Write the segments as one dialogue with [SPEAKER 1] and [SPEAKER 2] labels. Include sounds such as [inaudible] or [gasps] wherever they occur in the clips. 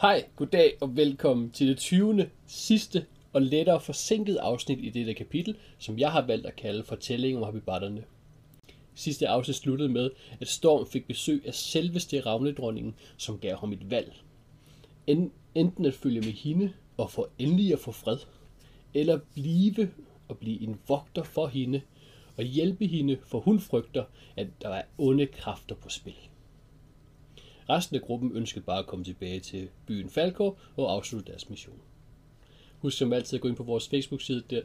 [SPEAKER 1] Hej, goddag og velkommen til det 20. sidste og lettere forsinket afsnit i dette kapitel, som jeg har valgt at kalde Fortællingen om Habibatterne. Sidste afsnit sluttede med, at Storm fik besøg af selveste Ravnedronningen, som gav ham et valg. En- Enten at følge med hende og for endelig at få fred, eller blive og blive en vogter for hende og hjælpe hende, for hun frygter, at der er onde kræfter på spil. Resten af gruppen ønskede bare at komme tilbage til byen Falkor og afslutte deres mission. Husk som altid at gå ind på vores Facebook-side, der,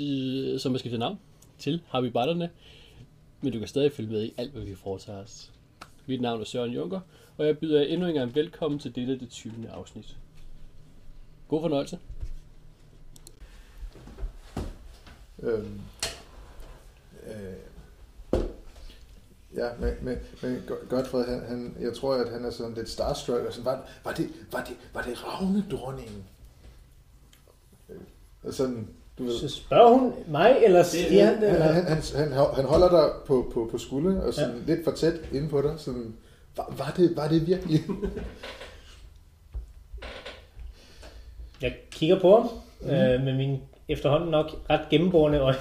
[SPEAKER 1] øh, som er skiftet navn til Harvey Batterne, men du kan stadig følge med i alt, hvad vi foretager os. Mit navn er Søren Junker, og jeg byder jer endnu en gang velkommen til dette det 20. afsnit. God fornøjelse.
[SPEAKER 2] Øhm, øh, ja, men, men, men Go- Godfred, han, han, jeg tror, at han er sådan lidt starstruck. Og sådan, var, var, det, var, det, var det Ravnedronningen? Øh, og sådan, du ved,
[SPEAKER 3] Så spørger hun mig, eller siger han det?
[SPEAKER 2] han,
[SPEAKER 3] Eller?
[SPEAKER 2] han, han, han, han holder dig på, på, på skulderen og sådan ja. lidt for tæt inde på dig. Sådan, var, var, det, var det [laughs] virkelig?
[SPEAKER 3] Jeg kigger på ham øh, med min efterhånden nok ret gennemborende øje.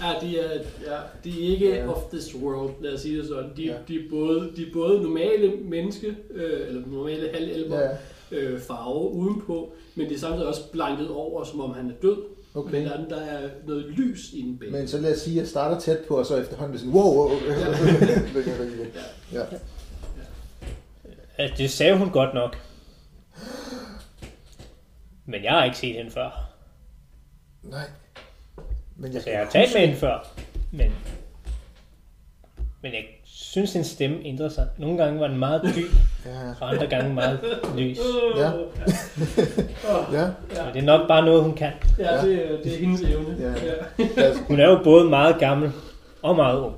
[SPEAKER 4] Ja, de er, ja, de er ikke
[SPEAKER 2] Ja.
[SPEAKER 4] ja. of this world, lad os sige det sådan. De,
[SPEAKER 2] Ja.
[SPEAKER 4] ja. de, er, både, de er både normale menneske, øh, eller normale halvelver, ja.
[SPEAKER 2] ja,
[SPEAKER 4] øh, farve udenpå, men de er samtidig også blanket over, som om han er død. Okay.
[SPEAKER 2] okay.
[SPEAKER 4] Men der, der er noget lys i den bag.
[SPEAKER 2] Men så lad os sige, at jeg starter tæt på, og så efterhånden er sådan, wow, wow, wow. [laughs] ja.
[SPEAKER 3] Altså, det sagde hun godt nok. Men jeg har ikke set hende før.
[SPEAKER 2] Nej. Men
[SPEAKER 3] Altså,
[SPEAKER 2] kan
[SPEAKER 3] jeg
[SPEAKER 2] ikke
[SPEAKER 3] har talt
[SPEAKER 2] huske-
[SPEAKER 3] med hende før. Men, men jeg synes, hendes stemme ændrer sig. Nogle gange var den meget dyb,
[SPEAKER 2] Ja,
[SPEAKER 3] og andre gange meget lys.
[SPEAKER 2] Ja.
[SPEAKER 4] Åh,
[SPEAKER 2] ja.
[SPEAKER 3] Men det er nok bare noget, hun kan.
[SPEAKER 4] ja, det, er- det er hendes evne.
[SPEAKER 2] Ja.
[SPEAKER 4] Ja.
[SPEAKER 2] Altså,
[SPEAKER 3] Hun er jo både meget gammel og meget ung.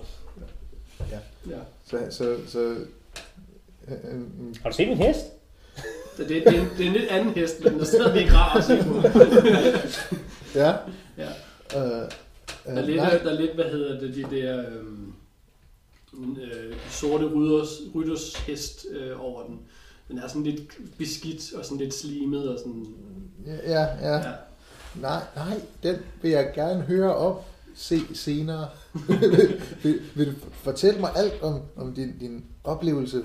[SPEAKER 4] ja.
[SPEAKER 2] så, så, så øh, øh,
[SPEAKER 3] Har du set min hest?
[SPEAKER 4] Så det, det, er en, det er en lidt anden hest, men der sidder vi ikke rar at se på.
[SPEAKER 2] ja.
[SPEAKER 4] Ja.
[SPEAKER 2] Øh,
[SPEAKER 4] Der er
[SPEAKER 2] øh,
[SPEAKER 4] lidt,
[SPEAKER 2] nej.
[SPEAKER 4] der er lidt hvad hedder det, de der øhm, øh, sorte rydders, rytters hest øh, over den. Den er sådan lidt beskidt og sådan lidt slimet og sådan...
[SPEAKER 2] Ja, ja, ja.
[SPEAKER 4] Ja.
[SPEAKER 2] Nej, nej, den vil jeg gerne høre om se senere. [laughs] vil, vil du fortælle mig alt om, om din, din oplevelse?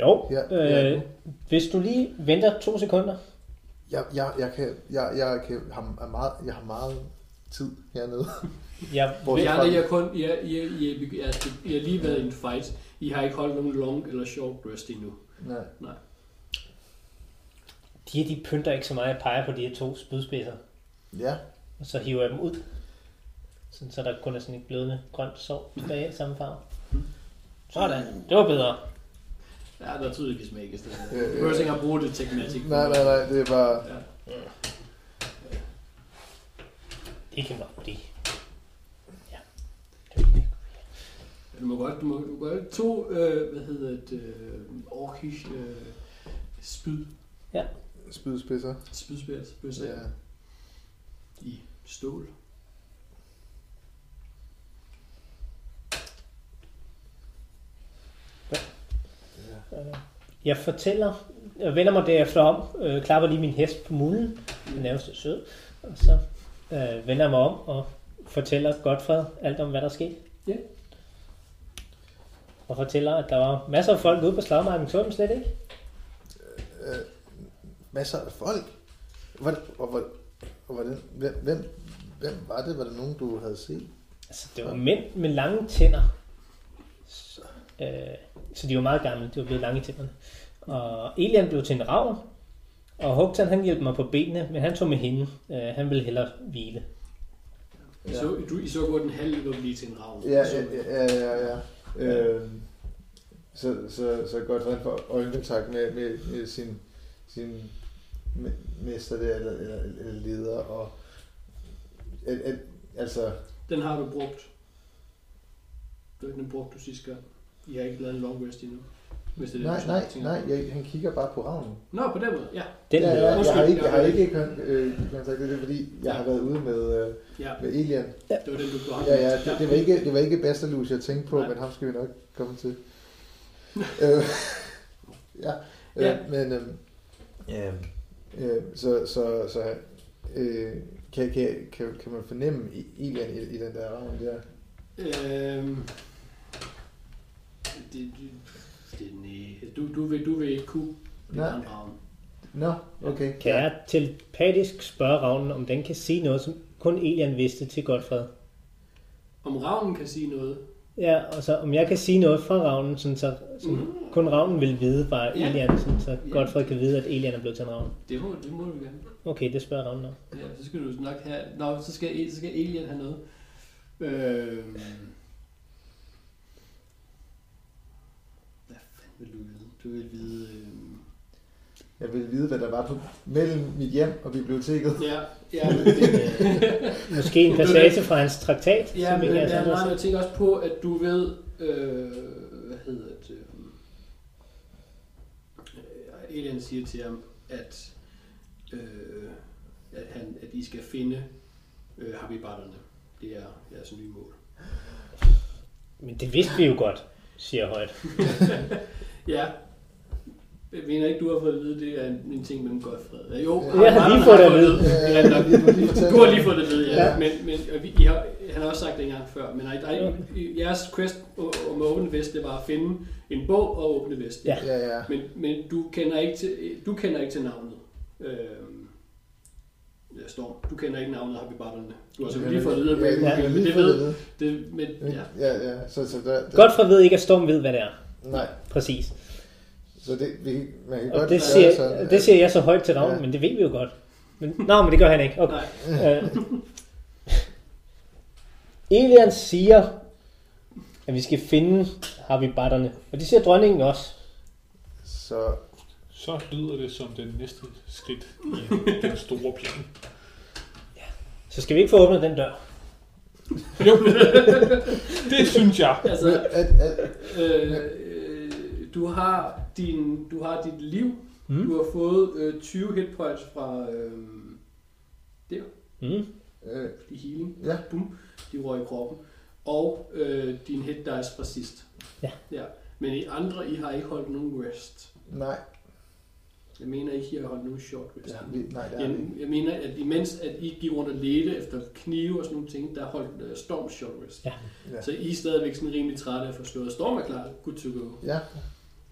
[SPEAKER 3] Jo.
[SPEAKER 2] Ja, ja.
[SPEAKER 3] Øh, hvis du lige venter to sekunder.
[SPEAKER 2] Jeg, jeg, jeg, kan, jeg, jeg, kan, har, er meget, jeg har meget tid hernede.
[SPEAKER 3] Jeg
[SPEAKER 2] Bortset
[SPEAKER 4] Jeg
[SPEAKER 2] fra-
[SPEAKER 4] har, I, har kun, I, har, I, har, I, har, I, har, I har lige været i en fight. I har ikke holdt nogen long eller short rest endnu.
[SPEAKER 2] Nej.
[SPEAKER 3] De her, de pynter ikke så meget. Jeg peger på de her to spydspidser,
[SPEAKER 2] Ja,
[SPEAKER 3] og så hiver jeg dem ud. Sådan, så der kun er sådan et glødende grønt sår tilbage i samme farve. Sådan. Det var bedre.
[SPEAKER 4] Ja, der er tydeligvis magisk. Det
[SPEAKER 2] Ja, ja.
[SPEAKER 4] her. Du behøver Altså, ikke at bruge det tekmatik.
[SPEAKER 2] Øh, nej, nej, nej, det er bare...
[SPEAKER 4] Ja.
[SPEAKER 3] Det kan nok blive.
[SPEAKER 4] Du må godt, du må, du må godt to, øh, hvad hedder det, øh, orkish øh, spyd,
[SPEAKER 2] Spydspidser.
[SPEAKER 4] spydspils, bøsser
[SPEAKER 2] Ja.
[SPEAKER 4] i stål.
[SPEAKER 2] ja.
[SPEAKER 3] Jeg fortæller, jeg vender mig derefter om, øh, klapper lige min hest på mulen, den er jo så sød, og så øh, vender jeg mig om og fortæller Godfred alt om, hvad der skete.
[SPEAKER 4] Ja.
[SPEAKER 3] Og fortæller, at der var masser af folk ude på slagmarken, så dem slet ikke.
[SPEAKER 2] øh, masser af folk. Hvor, og, hvor, og hvordan, hvem, hvem, hvem var det? Var det nogen, du havde set?
[SPEAKER 3] Altså, det var mænd med lange tænder. Så, øh, så de var meget gamle, de var blevet lange i tænderne. Og Elian blev til en ravn, og Hugtan han hjalp mig på benene, men han tog med hende. Øh, han ville hellere hvile.
[SPEAKER 4] I så, du, I så godt en halv løber blive til en ravn.
[SPEAKER 2] Ja,
[SPEAKER 4] Så-
[SPEAKER 2] ja, ja, ja. ja. Øh, så, så, så godt, at han får øjenkontakt med, med, med sin, sin me- mester der, eller, eller, eller leder. Og, al, al, altså,
[SPEAKER 4] Den har du brugt. Det var ikke den brugt du sidste gang. I har ikke lavet en long rest endnu. Hvis det er
[SPEAKER 2] nej,
[SPEAKER 4] det, du
[SPEAKER 2] nej,
[SPEAKER 4] tænker
[SPEAKER 2] nej,
[SPEAKER 4] på.
[SPEAKER 2] jeg, han kigger bare på ravnen.
[SPEAKER 4] Nå, på den måde, ja.
[SPEAKER 3] Den
[SPEAKER 2] ja,
[SPEAKER 3] leder.
[SPEAKER 2] ja, jeg har
[SPEAKER 4] Undskyld,
[SPEAKER 2] ikke, jeg har
[SPEAKER 4] jeg-
[SPEAKER 2] ikke kon- øh, kontaktet det, fordi jeg har været ude med, øh,
[SPEAKER 4] ja.
[SPEAKER 2] med Elian.
[SPEAKER 4] Det var den, du blev
[SPEAKER 2] Ja, ja, det, det, var ikke, det var
[SPEAKER 4] [laughs]
[SPEAKER 2] ikke Bastalus, jeg tænkte på, Nej.
[SPEAKER 4] Nej.
[SPEAKER 2] men ham skal vi nok komme til. øh, ja,
[SPEAKER 4] Ja.
[SPEAKER 2] Øh, men øhm, ja, øh, så, så, så øh, kan, kan, kan, kan man fornemme i- Elian i, i den der ravn der?
[SPEAKER 4] Øhm, det, det, det, nej. Du, du, vil, du vil ikke kunne den
[SPEAKER 2] Nej.
[SPEAKER 4] anden ravn.
[SPEAKER 2] Nå, okay.
[SPEAKER 3] Kan jeg telepatisk spørge Ravnen, om den kan sige noget, som kun Elian vidste til Godfred?
[SPEAKER 4] Om ravnen kan sige noget.
[SPEAKER 3] Ja, og så om jeg kan sige noget fra Ravnen, sådan så som
[SPEAKER 4] Mhm.
[SPEAKER 3] kun Ravnen vil vide fra
[SPEAKER 4] Ja.
[SPEAKER 3] Elian, sådan så
[SPEAKER 4] Ja.
[SPEAKER 3] Godfred kan vide, at Elian er blevet til en ravn.
[SPEAKER 4] Det må, det må du gerne.
[SPEAKER 3] Okay, det spørger Ravnen om.
[SPEAKER 4] Ja, så skal du nok have... Nå, så skal, E- så skal Alien have noget. Øhm, hvad fanden vil du vide? Du vil vide... Øhm,
[SPEAKER 2] Jeg ville vide, hvad der var på, mellem mit hjem og biblioteket.
[SPEAKER 4] ja, ja, men det,
[SPEAKER 3] Måske en
[SPEAKER 4] Det er
[SPEAKER 3] passage fra hans traktat,
[SPEAKER 4] [laughs] ja,
[SPEAKER 3] som
[SPEAKER 4] men
[SPEAKER 3] ikke er
[SPEAKER 4] ja,
[SPEAKER 3] sådan
[SPEAKER 4] nej, men
[SPEAKER 3] noget.
[SPEAKER 4] jeg tænker også på, at du ved... Øh, hvad hedder det? øhm, Øh, Alien siger til ham, at, øh, at, han, at I skal finde øh, Habibatterne. Det er jeres nye mål.
[SPEAKER 3] Men det vidste vi jo godt, siger Højt.
[SPEAKER 4] Ja. Jeg mener ikke, du har fået at vide, det er en, en ting mellem Godfred. Ja, Jo,
[SPEAKER 2] Jeg
[SPEAKER 3] har lige
[SPEAKER 4] Martin
[SPEAKER 3] fået det at
[SPEAKER 4] har
[SPEAKER 3] vide.
[SPEAKER 4] Det er nok. Du har lige fået det at vide, ja.
[SPEAKER 2] Ja.
[SPEAKER 4] ja. Men, men og vi, I har, han har også sagt det en gang før, men nej, der er ikke, i- jeres quest o- om at åbne vest, det var at finde en bog og åbne vest.
[SPEAKER 3] Ja.
[SPEAKER 2] Ja, ja.
[SPEAKER 4] Men, men du, kender ikke til, du kender ikke til navnet. Øhm, ja, Storm, du kender ikke navnet af Habibatterne. Du har selvfølgelig lige fået at vide,
[SPEAKER 2] Ja,
[SPEAKER 4] at
[SPEAKER 2] jeg har
[SPEAKER 4] men
[SPEAKER 2] lige
[SPEAKER 4] det
[SPEAKER 2] fået
[SPEAKER 4] ved,
[SPEAKER 2] det.
[SPEAKER 4] det, men, ja.
[SPEAKER 2] Ja, ja. Så, så der, der,
[SPEAKER 3] Godfred ved ikke, at Storm ved, hvad det er.
[SPEAKER 2] Nej,
[SPEAKER 3] Præcis.
[SPEAKER 2] så det, vi, man kan
[SPEAKER 3] Og
[SPEAKER 2] godt gøre
[SPEAKER 3] det siger,
[SPEAKER 2] sådan,
[SPEAKER 3] det siger jeg så højt til Ravn,
[SPEAKER 2] Ja.
[SPEAKER 3] men det ved vi jo godt. Men, nå, men det gør han ikke. Okay.
[SPEAKER 4] Nej,
[SPEAKER 3] Øh, [laughs] Elian siger, at vi skal finde Harvey Batterne. Og det siger dronningen også.
[SPEAKER 2] Så
[SPEAKER 5] Så lyder det som den næste skridt i [laughs] den store plan.
[SPEAKER 3] Så skal vi ikke få åbnet den dør.
[SPEAKER 5] Jo, det synes jeg.
[SPEAKER 4] altså,
[SPEAKER 2] at, at,
[SPEAKER 4] Øh, du har din du har dit liv.
[SPEAKER 3] Mm.
[SPEAKER 4] Mm. Du har fået øh, 20 hit points fra øh, der,
[SPEAKER 3] Mm.
[SPEAKER 2] øh,
[SPEAKER 4] de healing.
[SPEAKER 2] ja,
[SPEAKER 4] Bum, de røg i kroppen. Og øh, din hit dice fra sidst.
[SPEAKER 3] Ja.
[SPEAKER 4] ja. Men I andre, I har ikke holdt nogen rest.
[SPEAKER 2] nej,
[SPEAKER 4] Jeg mener ikke, I har holdt nogen short rest.
[SPEAKER 2] ja, vi, nej, der er
[SPEAKER 4] Jeg,
[SPEAKER 2] vi.
[SPEAKER 4] jeg mener, at imens at I gik rundt og ledte efter knive og sådan nogle ting, der holdt uh, Storm short rest.
[SPEAKER 3] Ja.
[SPEAKER 2] Ja.
[SPEAKER 4] Så I er stadigvæk sådan rimelig trætte af forstået. Storm er klar, good to go.
[SPEAKER 2] Ja,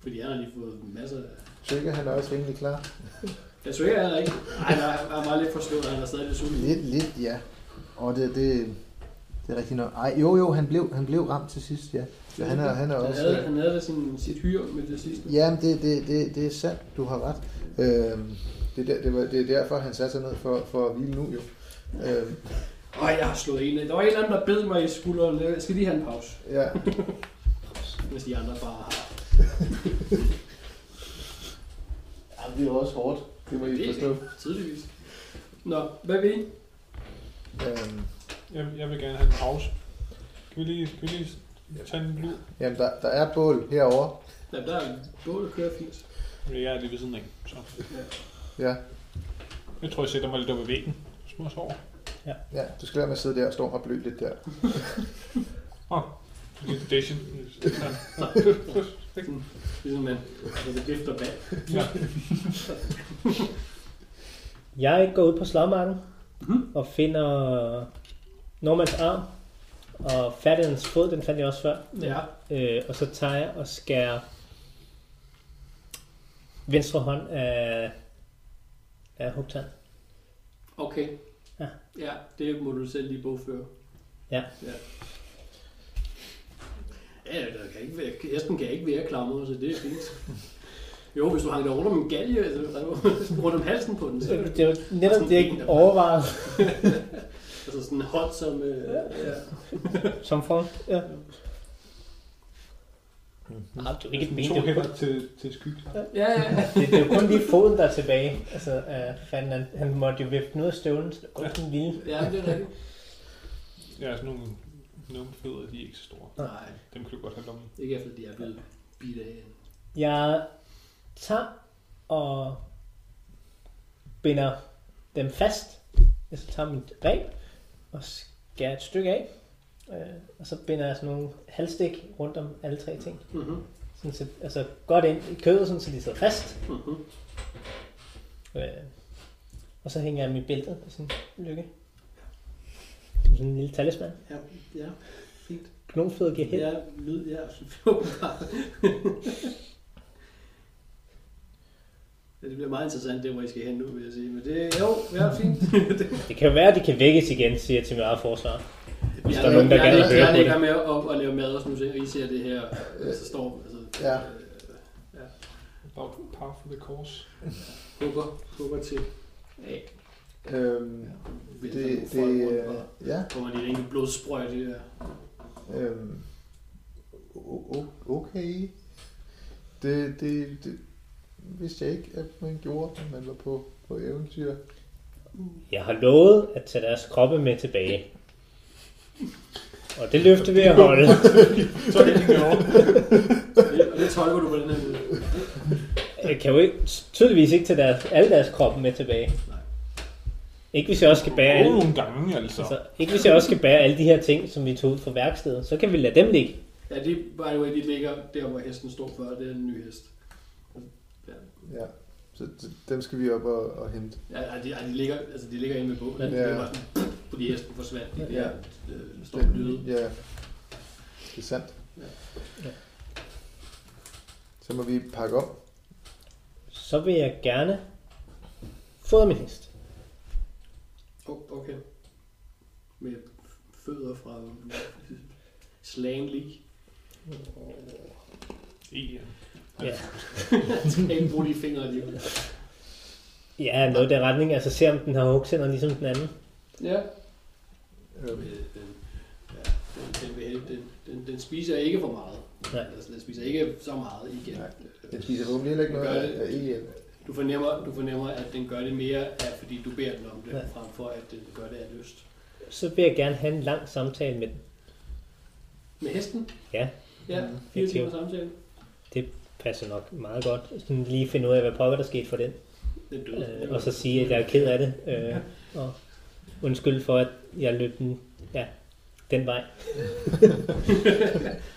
[SPEAKER 4] Fordi han har lige fået masser af
[SPEAKER 2] Trykker han er også rimelig klar.
[SPEAKER 4] Jeg tror ikke, han er ikke. Nej, han er meget lidt forstået, han er stadig lidt sulten.
[SPEAKER 2] Lidt, lidt, ja. Og det, det, det er rigtigt nok. Ej, jo, jo, han blev, han blev ramt til sidst, ja. Så han er, han er
[SPEAKER 4] Han
[SPEAKER 2] også...
[SPEAKER 4] havde, han havde da sin, sit hyr med det sidste.
[SPEAKER 2] Ja, men det, det, det, det er sandt, du har ret. Øhm, det, er der, det, var, det er derfor, han satte sig ned for, for at hvile nu, jo. Øhm,
[SPEAKER 4] Øj, jeg har slået en af. Der var en eller anden, der bed mig i skulderen. Jeg skal lige have en pause,
[SPEAKER 2] ja,
[SPEAKER 4] hvis de andre bare har.
[SPEAKER 2] Jamen, det var også hårdt. Det må I
[SPEAKER 4] Det-
[SPEAKER 2] forstå.
[SPEAKER 4] Tidligvis. Nå, hvad ved I?
[SPEAKER 2] Øhm,
[SPEAKER 5] Jeg, jeg vil gerne have en pause. Kan vi lige, kan vi lige tage en lyd?
[SPEAKER 2] jamen, der, der er bål herovre.
[SPEAKER 4] Ja, der er både kører fint.
[SPEAKER 5] Jeg er lige ved siden af. Så.
[SPEAKER 2] Ja,
[SPEAKER 5] Jeg tror, jeg sætter mig lidt op ad væggen. Små sår.
[SPEAKER 2] ja, du skal lade mig sidde der og stå og blø lidt der.
[SPEAKER 5] Lidt station.
[SPEAKER 4] Ligesom man, altså det vifter bag.
[SPEAKER 5] Ja.
[SPEAKER 3] Jeg går ud på slagmarken og finder Normans arm og Ferdinands fod, den fandt jeg også før.
[SPEAKER 4] Ja.
[SPEAKER 3] Øh, og så tager jeg og skærer venstre hånd af, af Hugtan.
[SPEAKER 4] Okay.
[SPEAKER 3] Ja.
[SPEAKER 4] Ja, det må du selv lige bogføre.
[SPEAKER 3] Ja.
[SPEAKER 4] Ja. Ja, der kan ikke være, hesten kan ikke være klamret, så det er fint. Jo, hvis du hang der rundt om en galge, altså, rundt om halsen på den, så
[SPEAKER 3] Det er jo netop det, jeg overvejede
[SPEAKER 4] altså sådan en hånd som... Øh, ja.
[SPEAKER 3] som for. Ja. Ah, det er jo ikke et ben,
[SPEAKER 5] Altså,
[SPEAKER 3] det er,
[SPEAKER 5] To
[SPEAKER 3] jo kun,
[SPEAKER 5] hænder til, til skygge.
[SPEAKER 4] ja, ja.
[SPEAKER 3] det, det er jo kun lige foden, der er tilbage. Altså, uh, fanden, han, han måtte jo vifte noget af støvlen, så det er kun sådan en lille.
[SPEAKER 4] Ja, det er rigtigt.
[SPEAKER 5] Ja, sådan nogle numfødder, de er ikke så store.
[SPEAKER 4] Nej,
[SPEAKER 5] Dem kan du godt have i lommen.
[SPEAKER 4] ikke efter de er blevet bidt af en.
[SPEAKER 3] Jeg tager og binder dem fast. Jeg så tager mit reb og skærer et stykke af. Øh, og så binder jeg sådan nogle halvstik rundt om alle tre ting.
[SPEAKER 4] Mm-hmm.
[SPEAKER 3] Så sådan så, altså godt ind i kødet, sådan, så de sidder fast.
[SPEAKER 4] Mm-hmm.
[SPEAKER 3] Øh, og så hænger jeg mit bælte i sådan en lykke. Som sådan en lille talisman.
[SPEAKER 4] Ja, ja, fint.
[SPEAKER 3] Gnomfødder giver held. Ja.
[SPEAKER 4] Ja, lyd, ja. [laughs] ja, det bliver meget interessant, det hvor I skal hen nu, vil jeg sige. Men det, jo, ja, fint. Det-
[SPEAKER 3] Det kan jo være, at de kan vækkes igen, siger jeg til mit eget forsvar. Hvis
[SPEAKER 4] jeg,
[SPEAKER 3] der er nogen, der
[SPEAKER 4] jeg,
[SPEAKER 3] gerne vil
[SPEAKER 4] jeg, jeg,
[SPEAKER 3] høre
[SPEAKER 4] jeg
[SPEAKER 3] på
[SPEAKER 4] ligger med op og laver mad også nu, og I ser det her, og så står altså,
[SPEAKER 2] Ja.
[SPEAKER 4] øh,
[SPEAKER 5] About par for the course.
[SPEAKER 4] hugger, hugger til. Ja,
[SPEAKER 2] Øhm,
[SPEAKER 4] vælter nogle
[SPEAKER 2] det,
[SPEAKER 4] folk
[SPEAKER 2] det,
[SPEAKER 4] rundt, og
[SPEAKER 2] ja,
[SPEAKER 4] kommer de en blodsprøjte
[SPEAKER 2] [laughs]
[SPEAKER 4] der.
[SPEAKER 2] Øhm, o- o- okay. Det, det, det vidste jeg ikke, at man gjorde, når man var på, på eventyr.
[SPEAKER 3] Jeg har lovet at tage deres kroppe med tilbage. Og det løfte vil jeg holde.
[SPEAKER 5] Så er det ikke derovre.
[SPEAKER 4] Det- Og det tolker du på den her måde.
[SPEAKER 3] Jeg Øh, kan jo ikke, tydeligvis ikke tage deres, alle deres kroppe med tilbage.
[SPEAKER 4] Nej.
[SPEAKER 3] Ikke hvis jeg også skal bære alle,
[SPEAKER 5] Nogle gange, altså.
[SPEAKER 3] altså, ikke hvis jeg også skal bære alle de her ting, som vi tog ud fra værkstedet. Så kan vi lade dem ligge.
[SPEAKER 4] Ja, det, by the way, de ligger der, hvor hesten stod før. Det er en ny hest.
[SPEAKER 2] Ja. Så d- dem skal vi op og, og hente.
[SPEAKER 4] Ja, ja, de, ja, de ligger, altså, de ligger inde med båden.
[SPEAKER 3] Ja.
[SPEAKER 4] Ja. Det er bare sådan, fordi hesten forsvandt. De der øh, står lyde.
[SPEAKER 2] Den, ja. Det er sandt.
[SPEAKER 4] Ja.
[SPEAKER 3] Ja.
[SPEAKER 2] Så må vi pakke op.
[SPEAKER 3] Så vil jeg gerne fodre min hest.
[SPEAKER 4] Oh, okay. Med fødder fra øh, Slan League. [laughs]
[SPEAKER 5] Ja.
[SPEAKER 3] Ja.
[SPEAKER 4] Jeg kan ikke bruge de fingre alligevel.
[SPEAKER 3] Ja, noget i den retning. Altså se om den har hugtænder ligesom den anden.
[SPEAKER 4] Ja. øh, Den,
[SPEAKER 2] Øhm,
[SPEAKER 4] ja, den, den, vil, help- den, den, den spiser ikke for meget.
[SPEAKER 3] Nej.
[SPEAKER 4] Altså, den spiser ikke så meget igen.
[SPEAKER 2] Nej. den spiser forhåbentlig heller ikke noget
[SPEAKER 4] Gør det.
[SPEAKER 2] af af EM.
[SPEAKER 4] Du fornemmer, du fornemmer, at den gør det mere, af, fordi du beder den om det,
[SPEAKER 3] Ja.
[SPEAKER 4] ja. frem for at den gør det af lyst.
[SPEAKER 3] Så vil jeg gerne have en lang samtale med den.
[SPEAKER 4] Med hesten?
[SPEAKER 3] Ja.
[SPEAKER 4] Ja,
[SPEAKER 2] Mhm.
[SPEAKER 4] fire
[SPEAKER 3] Det er
[SPEAKER 4] timer samtale.
[SPEAKER 3] Passer nok meget godt. Sådan lige finde ud af, hvad pokker der skete for den.
[SPEAKER 4] Den døde.
[SPEAKER 3] Øh, og så sige, at jeg er ked af det. Øh, og undskyld for, at jeg løb den, ja, den
[SPEAKER 2] [laughs]
[SPEAKER 3] vej.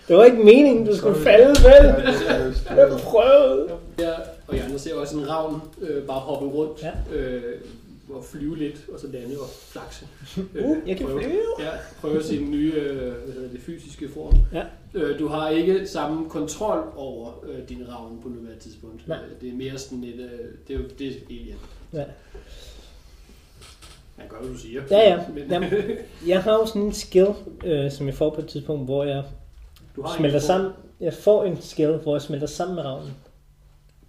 [SPEAKER 3] det var ikke meningen, du skulle
[SPEAKER 2] Sorry.
[SPEAKER 3] falde, vel?
[SPEAKER 2] Ja, det er jo
[SPEAKER 3] Jeg
[SPEAKER 2] spændende.
[SPEAKER 3] prøvede.
[SPEAKER 4] Ja, og jeg andre ser også en ravn øh, bare hoppe rundt
[SPEAKER 3] Ja.
[SPEAKER 4] øh, og flyve lidt, og så lande og flakse.
[SPEAKER 3] [laughs]
[SPEAKER 4] Øh,
[SPEAKER 3] Uh, jeg kan
[SPEAKER 4] prøve,
[SPEAKER 3] flyve.
[SPEAKER 4] ja, prøve sin nye øh, hvad hedder det, fysiske form.
[SPEAKER 3] Ja.
[SPEAKER 4] Øh, du har ikke samme kontrol over øh, din ravn på nuværende tidspunkt.
[SPEAKER 3] Nej.
[SPEAKER 4] Øh, Det er mere sådan et... Øh, det er jo det er alien.
[SPEAKER 3] Ja.
[SPEAKER 4] Han gør, hvad du siger.
[SPEAKER 3] Ja, ja.
[SPEAKER 4] Men,
[SPEAKER 3] Jamen, jeg har jo sådan en skill, øh, som jeg får på et tidspunkt, hvor
[SPEAKER 4] [laughs]
[SPEAKER 3] jeg
[SPEAKER 4] du har en
[SPEAKER 3] smelter
[SPEAKER 4] form
[SPEAKER 3] sammen. Jeg får en skill, hvor jeg smelter sammen med ravnen.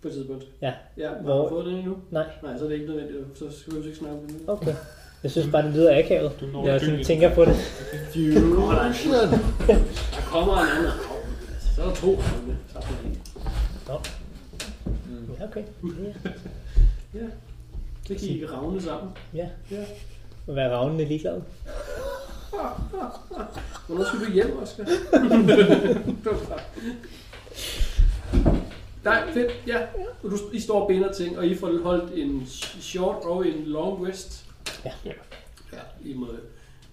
[SPEAKER 4] På et tidspunkt.
[SPEAKER 3] Ja.
[SPEAKER 4] ja har
[SPEAKER 3] Hvor-
[SPEAKER 4] du fået den endnu?
[SPEAKER 3] Nej,
[SPEAKER 4] Nej, så er det ikke nødvendigt. Så skal vi jo ikke snakke om det nu.
[SPEAKER 3] okay. Jeg synes bare, det lyder akavet.
[SPEAKER 5] Du når
[SPEAKER 3] Jeg
[SPEAKER 5] at dø
[SPEAKER 3] sådan
[SPEAKER 5] lidt.
[SPEAKER 3] tænker på det.
[SPEAKER 2] Fusion!
[SPEAKER 4] Der kommer en anden ravn. Altså, så er der to ravne. Så er der en.
[SPEAKER 2] Mm.
[SPEAKER 3] Ja, okay. Ja.
[SPEAKER 4] Så kan I ravne sammen.
[SPEAKER 3] Ja.
[SPEAKER 4] Ja.
[SPEAKER 3] Og være ravnende ligeglad.
[SPEAKER 4] Hvornår skal du hjem, Oscar? [laughs] Nej, fedt, ja. Og du, I står og binder ting, og I får holdt en sh- short og en long rest.
[SPEAKER 3] Ja.
[SPEAKER 4] Ja, I må...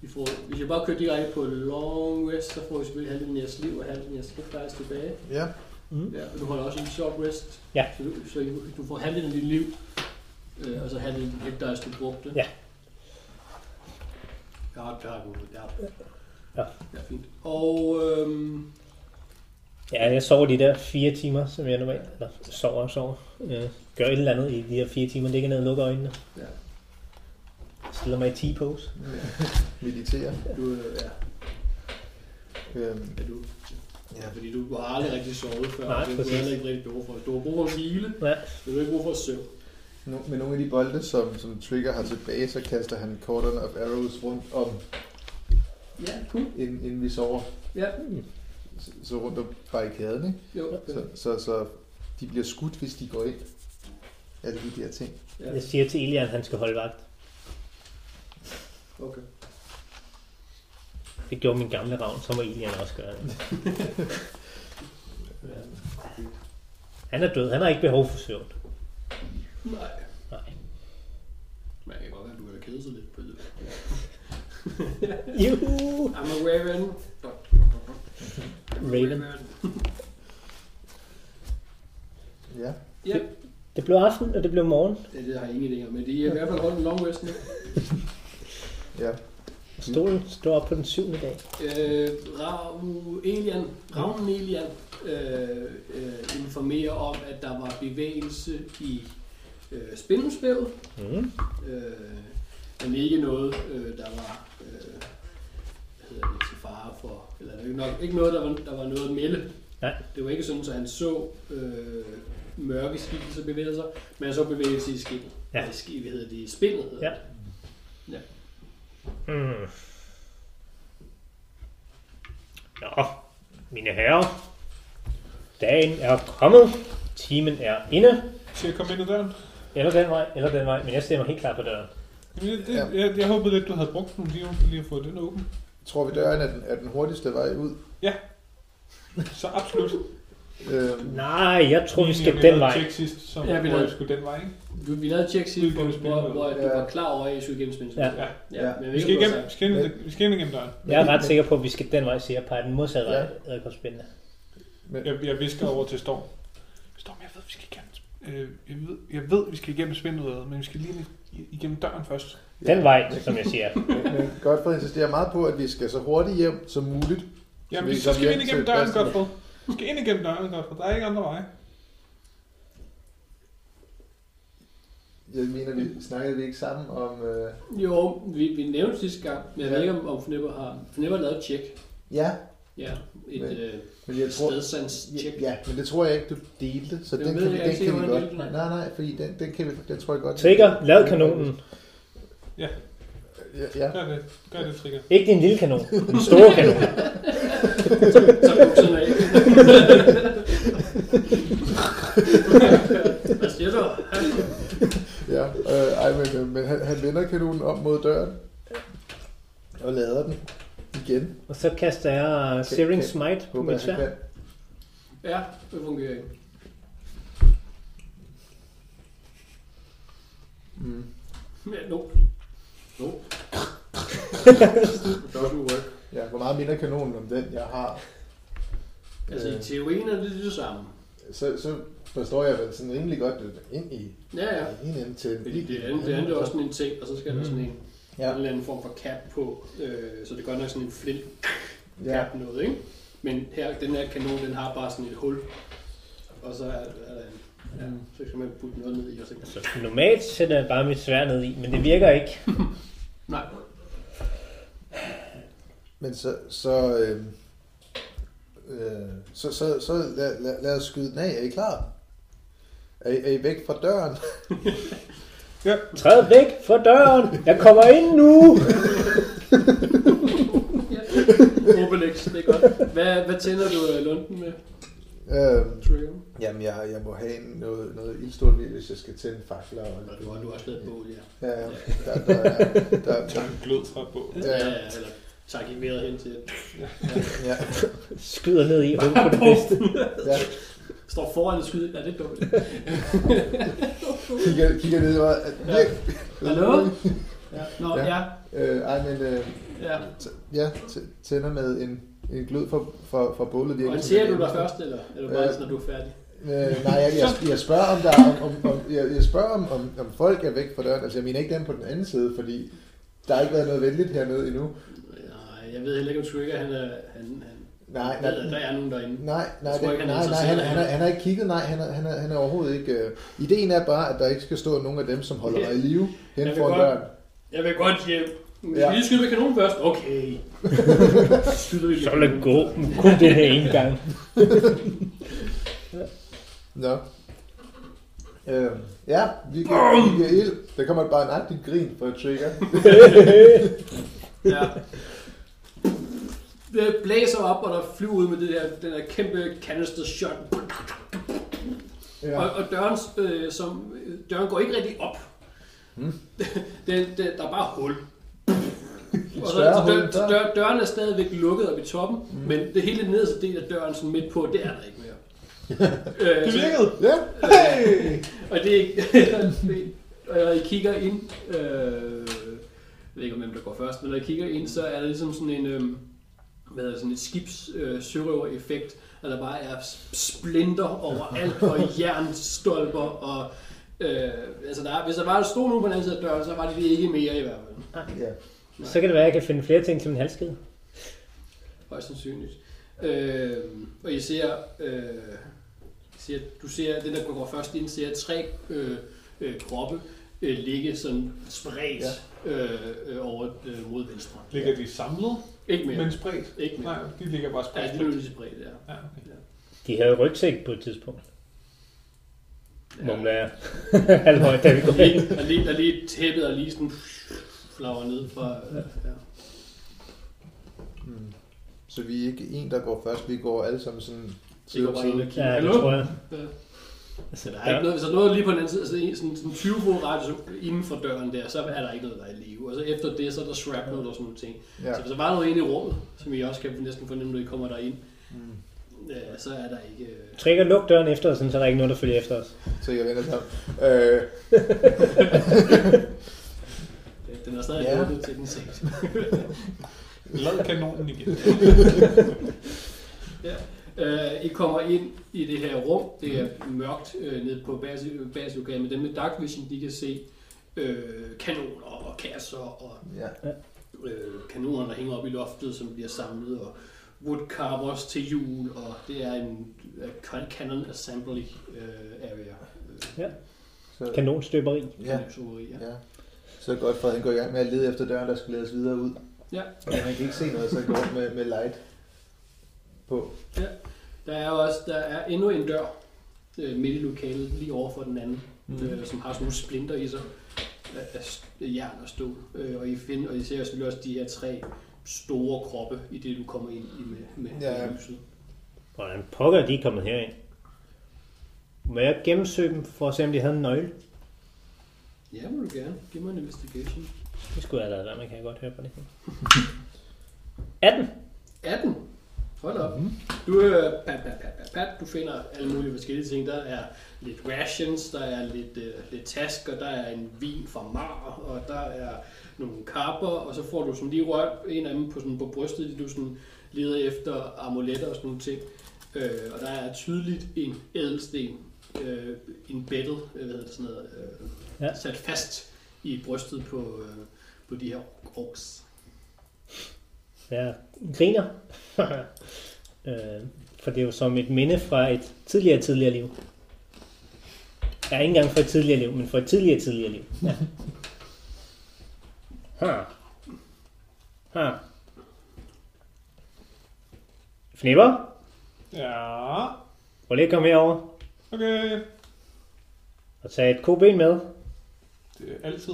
[SPEAKER 4] I får, hvis jeg bare kører direkte på long rest, så får I selvfølgelig halvdelen af jeres liv og halvdelen af jeres plejer tilbage.
[SPEAKER 2] Ja,
[SPEAKER 4] Ja, og du holder også en short rest.
[SPEAKER 3] Ja.
[SPEAKER 4] Så, du- så I- du får halvdelen af dit liv, øh, og så halvdelen af dit dice, du brugte.
[SPEAKER 3] Ja.
[SPEAKER 4] Jeg har jeg har den. Jeg har den.
[SPEAKER 3] Ja.
[SPEAKER 4] Ja, fint. Og øhm,
[SPEAKER 3] Ja, jeg sover de der fire timer, som jeg normalt eller, sover og sover. Øh, gør et eller andet i de her fire timer, ligger ned og lukker øjnene.
[SPEAKER 4] Ja.
[SPEAKER 3] Stiller mig i T-pose.
[SPEAKER 2] meditere.
[SPEAKER 4] du, øh, ja,
[SPEAKER 2] Øhm,
[SPEAKER 4] er du,
[SPEAKER 2] ja.
[SPEAKER 4] ja, fordi du, du har aldrig rigtig sovet før.
[SPEAKER 3] Nej,
[SPEAKER 4] og det er du
[SPEAKER 3] præcis.
[SPEAKER 4] heller ikke rigtig behov for. Du har brug for at hvile,
[SPEAKER 3] Ja.
[SPEAKER 4] men du har ikke brug for at søvn.
[SPEAKER 2] No, med nogle af de bolde, som, som Trigger har tilbage, så kaster han Cordon of Arrows rundt om,
[SPEAKER 4] Ja, cool.
[SPEAKER 2] inden, inden vi sover.
[SPEAKER 4] Ja,
[SPEAKER 2] Så, så rundt om barrikaden, ikke?
[SPEAKER 4] jo.
[SPEAKER 2] Så, så, så de bliver skudt, hvis de går ind. Alle de der ting.
[SPEAKER 4] Ja,
[SPEAKER 3] Jeg siger til Elian, at han skal holde vagt.
[SPEAKER 4] okay.
[SPEAKER 3] Det gjorde min gamle ravn, så må Elian også gøre det. [laughs]
[SPEAKER 4] Ja.
[SPEAKER 3] Han er død, han har ikke behov for søvn.
[SPEAKER 4] Nej.
[SPEAKER 3] Nej.
[SPEAKER 4] Men jeg kan godt være, at du kan kede sig lidt på det.
[SPEAKER 3] Juhu!
[SPEAKER 4] I'm a raven.
[SPEAKER 3] Raven.
[SPEAKER 2] Ja.
[SPEAKER 4] Ja,
[SPEAKER 3] Det blev aften, og det blev morgen.
[SPEAKER 4] det, det har jeg ingen idé om, men det er i hvert fald rundt om Long West nu.
[SPEAKER 2] Ja.
[SPEAKER 3] Stolen står op på den syvende dag.
[SPEAKER 4] Øh, Rav- Elian, Ravnen Elian øh, øh, informerer om, at der var bevægelse i øh, spindelsvævet,
[SPEAKER 6] Mm.
[SPEAKER 4] øh, men ikke noget, øh, der var øh, hvad hedder det, til fare for, eller ikke, nok, ikke noget, der var, der var noget at melde.
[SPEAKER 3] Nej.
[SPEAKER 4] Det var ikke sådan, at han så øh, mørke skikkelser bevæge sig, men han så bevægelse i skinnet.
[SPEAKER 3] Ja.
[SPEAKER 4] Ja. Ski, hvad hedder det, i spindet. hedder
[SPEAKER 3] Ja.
[SPEAKER 4] det.
[SPEAKER 3] Mm. Nå, mine herrer. Dagen er kommet. Timen er inde.
[SPEAKER 5] Skal jeg komme ind ad døren?
[SPEAKER 3] Eller den vej, eller den vej. Men jeg stemmer helt klart på døren.
[SPEAKER 5] Jamen, Det, det, jeg, jeg håbede lidt, du havde brugt den lige, for lige at få den åben.
[SPEAKER 2] Tror vi, døren er den, er den hurtigste vej ud?
[SPEAKER 5] Så absolut.
[SPEAKER 2] Øhm,
[SPEAKER 3] Nej, jeg tror, vi
[SPEAKER 5] Lige
[SPEAKER 3] skal
[SPEAKER 5] når vi
[SPEAKER 3] den vej.
[SPEAKER 5] lavede Tjek sidst, så
[SPEAKER 4] Ja, vi
[SPEAKER 5] hvor
[SPEAKER 4] lavede-
[SPEAKER 5] jeg skulle den vej, ikke?
[SPEAKER 4] Du, vi lavede et tjek sidst, hvor,
[SPEAKER 5] Udgennem
[SPEAKER 4] hvor, hvor du
[SPEAKER 2] Ja.
[SPEAKER 4] var klar over, at I skulle igennem spindet.
[SPEAKER 3] Ja.
[SPEAKER 5] Ja.
[SPEAKER 4] ja. Men
[SPEAKER 2] Ja.
[SPEAKER 4] jeg
[SPEAKER 5] Vi
[SPEAKER 4] ved
[SPEAKER 5] skal
[SPEAKER 4] ikke, om du har
[SPEAKER 5] igennem, vi skal ind,
[SPEAKER 2] Men-
[SPEAKER 5] vi skal ind igennem døren.
[SPEAKER 3] Jeg er ret sikker på, at vi skal den vej, siger jeg peger den modsatte vej.
[SPEAKER 2] Ja.
[SPEAKER 3] Ja. Edderkopspindene.
[SPEAKER 5] Jeg, jeg visker over til Storm. Storm, jeg ved, vi skal igennem. Øh, jeg, ved, jeg ved, vi skal igennem spindeløret, men vi skal lige igennem døren først.
[SPEAKER 3] Den vej, som jeg siger.
[SPEAKER 2] Men, men Godfred insisterer meget på, at vi skal så hurtigt hjem som muligt.
[SPEAKER 5] Jamen,
[SPEAKER 2] vi
[SPEAKER 5] så,
[SPEAKER 2] kom
[SPEAKER 5] skal vi
[SPEAKER 2] hjem
[SPEAKER 5] ind igennem
[SPEAKER 2] til
[SPEAKER 5] døren,
[SPEAKER 2] Bastian.
[SPEAKER 5] Godfred. Vi skal ind igennem døren, Godfred. Der er ikke andre veje.
[SPEAKER 2] Jeg mener, vi snakkede vi ikke sammen om... Øh,
[SPEAKER 4] Jo, vi, vi nævnte sidste gang, men jeg ved ikke, om, om Fnipper har... Fnipper har lavet et tjek.
[SPEAKER 2] ja,
[SPEAKER 4] Ja, et
[SPEAKER 2] Men
[SPEAKER 4] øh,
[SPEAKER 2] men jeg tror...
[SPEAKER 4] stedsans-tjek.
[SPEAKER 2] Ja, men det tror jeg ikke, du delte, så
[SPEAKER 4] Jeg
[SPEAKER 2] den
[SPEAKER 4] ved
[SPEAKER 2] kan, vi,
[SPEAKER 4] ikke, jeg kan
[SPEAKER 2] den
[SPEAKER 4] se,
[SPEAKER 2] kan vi
[SPEAKER 4] hvordan
[SPEAKER 2] godt...
[SPEAKER 4] den er.
[SPEAKER 2] Nej, nej, fordi den, den, kan vi, den tror jeg godt...
[SPEAKER 3] Trigger, lad kanonen.
[SPEAKER 2] Ja, ja.
[SPEAKER 5] Gør det. Gør det, Trigger.
[SPEAKER 3] Ikke din lille kanon, den store kanon.
[SPEAKER 4] Så bukserne af. Hvad siger du?
[SPEAKER 2] ja. Øh, ej, men, øh, men han, han vender kanonen om mod døren. Og lader den igen.
[SPEAKER 3] Og så kaster jeg Searing Smite på
[SPEAKER 2] Håber,
[SPEAKER 3] mit
[SPEAKER 2] at han
[SPEAKER 3] svær.
[SPEAKER 2] kan.
[SPEAKER 4] Ja, det fungerer ikke.
[SPEAKER 2] Mm.
[SPEAKER 4] Ja, no. No. Doesn't work.
[SPEAKER 2] Ja, hvor meget minder kanonen om den, jeg har?
[SPEAKER 4] Altså, i
[SPEAKER 2] Øh,
[SPEAKER 4] teorien er det det samme.
[SPEAKER 2] så, så forstår jeg vel sådan rimelig godt øh, ind i
[SPEAKER 4] Ja, ja.
[SPEAKER 2] i en ende til
[SPEAKER 4] Fordi det andet, det andet er også sådan en ting, og så skal der sådan en,
[SPEAKER 2] Ja.
[SPEAKER 4] ja. en eller anden form for cap på. Øh, så det er godt nok sådan en flint
[SPEAKER 2] Ja,
[SPEAKER 4] ja. noget, ikke? Men her, den her kanon, den har bare sådan et hul, og så er, er der en, ja, så skal man putte noget ned i, og så kan
[SPEAKER 3] Så normalt sætter jeg bare mit svær ned i, men det virker ikke.
[SPEAKER 4] Nej,
[SPEAKER 2] men så, så, øh, øh, så, så, så lad, lad, lad os skyde den af. Er I klar? Er, I- er I væk fra døren?
[SPEAKER 3] Træd væk fra døren, jeg kommer ind nu!
[SPEAKER 4] Obelix, det er godt. Hvad, hvad tænder du øh, lunden med,
[SPEAKER 2] øh,
[SPEAKER 4] Trigger?
[SPEAKER 2] jamen, jeg, jeg må have en- noget, noget ildstort hvis jeg skal tænde fakler. Og,
[SPEAKER 4] Eller du har, du har også lavet bål, ja.
[SPEAKER 2] ja, der, der, er- der, der,
[SPEAKER 5] Tag en glød fra på.
[SPEAKER 2] Ja, ja.
[SPEAKER 4] Eller tak i vejret hen [laughs] til,
[SPEAKER 2] ja,
[SPEAKER 3] Skyder ned i, håber på det bedste.
[SPEAKER 2] ja.
[SPEAKER 4] står foran og skyder, er det dumt?
[SPEAKER 2] Kigger, kigger ned og...
[SPEAKER 4] Ja. Hallo? Ja. Nå,
[SPEAKER 2] Ja.
[SPEAKER 4] ja.
[SPEAKER 2] Øh, ej, men... Øh,
[SPEAKER 4] ja.
[SPEAKER 2] t- ja, t- tænder med en, en glød fra, fra, fra bålet. virker som
[SPEAKER 4] Orienterer
[SPEAKER 2] en-
[SPEAKER 4] du dig først, eller, eller bare
[SPEAKER 2] Øh.
[SPEAKER 4] øh. når du er færdig?
[SPEAKER 2] Øh, nej, jeg, jeg, jeg spørger om der er- om, om, om jeg, jeg spørger om, om, om folk er væk fra døren. Altså, jeg mener ikke dem på den anden side, fordi der har ikke været noget venligt hernede endnu.
[SPEAKER 4] Nej, jeg ved heller ikke, om Trigger, han er... Han, han,
[SPEAKER 2] Nej, nej,
[SPEAKER 4] ved, at der er nogen derinde.
[SPEAKER 2] nej, nej,
[SPEAKER 4] Jeg tror ikke, han
[SPEAKER 2] det, nej, nej,
[SPEAKER 4] interesserer
[SPEAKER 2] han,
[SPEAKER 4] sig.
[SPEAKER 2] han, har- han har ikke kigget, nej, han, har- han, har- han er overhovedet ikke. Øh. Ideen er bare, at der ikke skal stå nogen af dem, som holder mig i live
[SPEAKER 4] Jeg
[SPEAKER 2] hen
[SPEAKER 4] vil
[SPEAKER 2] foran
[SPEAKER 4] godt-
[SPEAKER 2] døren.
[SPEAKER 4] Jeg vil godt hjem. Men Vi
[SPEAKER 2] Ja.
[SPEAKER 4] skal lige skyde med kanonen først. [laughs] Okay. Skyder vi med
[SPEAKER 3] Så vil det
[SPEAKER 4] kanonen.
[SPEAKER 3] gå, men kun den her ene gang.
[SPEAKER 2] Nå. Øh, ja, vi kan vi kan ild. Der kommer bare en agtig grin fra
[SPEAKER 4] [laughs]
[SPEAKER 2] Trigger.
[SPEAKER 4] Ja. Det blæser op, og der flyver ud med det der, den der kæmpe canister shot.
[SPEAKER 2] Ja.
[SPEAKER 4] Og, og døren, øh, som, øh, døren går ikke rigtig op.
[SPEAKER 2] Hmm.
[SPEAKER 4] [laughs] den, den, der er bare hul. Og så,
[SPEAKER 2] større
[SPEAKER 4] så dør,
[SPEAKER 2] hul Hmm. end
[SPEAKER 4] så
[SPEAKER 2] før.
[SPEAKER 4] dør, døren er stadigvæk lukket op i toppen, mm. men det hele nederste del af døren sådan midt på, det er der ikke
[SPEAKER 2] [laughs]
[SPEAKER 4] mere. øh,
[SPEAKER 5] Det
[SPEAKER 4] så-
[SPEAKER 5] virkede!
[SPEAKER 2] Ja, hey!
[SPEAKER 4] og det er ikke... [laughs] det- og når I kigger ind... Øh, jeg ved ikke, om hvem der går først, øhm, men når I kigger ind, så er der ligesom sådan en... Øh, hvad hedder det, sådan et skibs øh, sørøver-effekt. at der bare er splinter overalt, og jernstolper, og øh, altså der er, hvis der var en stol nu på den anden side af døren, så var det det ikke mere i hvert fald.
[SPEAKER 2] Ja.
[SPEAKER 3] Så kan det være, at jeg kan finde flere ting til min halskede.
[SPEAKER 4] Højst sandsynligt. Øh, og I ser, øh, I ser, du ser, den der går først ind, ser tre øh, øh, kroppe øh, ligge sådan spredt ja. øh, øh, over øh, mod venstre.
[SPEAKER 5] Ligger de samlet,
[SPEAKER 4] Ikke mere.
[SPEAKER 5] men
[SPEAKER 4] Men...
[SPEAKER 5] spredt?
[SPEAKER 4] Ikke mere.
[SPEAKER 5] Nej, de ligger bare
[SPEAKER 4] Ja,
[SPEAKER 5] spredt.
[SPEAKER 4] det er lidt spredt, ja.
[SPEAKER 5] Ja, okay.
[SPEAKER 3] De havde rygsæk på et tidspunkt.
[SPEAKER 4] Ja.
[SPEAKER 3] Mumler [laughs] jeg halvhøjt, da vi
[SPEAKER 4] Og
[SPEAKER 3] går ind.
[SPEAKER 4] lige, og lige, og lige tæppet og lige sådan flager ned fra... Øh, ja.
[SPEAKER 2] Mm. Så vi er ikke en, der går først. Vi går alle sammen sådan...
[SPEAKER 4] Det går bare ind og
[SPEAKER 3] Ja,
[SPEAKER 4] kigger. [laughs]
[SPEAKER 3] det
[SPEAKER 4] Hallo?
[SPEAKER 3] tror jeg.
[SPEAKER 4] Ja.
[SPEAKER 3] Altså,
[SPEAKER 4] Der er ikke noget, hvis der er noget lige på den anden side, altså en- sådan, sådan 20 fod radius inden for døren der, så er der ikke noget, der er i live. Og så efter det, så er der shrapnel og sådan nogle ting.
[SPEAKER 2] Ja.
[SPEAKER 4] Så hvis der var noget inde i rummet, som I også kan næsten fornemme, når I kommer derind,
[SPEAKER 2] Mm.
[SPEAKER 4] øh, så er der ikke... øh,
[SPEAKER 3] Trækker luk døren efter os, sådan, så er der ikke noget, der følger efter os.
[SPEAKER 2] Så jeg vender sammen. Øh,
[SPEAKER 4] Den er stadig
[SPEAKER 2] Ja.
[SPEAKER 4] åbnet til den set.
[SPEAKER 5] Lad kanonen igen.
[SPEAKER 4] Øh, I kommer ind i det her rum. Det er
[SPEAKER 2] Mm.
[SPEAKER 4] mørkt øh, nede på base- baslokalet, men dem med dark vision, de kan se øh, kanoner og kasser og
[SPEAKER 2] ja.
[SPEAKER 4] øh, kanoner, der hænger op i loftet, som bliver samlet, og woodcarvers til jul, og det er en øh, can- cannon assembly øh, area. Øh,
[SPEAKER 2] Så,
[SPEAKER 3] Kanonstøberi.
[SPEAKER 2] ja.
[SPEAKER 4] kanonshugeri, ja.
[SPEAKER 2] ja. Så godt, Fred, han går i gang med at lede efter døren, der skal ledes videre ud.
[SPEAKER 4] Ja.
[SPEAKER 2] Men han kan ikke se noget, så han går rundt med, med light på.
[SPEAKER 4] Der er også der er endnu en dør øh, midt i lokalet, lige over for den anden, mm. øh, som har sådan nogle splinter i sig af, af s- af jern og stål. Øh, og, I find, og I ser selvfølgelig også de her tre store kroppe i det, du kommer ind i med, med,
[SPEAKER 2] Ja, ja.
[SPEAKER 4] med lyset.
[SPEAKER 3] Hvordan pokker er de kommet herind? Må jeg gennemsøge dem for at se, om de havde en nøgle?
[SPEAKER 4] Ja, må du gerne. Giv mig en investigation.
[SPEAKER 3] Det skulle jeg have lavet være, man kan jeg godt høre på [laughs] det. 18.
[SPEAKER 4] 18. Hold op. Mm-hmm. Du, øh, pat, pat, pat, pat, pat. du finder alle mulige forskellige ting. Der er lidt rations, der er lidt, øh, lidt tasker, der er en vin fra Mar, og der er nogle kapper, og så får du sådan lige rørt en af dem på, sådan, på brystet, det du sådan leder efter amuletter og sådan nogle ting. Øh, og der er tydeligt en ædelsten, øh, en battle, øh, hvad hedder det sådan noget, øh,
[SPEAKER 3] Ja.
[SPEAKER 4] ja. sat fast i brystet på, øh, på de her orks.
[SPEAKER 3] Jeg griner. [laughs] øh, for det er jo som et minde fra et tidligere, tidligere liv. Ja, ikke engang fra et tidligere liv, men fra et tidligere, tidligere liv. Ja. [laughs] Ha. Ha. Fnipper,
[SPEAKER 5] Ja,
[SPEAKER 3] prøv lige at komme herover
[SPEAKER 5] okay.
[SPEAKER 3] og tage et koben med.
[SPEAKER 5] Det er altid.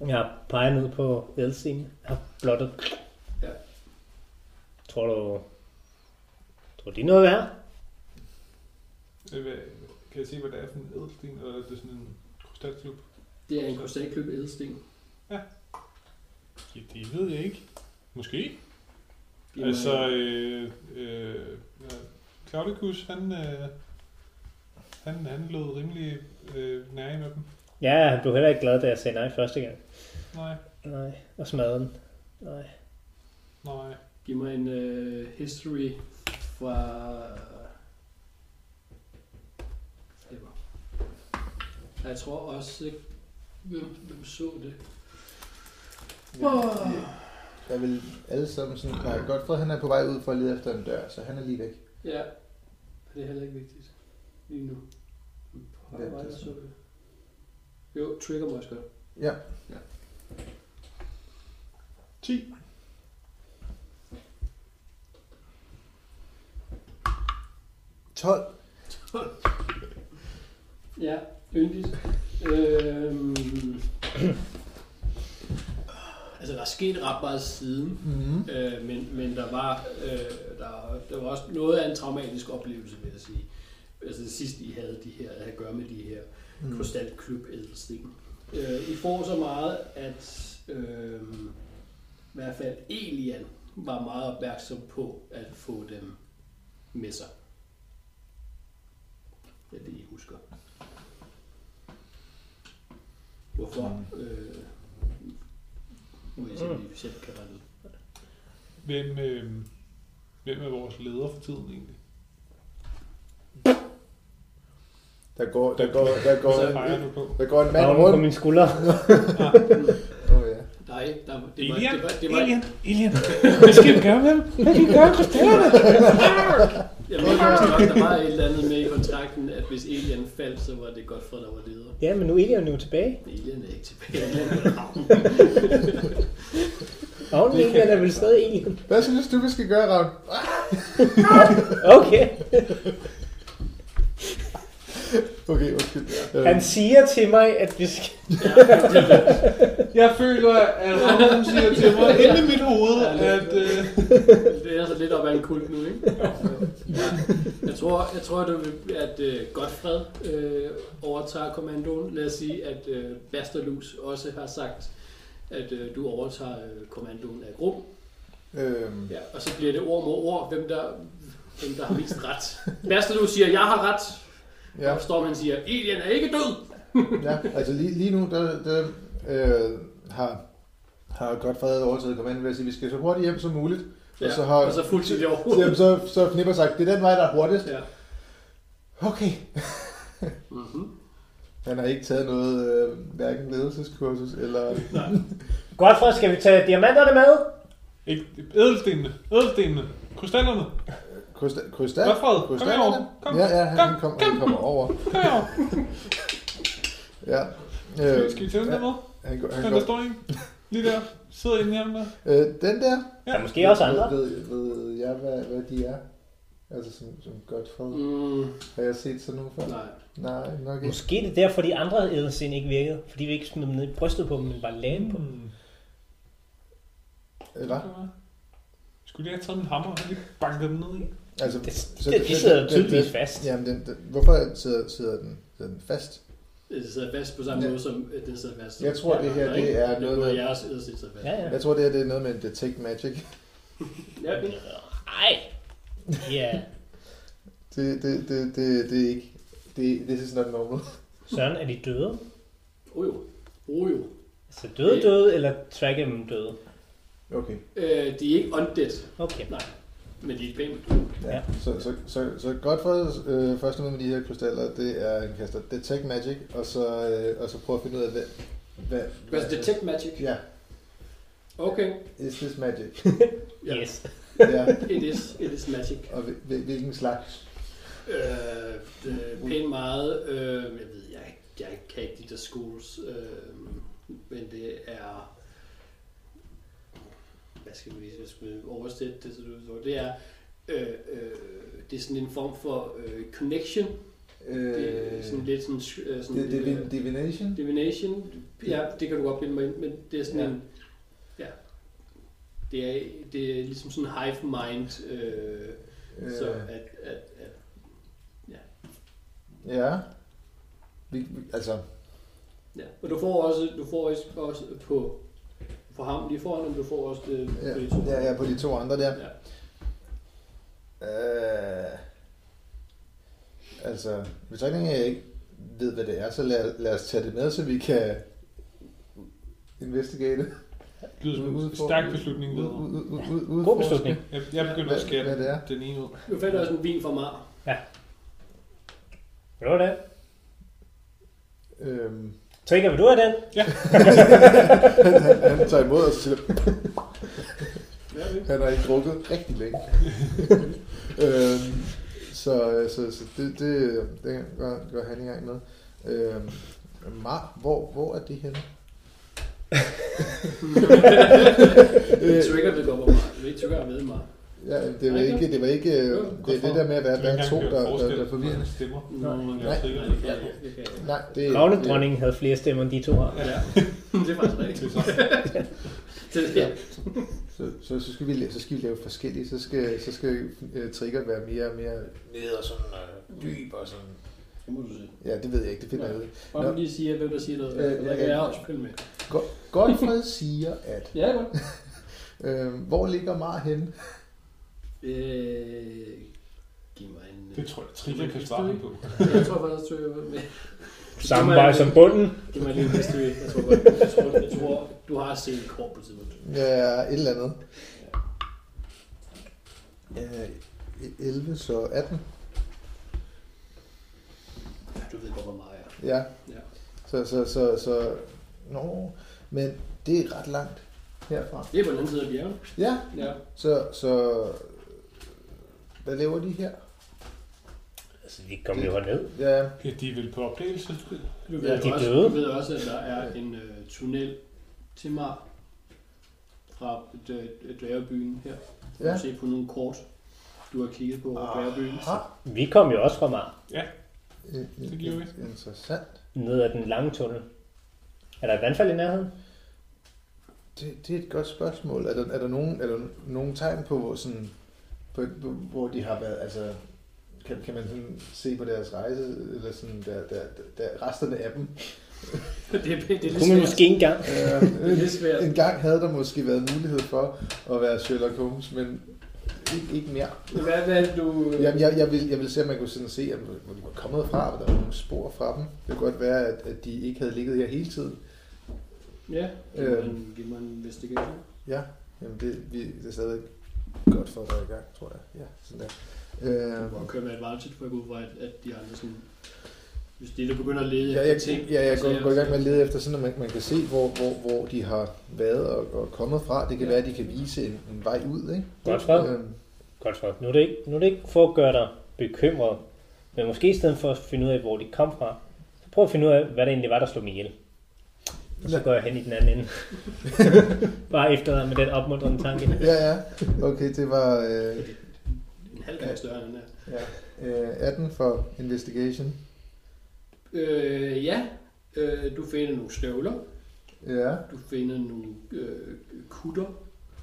[SPEAKER 3] Jeg peger ned på ædelstenen. Jeg har blottet.
[SPEAKER 4] Ja.
[SPEAKER 3] Tror du... Tror du, de er noget værd?
[SPEAKER 5] Øh, hvad- Kan jeg se, hvad det er for en ædelsten, eller er det sådan en krystalklub?
[SPEAKER 4] Det er en krystalkløb ædelsten.
[SPEAKER 5] Ja, det ved jeg ikke. Måske.
[SPEAKER 4] Giv mig-
[SPEAKER 5] altså, øh, øh, ja, Claudicus, han, øh, han, han lød rimelig øh, nære med dem.
[SPEAKER 3] Ja, han blev heller ikke glad, da jeg sagde nej første gang.
[SPEAKER 5] Nej,
[SPEAKER 3] Nej, og smadrede den. Nej.
[SPEAKER 5] nej.
[SPEAKER 4] Giv mig en uh, history fra... Flipper. Og Jeg tror også... øh, Hvem, hvem så det?
[SPEAKER 2] Jeg, jeg vil alle sammen sådan, nej, godt, Fred, han er på vej ud for at lede efter en dør, så han er lige væk.
[SPEAKER 4] Ja. Det er heller ikke vigtigt. Lige nu. Hvor
[SPEAKER 2] Hvem
[SPEAKER 4] var det,
[SPEAKER 2] det
[SPEAKER 4] der
[SPEAKER 2] så?
[SPEAKER 4] så det? Jo, trigger må også godt.
[SPEAKER 2] Ja,
[SPEAKER 5] 10.
[SPEAKER 4] Ja, yndigt. Øhm. altså, der er sket ret meget siden.
[SPEAKER 2] Mm-hmm.
[SPEAKER 5] Mhm.
[SPEAKER 4] Øh, men, men der var øh, der, der var også noget af en traumatisk oplevelse, vil jeg sige. Altså det sidste, I havde de her, at gøre med de her mm. krystalklub ædelsten. Øh, I får så meget, at øh, i hvert fald Elian var meget opmærksom på at få dem med sig. Det er det, I husker. Hvorfor? Øh, Nu må jeg se, om vi selv kan regne ud.
[SPEAKER 5] Hvem, øh, hvem er vores leder for tiden egentlig?
[SPEAKER 2] Der går, der går, der går,
[SPEAKER 5] Hvad peger
[SPEAKER 2] en,
[SPEAKER 5] du på?
[SPEAKER 2] der går en mand
[SPEAKER 3] Magne på
[SPEAKER 2] rundt.
[SPEAKER 3] min skulder.
[SPEAKER 2] Åh ja.
[SPEAKER 4] Nej, der, det var,
[SPEAKER 5] Elian,
[SPEAKER 4] det var, det var,
[SPEAKER 5] Elian, Elian, hvad skal vi gøre med dem? Hvad skal vi gøre med krystallerne?
[SPEAKER 4] jeg ved faktisk godt, der var et eller andet med i kontrakten, at hvis Elian faldt, så var det godt for, der var leder.
[SPEAKER 3] Ja, men nu er Elian jo tilbage.
[SPEAKER 4] Men Elian er ikke tilbage. Elian er ramt.
[SPEAKER 3] Og hun Elian er vel stadig Elian.
[SPEAKER 2] Hvad synes du, vi skal gøre, Ravn?
[SPEAKER 3] Okay.
[SPEAKER 2] Okay, undskyld.
[SPEAKER 3] Han siger til mig, at vi skal...
[SPEAKER 5] Jeg føler, at Ravnen siger til mig inde i mit hoved, at... Øh,
[SPEAKER 4] Det er så lidt op ad en kult nu, ikke? Ja. Jeg tror, jeg tror det vil, at øh, Godfred øh, overtager kommandoen. Lad os sige, at øh, Basterlus også har sagt, at øh, du overtager øh, kommandoen af Grum.
[SPEAKER 2] Øhm,
[SPEAKER 4] Ja, og så bliver det ord mod ord, hvem der, hvem der har mest ret. Basterlus siger, jeg har ret. Ja.
[SPEAKER 2] ja,
[SPEAKER 4] Og Stormen siger, Elian er ikke død.
[SPEAKER 2] ja, altså lige, lige nu, der, der øh, har, har Godfred overtaget kommandoen ved at sige, vi skal så hurtigt hjem som muligt.
[SPEAKER 4] Ja,
[SPEAKER 2] Og så har-
[SPEAKER 4] og så fuldstændig
[SPEAKER 2] Jamen,
[SPEAKER 4] overhovedet.
[SPEAKER 2] så, så Knipper sagt, det er den vej, der er hurtigst.
[SPEAKER 4] Ja.
[SPEAKER 2] Okay.
[SPEAKER 4] Mm-hmm.
[SPEAKER 2] Han har ikke taget noget, øh, hverken ledelseskursus eller...
[SPEAKER 3] Godt for, skal vi tage diamanterne med?
[SPEAKER 5] ikke, ædelstenene, ædelstenene, krystallerne.
[SPEAKER 2] Krysta- Krystal?
[SPEAKER 5] Godfred, kom herover. Kom,
[SPEAKER 2] Ja, ja,
[SPEAKER 5] kom,
[SPEAKER 2] han, kom,
[SPEAKER 5] kom.
[SPEAKER 2] han kommer over.
[SPEAKER 5] kom herover.
[SPEAKER 2] [laughs] Ja. Øh,
[SPEAKER 5] Skal- Skal vi tage den der med?
[SPEAKER 2] han, går- han
[SPEAKER 5] Den der
[SPEAKER 2] går,
[SPEAKER 5] står i. Lige der. Sidder inde hjemme der.
[SPEAKER 2] øh, den der?
[SPEAKER 3] Der er måske også andre.
[SPEAKER 2] Ved, ved, ved jeg, hvad, hvad de er? Altså som, som Godfred. Mm.
[SPEAKER 4] Mm,
[SPEAKER 2] Har jeg set sådan nogen før?
[SPEAKER 4] nej.
[SPEAKER 2] Nej, nok ikke.
[SPEAKER 3] Måske er det derfor, de andre ædelsten ikke virkede. Fordi vi ikke smed dem ned i brystet på dem, men bare lagde dem på dem.
[SPEAKER 2] Eller?
[SPEAKER 5] Skulle jeg have taget min hammer og lige banket dem ned i?
[SPEAKER 2] Altså,
[SPEAKER 3] Det, det, de sidder tydeligvis fast.
[SPEAKER 2] Jamen, den, den, hvorfor sidder, sidder den, sidder den fast?
[SPEAKER 4] Det sidder fast på samme
[SPEAKER 2] Ja.
[SPEAKER 4] ja. måde, som øh, den sidder fast.
[SPEAKER 2] Jeg tror, det her,
[SPEAKER 4] Ja,
[SPEAKER 2] det
[SPEAKER 4] ikke?
[SPEAKER 2] er noget
[SPEAKER 4] Det
[SPEAKER 2] med-
[SPEAKER 4] er jeres yderste sidder fast.
[SPEAKER 3] Ja, ja.
[SPEAKER 2] Jeg tror, det her det er noget med en detect magic. [laughs]
[SPEAKER 4] Ja, okay.
[SPEAKER 3] Ej. Ja,
[SPEAKER 2] Det, det, det, det, det er ikke... Det, this is not normal. [laughs]
[SPEAKER 3] Søren, er de døde?
[SPEAKER 4] Oh jo. Oh jo.
[SPEAKER 3] Altså døde,
[SPEAKER 4] Ja.
[SPEAKER 3] døde, eller tracker dem døde?
[SPEAKER 2] Okay.
[SPEAKER 4] Øh, de er ikke undead,
[SPEAKER 3] Okay.
[SPEAKER 4] nej. Men de er pænt.
[SPEAKER 2] Ja.
[SPEAKER 3] Ja.
[SPEAKER 2] ja. Så, så, så, så godt for øh, første med de her krystaller, det er en kaster detect magic, og så, øh, og så prøve at finde ud af, hvad... hvad
[SPEAKER 4] Hvad Altså, er detect magic?
[SPEAKER 2] Ja,
[SPEAKER 4] Okay.
[SPEAKER 2] is
[SPEAKER 4] [laughs]
[SPEAKER 2] this magic?
[SPEAKER 4] Ja.
[SPEAKER 3] Yes.
[SPEAKER 2] ja,
[SPEAKER 4] It is, it is magic.
[SPEAKER 2] og hvil- hvil- hvilken slags?
[SPEAKER 4] Øh, det er pænt meget. Øh, jeg ved, jeg, jeg kan ikke de der schools. Øh, men det er... Hvad skal vi jeg skulle oversætte det, så du så. Det er... Øh, øh, det er sådan en form for øh, connection.
[SPEAKER 2] Øh,
[SPEAKER 4] Det er sådan lidt sådan... øh, sådan
[SPEAKER 2] det, det,
[SPEAKER 4] lidt, øh,
[SPEAKER 2] det, divination?
[SPEAKER 4] Divination, ja, det kan du godt bilde mig ind, men det er sådan
[SPEAKER 2] Ja.
[SPEAKER 4] ja. en, ja, det er, det er ligesom sådan en hive mind, øh, øh. så
[SPEAKER 2] Øh,
[SPEAKER 4] at, at, at,
[SPEAKER 2] ja. Vi, vi, altså,
[SPEAKER 4] ja. Og du får også, du får også, også på, på ham lige foran, og du får også det,
[SPEAKER 2] ja,
[SPEAKER 4] på de to.
[SPEAKER 2] ja, ja, på de to andre der.
[SPEAKER 4] Ja.
[SPEAKER 2] Øh, altså, hvis ikke jeg ikke ved, hvad det er, så lad, lad os tage det med, så vi kan investigate.
[SPEAKER 5] Det lyder som en stærk beslutning.
[SPEAKER 2] Ud,
[SPEAKER 5] ved
[SPEAKER 2] ud,
[SPEAKER 5] du.
[SPEAKER 2] ud, ud, ud, ud,
[SPEAKER 3] God beslutning.
[SPEAKER 5] Jeg, jeg begynder at
[SPEAKER 2] Hvad-
[SPEAKER 5] skære
[SPEAKER 2] hvad det er?
[SPEAKER 5] den, den ene ud.
[SPEAKER 4] Du fandt også en vin fra Mar.
[SPEAKER 3] Det var det. [laughs]
[SPEAKER 2] Øhm,
[SPEAKER 3] Trigger, vil du have den?
[SPEAKER 2] han, han tager imod os og siger,
[SPEAKER 4] Ja, okay.
[SPEAKER 2] han har ikke drukket rigtig længe. øhm, så så, så det, det, det går, går han i gang med. Øhm, Mar, hvor, hvor er det henne?
[SPEAKER 4] [laughs] Det trigger ved godt på Mar. Det trigger ved Mar.
[SPEAKER 2] Ja, det var ikke, det var ikke, øh,
[SPEAKER 4] Jo,
[SPEAKER 2] det er det der med at være,
[SPEAKER 5] Jeg kan ikke
[SPEAKER 2] være to,
[SPEAKER 5] engang
[SPEAKER 2] der, der,
[SPEAKER 5] forestille
[SPEAKER 2] der er forvirrende.
[SPEAKER 5] mig, at stemmer.
[SPEAKER 4] Nå,
[SPEAKER 5] Jeg er trigger.
[SPEAKER 4] ja, det kan jeg.
[SPEAKER 2] Nej, det
[SPEAKER 3] Ravnedronningen havde flere stemmer end de to har.
[SPEAKER 4] Ja, det er faktisk rigtigt. [laughs] Det er
[SPEAKER 2] Ja. Så, så, så, skal vi, la- så skal vi lave forskellige, så skal, så skal øh, trigger være mere og mere ned og sådan øh, dyb og sådan.
[SPEAKER 4] Det må du se.
[SPEAKER 2] Ja, det ved jeg ikke, det finder jeg ud af.
[SPEAKER 4] Bare
[SPEAKER 2] Nå.
[SPEAKER 4] lige sige, hvem der siger noget.
[SPEAKER 2] Øh,
[SPEAKER 4] Øh, jeg
[SPEAKER 2] ja,
[SPEAKER 4] kan
[SPEAKER 2] ja.
[SPEAKER 4] også spille med.
[SPEAKER 2] Go- Godfred [laughs] siger, at
[SPEAKER 4] Ja, godt.
[SPEAKER 2] øh, hvor ligger Mar henne?
[SPEAKER 4] Øh, giv mig en...
[SPEAKER 5] Det tror jeg, Trigger kan svare på.
[SPEAKER 4] øh, jeg tror faktisk, at jeg var med. Det
[SPEAKER 3] Samme
[SPEAKER 4] må
[SPEAKER 3] vej
[SPEAKER 4] jeg-
[SPEAKER 3] som bunden.
[SPEAKER 4] Det var lige history. Jeg tror godt, jeg tror, jeg tror du har set et kort på et tidspunkt.
[SPEAKER 2] Ja, et eller andet. Øh, 11, så 18.
[SPEAKER 4] Du ved godt, hvor meget jeg er.
[SPEAKER 2] Ja.
[SPEAKER 4] Ja.
[SPEAKER 2] Så, så, så, så... Nå, men det er ret langt herfra.
[SPEAKER 4] Det er på den anden side af bjergene.
[SPEAKER 2] Ja,
[SPEAKER 4] Ja.
[SPEAKER 2] så, så... Hvad laver de her?
[SPEAKER 3] Altså, vi kom jo herned.
[SPEAKER 2] Ja,
[SPEAKER 5] Ja, de er vel på opdagelse.
[SPEAKER 4] Du ved,
[SPEAKER 2] Ja,
[SPEAKER 4] ja,
[SPEAKER 3] de er
[SPEAKER 4] også,
[SPEAKER 3] døde.
[SPEAKER 4] du ved også, at der er en øh, tunnel til Mar fra dv- dværgebyen her. Du
[SPEAKER 2] Ja.
[SPEAKER 4] kan se på nogle kort, du har kigget på over dværgebyen.
[SPEAKER 2] Aha.
[SPEAKER 3] Vi kom jo også fra Mar,
[SPEAKER 2] In-
[SPEAKER 5] Det giver
[SPEAKER 2] in- Interessant.
[SPEAKER 3] ned ad den lange tunnel. Er der et vandfald i nærheden?
[SPEAKER 2] Det, det er et godt spørgsmål. Er der, er der, nogen, er der nogen tegn på, hvor, sådan, på, på- hvor de har været... Altså, kan, kan man sådan se på deres rejse, eller sådan der, der, der, resterne af dem?
[SPEAKER 4] [laughs] det, er, det er lidt
[SPEAKER 3] Kunne man
[SPEAKER 4] svært.
[SPEAKER 3] måske ikke engang?
[SPEAKER 4] Det er lidt svært.
[SPEAKER 2] en gang havde der måske været mulighed for at være Sherlock Holmes, men ikke, ikke mere.
[SPEAKER 4] Hvad, hvad er det, du...
[SPEAKER 2] Jeg, jeg, jeg, vil, jeg vil se, om man kunne sådan se, om- hvor de var kommet fra, og der var nogle spor fra dem. Det kunne godt være, at, at de ikke havde ligget her hele tiden.
[SPEAKER 4] Ja,
[SPEAKER 2] Øhm.
[SPEAKER 4] øhm. giv mig en investigation.
[SPEAKER 2] Ja, jamen det, vi, det er stadig godt for at være i gang, tror jeg. Ja, sådan der. Øh,
[SPEAKER 4] Og køre med advantage, for jeg går ud fra, at, at de andre sådan... Hvis de der begynder at lede
[SPEAKER 2] ja,
[SPEAKER 4] efter ting...
[SPEAKER 2] jeg, ja, jeg
[SPEAKER 4] så
[SPEAKER 2] går,
[SPEAKER 4] er- altså
[SPEAKER 2] går i gang med at lede efter, sådan at man, man kan se, hvor, hvor, hvor de har været og, og kommet fra. Det kan være, at de kan vise en, en vej ud, ikke?
[SPEAKER 3] Godt fred.
[SPEAKER 2] Øhm,
[SPEAKER 3] Godt fred. Nu er, det ikke, nu er det ikke for at gøre dig bekymret, men måske i stedet for at finde ud af, hvor de kom fra, så prøv at finde ud af, hvad det egentlig var, der slog mig ihjel. Og så går jeg hen i den anden ende. Bare efter dig med den opmuntrende tanke.
[SPEAKER 2] ja, ja. Okay, det var... Øh,
[SPEAKER 4] En halv gang større end den der.
[SPEAKER 2] Ja. Øh, 18 for investigation.
[SPEAKER 4] Øh, ja, øh, du finder nogle støvler.
[SPEAKER 2] Ja.
[SPEAKER 4] Du finder nogle øh, kutter,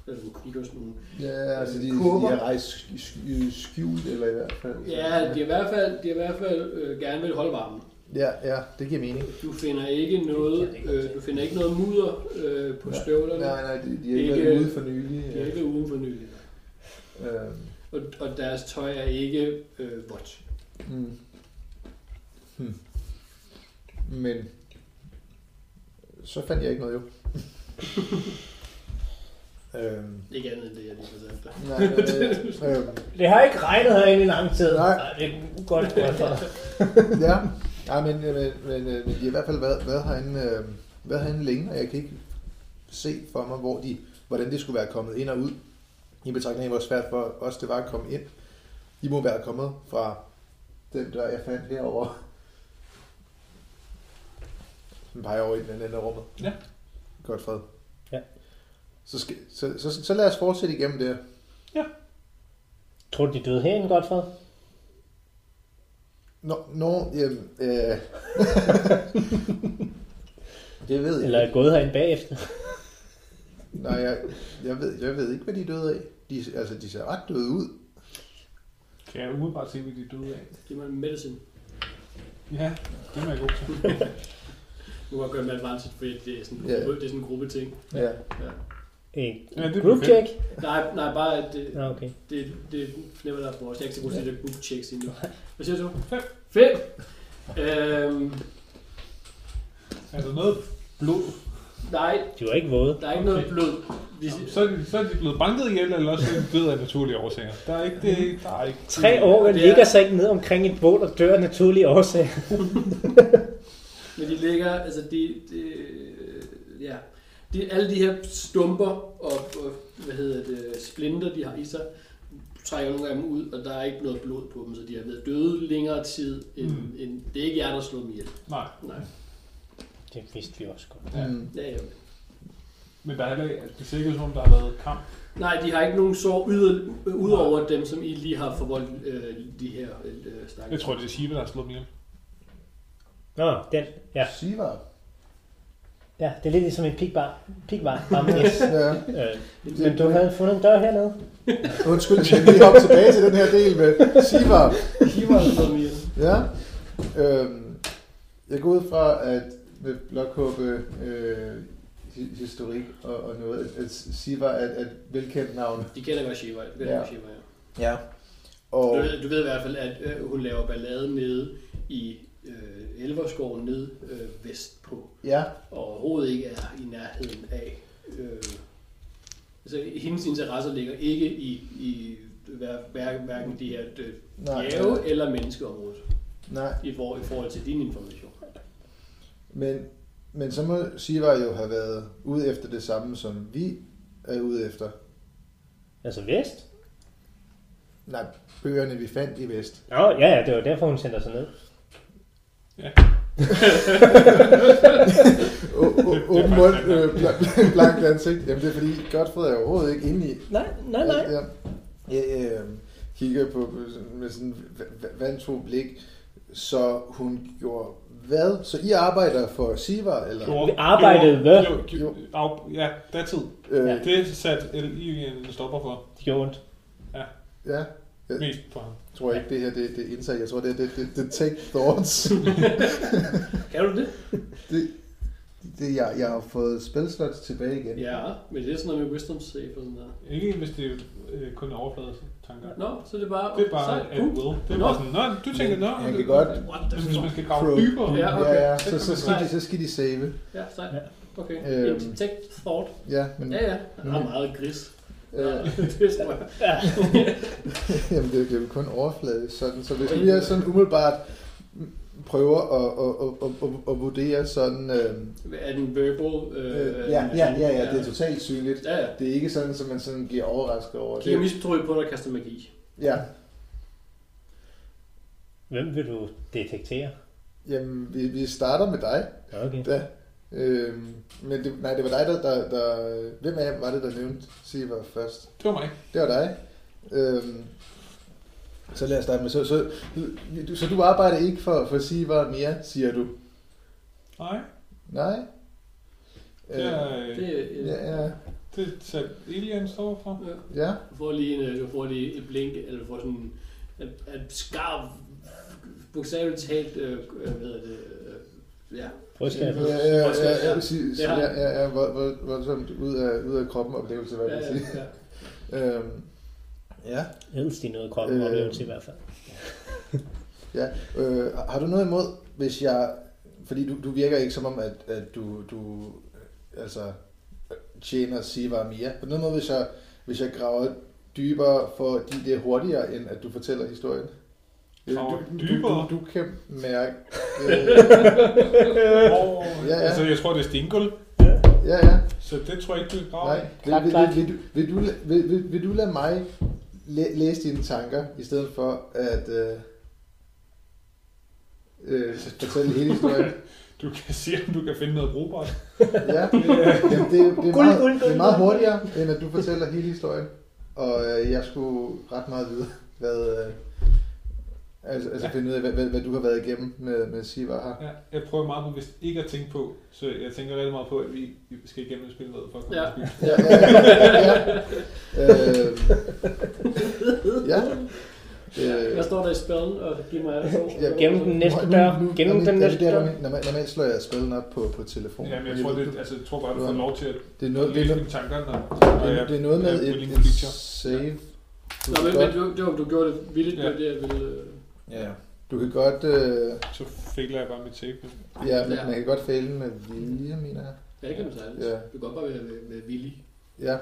[SPEAKER 4] eller nogle kutter, sådan nogle...
[SPEAKER 2] Ja, altså de,
[SPEAKER 4] Kurver.
[SPEAKER 2] de har rejst sk- sk- skjult, eller i hvert fald.
[SPEAKER 4] Ja, de er i hvert fald, de er i hvert fald øh, gerne vil holde varmen.
[SPEAKER 2] ja, ja, det giver mening.
[SPEAKER 4] Du finder ikke noget, øh, du finder ikke noget mudder øh, på støvlerne.
[SPEAKER 2] Nej, nej, de, de er ikke
[SPEAKER 4] Ikke-
[SPEAKER 2] været ude for nylig.
[SPEAKER 4] De er
[SPEAKER 2] Ja.
[SPEAKER 4] ikke uden for nylig.
[SPEAKER 2] Øh,
[SPEAKER 4] Og, og deres tøj er ikke øh, vådt.
[SPEAKER 2] mm. hmm. Men så fandt jeg ikke noget
[SPEAKER 4] [laughs]
[SPEAKER 2] jo. øhm,
[SPEAKER 4] Ikke andet end det, jeg lige fortalte dig.
[SPEAKER 2] nej,
[SPEAKER 4] [laughs]
[SPEAKER 2] øh, øh,
[SPEAKER 3] Det har ikke regnet herinde i lang tid.
[SPEAKER 2] Nej.
[SPEAKER 3] Ej, Det er godt godt fred.
[SPEAKER 2] ja, ja men, men, men, øh, men de har i hvert fald været, været, herinde, øh, været herinde længe, og jeg kan ikke se for mig, hvor de, hvordan det skulle være kommet ind og ud. I betragtning af, hvor svært for os det var at komme ind. De må være kommet fra den dør, jeg fandt herover. Den peger over i den anden ende af rummet.
[SPEAKER 5] Ja.
[SPEAKER 2] Godt fred.
[SPEAKER 3] Ja.
[SPEAKER 2] Så, skal, så, så, så lad os fortsætte igennem der.
[SPEAKER 3] Tror du, de døde herinde, godt fred?
[SPEAKER 2] Nå, nå jamen,
[SPEAKER 3] [laughs]
[SPEAKER 2] øh. det ved jeg
[SPEAKER 3] Eller er gået herinde bagefter?
[SPEAKER 2] Nej, jeg, jeg, ved, jeg ved ikke, hvad de er døde af. De, altså, de ser ret døde ud.
[SPEAKER 5] Kan jeg umiddelbart se, hvad de er døde af?
[SPEAKER 4] Giv mig en medicine.
[SPEAKER 5] Ja, det er jeg god til.
[SPEAKER 4] Nu har jeg gjort med advantage, fordi det er sådan en
[SPEAKER 2] Ja.
[SPEAKER 4] gruppe, det er sådan en gruppe ting.
[SPEAKER 2] Ja.
[SPEAKER 4] Ja.
[SPEAKER 3] En
[SPEAKER 5] Ja, det er
[SPEAKER 3] group
[SPEAKER 5] perfekt.
[SPEAKER 3] check?
[SPEAKER 4] Nej, nej, bare at det,
[SPEAKER 3] Nå, okay.
[SPEAKER 4] det, det knipper der for os. Jeg er ikke så god til det book checks endnu. Hvad siger du? Fem. Fem? Øhm,
[SPEAKER 5] Er der noget blod?
[SPEAKER 4] nej,
[SPEAKER 3] De var ikke våde.
[SPEAKER 4] der er ikke noget
[SPEAKER 5] Okay.
[SPEAKER 4] blod. Vi,
[SPEAKER 5] Jamen, Så er, de, så er de blevet banket ihjel, eller også er de døde af naturlige årsager. Der er ikke det. Der Mm, er ikke
[SPEAKER 3] Tre år
[SPEAKER 4] Det er-
[SPEAKER 3] ligger sig ikke ned omkring et bål og dør af naturlige årsager.
[SPEAKER 4] men de ligger, altså de, de øh, ja. De, alle de her stumper og, og hvad hedder det, splinter, de har i sig, trækker nogle af dem ud, og der er ikke noget blod på dem, så de har været døde længere tid, end, mm.
[SPEAKER 5] Mm.
[SPEAKER 4] end det er ikke jer, der slog dem ihjel.
[SPEAKER 5] Nej.
[SPEAKER 4] Nej,
[SPEAKER 3] Det vidste vi også godt.
[SPEAKER 5] Ja.
[SPEAKER 2] Mm.
[SPEAKER 4] det er jo
[SPEAKER 5] Men der er heller ikke, det er sikkert som om, der har været kamp.
[SPEAKER 4] Nej, de har ikke nogen sår yder, øh, udover dem, som I lige har forvoldt øh, de her øh, stakker.
[SPEAKER 5] Jeg tror, det er Shiva, der har slået dem ihjel.
[SPEAKER 3] Nå, den. Ja,
[SPEAKER 2] Sivar.
[SPEAKER 3] ja det er lidt ligesom en pikbar. Pikbar. [laughs] Bare med S.
[SPEAKER 2] Ja.
[SPEAKER 3] Øh, Men du havde fundet en dør hernede.
[SPEAKER 2] Undskyld, jeg lige hoppe tilbage til den her del med Sivar.
[SPEAKER 4] Kiver har slået dem ihjel.
[SPEAKER 2] Ja. Øhm, jeg går ud fra, at med blokhåbe øh, hi- historik og, og noget, at, at Sivar er et, er et velkendt navn.
[SPEAKER 4] De kender godt Shiva. De kender
[SPEAKER 2] Ja.
[SPEAKER 4] ja. godt Shiva ja.
[SPEAKER 2] Ja.
[SPEAKER 4] du,
[SPEAKER 2] Og
[SPEAKER 4] ved, du ved i hvert fald, at øh, hun laver ballade nede i øh, Elverskov ned øh, vestpå,
[SPEAKER 2] Ja,
[SPEAKER 4] og overhovedet ikke er i nærheden af. Øh, altså, hendes interesser ligger ikke i, i hver, hver, hverken de her øh,
[SPEAKER 2] nej,
[SPEAKER 4] bjerge eller menneskeområdet,
[SPEAKER 2] nej.
[SPEAKER 4] i, for, i forhold til din information.
[SPEAKER 2] Men, men så må Shiva jo have været ude efter det samme, som vi er ude efter.
[SPEAKER 3] Altså vest?
[SPEAKER 2] Nej, bøgerne vi fandt i vest.
[SPEAKER 3] Nå, ja, ja, det var derfor, hun sendte sig ned.
[SPEAKER 2] Å- å- Åben mund, øh, blank- blankt ansigt. Jamen det er fordi, Godfred er overhovedet ikke inde i.
[SPEAKER 3] Nej, nej, nej.
[SPEAKER 2] Jeg, jeg, jeg øh, kigger på på sådan- med sådan v- v- vantro blik, så hun gjorde hvad? Så I arbejder for Siva, eller?
[SPEAKER 5] Jo,
[SPEAKER 3] Vi arbejdede
[SPEAKER 5] jo,
[SPEAKER 3] ved-
[SPEAKER 5] jo, jo, af- Ja, det er tid.
[SPEAKER 2] Øh,
[SPEAKER 5] Det satte LI en stopper for.
[SPEAKER 3] Det gjorde ondt.
[SPEAKER 2] ja,
[SPEAKER 5] Mest for ham.
[SPEAKER 2] jeg tror ikke, det her det, det er insight. Jeg tror, det er det, det, det take thoughts.
[SPEAKER 4] Kan du det?
[SPEAKER 2] Det, jeg, jeg har fået spilslots tilbage igen.
[SPEAKER 4] Ja, men det er sådan noget med wisdom save og sådan noget.
[SPEAKER 5] Ikke hvis det øh, kun er overfladisk tanker.
[SPEAKER 4] Nå, så det er bare...
[SPEAKER 5] Det er bare
[SPEAKER 4] sejt,
[SPEAKER 5] at
[SPEAKER 4] cool.
[SPEAKER 5] will. Det er
[SPEAKER 4] Nå.
[SPEAKER 5] bare sådan, nå, du tænker, nå,
[SPEAKER 2] Han
[SPEAKER 5] det-
[SPEAKER 2] kan godt
[SPEAKER 4] What the
[SPEAKER 5] Hvis man
[SPEAKER 4] fuck?
[SPEAKER 5] skal grave
[SPEAKER 2] Pro.
[SPEAKER 5] dybere.
[SPEAKER 4] Ja.
[SPEAKER 2] Ja,
[SPEAKER 4] okay.
[SPEAKER 2] ja, ja. Så, så, skal de, så skal de save.
[SPEAKER 4] Ja, sejt. Okay.
[SPEAKER 2] Øhm.
[SPEAKER 4] Øhm. Detect thought.
[SPEAKER 2] Ja, men
[SPEAKER 4] Ja,
[SPEAKER 2] øh,
[SPEAKER 4] ja. Han har meget gris. Ja, [laughs]
[SPEAKER 2] jamen,
[SPEAKER 4] det tror jeg.
[SPEAKER 2] det, er- det er jo kun overflade. Sådan. Så hvis vi er sådan umiddelbart prøver at, at, at, at, at, at vurdere sådan... Øh,
[SPEAKER 4] Er den verbal?
[SPEAKER 2] øh, ja, ja, ja, ja, det er
[SPEAKER 4] totalt.
[SPEAKER 2] totalt synligt.
[SPEAKER 4] Ja, ja.
[SPEAKER 2] Det er ikke sådan, at man sådan bliver overrasket over
[SPEAKER 4] Kigger
[SPEAKER 2] det.
[SPEAKER 4] mistroet på dig og kaster magi.
[SPEAKER 2] Ja,
[SPEAKER 3] Hvem vil du detektere?
[SPEAKER 2] jamen, vi, vi starter med dig.
[SPEAKER 3] Okay.
[SPEAKER 2] Da. Øhm, men det, nej, det var dig, der, der, der... Hvem af jer var det, der nævnte Siva først?
[SPEAKER 5] Det var mig.
[SPEAKER 2] Det var dig. Øhm, så lad os starte med, så, så, du, så du arbejder ikke for, for Siva mere, siger du?
[SPEAKER 5] Nej,
[SPEAKER 2] Nej?
[SPEAKER 5] det, er, øh,
[SPEAKER 4] Det, øh,
[SPEAKER 2] ja, ja,
[SPEAKER 5] det satte Eli en stopper for.
[SPEAKER 4] ja.
[SPEAKER 2] ja,
[SPEAKER 4] Du får lige, en, øh, du får lige et blink, eller du får sådan et, et skarp, bogstaveligt talt, øh, øh, hvad hedder det, øh, ja.
[SPEAKER 2] ja,
[SPEAKER 3] Brystkabel.
[SPEAKER 2] ja, ja,
[SPEAKER 4] Måske,
[SPEAKER 2] ja,
[SPEAKER 4] ja.
[SPEAKER 2] ja, præcis.
[SPEAKER 4] Det
[SPEAKER 2] ja,
[SPEAKER 4] har-
[SPEAKER 2] ja, ja, hvor- hvor- voldsomt ud af, ud af kroppen oplevelse, hvad
[SPEAKER 4] ja,
[SPEAKER 2] jeg vil sige. [laughs]
[SPEAKER 4] ja, ja.
[SPEAKER 2] Øhm, ja,
[SPEAKER 3] Helst i noget kroppen
[SPEAKER 2] Øh.
[SPEAKER 3] oplevelse i hvert fald.
[SPEAKER 2] ja. Øh, har du noget imod, hvis jeg, fordi du, du virker ikke som om, at, at du, du altså, tjener Siva mere. På noget måde, hvis jeg, hvis jeg graver dybere, fordi det er hurtigere, end at du fortæller historien. Øh,
[SPEAKER 5] Graver
[SPEAKER 2] du,
[SPEAKER 5] dybere?
[SPEAKER 2] Du, du kan mærke... Øh,
[SPEAKER 5] Hvor,
[SPEAKER 2] Ja, ja.
[SPEAKER 5] Altså, jeg tror, det er stengulv,
[SPEAKER 2] ja, ja.
[SPEAKER 5] så det tror jeg ikke, du graver.
[SPEAKER 2] Nej. Vil, vil, vil, vil, du- vil, du, la- vil, vil, vil du lade mig læ- læse dine tanker, i stedet for at... Øh, øh, fortælle hele
[SPEAKER 3] [laughs]
[SPEAKER 2] historien.
[SPEAKER 5] Du kan [laughs] se, om du kan finde noget brugbart.
[SPEAKER 2] Ja, Jamen, det, det, er
[SPEAKER 3] Guld,
[SPEAKER 2] meget,
[SPEAKER 3] guld,
[SPEAKER 2] det er
[SPEAKER 3] guld,
[SPEAKER 2] meget
[SPEAKER 3] guld.
[SPEAKER 2] hurtigere, end at du fortæller hele historien. Og øh, jeg skulle ret meget vide, hvad, øh, altså, altså finde ud af, hvad, hvad, hvad du har været igennem med, med Siva her.
[SPEAKER 5] Ja, jeg prøver meget bevidst ikke at tænke på, så jeg tænker rigtig meget på, at vi vi skal igennem et spil med for at komme
[SPEAKER 4] Ja.
[SPEAKER 5] til spil.
[SPEAKER 2] Ja, ja, ja.
[SPEAKER 3] [laughs]
[SPEAKER 2] Øh, ja.
[SPEAKER 4] Hvad
[SPEAKER 2] Øh,
[SPEAKER 4] står der i spillet, og giv mig alle to?
[SPEAKER 2] Ja,
[SPEAKER 3] Gennem den næste dør. Gennem den næste dør.
[SPEAKER 2] Normalt, normalt slår jeg spillen op på, på telefonen.
[SPEAKER 5] Ja, men jeg tror, det, altså, jeg tror bare, du får lov til at
[SPEAKER 2] det, er noget, det, er
[SPEAKER 5] læse
[SPEAKER 2] noget,
[SPEAKER 5] mine tanker, når
[SPEAKER 2] det,
[SPEAKER 5] når
[SPEAKER 2] er-
[SPEAKER 5] jeg
[SPEAKER 2] det er noget med
[SPEAKER 5] er
[SPEAKER 2] et,
[SPEAKER 5] willing
[SPEAKER 2] et
[SPEAKER 5] creature.
[SPEAKER 2] save. Du
[SPEAKER 4] Nå,
[SPEAKER 2] kan
[SPEAKER 4] men,
[SPEAKER 2] godt-
[SPEAKER 4] men du, du, du gjorde det vildt, det var det, jeg ville... øh,
[SPEAKER 2] Ja, du kan godt... Øh,
[SPEAKER 5] Så fæler jeg bare mit tape.
[SPEAKER 2] Ja, men
[SPEAKER 4] Ja.
[SPEAKER 2] man kan godt fælde med vilje, mener jeg.
[SPEAKER 4] Ja, det kan man sejle.
[SPEAKER 2] Ja.
[SPEAKER 4] Du kan godt bare være, være, være villig.
[SPEAKER 2] Ja,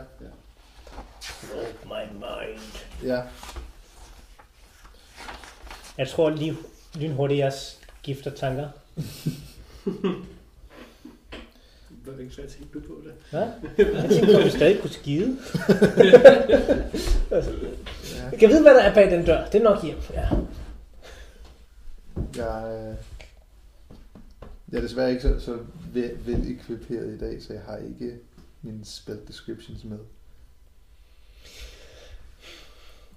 [SPEAKER 3] Oh my mind.
[SPEAKER 2] ja.
[SPEAKER 3] Jeg tror lige lynhurtigt, jeg skifter tanker.
[SPEAKER 4] Hvad hvad- hvad tænkte du på det?
[SPEAKER 3] Hvad? Jeg tænkte, at du stadig kunne skide.
[SPEAKER 2] ja.
[SPEAKER 3] Jeg kan vide, hvad der er bag den dør. Det er nok hjem. Ja.
[SPEAKER 2] Jeg, øh, jeg er desværre ikke så, så vel, velekviperet i dag, så jeg har ikke mine spell
[SPEAKER 4] [laughs]
[SPEAKER 2] descriptions med.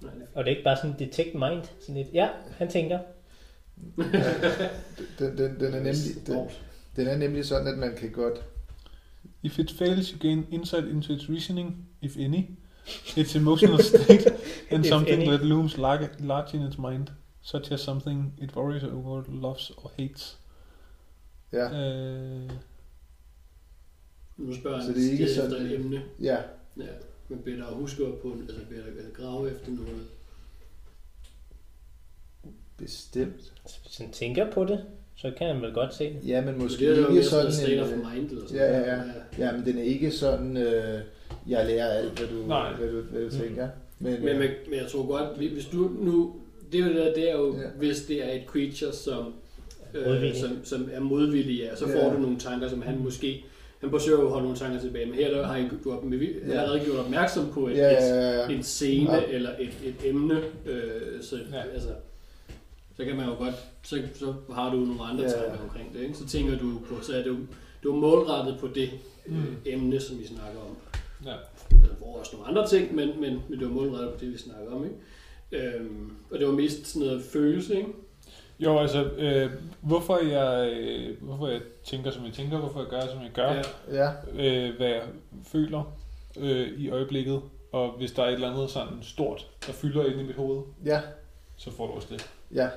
[SPEAKER 4] Nej, det er
[SPEAKER 3] Og det er ikke bare sådan detect mind. Sådan lidt, ja, han tænker.
[SPEAKER 2] Den, den, den, er, nemlig, den, den er nemlig sådan, at man kan godt...
[SPEAKER 5] If it fails, you gain insight into its reasoning, if any, its emotional
[SPEAKER 3] [laughs]
[SPEAKER 5] state, and
[SPEAKER 3] If
[SPEAKER 5] something
[SPEAKER 3] any.
[SPEAKER 5] that looms large, large in its mind, such as something it worries over, loves or hates.
[SPEAKER 2] Ja,
[SPEAKER 5] Øh,
[SPEAKER 4] [laughs] Nu spørger
[SPEAKER 2] Så
[SPEAKER 4] han
[SPEAKER 2] det er ikke
[SPEAKER 4] stedet
[SPEAKER 2] sådan,
[SPEAKER 4] efter et
[SPEAKER 2] det-
[SPEAKER 4] emne.
[SPEAKER 2] ja.
[SPEAKER 4] Ja, men bedre at huske op på, altså bedre at grave efter noget.
[SPEAKER 2] Bestemt.
[SPEAKER 3] Så hvis han tænker på det, så kan han vel godt se det.
[SPEAKER 2] Ja, men måske
[SPEAKER 4] Måske det er jo
[SPEAKER 2] ikke
[SPEAKER 4] mere sådan en
[SPEAKER 2] sådan
[SPEAKER 4] state of
[SPEAKER 2] en...
[SPEAKER 4] mind eller sådan
[SPEAKER 2] Ja, ja, ja.
[SPEAKER 4] noget.
[SPEAKER 2] Ja, men den er ikke sådan, øh, jeg lærer alt, hvad du,
[SPEAKER 5] Nej.
[SPEAKER 2] hvad du, hvad du tænker. Men,
[SPEAKER 4] Mm. Men,
[SPEAKER 2] øh,
[SPEAKER 4] man, men jeg tror godt, hvi- hvis du nu... Det er jo det, der, det er jo,
[SPEAKER 2] Ja.
[SPEAKER 4] ja. hvis det er et creature, som, øh,
[SPEAKER 3] Modvillig.
[SPEAKER 4] som, som er modvillig, ja, så
[SPEAKER 2] Ja.
[SPEAKER 4] får du nogle tanker, som han måske... Han forsøger jo at holde nogle tanker tilbage, men her der har han gjort, dem,
[SPEAKER 2] Ja.
[SPEAKER 4] ja. allerede gjort opmærksom på et,
[SPEAKER 2] ja,
[SPEAKER 4] et,
[SPEAKER 2] ja, ja, ja.
[SPEAKER 4] en scene
[SPEAKER 2] Ja.
[SPEAKER 4] ja. eller et, et emne. Øh, så,
[SPEAKER 5] Ja.
[SPEAKER 4] ja. altså, så kan man jo godt, så, så har du nogle andre
[SPEAKER 2] Ja.
[SPEAKER 4] ja. tanker omkring det. Ikke? Så tænker du på, så er det jo, du er målrettet på det øh,
[SPEAKER 5] Mm.
[SPEAKER 4] emne, som vi snakker om.
[SPEAKER 5] Ja.
[SPEAKER 4] Altså, hvor også nogle andre ting, men, men, men det var målrettet på det, vi snakker om. Ikke? Øhm, og det var mest sådan noget følelse, ikke?
[SPEAKER 5] Jo, altså, øh, hvorfor, jeg, øh, hvorfor jeg tænker, som jeg tænker, hvorfor jeg gør, som jeg gør, ja.
[SPEAKER 2] ja.
[SPEAKER 5] øh, hvad jeg føler øh, i øjeblikket, og hvis der er et eller andet sådan stort, der fylder inde i mit hoved,
[SPEAKER 2] ja.
[SPEAKER 5] så får du også det.
[SPEAKER 2] Ja.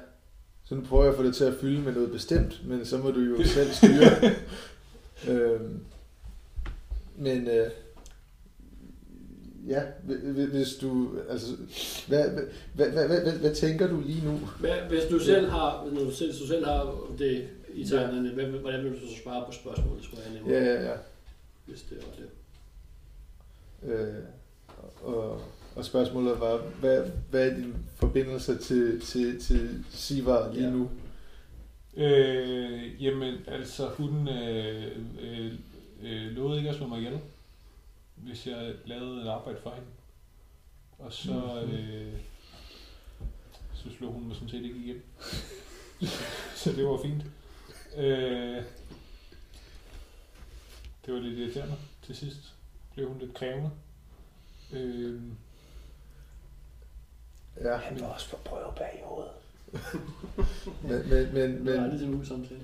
[SPEAKER 2] Så nu prøver jeg at få det til at fylde med noget bestemt, men så må du
[SPEAKER 4] [laughs]
[SPEAKER 2] jo selv styre. øhm, men øh, ja, hvi- hvi- hvis du, altså, hvad, hvad, hvad, hvad, hvad, hvad, hvad tænker du lige nu?
[SPEAKER 4] Hvad, hvis du selv har, når du selv, hvis du selv har det i tankerne, hvad, hvordan vil du så svare på spørgsmålet, tror jeg nemmere,
[SPEAKER 2] Ja, ja, ja.
[SPEAKER 4] hvis det var det.
[SPEAKER 2] Øh, og, og spørgsmålet var, hvad, hvad er dine forbindelser til, til, til Sivar lige
[SPEAKER 4] Ja.
[SPEAKER 2] nu?
[SPEAKER 5] Øh, jamen, altså, hun øh, øh, øh, lovede ikke at slå mig ihjel, hvis jeg lavede et arbejde for hende. Og så,
[SPEAKER 2] Mhm.
[SPEAKER 5] øh, så slog hun mig sådan set ikke ihjel. [laughs] så det var fint. Øh, det var lidt irriterende til sidst. Blev hun lidt krævende. Øh,
[SPEAKER 2] Ja,
[SPEAKER 3] Han var også på prøveperiode.
[SPEAKER 2] men, men, men,
[SPEAKER 4] Men,
[SPEAKER 2] men,
[SPEAKER 4] var aldrig til en samtale.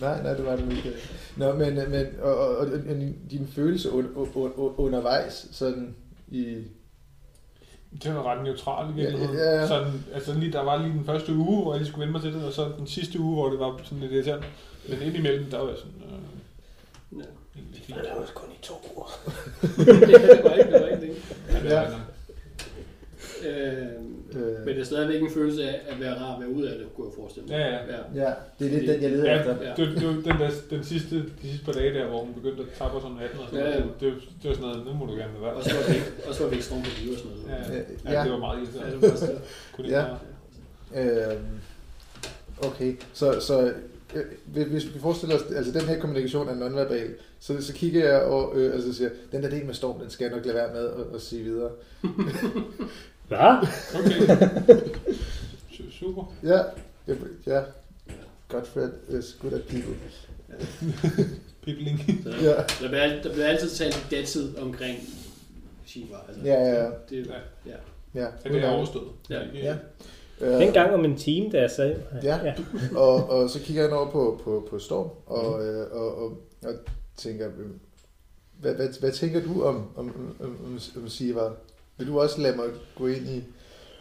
[SPEAKER 2] Nej, nej, det var det ikke. Nå, men, men og, og, og din- din følelse un, un, un, undervejs, sådan i...
[SPEAKER 5] det var ret neutralt i virkeligheden.
[SPEAKER 2] Ja, ja, ja.
[SPEAKER 5] Sådan, altså lige, der var lige den første uge, hvor jeg lige skulle vende mig til det, og så den sidste uge, hvor det var sådan lidt irriterende. Men indimellem, der var jeg sådan... Øh,
[SPEAKER 4] Ja.
[SPEAKER 5] egentlig fint.
[SPEAKER 3] Han var også kun i to uger.
[SPEAKER 4] [laughs] det var ikke, det var ikke det.
[SPEAKER 2] Ja.
[SPEAKER 5] Ja.
[SPEAKER 4] Øh, men
[SPEAKER 2] Øh,
[SPEAKER 4] det er stadigvæk en følelse af at være rar at være ud af det, kunne jeg forestille mig.
[SPEAKER 5] Ja, ja.
[SPEAKER 4] ja.
[SPEAKER 2] ja, det er lidt den, jeg leder
[SPEAKER 5] Ja.
[SPEAKER 2] efter.
[SPEAKER 4] ja.
[SPEAKER 5] Det, var- det, var den, der, den sidste, de sidste par dage der, hvor hun begyndte at tappe os om natten og sådan
[SPEAKER 4] Ja, ja.
[SPEAKER 5] noget, det, var- det var sådan noget, nu må du gerne lade være.
[SPEAKER 4] Og så var vi ikke, og så var vi ikke strøm på liv og sådan noget.
[SPEAKER 5] Ja, ja.
[SPEAKER 2] Øh,
[SPEAKER 5] ja, det var meget irriterende. Kunne det
[SPEAKER 2] Ja.
[SPEAKER 5] ikke være-
[SPEAKER 2] Øh, okay, så, så øh, hvis- hvis vi forestiller os, altså den her kommunikation er nonverbal, så, så kigger jeg og øh, altså siger, den der del med storm, den skal jeg nok lade være med at, at sige videre.
[SPEAKER 3] Hvad?
[SPEAKER 5] Okay. Su- Super.
[SPEAKER 2] Ja, ja, ja. Godt øh, for at skud at people.
[SPEAKER 5] Pibling.
[SPEAKER 4] Så
[SPEAKER 2] Ja,
[SPEAKER 4] der, bliver, alt- der bliver altid talt i datid omkring Shiva. Altså,
[SPEAKER 2] Ja, ja, ja.
[SPEAKER 4] Det, det,
[SPEAKER 5] Ja.
[SPEAKER 4] ja.
[SPEAKER 2] ja.
[SPEAKER 5] Ja, det er overstået.
[SPEAKER 4] Ja.
[SPEAKER 2] Ja. Øh,
[SPEAKER 3] Den gang om en time, da jeg sad.
[SPEAKER 2] Ja. og, og så kigger jeg over på, på, på Storm og, øh, og, og, og tænker, øh, hvad, hvad, hvad tænker du om, om, om, om, om Sivar? Vil du også lade mig gå ind i,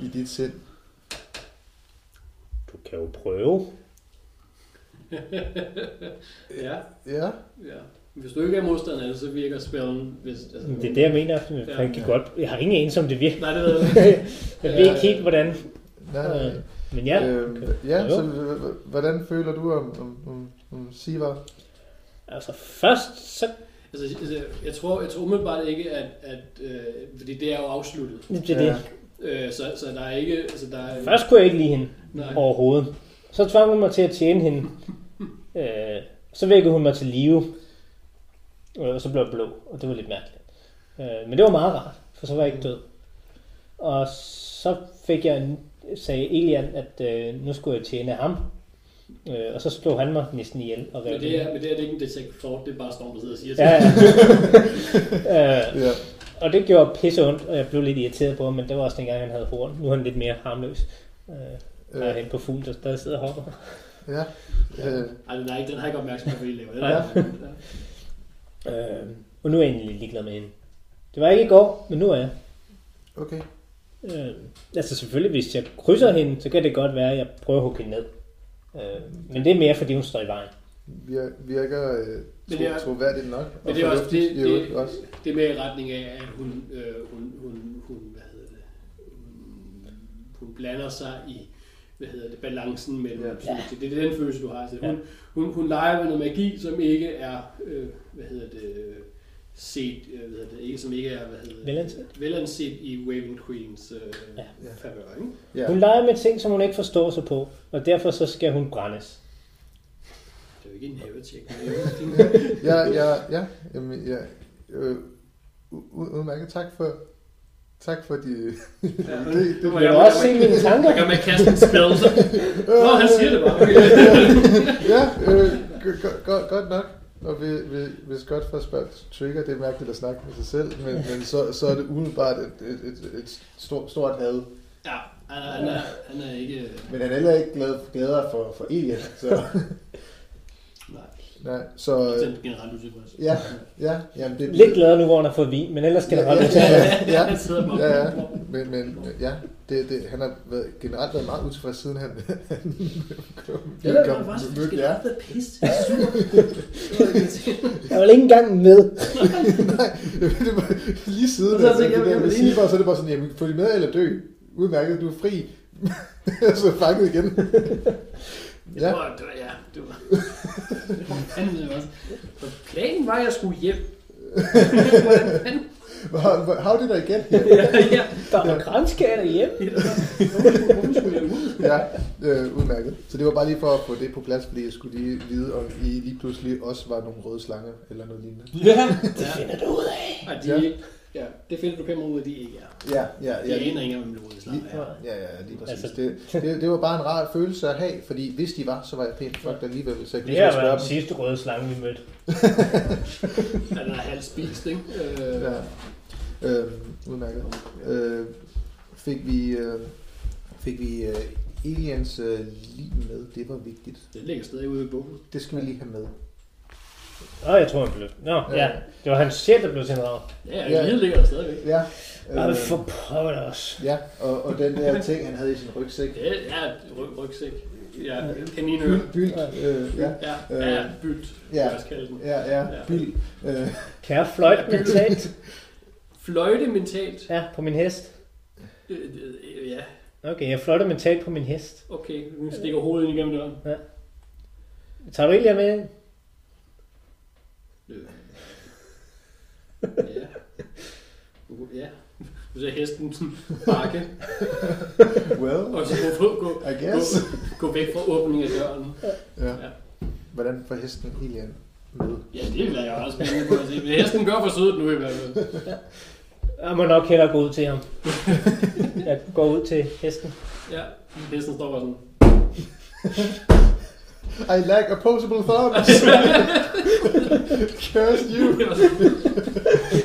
[SPEAKER 2] i dit sind?
[SPEAKER 3] Du kan jo prøve.
[SPEAKER 4] [laughs] ja,
[SPEAKER 2] Ja,
[SPEAKER 4] ja. Hvis du ikke er modstander af det, så virker spillen... Hvis, altså,
[SPEAKER 3] Det er det, jeg mener. Han kan
[SPEAKER 2] Ja.
[SPEAKER 3] godt... Jeg har ingen anelse om det virker.
[SPEAKER 4] Nej, det ved jeg ikke.
[SPEAKER 3] [laughs] Jeg ved ikke helt, hvordan.
[SPEAKER 2] nej, nej.
[SPEAKER 3] Men Øh, ja,
[SPEAKER 2] øhm,
[SPEAKER 3] okay.
[SPEAKER 2] ja så
[SPEAKER 3] Jo.
[SPEAKER 2] h- h- hvordan føler du om, om, om, om
[SPEAKER 3] [laughs]
[SPEAKER 2] Sivar?
[SPEAKER 3] altså først, så
[SPEAKER 4] Altså, altså, jeg tror, jeg tror umiddelbart ikke, at... at øh, fordi det er jo afsluttet.
[SPEAKER 3] det er det.
[SPEAKER 2] Ja.
[SPEAKER 4] Øh, så, så der er ikke... Altså, der er,
[SPEAKER 3] Først kunne jeg ikke lide hende
[SPEAKER 4] Nej.
[SPEAKER 3] overhovedet. Så tvang hun mig til at tjene hende. øh, så vækkede hun mig til live. Øh, Og så blev jeg blå, og det var lidt mærkeligt. Øh, men det var meget rart, for så var jeg ikke død. Og så fik jeg, en- sagde Elian, at øh, nu skulle jeg tjene ham. Øh, og så slog han mig næsten ihjel. Og rev
[SPEAKER 4] men det,
[SPEAKER 3] den.
[SPEAKER 4] er, men det er det er ikke en detect fort, det er bare Storm, der sidder og siger
[SPEAKER 3] Ja,
[SPEAKER 4] ting.
[SPEAKER 3] ja. øh,
[SPEAKER 2] Ja,
[SPEAKER 3] og det gjorde pisse ondt, og jeg blev lidt irriteret på ham, men det var også dengang, han havde horn. Nu er han lidt mere harmløs. Øh, Der er
[SPEAKER 2] øh,
[SPEAKER 3] hende på fuglen, der stadig sidder og hopper.
[SPEAKER 2] ja, øh,
[SPEAKER 4] Ej, den, er ikke, den har ikke opmærksomhed på, hvad I laver. Den
[SPEAKER 3] Nej.
[SPEAKER 4] er- ja.
[SPEAKER 3] Øh, og nu er jeg egentlig ligeglad med hende. Det var ikke i går, men nu er jeg.
[SPEAKER 2] okay.
[SPEAKER 3] Øh, altså selvfølgelig, hvis jeg krydser hende, så kan det godt være, at jeg prøver at hugge hende ned. Øh, men det er mere, fordi hun står i vejen.
[SPEAKER 2] Vir- Virker øh,
[SPEAKER 4] Men det er-
[SPEAKER 2] tro, troværdigt nok. og
[SPEAKER 4] Men det er også det,
[SPEAKER 2] fornuftigt i øvrigt
[SPEAKER 4] det,
[SPEAKER 2] også.
[SPEAKER 4] det er mere i retning af, at hun, øh, hun, hun, hun, hvad hedder det, hun, hun blander sig i hvad hedder det, balancen mellem
[SPEAKER 2] Ja.
[SPEAKER 4] ja. følelser. Det er den følelse, du har. Så hun, hun, hun leger med noget magi, som ikke er, øh, hvad hedder det, øh, set, øh, hvad hedder det, ikke, som ikke er, hvad hedder det,
[SPEAKER 3] Velanset.
[SPEAKER 4] velanset i Raven Queens øh,
[SPEAKER 3] Ja.
[SPEAKER 4] ja.
[SPEAKER 2] Ja.
[SPEAKER 4] favør, ikke?
[SPEAKER 2] Ja.
[SPEAKER 3] Hun leger med ting, som hun ikke forstår sig på, og derfor så skal hun brændes.
[SPEAKER 4] Det er jo ikke en havetjek. men
[SPEAKER 2] ja, ja, ja. Jamen, ja. Øh, u- u- udmærket. Tak for, tak for de...
[SPEAKER 4] Ja,
[SPEAKER 2] det, det,
[SPEAKER 4] det var
[SPEAKER 3] Jeg
[SPEAKER 4] jeg
[SPEAKER 3] kan også se mine tanker.
[SPEAKER 4] Så kan man kaste en spil,
[SPEAKER 2] [laughs]
[SPEAKER 4] så... Nå, han siger det bare. Okay.
[SPEAKER 2] ja, øh, g- g- g- godt nok. Og vi, vi, hvis godt for spørg trigger, det er mærkeligt at snakke med sig selv, men, men så, så er det umiddelbart et, et, et, et stort, stort had.
[SPEAKER 4] Ja, han er, han er, han er ikke...
[SPEAKER 2] Men han er heller ikke glad, glæder for, for Alien, så...
[SPEAKER 4] Nej,
[SPEAKER 2] Nej, så...
[SPEAKER 4] det
[SPEAKER 2] Øh,
[SPEAKER 4] er generelt utilfreds.
[SPEAKER 2] ja, ja, jamen det...
[SPEAKER 3] Lidt glad nu, hvor hun har fået vin, men ellers generelt
[SPEAKER 2] Ja, ja, [laughs] ja, ja.
[SPEAKER 4] Han sidder bare
[SPEAKER 2] Ja, ja. Men, men ja, det, det, han har været, generelt været meget utilfreds, siden han, [laughs] han kom.
[SPEAKER 4] Det er
[SPEAKER 2] kom-
[SPEAKER 4] da faktisk
[SPEAKER 2] mødte
[SPEAKER 4] det
[SPEAKER 2] jer.
[SPEAKER 4] er da [laughs] pisse det er sur. Det var irriterende.
[SPEAKER 3] Jeg var ikke engang med.
[SPEAKER 2] Nej, [laughs] det var lige siden.
[SPEAKER 4] Og så
[SPEAKER 2] altså,
[SPEAKER 4] tænkte jeg, jeg
[SPEAKER 2] det der med
[SPEAKER 4] vil lige-
[SPEAKER 2] Silber, så er det bare sådan, jamen, få de med eller dø. Udmærket, du er fri. [laughs] så fanget igen.
[SPEAKER 4] Det
[SPEAKER 2] Ja.
[SPEAKER 4] var, det var, ja, det var... Det var fandme også. For planen var, at jeg skulle hjem. [laughs] Hvordan fanden-
[SPEAKER 2] Hvor- hvor- How did I get here?
[SPEAKER 4] [laughs] ja, ja.
[SPEAKER 3] Der [laughs] var grænskager derhjemme.
[SPEAKER 4] Hvorfor- Hvorfor skulle jeg ud?
[SPEAKER 2] Ja, øh, udmærket. Så det var bare lige for at få det på plads, fordi jeg skulle lige vide, om I lige pludselig også var nogle røde slanger eller noget lignende.
[SPEAKER 5] Ja.
[SPEAKER 4] Det finder du ud af. Nej, de er
[SPEAKER 2] Ja.
[SPEAKER 4] ikke... Ja, det finder du kæmper ud af, de ikke er.
[SPEAKER 2] Ja, ja,
[SPEAKER 4] De
[SPEAKER 2] ja.
[SPEAKER 4] aner ikke, hvem det røde slag er.
[SPEAKER 2] Ja, ja, lige præcis.
[SPEAKER 3] Altså-
[SPEAKER 2] Altså, det, det, det, var bare en rar følelse at have, fordi hvis de var, så var jeg pænt fucked alligevel, så jeg kunne
[SPEAKER 3] Det
[SPEAKER 2] lige så godt
[SPEAKER 3] her var
[SPEAKER 2] spørge
[SPEAKER 3] den sidste røde slange, vi mødte.
[SPEAKER 4] Han er halvt spist, ikke? Øh,
[SPEAKER 2] dem. Ja. Øhm, udmærket. Øh, fik vi, øh, fik vi øh, aliens øh, lige med, det var vigtigt.
[SPEAKER 4] Det ligger stadig ude i bogen.
[SPEAKER 2] Det skal vi lige have med. Øh,
[SPEAKER 3] Åh, jeg tror, han blev... Nå, ja. ja. Det var hans sjæl, der blev sendt over.
[SPEAKER 4] Ja,
[SPEAKER 2] Ja.
[SPEAKER 4] ja. det ligger der stadigvæk.
[SPEAKER 2] Ja,
[SPEAKER 3] Ej,
[SPEAKER 2] øh,
[SPEAKER 3] for pokker også.
[SPEAKER 2] ja og, og den der ting, han havde i sin rygsæk.
[SPEAKER 4] Ja, ja, ryg, rygsæk. Ja, kaninø.
[SPEAKER 2] Byld, byld, øh, ja,
[SPEAKER 4] Ja, ja, bylt.
[SPEAKER 2] Ja.
[SPEAKER 4] Ja. Også kalde den.
[SPEAKER 2] ja, ja, byld. Øh, [laughs]
[SPEAKER 3] Kære fløjt mentalt.
[SPEAKER 4] Fløjte mentalt.
[SPEAKER 3] Ja, på min hest.
[SPEAKER 4] Øh, øh, Ja,
[SPEAKER 3] Okay, jeg fløjter mentalt på min hest.
[SPEAKER 4] okay. Nu stikker hovedet ind igennem døren.
[SPEAKER 3] Tager du Elia med? ind?
[SPEAKER 4] Øh. Ja. Uh, Ja. Nu ser hesten sådan bakke,
[SPEAKER 2] well,
[SPEAKER 4] og så gå, gå, gå,
[SPEAKER 2] I guess.
[SPEAKER 4] gå væk fra åbningen af døren.
[SPEAKER 2] Ja. Hvordan får hesten alien med?
[SPEAKER 4] Ja, det vil jeg også spændende på at se. Men hesten gør for sødt nu i hvert fald.
[SPEAKER 3] Jeg må nok hellere gå ud [laughs] til ham. Jeg går ud til hesten.
[SPEAKER 4] Ja, hesten står bare sådan.
[SPEAKER 2] I lack opposable
[SPEAKER 5] [laughs]
[SPEAKER 2] thumbs. Curse you.
[SPEAKER 4] Det var sådan.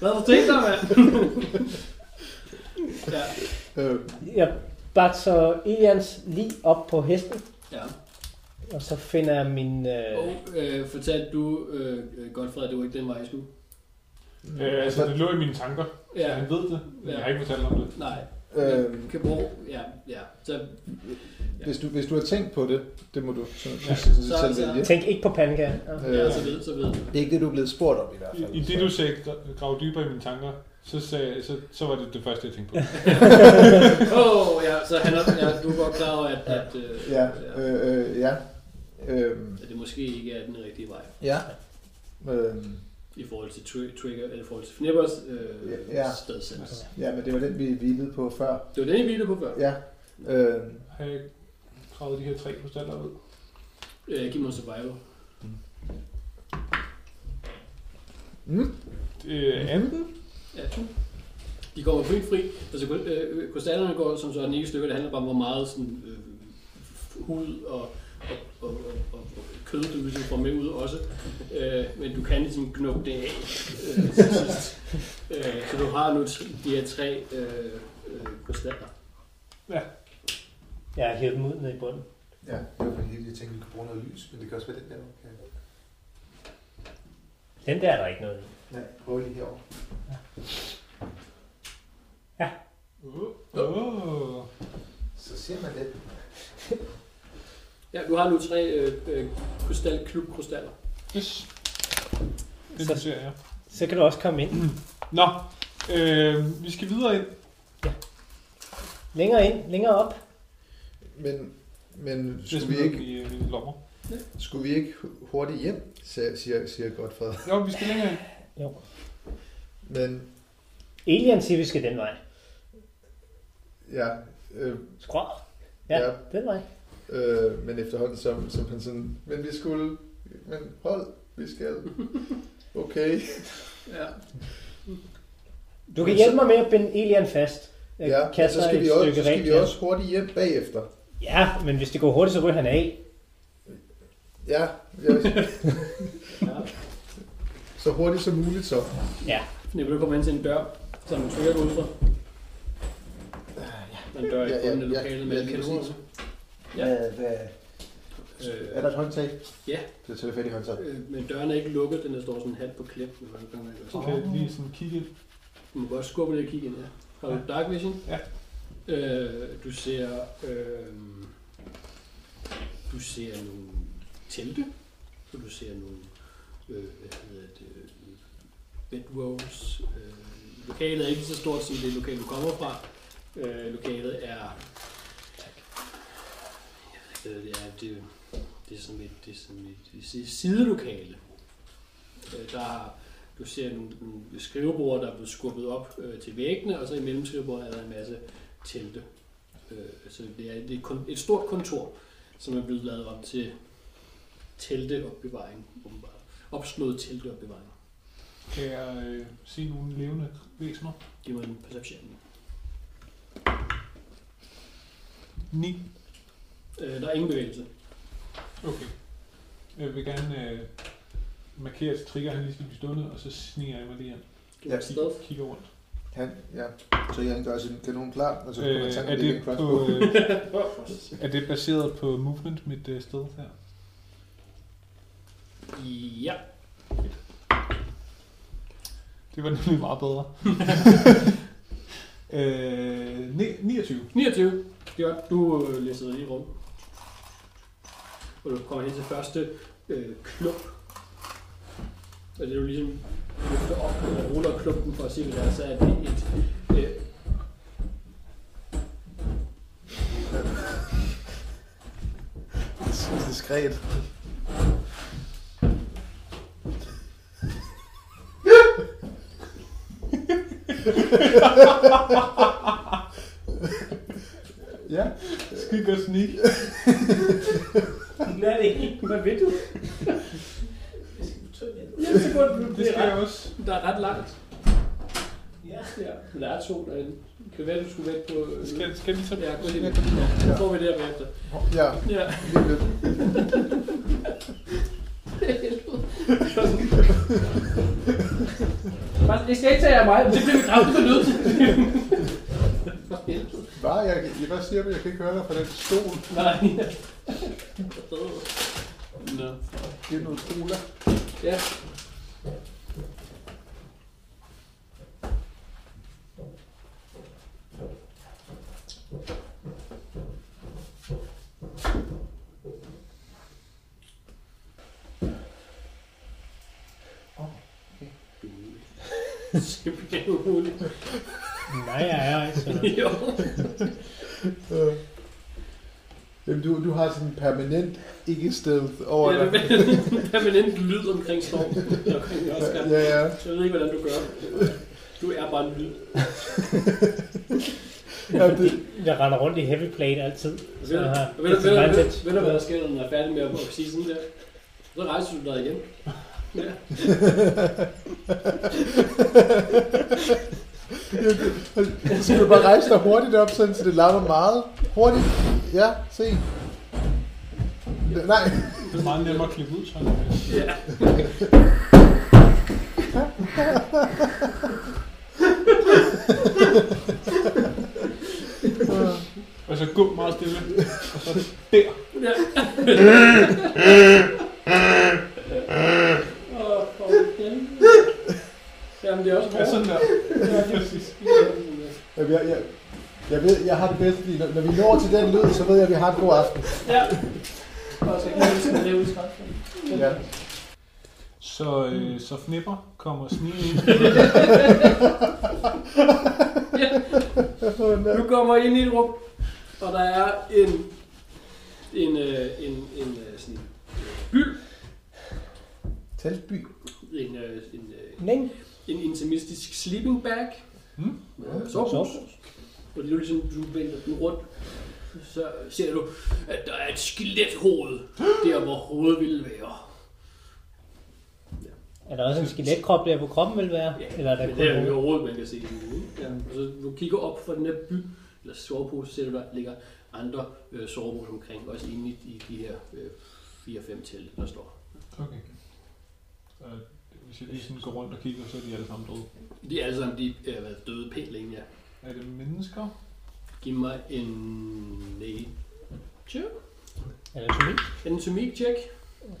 [SPEAKER 4] Hvad har du tænkt dig, mand? ja,
[SPEAKER 2] Øh,
[SPEAKER 3] Jeg batser Elians lige op på hesten,
[SPEAKER 4] ja.
[SPEAKER 3] og så finder jeg min...
[SPEAKER 4] Og
[SPEAKER 3] Øh,
[SPEAKER 4] øh, fortalte du, øh, øh, Godfred, at det var ikke den vej, jeg skulle?
[SPEAKER 5] Øh, altså, det lå i mine tanker. Ja.
[SPEAKER 4] Ja,
[SPEAKER 5] Han ved det, men jeg har ikke fortalt om det.
[SPEAKER 4] nej.
[SPEAKER 2] øh,
[SPEAKER 4] Kan bruge, ja, ja. Så,
[SPEAKER 2] hvis, du, hvis du har tænkt på det, det må du sådan,
[SPEAKER 5] Ja.
[SPEAKER 2] ja. sådan,
[SPEAKER 4] Så-
[SPEAKER 2] selv
[SPEAKER 4] så-
[SPEAKER 2] vælge.
[SPEAKER 3] tænk ikke på pandekager. Ja.
[SPEAKER 4] ja,
[SPEAKER 2] Øh,
[SPEAKER 4] så ved, så ved.
[SPEAKER 2] det er ikke det, du er blevet spurgt om i hvert
[SPEAKER 5] I,
[SPEAKER 2] fald.
[SPEAKER 5] I det, du sagde, gra- grave dybere i mine tanker, så, sagde, så, så var det det første, jeg tænkte på.
[SPEAKER 4] Åh, oh, ja, så han er, ja, du er godt klar over, at, at, øh,
[SPEAKER 2] Ja,
[SPEAKER 4] ja,
[SPEAKER 2] øh, øh, ja. Øh,
[SPEAKER 4] at det måske ikke er den rigtige vej.
[SPEAKER 2] ja. Øh,
[SPEAKER 4] I forhold til tri- trigger, eller i forhold til fnippers øh,
[SPEAKER 2] Ja.
[SPEAKER 4] ja. stedsans.
[SPEAKER 2] ja, men det var den, vi hvilede på før.
[SPEAKER 4] Det var den, I hvilede på før.
[SPEAKER 2] Ja. Øh,
[SPEAKER 5] Har jeg gravet de her tre krystaller ud?
[SPEAKER 4] Øh, giv mig en survival.
[SPEAKER 2] mm,
[SPEAKER 5] Øh, anden?
[SPEAKER 4] Ja. De går jo helt fri. Altså, kun- øh, krystallerne går som sådan ikke i stykker. Det handler bare om, hvor meget sådan, øh, hud og, og, og, og, og, og kød, du ligesom får med ud også. Øh, men du kan ligesom gnugge det af øh, til sidst. Øh, så du har nu t- de her tre øh, øh, krystaller.
[SPEAKER 3] Jeg har hævet dem ud ned i bunden.
[SPEAKER 2] ja, det var fordi, jeg tænkte, vi kunne bruge noget lys, men det kan også være den der. Ja.
[SPEAKER 3] Den der er der ikke noget i.
[SPEAKER 2] Nej, prøv lige herovre.
[SPEAKER 5] Åh, oh.
[SPEAKER 2] Så ser man det.
[SPEAKER 4] Ja, du har nu tre øh, øh, krystal, klubkrystaller.
[SPEAKER 5] yes. Det
[SPEAKER 3] Så-
[SPEAKER 5] ser jeg.
[SPEAKER 3] Så kan du også komme ind.
[SPEAKER 5] Nå, øh, vi skal videre ind.
[SPEAKER 3] Længere ind, længere op.
[SPEAKER 2] Men, men
[SPEAKER 5] Det
[SPEAKER 2] skulle, vi
[SPEAKER 5] smider
[SPEAKER 2] ikke,
[SPEAKER 5] i, øh, lommer.
[SPEAKER 2] skulle vi ikke hurtigt hjem, siger, siger, siger Godfred.
[SPEAKER 5] Jo, vi skal længere.
[SPEAKER 3] Jo.
[SPEAKER 2] Men
[SPEAKER 3] Alien siger, vi skal den vej.
[SPEAKER 2] ja, øh,
[SPEAKER 3] Skrål. Ja,
[SPEAKER 2] Ja.
[SPEAKER 3] ja, den vej.
[SPEAKER 2] øh, men efterhånden som, som han sådan, men vi skulle, men hold, vi
[SPEAKER 3] [laughs]
[SPEAKER 2] skal. Okay.
[SPEAKER 4] Ja.
[SPEAKER 3] Du kan
[SPEAKER 2] Men
[SPEAKER 3] hjælpe mig med at binde Elian fast. Jeg
[SPEAKER 2] Ja, men
[SPEAKER 3] kaster
[SPEAKER 2] så skal
[SPEAKER 3] et
[SPEAKER 2] vi også,
[SPEAKER 3] stykke
[SPEAKER 2] så skal
[SPEAKER 3] rent
[SPEAKER 2] vi
[SPEAKER 3] jern.
[SPEAKER 2] også hurtigt hjem bagefter.
[SPEAKER 3] Ja, men hvis det går hurtigt, så ryger han af.
[SPEAKER 2] Ja, ja
[SPEAKER 4] ja.
[SPEAKER 2] så hurtigt som muligt så.
[SPEAKER 3] Ja.
[SPEAKER 4] Nippe, du kommer ind til en dør, som du trykker ud fra. Den dør i
[SPEAKER 2] Ja, ja,
[SPEAKER 4] bunden af
[SPEAKER 2] ja,
[SPEAKER 4] lokalet
[SPEAKER 2] ja,
[SPEAKER 4] med alle
[SPEAKER 2] lige
[SPEAKER 4] kategorier. Ja.
[SPEAKER 2] hvad?
[SPEAKER 4] Øh,
[SPEAKER 2] Er der et håndtag?
[SPEAKER 4] Ja.
[SPEAKER 2] Så tager jeg fat i håndtaget.
[SPEAKER 4] øh, Men døren er ikke lukket, den der står sådan halvt på klip. Men man kan,
[SPEAKER 5] Så kan jeg lige sådan kigge ind.
[SPEAKER 4] du må godt skubbe lidt og kigge ind her. Har du
[SPEAKER 5] Ja.
[SPEAKER 4] dark vision?
[SPEAKER 5] Ja.
[SPEAKER 4] Øh, du ser... Øh, du ser nogle telte, og du ser nogle... Øh, hvad hedder det? øh, Bedrows. Øh, lokalet er ikke så stort som det lokale, du kommer fra. Øh, lokalet er... Jeg ved ikke, hvad det er, det, det er som et, det er som et, det er et sidelokale. Øh, der er du ser nogle, nogle skrivebord, der er blevet skubbet op øh, til væggene, og så imellem skrivebordene er der en masse telte. Øh, så det er, det er kon- et stort kontor, som er blevet lavet om til telteopbevaring, åbenbart. Opslået telteopbevaring.
[SPEAKER 5] Kan jeg øh, se nogle levende væsener?
[SPEAKER 4] Giv mig en perception.
[SPEAKER 5] 9.
[SPEAKER 4] Øh, der er ingen bevægelse.
[SPEAKER 5] Okay. Jeg vil gerne øh, markere, at trigger han lige skal blive stående, og så sniger jeg mig lige ind.
[SPEAKER 4] Giv mig
[SPEAKER 2] Ja.
[SPEAKER 4] et sted.
[SPEAKER 5] Kig, kigger rundt.
[SPEAKER 2] Han, ja. Så han gør sin kanon klar, og så kommer
[SPEAKER 5] Øh,
[SPEAKER 2] han tage
[SPEAKER 5] er,
[SPEAKER 2] med
[SPEAKER 5] det
[SPEAKER 2] det
[SPEAKER 5] på,
[SPEAKER 2] crossbow.
[SPEAKER 5] øh, er det baseret på movement, mit øh, sted her?
[SPEAKER 4] Ja.
[SPEAKER 5] Det var nemlig meget
[SPEAKER 2] [laughs]
[SPEAKER 5] bedre. øh, ni- 29.
[SPEAKER 4] 29. Det er godt. Du øh, læser ind i rum. Og du kommer hen til første øh, klump. Og det er jo ligesom løfter op og ruller klumpen for at se, hvad det er, så er det et... Øh,
[SPEAKER 2] Så diskret. ja,
[SPEAKER 5] Skide godt sneak.
[SPEAKER 3] Lad det ikke. Hvad ved du?
[SPEAKER 4] ja, så går det,
[SPEAKER 5] Det
[SPEAKER 4] det
[SPEAKER 5] skal
[SPEAKER 4] er
[SPEAKER 5] jeg
[SPEAKER 4] ret,
[SPEAKER 5] også.
[SPEAKER 4] der er ret langt.
[SPEAKER 3] Ja.
[SPEAKER 4] Ja, men der er to derinde. Det kan være, du skulle væk på... Øh,
[SPEAKER 5] Skal, skal jeg lige så...
[SPEAKER 4] Ja, gå lige væk. Ja, så får vi det her bagefter.
[SPEAKER 2] ja,
[SPEAKER 4] Ja.
[SPEAKER 2] lige lidt.
[SPEAKER 4] Bare, det skal ikke tage af mig. Det bliver vi kraftigt nødt [laughs] til. For helvede.
[SPEAKER 2] Bare, jeg, jeg bare siger, at jeg kan ikke høre dig fra den stol.
[SPEAKER 4] Nej. Nå.
[SPEAKER 2] Det er noget cola.
[SPEAKER 4] Ja. Simpelthen umuligt.
[SPEAKER 3] Nej, altså. jeg er ikke sådan.
[SPEAKER 4] Jo.
[SPEAKER 2] Øh. Jamen, du, du har sådan en permanent ikke-stealth over
[SPEAKER 4] Ja,
[SPEAKER 2] dig.
[SPEAKER 4] det er en permanent lyd omkring stormen. Omkring Oscar.
[SPEAKER 2] Ja, ja.
[SPEAKER 4] Jeg ved ikke, hvordan du gør. Du er bare en lyd.
[SPEAKER 2] ja det,
[SPEAKER 3] Jeg render rundt i heavy plate altid. Så
[SPEAKER 4] Ved du-
[SPEAKER 3] jeg har
[SPEAKER 4] ved du- ved du-
[SPEAKER 3] disadvantage.
[SPEAKER 4] ved du, hvad der sker, når den er færdig med at at sige sådan der? Så rejser du dig igen. Ja.
[SPEAKER 2] Så skal du bare rejse dig hurtigt op, sådan, så det larmer meget. Hurtigt. Ja, se. Nej.
[SPEAKER 5] Det er meget nemmere at klippe ud, sådan.
[SPEAKER 4] ja.
[SPEAKER 5] [laughs] Og så gå meget stille. Og så der.
[SPEAKER 4] ja. Åh, for helvede. Jamen, det er også
[SPEAKER 5] Ja,
[SPEAKER 4] hårdt.
[SPEAKER 5] sådan der.
[SPEAKER 4] Ja, det er præcis. Ja.
[SPEAKER 2] Jamen, Jeg, jeg, jeg, ved, jeg har det bedst, fordi når, når vi når til den lyd, så ved jeg, at vi har en god aften.
[SPEAKER 4] Ja. Og så kan jeg huske, at lave et skræk.
[SPEAKER 2] Ja.
[SPEAKER 5] Så, øh, så fnipper kommer snige
[SPEAKER 3] [laughs]
[SPEAKER 5] ind.
[SPEAKER 4] Du kommer ind i et rum, og der er en en, øh, en, en øh, sådan en byld,
[SPEAKER 2] Talby.
[SPEAKER 4] en, øh, en, øh,
[SPEAKER 3] Ning.
[SPEAKER 4] en intimistisk sleeping bag
[SPEAKER 3] Hmm?
[SPEAKER 5] Mm.
[SPEAKER 4] med sovepose. Og det er jo ligesom, du vælter den rundt, så ser du, at der er et
[SPEAKER 3] [gasps]
[SPEAKER 4] skelethoved, der hvor hovedet ville være.
[SPEAKER 3] Er der også en skeletkrop der, hvor kroppen vil være?
[SPEAKER 4] Ja,
[SPEAKER 3] Eller er der
[SPEAKER 4] men det er
[SPEAKER 3] kun
[SPEAKER 4] jo overhovedet, man kan se det nu. ikke? Ja. Og så du kigger op fra den her by, eller sovepose, ser du, der ligger andre øh, soveposer omkring, også inde i, i de her øh, 4-5 telt, der står.
[SPEAKER 5] Okay. Så øh, hvis jeg lige sådan går rundt og kigger, så er de alle sammen døde.
[SPEAKER 4] De er alle sammen de, øh, hvad, døde pænt længe, ja.
[SPEAKER 5] Er det mennesker?
[SPEAKER 4] Giv mig en nature.
[SPEAKER 3] anatomi?
[SPEAKER 4] Anatomy check. Mm.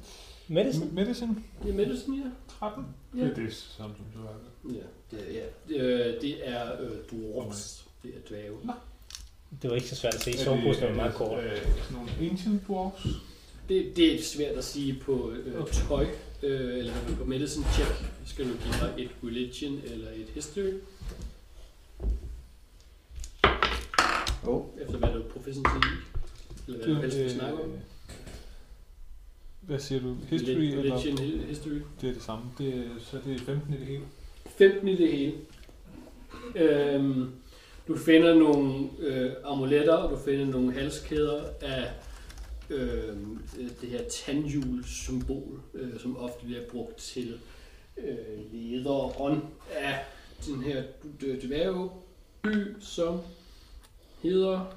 [SPEAKER 3] Medicine?
[SPEAKER 5] M- medicine?
[SPEAKER 4] Det er medicin, ja.
[SPEAKER 5] 13?
[SPEAKER 4] Ja.
[SPEAKER 5] Det er det samme som du har.
[SPEAKER 4] Ja, det er, ja. Det, øh, det er øh, dwarfs. Det er dvæve.
[SPEAKER 3] Det var ikke så svært at se. Soveposen var meget kort.
[SPEAKER 5] Øh, sådan nogle ancient dwarfs.
[SPEAKER 4] Det, det er svært at sige på øh,
[SPEAKER 5] Okay.
[SPEAKER 4] tøj, øh, eller på medicine check. Skal du give mig et religion eller et history,
[SPEAKER 2] Åh, oh,
[SPEAKER 4] efter hvad du er proficiency i? Eller hvad du helst vil snakke om?
[SPEAKER 5] Hvad siger du? øh, History
[SPEAKER 4] Reli-
[SPEAKER 5] eller?
[SPEAKER 4] Religion, hi- history.
[SPEAKER 5] Det er det samme. Det er, så det er 15 i det hele.
[SPEAKER 4] 15 i det hele. Øhm, du finder nogle øh, amuletter, og du finder nogle halskæder af øh, det her tandhjul-symbol, øh, som ofte bliver brugt til øh, leder og ånd af den her d- dværgeby, som hedder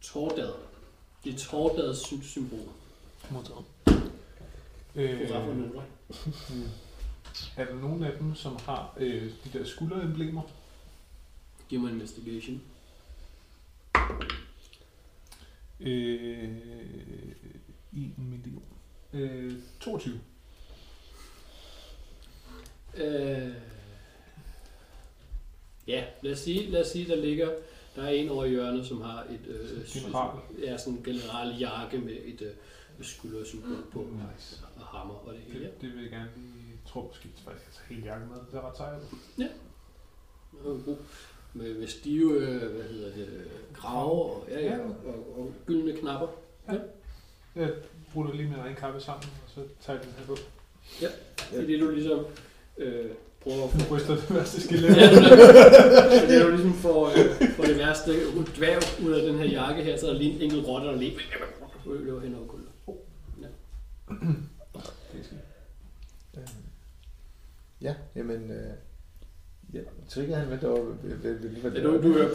[SPEAKER 4] Tordad. Det er Tordads sy- symbol.
[SPEAKER 5] Modtaget. Øh,
[SPEAKER 4] Hurra for Nora.
[SPEAKER 5] mm. er der nogen af dem, som har øh, de der skulderemblemer?
[SPEAKER 4] Giv mig en investigation.
[SPEAKER 5] Øh, 1 million. Øh, 22.
[SPEAKER 4] Øh, ja, lad os sige, lad os sige der ligger, der er en over i hjørnet, som har et øh,
[SPEAKER 5] Sådan en general.
[SPEAKER 4] ja, sådan en general jakke med et øh, skuldersymbol på
[SPEAKER 5] Nice.
[SPEAKER 4] og hammer og det hele.
[SPEAKER 5] Det, det vil jeg gerne lige tro måske, faktisk jeg tager hele jakken med. Det er ret sejt.
[SPEAKER 4] Ja, og god. Med, med stive, øh, hvad hedder det, øh, grave og, ja, ja,
[SPEAKER 5] Ja.
[SPEAKER 4] og, og, og gyldne knapper.
[SPEAKER 5] Jeg bruger lige min egen kaffe sammen, og så tager jeg den her på.
[SPEAKER 4] Det er det, du ligesom øh, prøver at
[SPEAKER 5] [laughs] Nu
[SPEAKER 4] få
[SPEAKER 5] ryster det værste [laughs] skille.
[SPEAKER 4] Ja, det er- det er jo ligesom for, øh, for det værste dværg ud af den her jakke her, så er der lige en enkelt rotte, der lige løber hen over gulvet.
[SPEAKER 2] øhm, ja, jamen... Øh, ja, trigger han med derovre ved, ved, ved, ved,
[SPEAKER 4] Ja, du, du hører...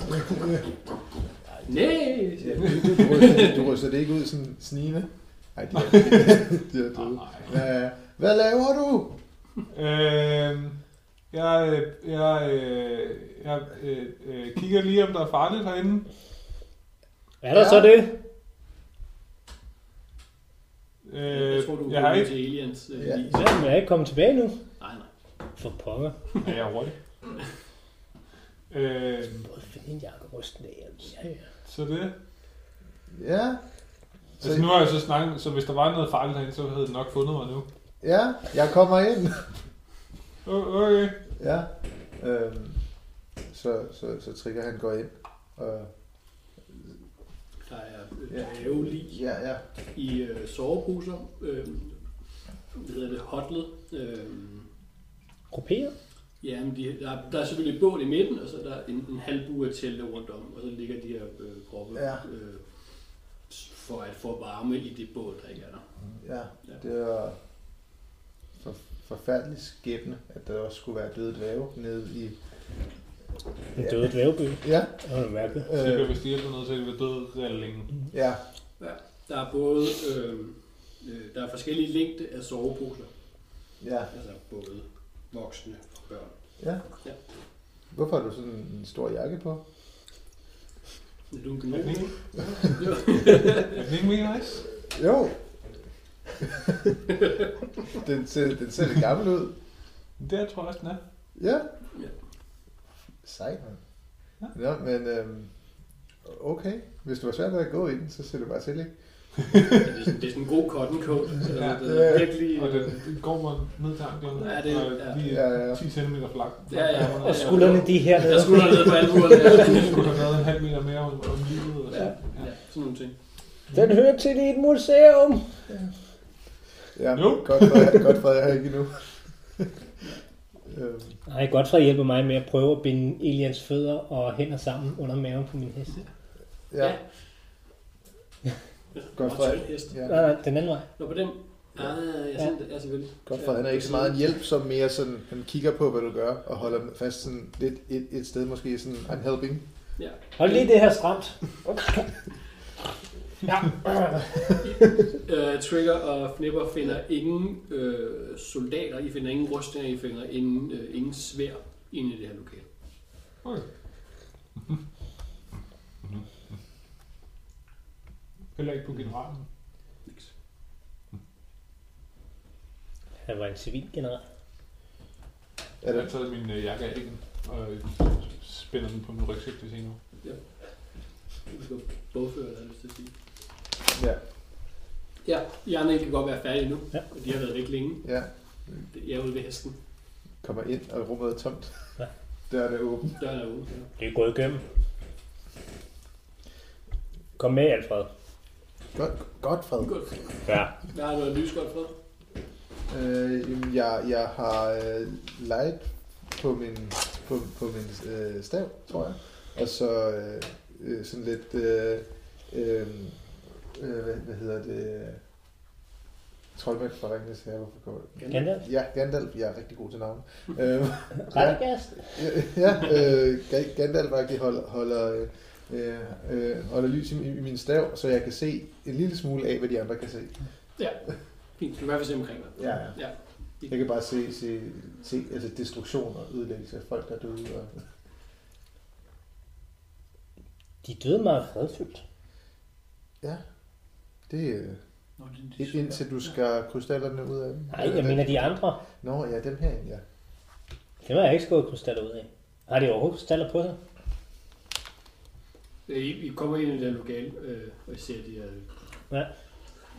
[SPEAKER 4] Nej!
[SPEAKER 2] Ja, du, du, ryster, du ryster det ikke ud sådan snigende? Nej, de er, de er [laughs] døde.
[SPEAKER 5] Nej.
[SPEAKER 2] Hvad, hvad laver du?
[SPEAKER 5] Øhm, jeg, øh, jeg, øh, jeg øh, øh, kigger lige, om der er farligt herinde.
[SPEAKER 3] Er der så det?
[SPEAKER 5] Øh,
[SPEAKER 4] Jeg tror, du
[SPEAKER 5] jeg har
[SPEAKER 4] hører
[SPEAKER 5] ikke...
[SPEAKER 4] til aliens. øh,
[SPEAKER 2] Ja.
[SPEAKER 4] lige.
[SPEAKER 3] Ja, men jeg er ikke kommet tilbage nu.
[SPEAKER 4] Nej, nej.
[SPEAKER 3] For pokker.
[SPEAKER 5] Ja, jeg er hurtig. [laughs] Øh,
[SPEAKER 3] Både finde en jakke og rysten af. Ja, ja.
[SPEAKER 5] så det.
[SPEAKER 2] Ja,
[SPEAKER 5] Altså, nu har jeg så snakket, så hvis der var noget farligt herinde, så havde den nok fundet mig nu.
[SPEAKER 2] ja, jeg kommer ind.
[SPEAKER 5] O- Okay.
[SPEAKER 2] Ja, øhm, så, så, så trigger han går ind. Og,
[SPEAKER 4] Der er
[SPEAKER 2] Ja.
[SPEAKER 4] dværgelige
[SPEAKER 2] ja, ja.
[SPEAKER 4] i øh, soveposer. Øh, hvad hedder det? Hotlet. Øh,
[SPEAKER 3] Grupperet?
[SPEAKER 4] Ja, men de, der, er- der er selvfølgelig et bål i midten, og så er der en, en halvbue af telte rundt om, og så ligger de her øh, kroppe
[SPEAKER 2] Ja.
[SPEAKER 4] øh, for at få varme i det bål, der ikke er der.
[SPEAKER 2] Ja, det var for, forfærdelig skæbne, at der også skulle være døde dvæve nede i...
[SPEAKER 3] En døde dvæveby.
[SPEAKER 2] Ja,
[SPEAKER 3] Det var da mærkeligt.
[SPEAKER 5] Så det kan
[SPEAKER 2] øh,
[SPEAKER 5] hvis det hjælper noget, så kan det være død eller længe.
[SPEAKER 2] ja,
[SPEAKER 4] Der er både øh, øh, der er forskellige længde af soveposer,
[SPEAKER 2] ja,
[SPEAKER 4] altså både voksne og børn.
[SPEAKER 2] ja.
[SPEAKER 4] Ja.
[SPEAKER 2] Hvorfor har du sådan en stor jakke på?
[SPEAKER 4] Er du en
[SPEAKER 5] Er
[SPEAKER 4] gnome?
[SPEAKER 5] den
[SPEAKER 4] ikke?
[SPEAKER 5] ikke- er den ikke mega nice?
[SPEAKER 2] Jo. [laughs] den, ser, den ser lidt gammel ud.
[SPEAKER 5] Det tror jeg også, den er.
[SPEAKER 2] Ja.
[SPEAKER 4] Ja.
[SPEAKER 2] Sejt, mand.
[SPEAKER 5] Ja.
[SPEAKER 2] Ja, men øhm, okay. Hvis du var svært ved at gå i den, så ser du bare til, ikke?
[SPEAKER 4] Det er sådan, det er sådan en god cotton coat. Ja,
[SPEAKER 5] Ja.
[SPEAKER 4] det er virkelig...
[SPEAKER 5] Og den, den går mig ned til anklen.
[SPEAKER 4] Ja, det-
[SPEAKER 5] og
[SPEAKER 4] ja.
[SPEAKER 5] lige
[SPEAKER 2] Ja, ja.
[SPEAKER 5] 10 cm flak.
[SPEAKER 4] Ja, ja.
[SPEAKER 3] Og skuldrene de her
[SPEAKER 4] Jeg
[SPEAKER 3] nede.
[SPEAKER 4] skulle ned på albuerne.
[SPEAKER 5] skulle have været en halv meter mere om, om livet. Og
[SPEAKER 4] Ja.
[SPEAKER 5] sådan. [laughs] Ja.
[SPEAKER 4] Ja. sådan nogle ting.
[SPEAKER 3] Den hører til i et museum.
[SPEAKER 2] Ja,
[SPEAKER 5] Jo.
[SPEAKER 2] godt Frederik, godt Frederik er ikke [laughs] endnu. Øhm,
[SPEAKER 3] Nej, Godfred hjælper mig med at prøve at binde Elians fødder og hænder sammen under maven på min hest.
[SPEAKER 2] ja, Godt
[SPEAKER 4] Godt
[SPEAKER 2] for-
[SPEAKER 4] for hest.
[SPEAKER 2] ja.
[SPEAKER 3] Nej, nej, den anden vej.
[SPEAKER 4] Nå, på den. Ah, jeg sendte det. Ja, selvfølgelig.
[SPEAKER 2] Godt for, han er ikke så meget en hjælp, som mere sådan, han kigger på, hvad du gør, og holder fast sådan lidt et, et sted, måske sådan, I'm helping.
[SPEAKER 4] Ja.
[SPEAKER 3] Hold lige det her stramt. Ja.
[SPEAKER 4] Øh, Trigger og Flipper finder ingen øh, soldater, I finder ingen rustninger, I finder ingen, øh, ingen svær inde i det her lokale.
[SPEAKER 5] Okay. Heller ikke på generalen.
[SPEAKER 4] Niks.
[SPEAKER 3] Han var en civil general.
[SPEAKER 2] Er
[SPEAKER 5] Jeg har
[SPEAKER 2] det?
[SPEAKER 5] taget min øh, jakke af igen, og øh, spænder den på min rygsæk til senere.
[SPEAKER 4] Vi skal bogføre, eller lyst til at sige.
[SPEAKER 2] Ja,
[SPEAKER 4] Ja, I andre I kan godt være færdige nu,
[SPEAKER 3] Ja.
[SPEAKER 4] og de har været væk længe.
[SPEAKER 2] ja.
[SPEAKER 4] Jeg er ude ved hesten.
[SPEAKER 2] Kommer ind, og rummet er tomt.
[SPEAKER 3] Ja.
[SPEAKER 2] Døren er åben.
[SPEAKER 4] Døren er ude. Ja.
[SPEAKER 3] Det er gået igennem. Kom med, Alfred.
[SPEAKER 2] Godt, godt Fred.
[SPEAKER 4] Godt.
[SPEAKER 3] Ja.
[SPEAKER 4] Der er noget lys, godt for.
[SPEAKER 2] Øh, jamen, jeg, jeg har øh, light på min, på, på min øh, stav, tror jeg. Og så øh, øh, sådan lidt, øh, øh, øh, hvad, hvad hedder det, troldmænd fra Ringnes her, hvorfor går det?
[SPEAKER 3] Gandalf.
[SPEAKER 2] Ja, Gandalf, jeg er rigtig god til navn. øh,
[SPEAKER 3] Radagast.
[SPEAKER 2] [laughs] ja, øh, Ga- Gandalf faktisk holder, holder, øh, øh, øh, holder lys i, i min stav, så jeg kan se en lille smule af, hvad de andre kan se.
[SPEAKER 4] Ja, fint. Du kan i hvert fald se omkring dig.
[SPEAKER 2] Ja, ja.
[SPEAKER 4] ja.
[SPEAKER 2] Jeg kan bare se, se, se altså destruktion og ødelæggelse af folk, der er døde. Og...
[SPEAKER 3] De døde meget fredfyldt.
[SPEAKER 2] Ja, det øh, er
[SPEAKER 4] Nå, det, det,
[SPEAKER 2] ikke indtil du skal krystallerne ud af dem.
[SPEAKER 3] Nej, jeg mener de andre.
[SPEAKER 2] Nå, ja, dem her, ja.
[SPEAKER 3] Dem har jeg ikke skåret krystaller ud af. Har de overhovedet krystaller på sig?
[SPEAKER 4] I, I kommer ind i det her lokale, øh, og I ser de her
[SPEAKER 3] Ja.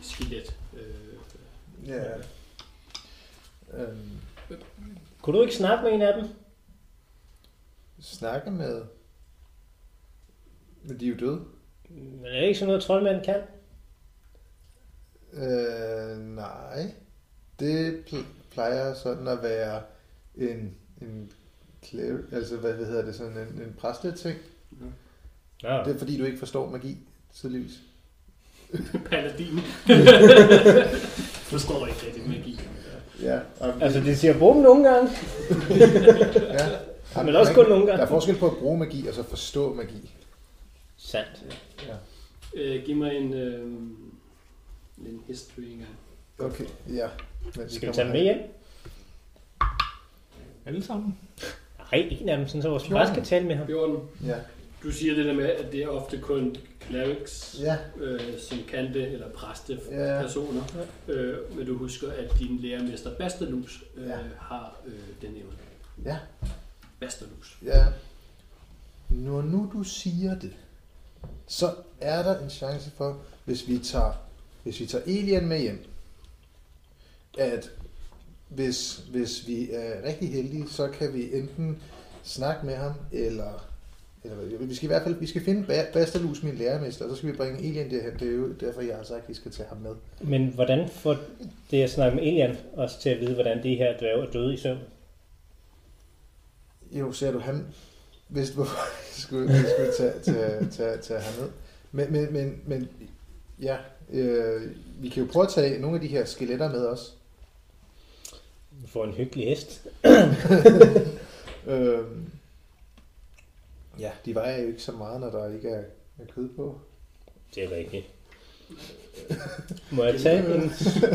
[SPEAKER 4] skelet. Øh, [laughs]
[SPEAKER 2] Ja. Øhm,
[SPEAKER 3] Kunne du ikke snakke med en af dem?
[SPEAKER 2] snakke med... Men de er jo døde.
[SPEAKER 3] Men er det ikke sådan noget, troldmanden kan?
[SPEAKER 2] Øh, nej. Det pl- plejer sådan at være en, en klæve, altså hvad hvad hedder det, sådan en, en præsteting.
[SPEAKER 3] Nå,
[SPEAKER 2] Det er fordi, du ikke forstår magi, tydeligvis.
[SPEAKER 3] [laughs]
[SPEAKER 4] paladin. Forstår ikke rigtig magi.
[SPEAKER 2] Ja, og-
[SPEAKER 3] altså det siger våben nogle gange.
[SPEAKER 2] ja.
[SPEAKER 3] Men også kun nogle gange.
[SPEAKER 2] Der er forskel på at bruge magi og så forstå magi.
[SPEAKER 3] Sandt.
[SPEAKER 2] Ja.
[SPEAKER 4] Øh, giv mig en, øh, en history engang.
[SPEAKER 2] Okay, ja. Men
[SPEAKER 3] Skal vi tage dem med hjem?
[SPEAKER 5] Alle sammen?
[SPEAKER 3] Nej, en af dem, sådan så vores far skal tale med ham.
[SPEAKER 4] 14.
[SPEAKER 2] Ja.
[SPEAKER 4] Du siger det der med, at det er ofte kun clerics,
[SPEAKER 2] Ja,
[SPEAKER 4] øh, som kan det, eller præstepersoner.
[SPEAKER 2] Ja.
[SPEAKER 4] personer. Øh, men du husker, at din lærermester Bastalus øh,
[SPEAKER 2] Ja.
[SPEAKER 4] har øh, den evne.
[SPEAKER 2] Ja.
[SPEAKER 4] Bastalus.
[SPEAKER 2] ja. Når nu du siger det, så er der en chance for, hvis vi tager, hvis vi tager Elian med hjem, at hvis, hvis vi er rigtig heldige, så kan vi enten snakke med ham, eller, eller hvad- vi skal i hvert fald vi skal finde Ba- Bastalus, min lærermester, og så skal vi bringe Elian derhen. Det er jo derfor, jeg har sagt, at vi skal tage ham med.
[SPEAKER 3] Men hvordan får det at snakke med Elian os til at vide, hvordan de her dværge er døde i søvn?
[SPEAKER 2] Jo, ser du, han vidste, hvorfor [laughs] jeg skulle, jeg skulle tage, tage, tage, tage ham ned. Men, men, men, men ja, øh, vi kan jo prøve at tage nogle af de her skeletter med os.
[SPEAKER 3] Vi får en hyggelig hest.
[SPEAKER 2] Øh, ja, de vejer jo ikke så meget, når der ikke er, er kød på.
[SPEAKER 3] Det er rigtigt. Må jeg tage en...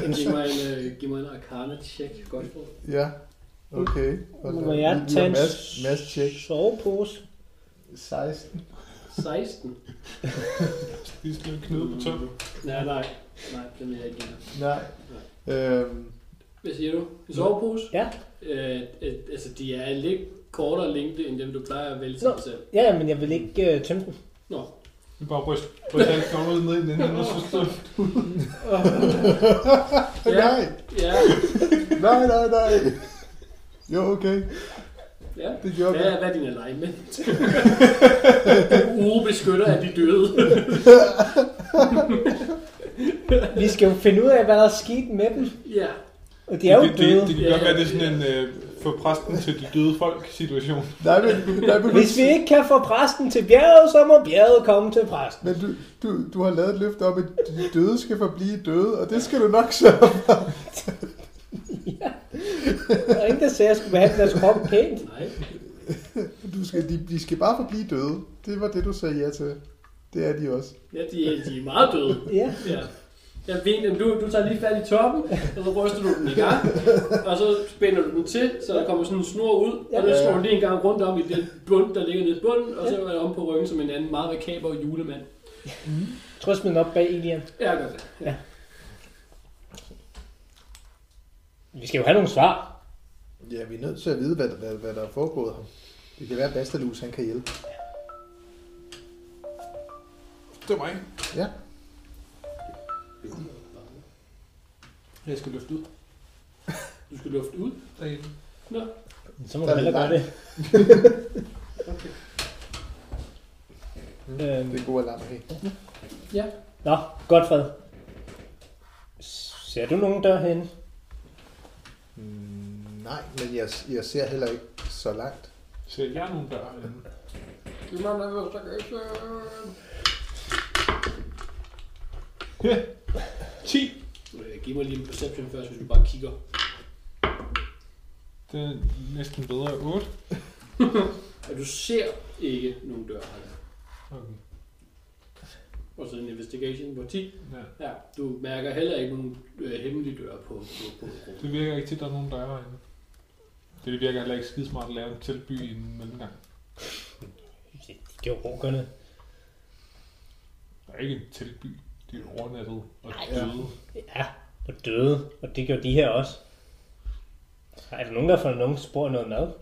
[SPEAKER 3] en
[SPEAKER 4] Giv mig en, øh, giv mig en arcana-check. Godt for.
[SPEAKER 2] Ja, okay. Og
[SPEAKER 3] Mm. må
[SPEAKER 2] der- vi-
[SPEAKER 3] jeg
[SPEAKER 2] vi
[SPEAKER 3] tage
[SPEAKER 2] har
[SPEAKER 3] en
[SPEAKER 2] Mads, Mads check.
[SPEAKER 3] sovepose?
[SPEAKER 2] 16.
[SPEAKER 4] 16.
[SPEAKER 5] Vi skal have knude på tømmen.
[SPEAKER 4] Nej, nej. Nej, den vil jeg ikke give dig.
[SPEAKER 2] Nej. Øhm,
[SPEAKER 4] Hvad siger du? En sovepose?
[SPEAKER 3] Ja.
[SPEAKER 4] Øh, øh, altså, de er en lidt kortere længde, end dem, du plejer at vælge til
[SPEAKER 3] Nå.
[SPEAKER 4] dig selv.
[SPEAKER 3] Ja, men jeg vil ikke øh, tømme den.
[SPEAKER 4] Nå,
[SPEAKER 5] Vi bare ryst, ryst alle knogler ned i den anden, og så står
[SPEAKER 4] Ja.
[SPEAKER 2] nej,
[SPEAKER 4] ja,
[SPEAKER 2] nej, nej, nej. Jo, okay.
[SPEAKER 4] ja.
[SPEAKER 2] Det gjorde vi.
[SPEAKER 4] Hvad, er- hvad er
[SPEAKER 2] [laughs]
[SPEAKER 4] din alignment? Uge beskytter af de døde.
[SPEAKER 3] Vi skal jo finde ud af, hvad der er sket med dem.
[SPEAKER 4] Ja,
[SPEAKER 3] Og de er jo
[SPEAKER 5] det, det,
[SPEAKER 3] døde.
[SPEAKER 5] det kan godt være, det er sådan en øh, få præsten til de døde folk situation.
[SPEAKER 2] Nej, men, nej, men,
[SPEAKER 3] Hvis vi ikke kan få præsten til bjerget, så må bjerget komme til præsten.
[SPEAKER 2] men du, du, du har lavet et løfte om, at de døde skal forblive døde, og det skal du nok sørge for.
[SPEAKER 3] Der er ingen, der sagde, at jeg skulle behandle deres krop pænt.
[SPEAKER 4] nej.
[SPEAKER 2] Du skal, de, de skal bare forblive døde. Det var det, du sagde ja til. Det er de også.
[SPEAKER 4] Ja, de, er- de er meget døde.
[SPEAKER 3] Ja.
[SPEAKER 4] Ja. Jeg ved, at du, du tager lige fat i toppen, og så ryster du den i gang, og så spænder du den til, så der kommer sådan en snor ud, og
[SPEAKER 3] Ja.
[SPEAKER 4] så slår du lige en gang rundt om i den bund, der ligger nede i bunden, og så er jeg om på ryggen som en anden meget makaber julemand.
[SPEAKER 3] Tror jeg, smider den op bag Elian.
[SPEAKER 4] Ja, jeg gør det. Ja.
[SPEAKER 3] Vi skal jo have nogle svar.
[SPEAKER 2] Ja, vi er nødt til at vide, hvad, hvad, hvad der er foregået her. Det kan være, at Bastalus han kan hjælpe.
[SPEAKER 5] Det var mig.
[SPEAKER 2] Ja.
[SPEAKER 5] Jeg skal løfte ud.
[SPEAKER 4] Du skal lufte ud.
[SPEAKER 5] Derinde.
[SPEAKER 4] Nå.
[SPEAKER 3] Så må
[SPEAKER 2] Der
[SPEAKER 3] du
[SPEAKER 2] er
[SPEAKER 3] hellere gøre det. Øhm,
[SPEAKER 2] Det er en god alarm, okay?
[SPEAKER 4] Ja.
[SPEAKER 3] Nå, godt fred. Ser du nogen derhen?
[SPEAKER 2] Mm, nej, men jeg, jeg ser heller ikke så langt.
[SPEAKER 5] Ser jeg nogle døre herinde?
[SPEAKER 4] Du må lade være, så gør jeg sådan.
[SPEAKER 5] Ja. 10.
[SPEAKER 4] Øh, Giv mig lige en perception først, hvis du bare kigger.
[SPEAKER 5] Det er næsten bedre. 8.
[SPEAKER 4] Og du ser ikke nogen dør her.
[SPEAKER 5] Okay.
[SPEAKER 4] Og så en investigation på 10.
[SPEAKER 5] Ja.
[SPEAKER 4] Ja, du mærker heller ikke nogen øh, hemmelige dør på, på, på rummet.
[SPEAKER 5] Det virker ikke til, at der er nogen døre herinde. Det virker heller ikke skidesmart at lave en teltby i en mellemgang.
[SPEAKER 3] Det er jo råkerne.
[SPEAKER 5] Der er ikke en teltby. Det er overnattet og døde.
[SPEAKER 3] Ja, og døde. Og det gjorde de her også. Er der nogen, der får nogen spor af noget mad?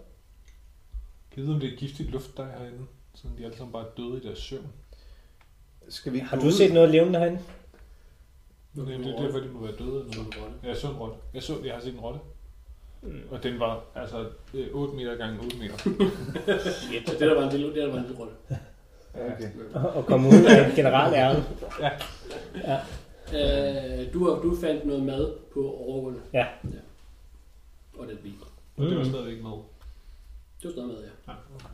[SPEAKER 5] Jeg ved, om det er giftig luft, der er herinde. Sådan de alle sammen bare er døde i deres søvn.
[SPEAKER 2] Skal vi ikke
[SPEAKER 3] Har
[SPEAKER 2] gå
[SPEAKER 3] du
[SPEAKER 2] ud?
[SPEAKER 3] set noget levende herinde?
[SPEAKER 5] Men det, det er derfor, de må være døde. Eller noget. [laughs] Ja, jeg så en rotte. Jeg, så, jeg har set en rotte. Og den var altså øh, 8 meter gange 8 meter.
[SPEAKER 4] Ja, det der var en lille, det der var en lille rolle.
[SPEAKER 2] Okay.
[SPEAKER 3] Og komme ud af en general ærne?
[SPEAKER 4] Øh, du, har- du fandt noget mad på overgulvet.
[SPEAKER 3] Ja.
[SPEAKER 4] ja. Og den bil.
[SPEAKER 5] Og det var
[SPEAKER 3] Mm.
[SPEAKER 5] stadigvæk med.
[SPEAKER 4] Det var sådan noget mad, ja.
[SPEAKER 5] Ja, okay.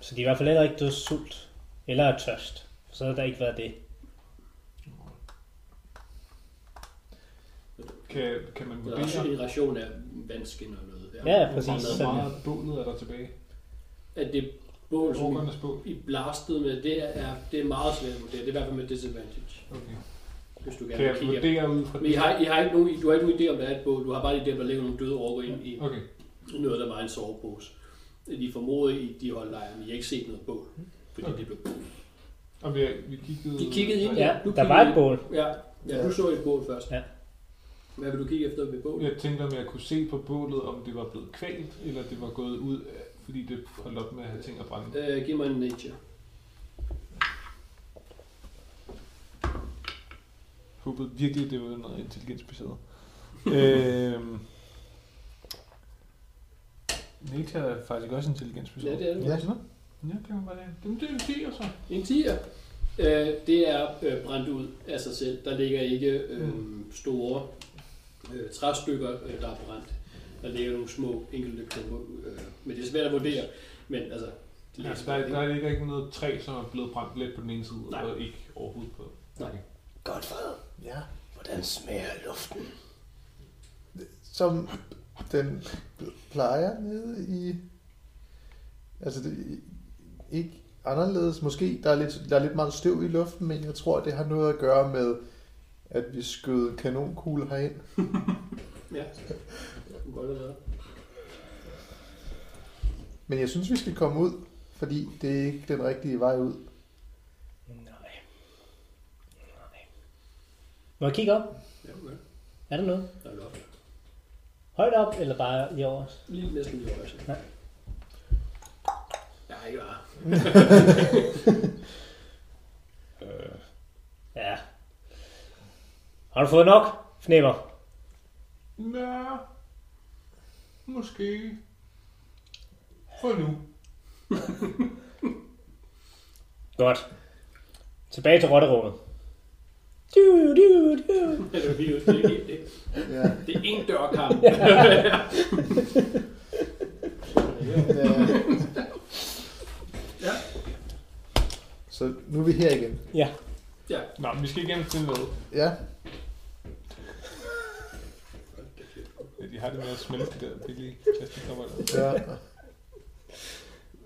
[SPEAKER 3] Så de er i hvert fald heller ikke døde af sult. Eller af tørst. For så havde der ikke været det.
[SPEAKER 5] Kan, kan man
[SPEAKER 4] Der er også
[SPEAKER 5] vurdere,
[SPEAKER 4] en ration af vandskin og noget.
[SPEAKER 3] Ja,
[SPEAKER 5] hvor
[SPEAKER 3] præcis.
[SPEAKER 5] meget, hvor
[SPEAKER 3] Sådan, ja.
[SPEAKER 5] meget bålet er der tilbage?
[SPEAKER 4] At det bål, som I,
[SPEAKER 5] Råkernes bål?
[SPEAKER 4] I blastede med, det er, det er meget svært at vurdere. Det er i hvert fald med disadvantage,
[SPEAKER 5] Okay.
[SPEAKER 4] hvis du
[SPEAKER 5] Kan
[SPEAKER 4] gerne
[SPEAKER 5] jeg
[SPEAKER 4] vil kigge efter.
[SPEAKER 5] vurdere ud fra
[SPEAKER 4] Men I har, I har ikke nogen, du har ikke nogen idé om, der er et bål. Du har bare en idé om, der ligger nogle døde orker ind i
[SPEAKER 5] Okay,
[SPEAKER 4] noget, der var en sovepose. De formodede i de holdlejre, men I har ikke set noget bål. Fordi
[SPEAKER 5] Okay.
[SPEAKER 4] det blev
[SPEAKER 5] og vi, vi kiggede...
[SPEAKER 4] I kiggede ind,
[SPEAKER 3] Ja,
[SPEAKER 4] du
[SPEAKER 3] der
[SPEAKER 4] kiggede
[SPEAKER 3] var
[SPEAKER 4] i-
[SPEAKER 3] et bål.
[SPEAKER 4] Ja, ja, du så et bål først.
[SPEAKER 3] Ja.
[SPEAKER 4] Hvad vil du kigge efter ved bålet?
[SPEAKER 5] Jeg tænkte, om jeg kunne se på bålet, om det var blevet kvalt, eller det var gået ud, af- fordi det holdt op med at have ting at brænde.
[SPEAKER 4] Øh, giv mig en nature.
[SPEAKER 5] Jeg håbede virkelig, det var noget intelligensbaseret. øhm, Nature er faktisk også intelligensbaseret.
[SPEAKER 4] Ja, det er det.
[SPEAKER 2] Ja.
[SPEAKER 5] Ja, det var bare det. Jamen, det er jo 10 så.
[SPEAKER 4] En 10'er. Øh, det er øh, brændt ud af sig selv. Der ligger ikke øh, store øh, træstykker, øh, der er brændt. Der ligger nogle små enkelte klumper. Øh, men det er svært at vurdere. Men altså, det ligger
[SPEAKER 5] Altså,
[SPEAKER 4] svært,
[SPEAKER 5] der,
[SPEAKER 4] ikke?
[SPEAKER 5] der ligger ikke noget træ, som er blevet brændt lidt på den ene side,
[SPEAKER 4] Nej.
[SPEAKER 5] og ikke overhovedet på.
[SPEAKER 4] Nej.
[SPEAKER 3] Godt fred.
[SPEAKER 2] Ja.
[SPEAKER 3] Hvordan smager luften?
[SPEAKER 2] Som den plejer nede i... Altså, det, ikke anderledes måske. Der er, lidt, der er lidt meget støv i luften, men jeg tror, det har noget at gøre med, at vi skød en kanonkugler herind.
[SPEAKER 4] Ja. Det kunne godt have været.
[SPEAKER 2] Men jeg synes, vi skal komme ud, fordi det er ikke den rigtige vej ud.
[SPEAKER 3] Nej. Nej. Må jeg kigge op?
[SPEAKER 4] Ja, okay.
[SPEAKER 3] Er der noget?
[SPEAKER 4] Der er loft.
[SPEAKER 3] Højt op, eller bare lige over? os?
[SPEAKER 4] Lige næsten lige over sig.
[SPEAKER 3] Nej.
[SPEAKER 4] Ja, ikke bare.
[SPEAKER 3] Ja. Har du fået nok, Fnipper?
[SPEAKER 5] Ja. Måske. For nu.
[SPEAKER 3] Godt. Tilbage til rotterummet. Du, du, du.
[SPEAKER 4] Det er jo helt det.
[SPEAKER 2] Ja,
[SPEAKER 4] Det er en dørkamp.
[SPEAKER 2] ja.
[SPEAKER 4] Ja.
[SPEAKER 2] Så nu er vi her igen.
[SPEAKER 3] Ja,
[SPEAKER 4] ja.
[SPEAKER 5] Nå, men vi skal igennem finde noget.
[SPEAKER 2] Ja,
[SPEAKER 5] De har det med at smelte de der billige plastikkopper. der.
[SPEAKER 2] ja.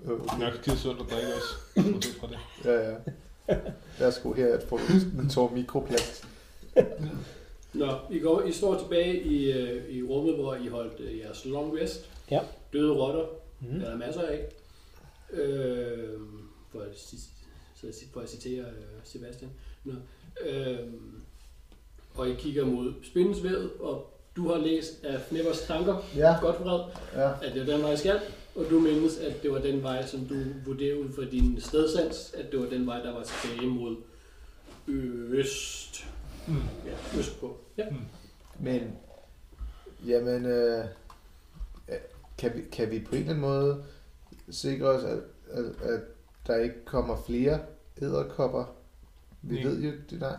[SPEAKER 2] Jo,
[SPEAKER 5] Det er nok skide sundt at drikke også. bortset fra det.
[SPEAKER 2] Ja, ja. Værsgo her at få en tår mikroplast.
[SPEAKER 4] Nå, I, går, I står tilbage i, øh, i rummet, hvor I holdt øh, jeres long rest.
[SPEAKER 3] Ja.
[SPEAKER 4] Døde rotter. Mm.
[SPEAKER 3] mm.
[SPEAKER 4] Der er masser af. Øh, for, at, ci- så at ci- for at citere øh, Sebastian. Nå. Øh, og I kigger mod spindesvævet, og du har læst af Fnippers tanker,
[SPEAKER 2] Ja,
[SPEAKER 4] godt vred,
[SPEAKER 2] ja,
[SPEAKER 4] at det var den vej, jeg skal. Og du mindes, at det var den vej, som du vurderer ud fra din stedsans, at det var den vej, der var tilbage mod øst.
[SPEAKER 5] Mm.
[SPEAKER 4] Ja, østpå. Ja.
[SPEAKER 2] men... Jamen, øh, kan, vi, kan vi på en eller anden måde sikre os, at, at, at der ikke kommer flere æderkopper? Vi
[SPEAKER 5] Nej.
[SPEAKER 2] ved jo det, nej.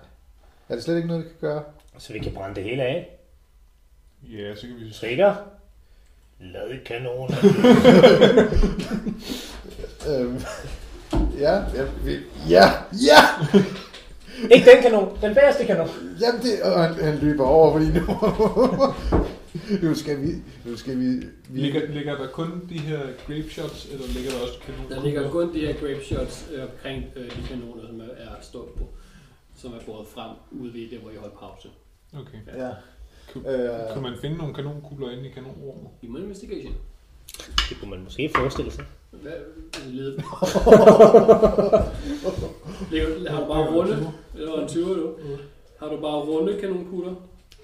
[SPEAKER 2] Er det slet ikke noget, vi kan gøre?
[SPEAKER 3] så vi kan brænde det hele af.
[SPEAKER 5] Ja, så kan vi...
[SPEAKER 3] Trigger. Lad kanoner.
[SPEAKER 2] Øhm, [laughs] ja, ja, vi- ja, ja!
[SPEAKER 3] [laughs] Ikke den kanon, den bagerste kanon.
[SPEAKER 2] Jamen det, og han, han løber over, fordi nu, [laughs] nu skal vi, nu skal vi, vi
[SPEAKER 5] Ligger, ligger der kun de her grape shots, eller ligger der også kanoner?
[SPEAKER 4] Der ligger kun de her grape shots øh, omkring øh, de kanoner, som er, er stået på, som er båret frem ude ved det, hvor I holdt pause.
[SPEAKER 5] Okay.
[SPEAKER 2] ja,
[SPEAKER 5] Kunne,
[SPEAKER 2] Øh.
[SPEAKER 5] kunne man finde nogle kanonkugler inde i kanonrummet?
[SPEAKER 4] I må investigation.
[SPEAKER 3] Det kunne man måske forestille sig.
[SPEAKER 4] Hvad øh, leder du? Ligger- Har du bare runde? Eller en 20 du? Har du bare runde kanonkugler?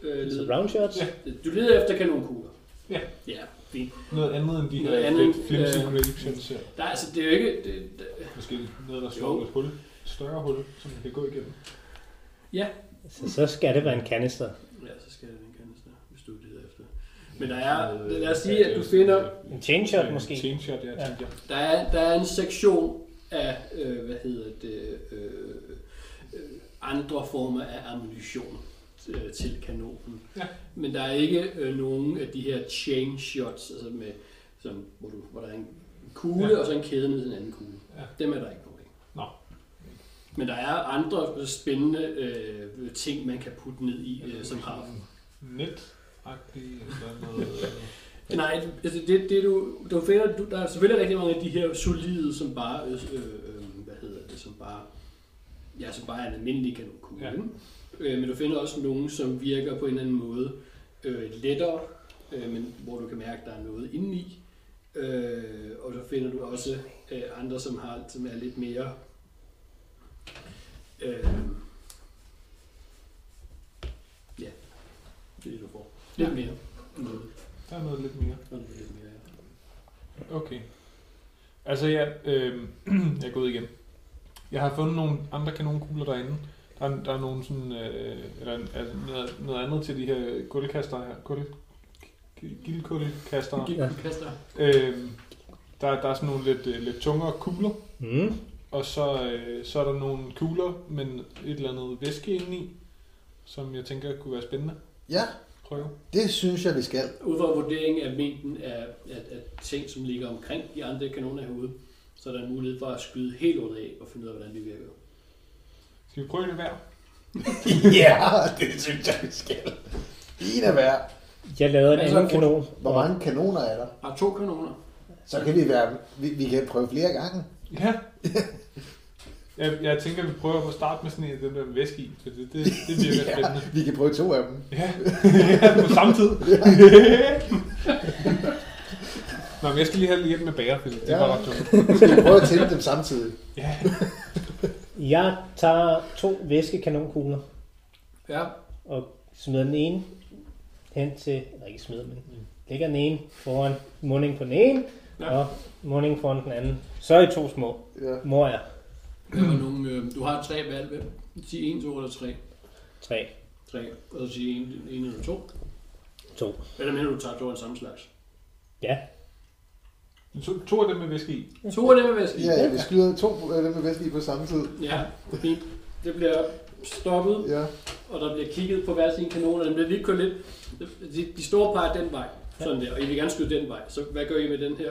[SPEAKER 4] Øh,
[SPEAKER 3] Så
[SPEAKER 4] leder-
[SPEAKER 3] round shots.
[SPEAKER 5] Ja.
[SPEAKER 4] du leder efter kanonkugler?
[SPEAKER 5] Ja.
[SPEAKER 4] Ja, fint.
[SPEAKER 5] Noget andet end de her
[SPEAKER 4] Noget andet,
[SPEAKER 5] lidt flimsy
[SPEAKER 4] øh,
[SPEAKER 5] grape shots her.
[SPEAKER 4] Der, er altså, det er jo ikke... Det, det,
[SPEAKER 5] Måske noget, der
[SPEAKER 4] Jo.
[SPEAKER 5] slår et hul. Større hul, som man kan gå igennem.
[SPEAKER 4] ja.
[SPEAKER 3] Så, så skal det være en kanister.
[SPEAKER 4] Ja, så skal det den kendes der, hvis du leder efter. Men der er, lad
[SPEAKER 5] øh,
[SPEAKER 4] os sige, at du finder,
[SPEAKER 3] En chain shot måske.
[SPEAKER 5] Chain shot, ja, tænkte jeg.
[SPEAKER 4] Der er, der er en sektion af, øh, hvad hedder det, øh, øh, andre former af ammunition øh, til kanonen.
[SPEAKER 5] Ja.
[SPEAKER 4] Men der er ikke øh, nogen af de her chain shots, altså med, som, hvor, du, hvor der er en kugle
[SPEAKER 5] Ja.
[SPEAKER 4] ja. og så en kæde ned til en anden kugle.
[SPEAKER 5] Ja.
[SPEAKER 4] Dem er der ikke nogen af.
[SPEAKER 5] Nå.
[SPEAKER 4] Men der er andre spændende øh, ting, man kan putte ned i, øh, som har
[SPEAKER 5] Net-agtig, eller noget...
[SPEAKER 4] Nej, altså det, det du, du finder, du, der er selvfølgelig rigtig mange af de her solide, som bare, øh, øh, hvad hedder det, som bare, ja, som bare er en almindelig kanonkugle.
[SPEAKER 5] Ja.
[SPEAKER 4] Ja. Øh, men du finder også nogle, som virker på en eller anden måde øh, lettere, øh, men hvor du kan mærke, at der er noget indeni. Øh, og så finder du også øh, andre, som, har, som er lidt mere... Øh, ja, det er det, du får. Lidt mere. Noget.
[SPEAKER 5] Der er noget lidt mere.
[SPEAKER 4] Sådan lidt mere, ja.
[SPEAKER 5] Okay. Altså, ja, øh, [clears throat] jeg er gået igen. Jeg har fundet nogle andre kanonkugler derinde. Der er, der er nogle sådan, øh, eller altså noget, noget andet til de her gulvkaster her. Guld, gildkullekaster.
[SPEAKER 4] Gik
[SPEAKER 3] Ja.
[SPEAKER 4] du kaster?
[SPEAKER 5] Øh, der, der er sådan nogle lidt, øh, lidt tungere kugler.
[SPEAKER 3] Mm.
[SPEAKER 5] Og så, øh, så er der nogle kugler, men et eller andet væske indeni, som jeg tænker kunne være spændende
[SPEAKER 2] ja,
[SPEAKER 5] at prøve.
[SPEAKER 2] det synes jeg, vi skal.
[SPEAKER 4] Ud fra vurderingen af mængden af, af, af ting, som ligger omkring de andre kanoner herude, så er der en mulighed for at skyde helt under af og finde ud af, hvordan de virker.
[SPEAKER 5] Skal vi prøve det hver?
[SPEAKER 2] Ja, det synes jeg, vi skal. En af hver.
[SPEAKER 3] Jeg lavede en
[SPEAKER 4] Men så
[SPEAKER 3] anden
[SPEAKER 4] er
[SPEAKER 3] kanon.
[SPEAKER 2] Hvor mange kanoner er der?
[SPEAKER 4] Har to kanoner?
[SPEAKER 2] Så kan vi være, vi, vi kan prøve flere gange. [laughs]
[SPEAKER 5] Ja. Jeg, jeg tænker, vi prøver at starte med sådan en af dem der med væske i, for det, det,
[SPEAKER 2] [laughs]
[SPEAKER 5] det virker
[SPEAKER 2] Ja.
[SPEAKER 5] spændende.
[SPEAKER 2] Vi kan prøve to af dem.
[SPEAKER 5] Ja, [laughs] ja på samme tid. [laughs] Nå, men jeg skal lige have hjælp med bager, fordi det
[SPEAKER 2] Ja.
[SPEAKER 5] var ret tungt.
[SPEAKER 2] Vi skal prøve at tænde dem samtidig.
[SPEAKER 5] Ja.
[SPEAKER 3] Jeg tager to væskekanonkugler
[SPEAKER 4] Ja.
[SPEAKER 3] og smider den ene hen til, eller ikke smider, men lægger den ene foran mundingen på den ene,
[SPEAKER 4] Ja.
[SPEAKER 3] ja. og mundingen foran den anden. Så er I to små.
[SPEAKER 2] Ja.
[SPEAKER 3] Mor er
[SPEAKER 4] Der var nogle, øh, du har tre valg. Hvem? Sig en, to eller tre.
[SPEAKER 3] tre,
[SPEAKER 4] Tre. Og så sig en, en eller to.
[SPEAKER 3] to.
[SPEAKER 4] Eller mener du, tager to af den samme slags?
[SPEAKER 3] Ja,
[SPEAKER 5] To, to af dem med væske i.
[SPEAKER 4] To af dem er væske.
[SPEAKER 2] Ja, ja, vi skyder to af dem med vest i på samme tid.
[SPEAKER 4] ja, fint. Det bliver stoppet,
[SPEAKER 2] Ja.
[SPEAKER 4] og der bliver kigget på hver sin kanon, og den bliver lige kørt lidt. De, de store peger den vej, sådan der, og I vil gerne skyde den vej. Så hvad gør I med den her?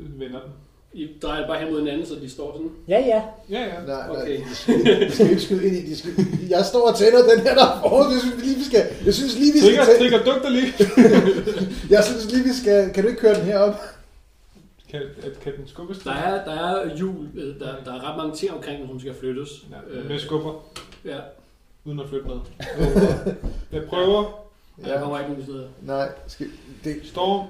[SPEAKER 5] øh, Vender den.
[SPEAKER 4] I drejer bare hen mod hinanden, så de står sådan.
[SPEAKER 3] Ja, ja.
[SPEAKER 5] Ja, ja.
[SPEAKER 2] Nej, nej,
[SPEAKER 4] Okay.
[SPEAKER 2] de skal, de skal ikke skyde ind i, de skal, jeg står og tænder den her der forhånd, jeg synes lige, vi skal, jeg synes lige, vi skal,
[SPEAKER 5] Trigger,
[SPEAKER 2] tænde-
[SPEAKER 5] trigger, duk dig lige.
[SPEAKER 2] jeg synes lige, vi skal, kan du ikke køre den herop?
[SPEAKER 5] Kan, at- kan den skubbes?
[SPEAKER 4] Der er, der er hjul, øh, der, der er ret mange ting omkring, den, som skal flyttes.
[SPEAKER 5] Ja, men jeg skubber,
[SPEAKER 4] ja,
[SPEAKER 5] uden at
[SPEAKER 2] [laughs]
[SPEAKER 5] flytte noget. Jeg prøver.
[SPEAKER 4] ja. Der kommer ikke nogen steder.
[SPEAKER 2] Nej, skal, det,
[SPEAKER 5] Storm.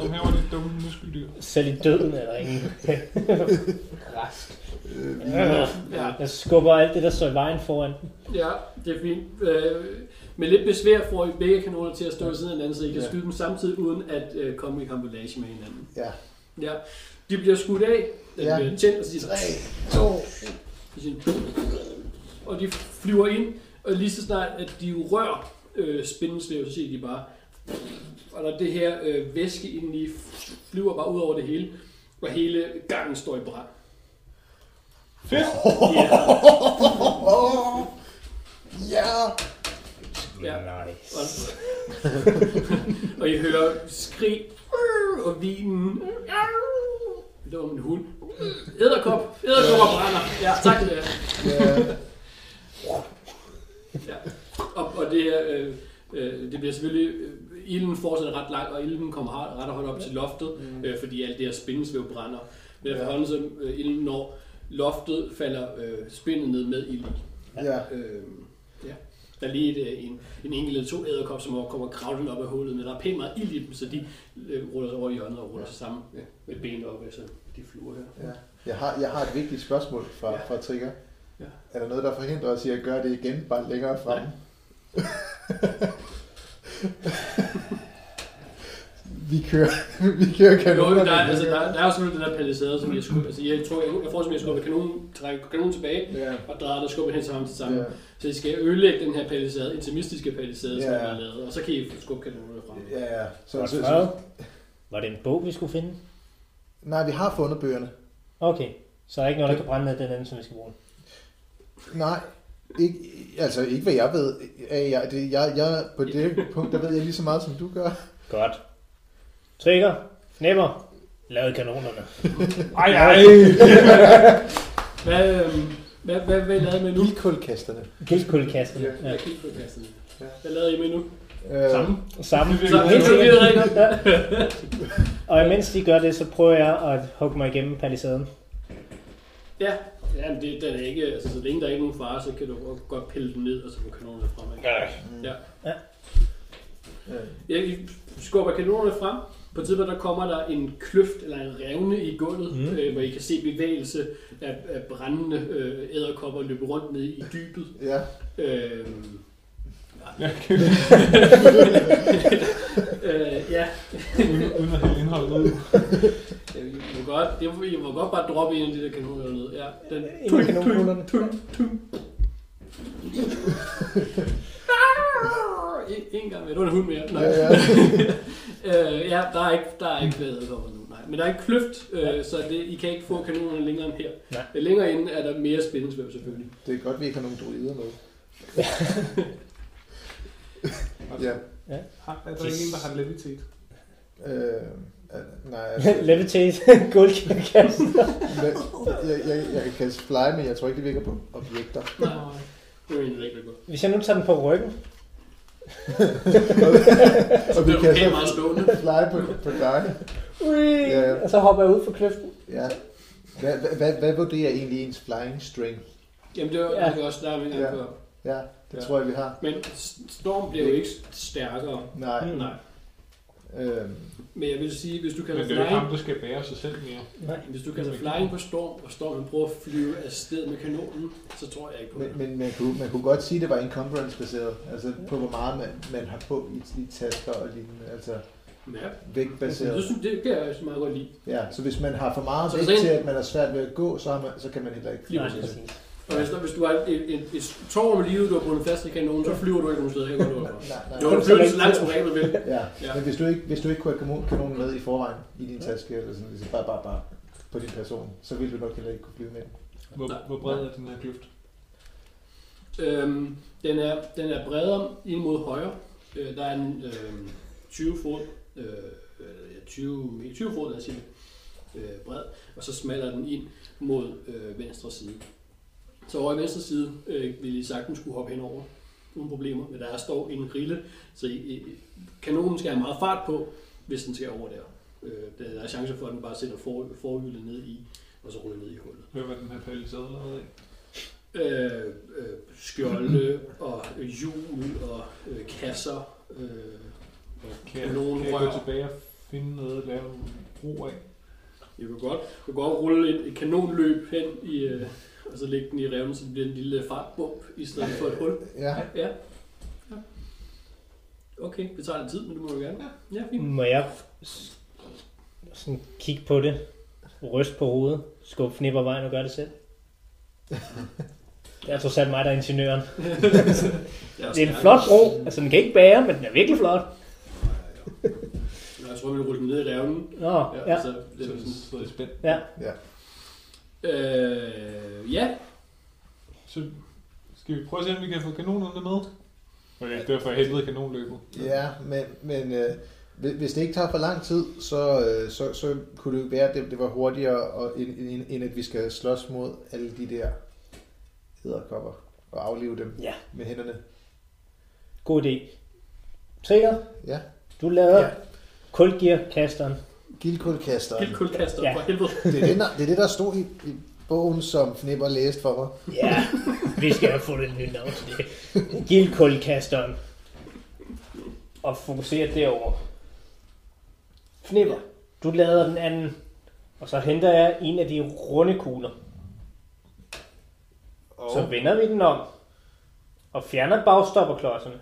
[SPEAKER 5] Kom her var det dumme muskeldyr.
[SPEAKER 3] Selv i døden er der ingen. Rask.
[SPEAKER 2] øh, vi,
[SPEAKER 4] Ja.
[SPEAKER 3] [laughs] Jeg skubber alt det, der står i vejen foran.
[SPEAKER 4] Ja, det er fint. Øh, med lidt besvær får I begge kanoner til at stå ved siden af hinanden, så I kan
[SPEAKER 2] Ja.
[SPEAKER 4] skyde dem samtidig uden at øh, komme i kampolage med hinanden.
[SPEAKER 2] ja.
[SPEAKER 4] Ja. De bliver skudt af, den ja.
[SPEAKER 2] Ja.
[SPEAKER 4] bliver tændt, og så siger,
[SPEAKER 2] Tre, to,
[SPEAKER 4] de siger, og de flyver ind, og lige så snart, at de rører øh, spindensvæv, så siger de bare, og der er det her øh, væske indeni, flyver bare ud over det hele, og hele gangen står i brand.
[SPEAKER 5] Fedt.
[SPEAKER 4] Ja.
[SPEAKER 2] åh, ja,
[SPEAKER 4] Ja.
[SPEAKER 3] Nice.
[SPEAKER 4] Og, [laughs] og I hører skrig og vinen. Det var min hund. Æderkop. Æderkopper brænder. Ja, tak til jer.
[SPEAKER 2] ja,
[SPEAKER 4] Ja. Og, og det her, øh, øh, det bliver selvfølgelig, øh, ilden fortsætter ret langt, og ilden kommer har- ret højt op til loftet, øh, fordi alt det her spindesvæv brænder. Men
[SPEAKER 2] Mm. Ja.
[SPEAKER 4] efterhånden, som øh, ilden når loftet, falder øh, spindet ned med ild i.
[SPEAKER 2] ja,
[SPEAKER 4] Øh, ja. Der er lige et, øh, en, en enkelt eller to æderkop, som over- kommer kravlende op af hullet, men der er pænt meget ild i dem, så de øh, ruller sig over i hjørnet og ruller
[SPEAKER 2] Ja.
[SPEAKER 4] sig sammen
[SPEAKER 2] Ja.
[SPEAKER 4] med benene op, altså de fluer her.
[SPEAKER 2] ja. Jeg har, jeg har et vigtigt spørgsmål fra,
[SPEAKER 4] Ja.
[SPEAKER 2] fra Trigger.
[SPEAKER 4] Ja.
[SPEAKER 2] Er der noget, der forhindrer os i at gøre det igen, bare længere frem? [laughs] vi kører, vi kører
[SPEAKER 4] Jo,
[SPEAKER 2] kanonerne.
[SPEAKER 4] der, er, altså, der, er- der er jo selvfølgelig den der palisade, som jeg skubber. Altså, jeg tror, jeg, jeg får simpelthen skubbet kanonen, trækker kanonen tilbage,
[SPEAKER 2] Ja,
[SPEAKER 4] og drejer der skubber hen sammen til sammen.
[SPEAKER 2] ja.
[SPEAKER 4] Ja. Så I skal ødelægge den her palisade, intimistiske palisade, som
[SPEAKER 2] Ja.
[SPEAKER 4] jeg har lavet, og så kan I skubbe kanonerne frem.
[SPEAKER 2] Ja, ja. Så,
[SPEAKER 3] Godt
[SPEAKER 2] så,
[SPEAKER 3] prøvet.
[SPEAKER 2] så,
[SPEAKER 3] Var det en bog, vi skulle finde?
[SPEAKER 2] nej, vi har fundet bøgerne.
[SPEAKER 3] Okay. Så er der ikke noget, der kan brænde ned den anden, som vi skal bruge.
[SPEAKER 2] Nej, ikke, altså ikke hvad jeg ved. Jeg, jeg, det, jeg, jeg, på det
[SPEAKER 4] [laughs]
[SPEAKER 2] punkt, der ved jeg lige så meget, som du gør.
[SPEAKER 3] Godt. Trigger. Knæpper. Lavet kanonerne.
[SPEAKER 5] Ej, ej.
[SPEAKER 4] Hvad, øhm, hvad, hvad, hvad lavede I med nu?
[SPEAKER 2] Ildkuldkasterne.
[SPEAKER 3] Gildkuldkasterne.
[SPEAKER 2] Ja.
[SPEAKER 3] Ja.
[SPEAKER 4] Jeg kigger på kassen.
[SPEAKER 2] Ja.
[SPEAKER 4] Hvad lavede I med nu?
[SPEAKER 2] Øh,
[SPEAKER 5] Samme.
[SPEAKER 3] Samme.
[SPEAKER 5] Det er
[SPEAKER 4] Så,
[SPEAKER 5] virkelig-
[SPEAKER 4] helt sikkert, ikke?
[SPEAKER 3] [laughs] Og imens de gør det, så prøver jeg at hugge mig igennem palisaden.
[SPEAKER 4] Ja, ja men det, den er ikke, altså, så længe der er ikke nogen fare, så kan du godt- godt pille den ned, og så kan kanonerne frem.
[SPEAKER 3] [laughs]
[SPEAKER 4] Ikke?
[SPEAKER 2] øh,
[SPEAKER 4] Ja, I skubber kanonerne frem. På et tidspunkt der kommer der en kløft eller en revne i gulvet,
[SPEAKER 3] Mm.
[SPEAKER 4] mm. øh, hvor I kan se bevægelse af, af brændende øh, æderkopper løbe rundt ned i dybet.
[SPEAKER 2] ja.
[SPEAKER 4] Øh,
[SPEAKER 2] [laughs]
[SPEAKER 4] øh, ja,
[SPEAKER 5] Uden- Uden at hælde indholdet ud.
[SPEAKER 4] øh, I må godt, det, I må godt bare droppe en af de der kanoner ned. Ja, den,
[SPEAKER 3] En af kanonerne.
[SPEAKER 4] en, Ah! en gang mere. Det var en hund mere. Nej.
[SPEAKER 2] Ja,
[SPEAKER 4] [laughs]
[SPEAKER 2] ja.
[SPEAKER 4] øh, ja, der er ikke, der er ikke været over nu, nej. Men der er ikke kløft, øh, så det, I kan ikke få kanonerne længere end her.
[SPEAKER 3] Nej.
[SPEAKER 4] Øh, Længere inde er der mere spændingsvæv selvfølgelig.
[SPEAKER 2] Det er godt, vi ikke har nogen druider med. ja.
[SPEAKER 5] Har- Er der ikke en, der har levitet?
[SPEAKER 2] Øh, øh, nej, altså,
[SPEAKER 3] [laughs] Levitate. Guldkast.
[SPEAKER 2] jeg, jeg, jeg, jeg kan kaste fly, men jeg tror ikke, det virker på objekter.
[SPEAKER 4] Nej. Det er jo egentlig rigtig godt.
[SPEAKER 3] Hvis jeg nu tager den på ryggen.
[SPEAKER 2] Og vi
[SPEAKER 4] Det er okay
[SPEAKER 2] kaster
[SPEAKER 4] meget stående.
[SPEAKER 2] fly på, på dig.
[SPEAKER 3] Ui,
[SPEAKER 2] Ja, ja.
[SPEAKER 3] Og så hopper jeg ud for kløften.
[SPEAKER 2] Ja. Hvad, hvad, hvad, hvad vurderer egentlig ens flying strength?
[SPEAKER 4] Jamen det var
[SPEAKER 3] Ja.
[SPEAKER 4] ja. det også der, vi
[SPEAKER 2] Ja.
[SPEAKER 4] ja. før.
[SPEAKER 2] Ja, det
[SPEAKER 5] Ja.
[SPEAKER 2] tror jeg, vi har.
[SPEAKER 4] Men s- Storm bliver jo ikke stærkere.
[SPEAKER 2] Nej.
[SPEAKER 3] Mm.
[SPEAKER 4] Nej.
[SPEAKER 2] Øhm,
[SPEAKER 4] Men jeg vil sige, hvis du
[SPEAKER 5] Men
[SPEAKER 4] kan
[SPEAKER 5] det er jo ikke
[SPEAKER 4] flying,
[SPEAKER 5] ham, der skal bære sig selv mere.
[SPEAKER 3] Nej.
[SPEAKER 4] hvis du kan flying på Storm, og Storm prøver at flyve afsted med kanonen, så tror jeg ikke på
[SPEAKER 2] men
[SPEAKER 4] det.
[SPEAKER 2] men man, kunne, man kunne godt sige, at det var encumbrance-baseret. Altså på, hvor meget man, man har på i, i tasker og lignende. Altså
[SPEAKER 4] Ja.
[SPEAKER 2] vægtbaseret.
[SPEAKER 4] Det, synes, det kan jeg også meget godt lide.
[SPEAKER 2] Ja, så hvis man har for meget
[SPEAKER 4] Så
[SPEAKER 2] vægt
[SPEAKER 4] hvis en-
[SPEAKER 2] til, at man er svært ved at gå, så, har man, så kan man heller ikke
[SPEAKER 4] Lige
[SPEAKER 3] Nej,
[SPEAKER 4] præcis.
[SPEAKER 3] præcis.
[SPEAKER 4] Og hvis, hvis du har et, et, et, et tår med livet, du har bundet fast i kanonen, så flyver du ikke nogen steder. Jeg går du over.
[SPEAKER 2] Nej, nej.
[SPEAKER 4] Jo, du flyver lige så langt som ræbet vil.
[SPEAKER 2] Ja.
[SPEAKER 4] Ja.
[SPEAKER 2] men hvis du ikke, hvis du ikke kunne have kanon- kanonen med i forvejen i din taske, eller sådan, så bare, bare, bare på din person, så ville du nok heller ikke kunne flyve med.
[SPEAKER 5] Hvor, hvor bred er den her kløft?
[SPEAKER 4] Øhm, den, er, den er bredere ind mod højre. Øh, der er en øh, 20 fod, øh, eller ja, 20, me- 20 fod, lad os sige, det, øh, bred, og så smalder den ind mod øh, venstre side. Så over i venstre side øh, ville I sagtens kunne hoppe henover, uden problemer, men der er står en grille, så I, I, kanonen skal have meget fart på, hvis den skal over der. Øh, der er chance for, at den bare sætter for, forhjulet ned i, og så ryger ned i hullet
[SPEAKER 5] Hvad var den her palisade lavet af?
[SPEAKER 4] øh, øh, skjolde og hjul og øh, kasser. Øh,
[SPEAKER 5] Kan jeg,
[SPEAKER 4] Nogen
[SPEAKER 5] kan jeg gå
[SPEAKER 4] rør.
[SPEAKER 5] tilbage og finde noget at lave en bro af?
[SPEAKER 4] jeg kan godt, jeg kan godt rulle et, et kanonløb hen i, øh, og så lægge den i revnen, så det bliver en lille fartbump i stedet for et hul.
[SPEAKER 2] Ja,
[SPEAKER 4] Ja. ja. Okay, det tager lidt tid, men det må du gerne. Ja, ja
[SPEAKER 3] [laughs]
[SPEAKER 4] fint.
[SPEAKER 3] Må jeg s- sådan kigge på det, ryste på hovedet, skubbe fnipper vejen og gøre det selv? Det er trods alt mig, der er ingeniøren.
[SPEAKER 4] Altså, Jeg
[SPEAKER 3] Det er en flot bro. Altså, den kan ikke bære, men den er virkelig flot.
[SPEAKER 4] Jeg tror, vi vil rulle den ned i revnen.
[SPEAKER 3] Nå, ja.
[SPEAKER 4] Så, det
[SPEAKER 5] Så
[SPEAKER 4] er sådan.
[SPEAKER 5] sidder jeg spændt.
[SPEAKER 3] ja.
[SPEAKER 4] Øh, ja,
[SPEAKER 5] Så skal vi prøve at se, om vi kan få kanonerne med? Okay, det var for helvede kanonløbet.
[SPEAKER 2] ja men, men øh, hvis- hvis det ikke tager for lang tid, så, øh, så, så kunne det jo være, at det, det var hurtigere, og, end, end, end at vi skal slås mod alle de der æderkopper og aflive dem
[SPEAKER 3] Ja.
[SPEAKER 2] med hænderne.
[SPEAKER 3] God idé. Trigger,
[SPEAKER 2] Ja,
[SPEAKER 3] du lader
[SPEAKER 2] Ja.
[SPEAKER 3] ja. kulgearkasteren.
[SPEAKER 2] gildkulkaster.
[SPEAKER 4] helt kulkaster
[SPEAKER 3] Ja.
[SPEAKER 4] for helvede.
[SPEAKER 2] Det er det, der, det, er det, der stod i, i bogen, som Fnipper læste for mig.
[SPEAKER 3] Ja, [laughs] vi skal have fundet et nyt navn til det. Gildkulkasteren. Og fokusere derover. Fnipper, du lader den anden. Og så henter jeg en af de runde kugler.
[SPEAKER 2] Og
[SPEAKER 3] Så vender vi den om. Og fjerner bagstopperklodserne.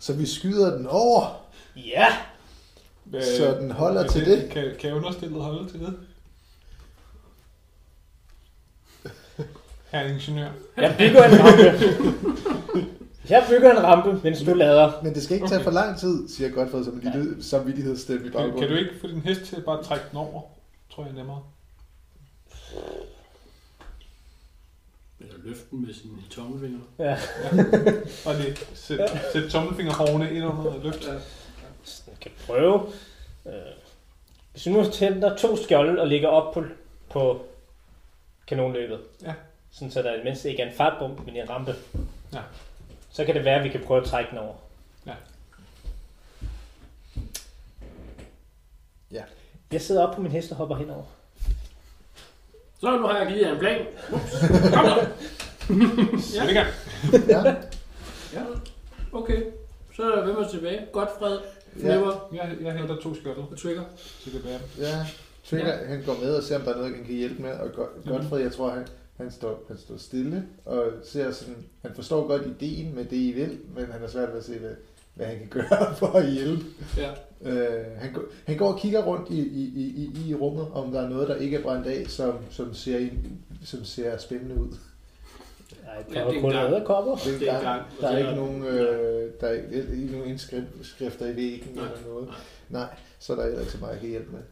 [SPEAKER 2] Så vi skyder den over,
[SPEAKER 3] Ja!
[SPEAKER 5] Hvad,
[SPEAKER 2] så den holder
[SPEAKER 5] kan
[SPEAKER 2] til det.
[SPEAKER 5] Kan, kan understillet holde til
[SPEAKER 2] [laughs]
[SPEAKER 5] det? Herre ingeniør.
[SPEAKER 3] Jeg bygger en rampe. Jeg bygger en rampe, mens du lader.
[SPEAKER 2] Men det skal ikke tage for lang tid, siger Godfred som en
[SPEAKER 3] Ja.
[SPEAKER 2] lille samvittighedsstemme i
[SPEAKER 5] Kan,
[SPEAKER 2] baggrunden.
[SPEAKER 5] kan, du ikke få din hest til at bare trække den over? Tror jeg er nemmere.
[SPEAKER 4] Eller løften med sine tommelfinger.
[SPEAKER 3] Ja.
[SPEAKER 2] [laughs]
[SPEAKER 5] Bare lige sæt, sæt tommelfingerhovene ind under og løft.
[SPEAKER 3] Så Jeg kan prøve. Øh, Hvis vi nu tænder to skjolde og ligger op på, på kanonløbet,
[SPEAKER 5] Ja.
[SPEAKER 3] sådan så der mindst ikke er en fartbump, men en rampe,
[SPEAKER 5] Ja.
[SPEAKER 3] så kan det være, at vi kan prøve at trække den over.
[SPEAKER 5] Ja.
[SPEAKER 2] Ja.
[SPEAKER 3] Jeg sidder op på min hest og hopper henover.
[SPEAKER 4] Så nu har jeg givet jer en plan. Ups, kom så.
[SPEAKER 5] Sæt i gang.
[SPEAKER 2] Ja,
[SPEAKER 4] Ja, okay. Så er der hvem er tilbage? Godfred,
[SPEAKER 2] ja,
[SPEAKER 4] Flipper
[SPEAKER 5] Jeg, jeg henter to skjolder,
[SPEAKER 4] og Trigger.
[SPEAKER 5] så kan jeg bære dem.
[SPEAKER 2] ja. Trigger, ja. Mhm. han går med og ser, om der er noget, han kan hjælpe med. Og Go- Godfred, jeg tror, han, han, står, han står stille og ser sådan... Han forstår godt ideen med det, I vil, men han har svært ved at se, hvad, hvad han kan gøre [laughs] for at hjælpe.
[SPEAKER 4] Ja.
[SPEAKER 2] Øh, han, går- han går og kigger rundt i, i, i, i- i rummet, om der er noget, der ikke er brændt af, som, som, ser, ind- som ser spændende ud.
[SPEAKER 3] Nej, jeg
[SPEAKER 4] Ja, det er
[SPEAKER 3] prøver
[SPEAKER 4] en
[SPEAKER 3] kun
[SPEAKER 4] gang.
[SPEAKER 3] at kopper.
[SPEAKER 2] Det er
[SPEAKER 4] Det er
[SPEAKER 2] en gang.
[SPEAKER 4] gang.
[SPEAKER 2] Der er
[SPEAKER 4] Og
[SPEAKER 2] ikke
[SPEAKER 4] så-
[SPEAKER 2] nogen, øh, der er ikke, ikke nogen indskrifter i væggen
[SPEAKER 4] Nej.
[SPEAKER 2] eller noget. Nej, så er der heller ikke så meget, jeg kan hjælpe med. [laughs]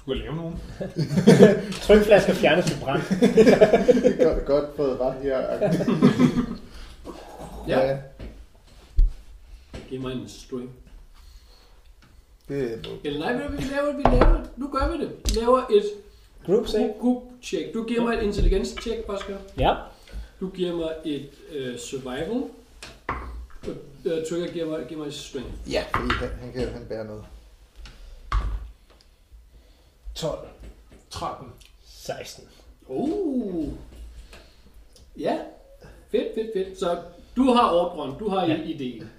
[SPEAKER 5] Du kan lave nogen.
[SPEAKER 3] [laughs] Trykflasker fjernes ved brand.
[SPEAKER 2] Det er godt, godt fået ret her. [laughs]
[SPEAKER 4] Ja.
[SPEAKER 2] ja.
[SPEAKER 4] Giv mig en string.
[SPEAKER 2] Det er nu.
[SPEAKER 4] Eller nej, ved du hvad vi laver? Vi laver, nu gør vi det. Vi laver et
[SPEAKER 3] Group save.
[SPEAKER 4] group-check. Du giver mig et intelligens-check, Oscar.
[SPEAKER 3] Ja.
[SPEAKER 4] Du giver mig et øh, survival. Og øh, Trigger giver mig, giver mig et strength.
[SPEAKER 2] Ja, fordi han, han, kan, han bærer noget. 12.
[SPEAKER 5] 13.
[SPEAKER 3] 16.
[SPEAKER 4] Uh. Ja. Fedt, fedt, fedt. Så du har ordren, du har ja.
[SPEAKER 3] Ja.
[SPEAKER 4] ideen.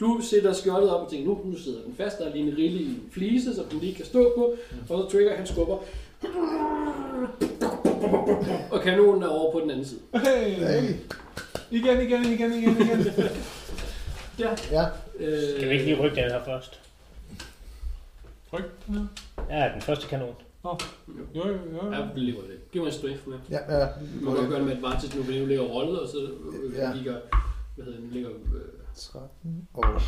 [SPEAKER 4] Du sætter skjoldet op og tænker, nu, nu sidder den fast, der er lige en rille i en flise, så den lige kan stå på,
[SPEAKER 3] Mm.
[SPEAKER 4] og så trigger han skubber. Og kanonen er over på den anden side.
[SPEAKER 5] Hey.
[SPEAKER 2] Hey.
[SPEAKER 5] Igen, igen, igen, igen, igen.
[SPEAKER 4] Ja.
[SPEAKER 2] Ja,
[SPEAKER 4] Øh,
[SPEAKER 3] Skal vi ikke lige rykke den her først?
[SPEAKER 5] Tryk den her.
[SPEAKER 3] Ja, den første kanon.
[SPEAKER 5] Jo, jo, jo.
[SPEAKER 4] Ja,
[SPEAKER 5] jo.
[SPEAKER 4] vi lever det. Giv mig en strength med.
[SPEAKER 2] ja, ja.
[SPEAKER 4] Du kan godt gøre det med advantage nu, fordi nu ligger rollet, og så øh,
[SPEAKER 2] Ja.
[SPEAKER 4] ligger, hvad hedder den, ligger øh,
[SPEAKER 2] 13 og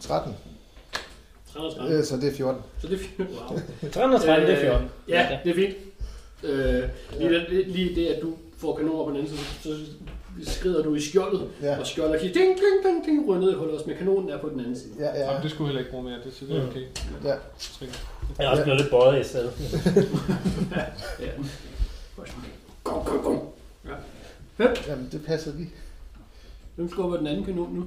[SPEAKER 2] 13.
[SPEAKER 4] 330.
[SPEAKER 2] Øh, så det er 14.
[SPEAKER 4] Så det er fint. Wow.
[SPEAKER 3] 330, det er
[SPEAKER 4] Øh,
[SPEAKER 3] 14.
[SPEAKER 4] Ja, det er fint. Øh, lige, det, lige det, at du får kanoner på den anden, side, så, så skrider du i skjoldet,
[SPEAKER 2] Ja.
[SPEAKER 4] ja. og skjoldet siger ding, ding, ding, ding, rundet i hullet, også med kanonen er på den anden side.
[SPEAKER 2] Ja, ja.
[SPEAKER 5] Jamen, det skulle jeg heller ikke bruge mere, det, så det er
[SPEAKER 3] Mm.
[SPEAKER 5] okay.
[SPEAKER 2] Ja.
[SPEAKER 3] Jeg er også blevet lidt bøjet i stedet.
[SPEAKER 4] Ja. Kom, kom, kom.
[SPEAKER 2] Jamen, det passer lige.
[SPEAKER 4] Hvem skubber den anden kanon nu?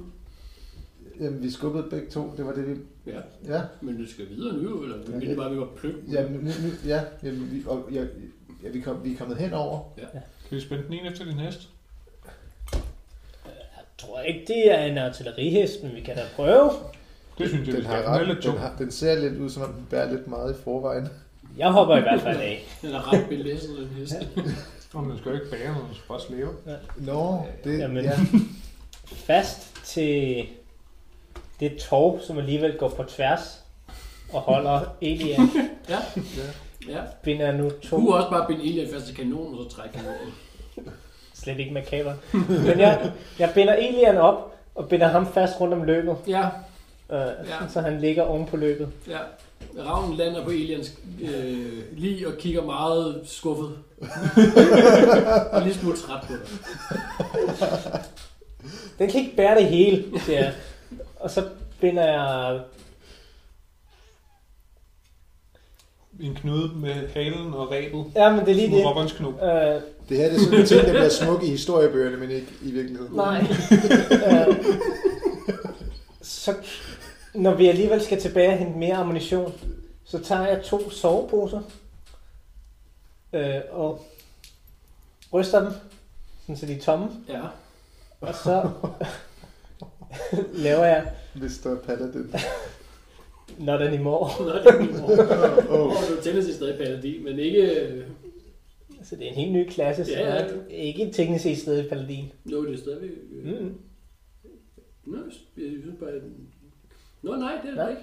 [SPEAKER 2] Jamen, vi skubbede begge to. Det var det, vi...
[SPEAKER 4] Ja,
[SPEAKER 2] Ja,
[SPEAKER 4] men du skal videre nu, eller ja, det bare, at vi var pløk.
[SPEAKER 2] jamen, nu, nu, ja, jamen, vi, og, ja, ja, vi, kom, vi er kommet henover.
[SPEAKER 5] Kan vi spænde den ene efter din hest?
[SPEAKER 3] Jeg tror ikke, det er en artillerihest, men vi kan da prøve.
[SPEAKER 5] Det synes jeg, vi
[SPEAKER 2] Den,
[SPEAKER 5] skal.
[SPEAKER 2] har
[SPEAKER 5] Den er lidt
[SPEAKER 2] ret, den,
[SPEAKER 5] tung.
[SPEAKER 2] har, den ser lidt ud, som om den bærer lidt meget i forvejen.
[SPEAKER 3] Jeg hopper i hvert fald af.
[SPEAKER 4] Den er ret belæsset, den hest.
[SPEAKER 5] Nå, men den skal jo ikke bære noget, den skal bare slæve.
[SPEAKER 2] Nå, det...
[SPEAKER 3] Jamen.
[SPEAKER 2] Ja,
[SPEAKER 3] Fast til det tog, som alligevel går på tværs og holder Elian.
[SPEAKER 4] Ja. ja.
[SPEAKER 3] Binder nu to.
[SPEAKER 4] Du kunne også bare binde Elian fast til kanonen, og så trække kanonen.
[SPEAKER 3] Slet ikke med kabler. Men jeg, jeg binder Elian op og binder ham fast rundt om løbet,
[SPEAKER 4] Ja,
[SPEAKER 3] øh,
[SPEAKER 4] Ja.
[SPEAKER 3] ja. så han ligger oven på løbet.
[SPEAKER 4] ja. Ravnen lander på Elians øh, lige og kigger meget
[SPEAKER 3] [laughs]
[SPEAKER 4] skuffet. og lige smule træt på dig.
[SPEAKER 3] Den kan ikke bære det hele, siger jeg. Og så binder jeg...
[SPEAKER 5] En knude med halen og rebet.
[SPEAKER 3] Ja, men det er lige
[SPEAKER 5] Som
[SPEAKER 3] det.
[SPEAKER 5] Robberens knog.
[SPEAKER 3] Øh,
[SPEAKER 2] det her det er sådan en ting, der bliver smuk i historiebøgerne, men ikke i virkeligheden.
[SPEAKER 3] Nej. [laughs] øh, så når vi alligevel skal tilbage og hente mere ammunition, så tager jeg to soveposer øh, og ryster dem, sådan så de er tomme,
[SPEAKER 4] Ja.
[SPEAKER 3] og [laughs] så laver jeg
[SPEAKER 2] Mr. Paladin.
[SPEAKER 3] not anymore.
[SPEAKER 4] Nå, det er min
[SPEAKER 3] [laughs]
[SPEAKER 4] mor.
[SPEAKER 3] Oh.
[SPEAKER 4] Og du tænder sig stadig paladin, men ikke... øh,
[SPEAKER 3] Så det er en helt ny klasse, så
[SPEAKER 4] Ja, ja.
[SPEAKER 3] ja. ikke teknisk set sted i Paladin.
[SPEAKER 4] Nå, det er stadigvæk... Øh,
[SPEAKER 3] Mm.
[SPEAKER 4] Nå, jeg synes bare... at- Nå, nej, det er
[SPEAKER 3] Nej.
[SPEAKER 4] det ikke.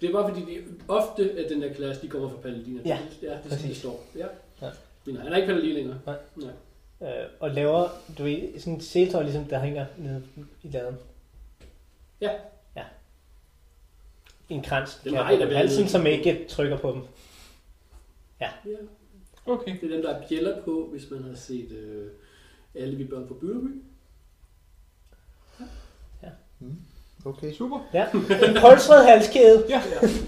[SPEAKER 4] Det er bare fordi, det er ofte at den der klasse, de kommer fra paladiner. ja
[SPEAKER 3] Ja,
[SPEAKER 4] det er sådan,
[SPEAKER 3] præcis.
[SPEAKER 4] det står. Ja.
[SPEAKER 3] Ja.
[SPEAKER 4] Men nej, han er ikke paladin længere.
[SPEAKER 3] Nej.
[SPEAKER 4] nej.
[SPEAKER 3] Øh, og laver, du ved, sådan et setøj, ligesom der hænger nede i laden.
[SPEAKER 4] Ja.
[SPEAKER 3] Ja. En krans.
[SPEAKER 4] Det er
[SPEAKER 3] kan jeg
[SPEAKER 4] mig, der
[SPEAKER 3] bruge.
[SPEAKER 4] vil
[SPEAKER 3] Halsen,
[SPEAKER 4] have-
[SPEAKER 3] som ikke trykker på dem.
[SPEAKER 4] Ja.
[SPEAKER 5] Okay.
[SPEAKER 4] Det er dem, der er bjæller på, hvis man har set øh, alle vi børn fra Bylderby.
[SPEAKER 2] Okay.
[SPEAKER 5] Super.
[SPEAKER 3] Ja. En polstret halskæde.
[SPEAKER 5] Ja,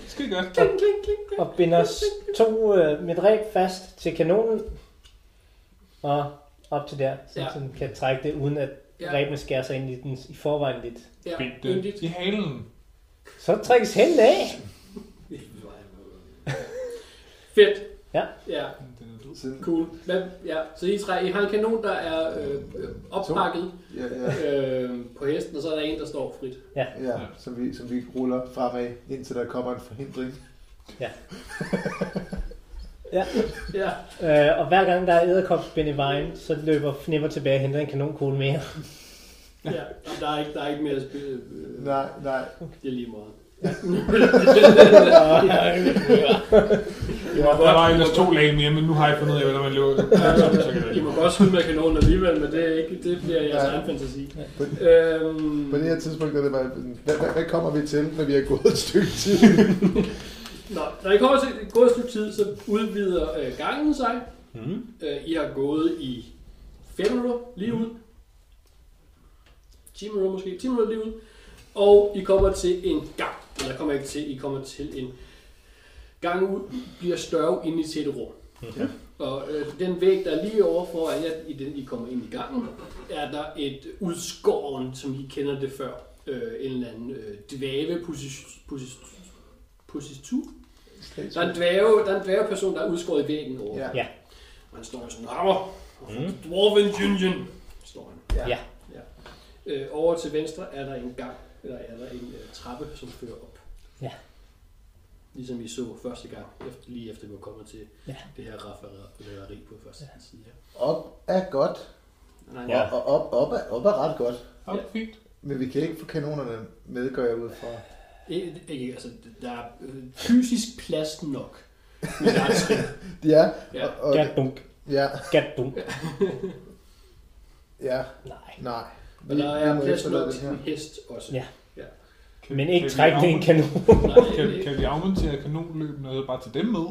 [SPEAKER 5] skide godt.
[SPEAKER 4] Kling, kling, kling, kling.
[SPEAKER 3] Og binder s- to øh, med dræb fast til kanonen. Og op til der, så
[SPEAKER 4] Ja.
[SPEAKER 3] ja. den kan trække det, uden at
[SPEAKER 4] Ja.
[SPEAKER 3] ja. dræbene skærer sig ind i den i forvejen lidt.
[SPEAKER 4] Ja,
[SPEAKER 5] Bind
[SPEAKER 4] yndigt.
[SPEAKER 5] det øh, i halen.
[SPEAKER 3] Så trækkes hænden af.
[SPEAKER 4] [laughs] Fedt.
[SPEAKER 3] Ja.
[SPEAKER 4] Ja,
[SPEAKER 5] Den er død.
[SPEAKER 2] Siden,
[SPEAKER 4] cool. Hvad, ja, så I, tre, I har en kanon, der er øh, øh, oppakket
[SPEAKER 2] ja, ja,
[SPEAKER 4] øh, på hesten, og så er der en, der står frit.
[SPEAKER 2] ja, som vi, som vi ruller fremad, indtil der kommer en forhindring.
[SPEAKER 4] Ja,
[SPEAKER 3] Øh, og hver gang der er æderkopsbind i vejen, så løber Fnipper tilbage og henter en kanonkugle mere.
[SPEAKER 4] ja. Og der er ikke, der er ikke mere at spille. Øh,
[SPEAKER 2] Nej, nej.
[SPEAKER 4] Det er lige meget. [laughs]
[SPEAKER 5] Der var ellers to lag mere, men nu har jeg fundet ud af, hvordan man løber. Så kan
[SPEAKER 4] I
[SPEAKER 5] det
[SPEAKER 4] må godt skyde med kanonen alligevel, men det, er ikke, det bliver jeres
[SPEAKER 2] Ja.
[SPEAKER 4] egen fantasi.
[SPEAKER 2] På,
[SPEAKER 4] Øhm,
[SPEAKER 2] på det her tidspunkt er det bare, sådan, hvad, hvad, hvad kommer vi til, når vi er gået et stykke tid?
[SPEAKER 4] Nå, når I kommer til et godt stykke tid, så udvider øh, gangen sig.
[SPEAKER 3] Mm.
[SPEAKER 4] Øh, I har gået i 5 minutter lige ud. 10 minutter måske. 10 minutter lige ud. Og I kommer til en gang. Eller kommer ikke til. I kommer til en gang ud. Bliver større ind i et rum.
[SPEAKER 2] Ja.
[SPEAKER 4] Og øh, den væg, der er lige overfor jer, i den I kommer ind i gangen, er der et udskåren, som I kender det før. Øh, en eller anden øh, dvæve position. Der er en dvæve, der er en dvæveperson, der er udskåret i væggen over.
[SPEAKER 2] Ja.
[SPEAKER 3] Ja.
[SPEAKER 4] Og han står med sådan en hammer. Mm. Dwarven Union, står han.
[SPEAKER 3] Ja.
[SPEAKER 4] Øh, over til venstre er der en gang, eller er der en øh, trappe, som fører op.
[SPEAKER 3] Ja.
[SPEAKER 4] Ligesom vi så første gang, efter, lige efter vi var kommet til
[SPEAKER 3] Ja.
[SPEAKER 4] det her raffinaderi på første ja. side. Ja.
[SPEAKER 2] Op er godt,
[SPEAKER 4] Nej,
[SPEAKER 3] Ja.
[SPEAKER 4] nej.
[SPEAKER 2] og op, op, er, op er ret godt.
[SPEAKER 5] Ja, fint.
[SPEAKER 2] Men vi kan ikke få kanonerne med, går jeg ud fra.
[SPEAKER 4] Ikke, ikke, altså, der er øh, fysisk plads nok. Men der er [laughs] trin.
[SPEAKER 2] Ja,
[SPEAKER 4] Ja.
[SPEAKER 2] og, og,
[SPEAKER 3] Gat dunk.
[SPEAKER 2] ja,
[SPEAKER 3] Gat dunk.
[SPEAKER 2] ja,
[SPEAKER 3] Nej.
[SPEAKER 2] nej.
[SPEAKER 4] Og der
[SPEAKER 2] vi
[SPEAKER 4] er
[SPEAKER 2] må
[SPEAKER 4] plads
[SPEAKER 2] efterlade
[SPEAKER 4] nok [laughs]
[SPEAKER 2] den
[SPEAKER 4] til
[SPEAKER 2] her. [laughs]
[SPEAKER 4] en hest også.
[SPEAKER 3] Ja.
[SPEAKER 5] Kan,
[SPEAKER 3] Men ikke
[SPEAKER 5] kan vi
[SPEAKER 3] trække med en
[SPEAKER 5] afmon-
[SPEAKER 3] kanon.
[SPEAKER 5] Kan,
[SPEAKER 3] [laughs]
[SPEAKER 5] kan vi afmontere kanonløbene og så bare tage dem med?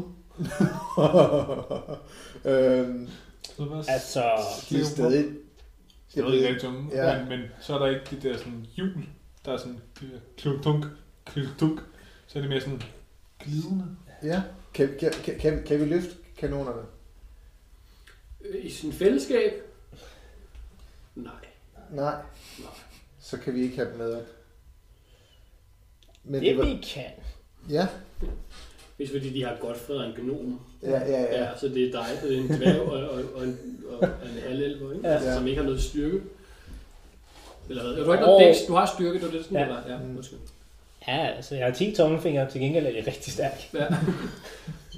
[SPEAKER 2] øhm,
[SPEAKER 5] Så bare
[SPEAKER 3] altså,
[SPEAKER 2] de er stadig...
[SPEAKER 5] Jeg ved ikke rigtig om,
[SPEAKER 2] Ja.
[SPEAKER 5] ja. men, men så er der ikke det der sådan hjul, der er sådan klunk-tunk, klunk-tunk. Så er det mere sådan glidende.
[SPEAKER 2] Ja. Kan, kan, kan, kan, kan vi løfte kanonerne?
[SPEAKER 4] øh, I sin fællesskab? Nej.
[SPEAKER 2] Nej. Så kan vi ikke have dem med op. Men
[SPEAKER 3] det vi kan.
[SPEAKER 2] Ja,
[SPEAKER 4] Hvis fordi de har Godfred og en gnom.
[SPEAKER 2] ja, ja. ja.
[SPEAKER 4] Ja, så det er dig, det er en dværg og, og, og, en, og en halvelver, ikke?
[SPEAKER 3] Ja.
[SPEAKER 4] Ja. som ikke har noget styrke. Eller hvad? Du har ikke
[SPEAKER 3] Åh.
[SPEAKER 4] noget dæks, du har styrke, det var det, sådan
[SPEAKER 3] Ja.
[SPEAKER 4] ja. var. Ja,
[SPEAKER 2] Mm.
[SPEAKER 4] undskyld.
[SPEAKER 3] Ja, altså, jeg har 10 tommelfingre, til gengæld er det rigtig stærk.
[SPEAKER 4] Ja.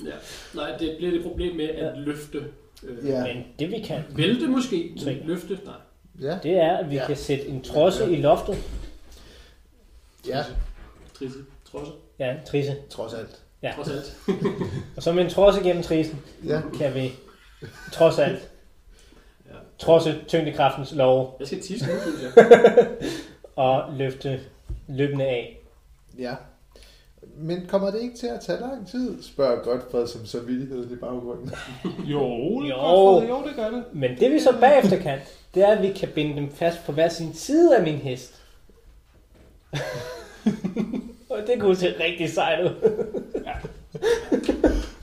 [SPEAKER 4] ja. Nej, det bliver det problem med at løfte. Øh,
[SPEAKER 2] Ja.
[SPEAKER 3] Men det vi kan,
[SPEAKER 4] Vælte måske, men
[SPEAKER 3] Tre.
[SPEAKER 4] løfte, nej.
[SPEAKER 2] Ja,
[SPEAKER 3] det er, at vi
[SPEAKER 2] Ja.
[SPEAKER 3] kan sætte en trosse
[SPEAKER 2] Ja.
[SPEAKER 3] i loftet.
[SPEAKER 2] ja.
[SPEAKER 4] Trisse, trods,
[SPEAKER 3] Ja, trisse.
[SPEAKER 2] Trods alt.
[SPEAKER 3] Ja.
[SPEAKER 4] trods alt.
[SPEAKER 3] Og så med en trosse gennem trissen,
[SPEAKER 2] Ja.
[SPEAKER 3] kan vi trods alt
[SPEAKER 4] Ja.
[SPEAKER 3] trodse tyngdekraftens lov
[SPEAKER 4] Jeg skal tisse nu, synes jeg.
[SPEAKER 3] og løfte løbende af.
[SPEAKER 2] Ja. Men kommer det ikke til at tage lang tid, spørger Godfred som samvittighed i baggrunden.
[SPEAKER 5] Jo, det
[SPEAKER 3] Jo.
[SPEAKER 5] er godt fået. jo, det gør det.
[SPEAKER 3] Men det vi så bagefter kan, det er, at vi kan binde dem fast på hver sin side af min hest. [laughs] og det kunne se rigtig sejt ud.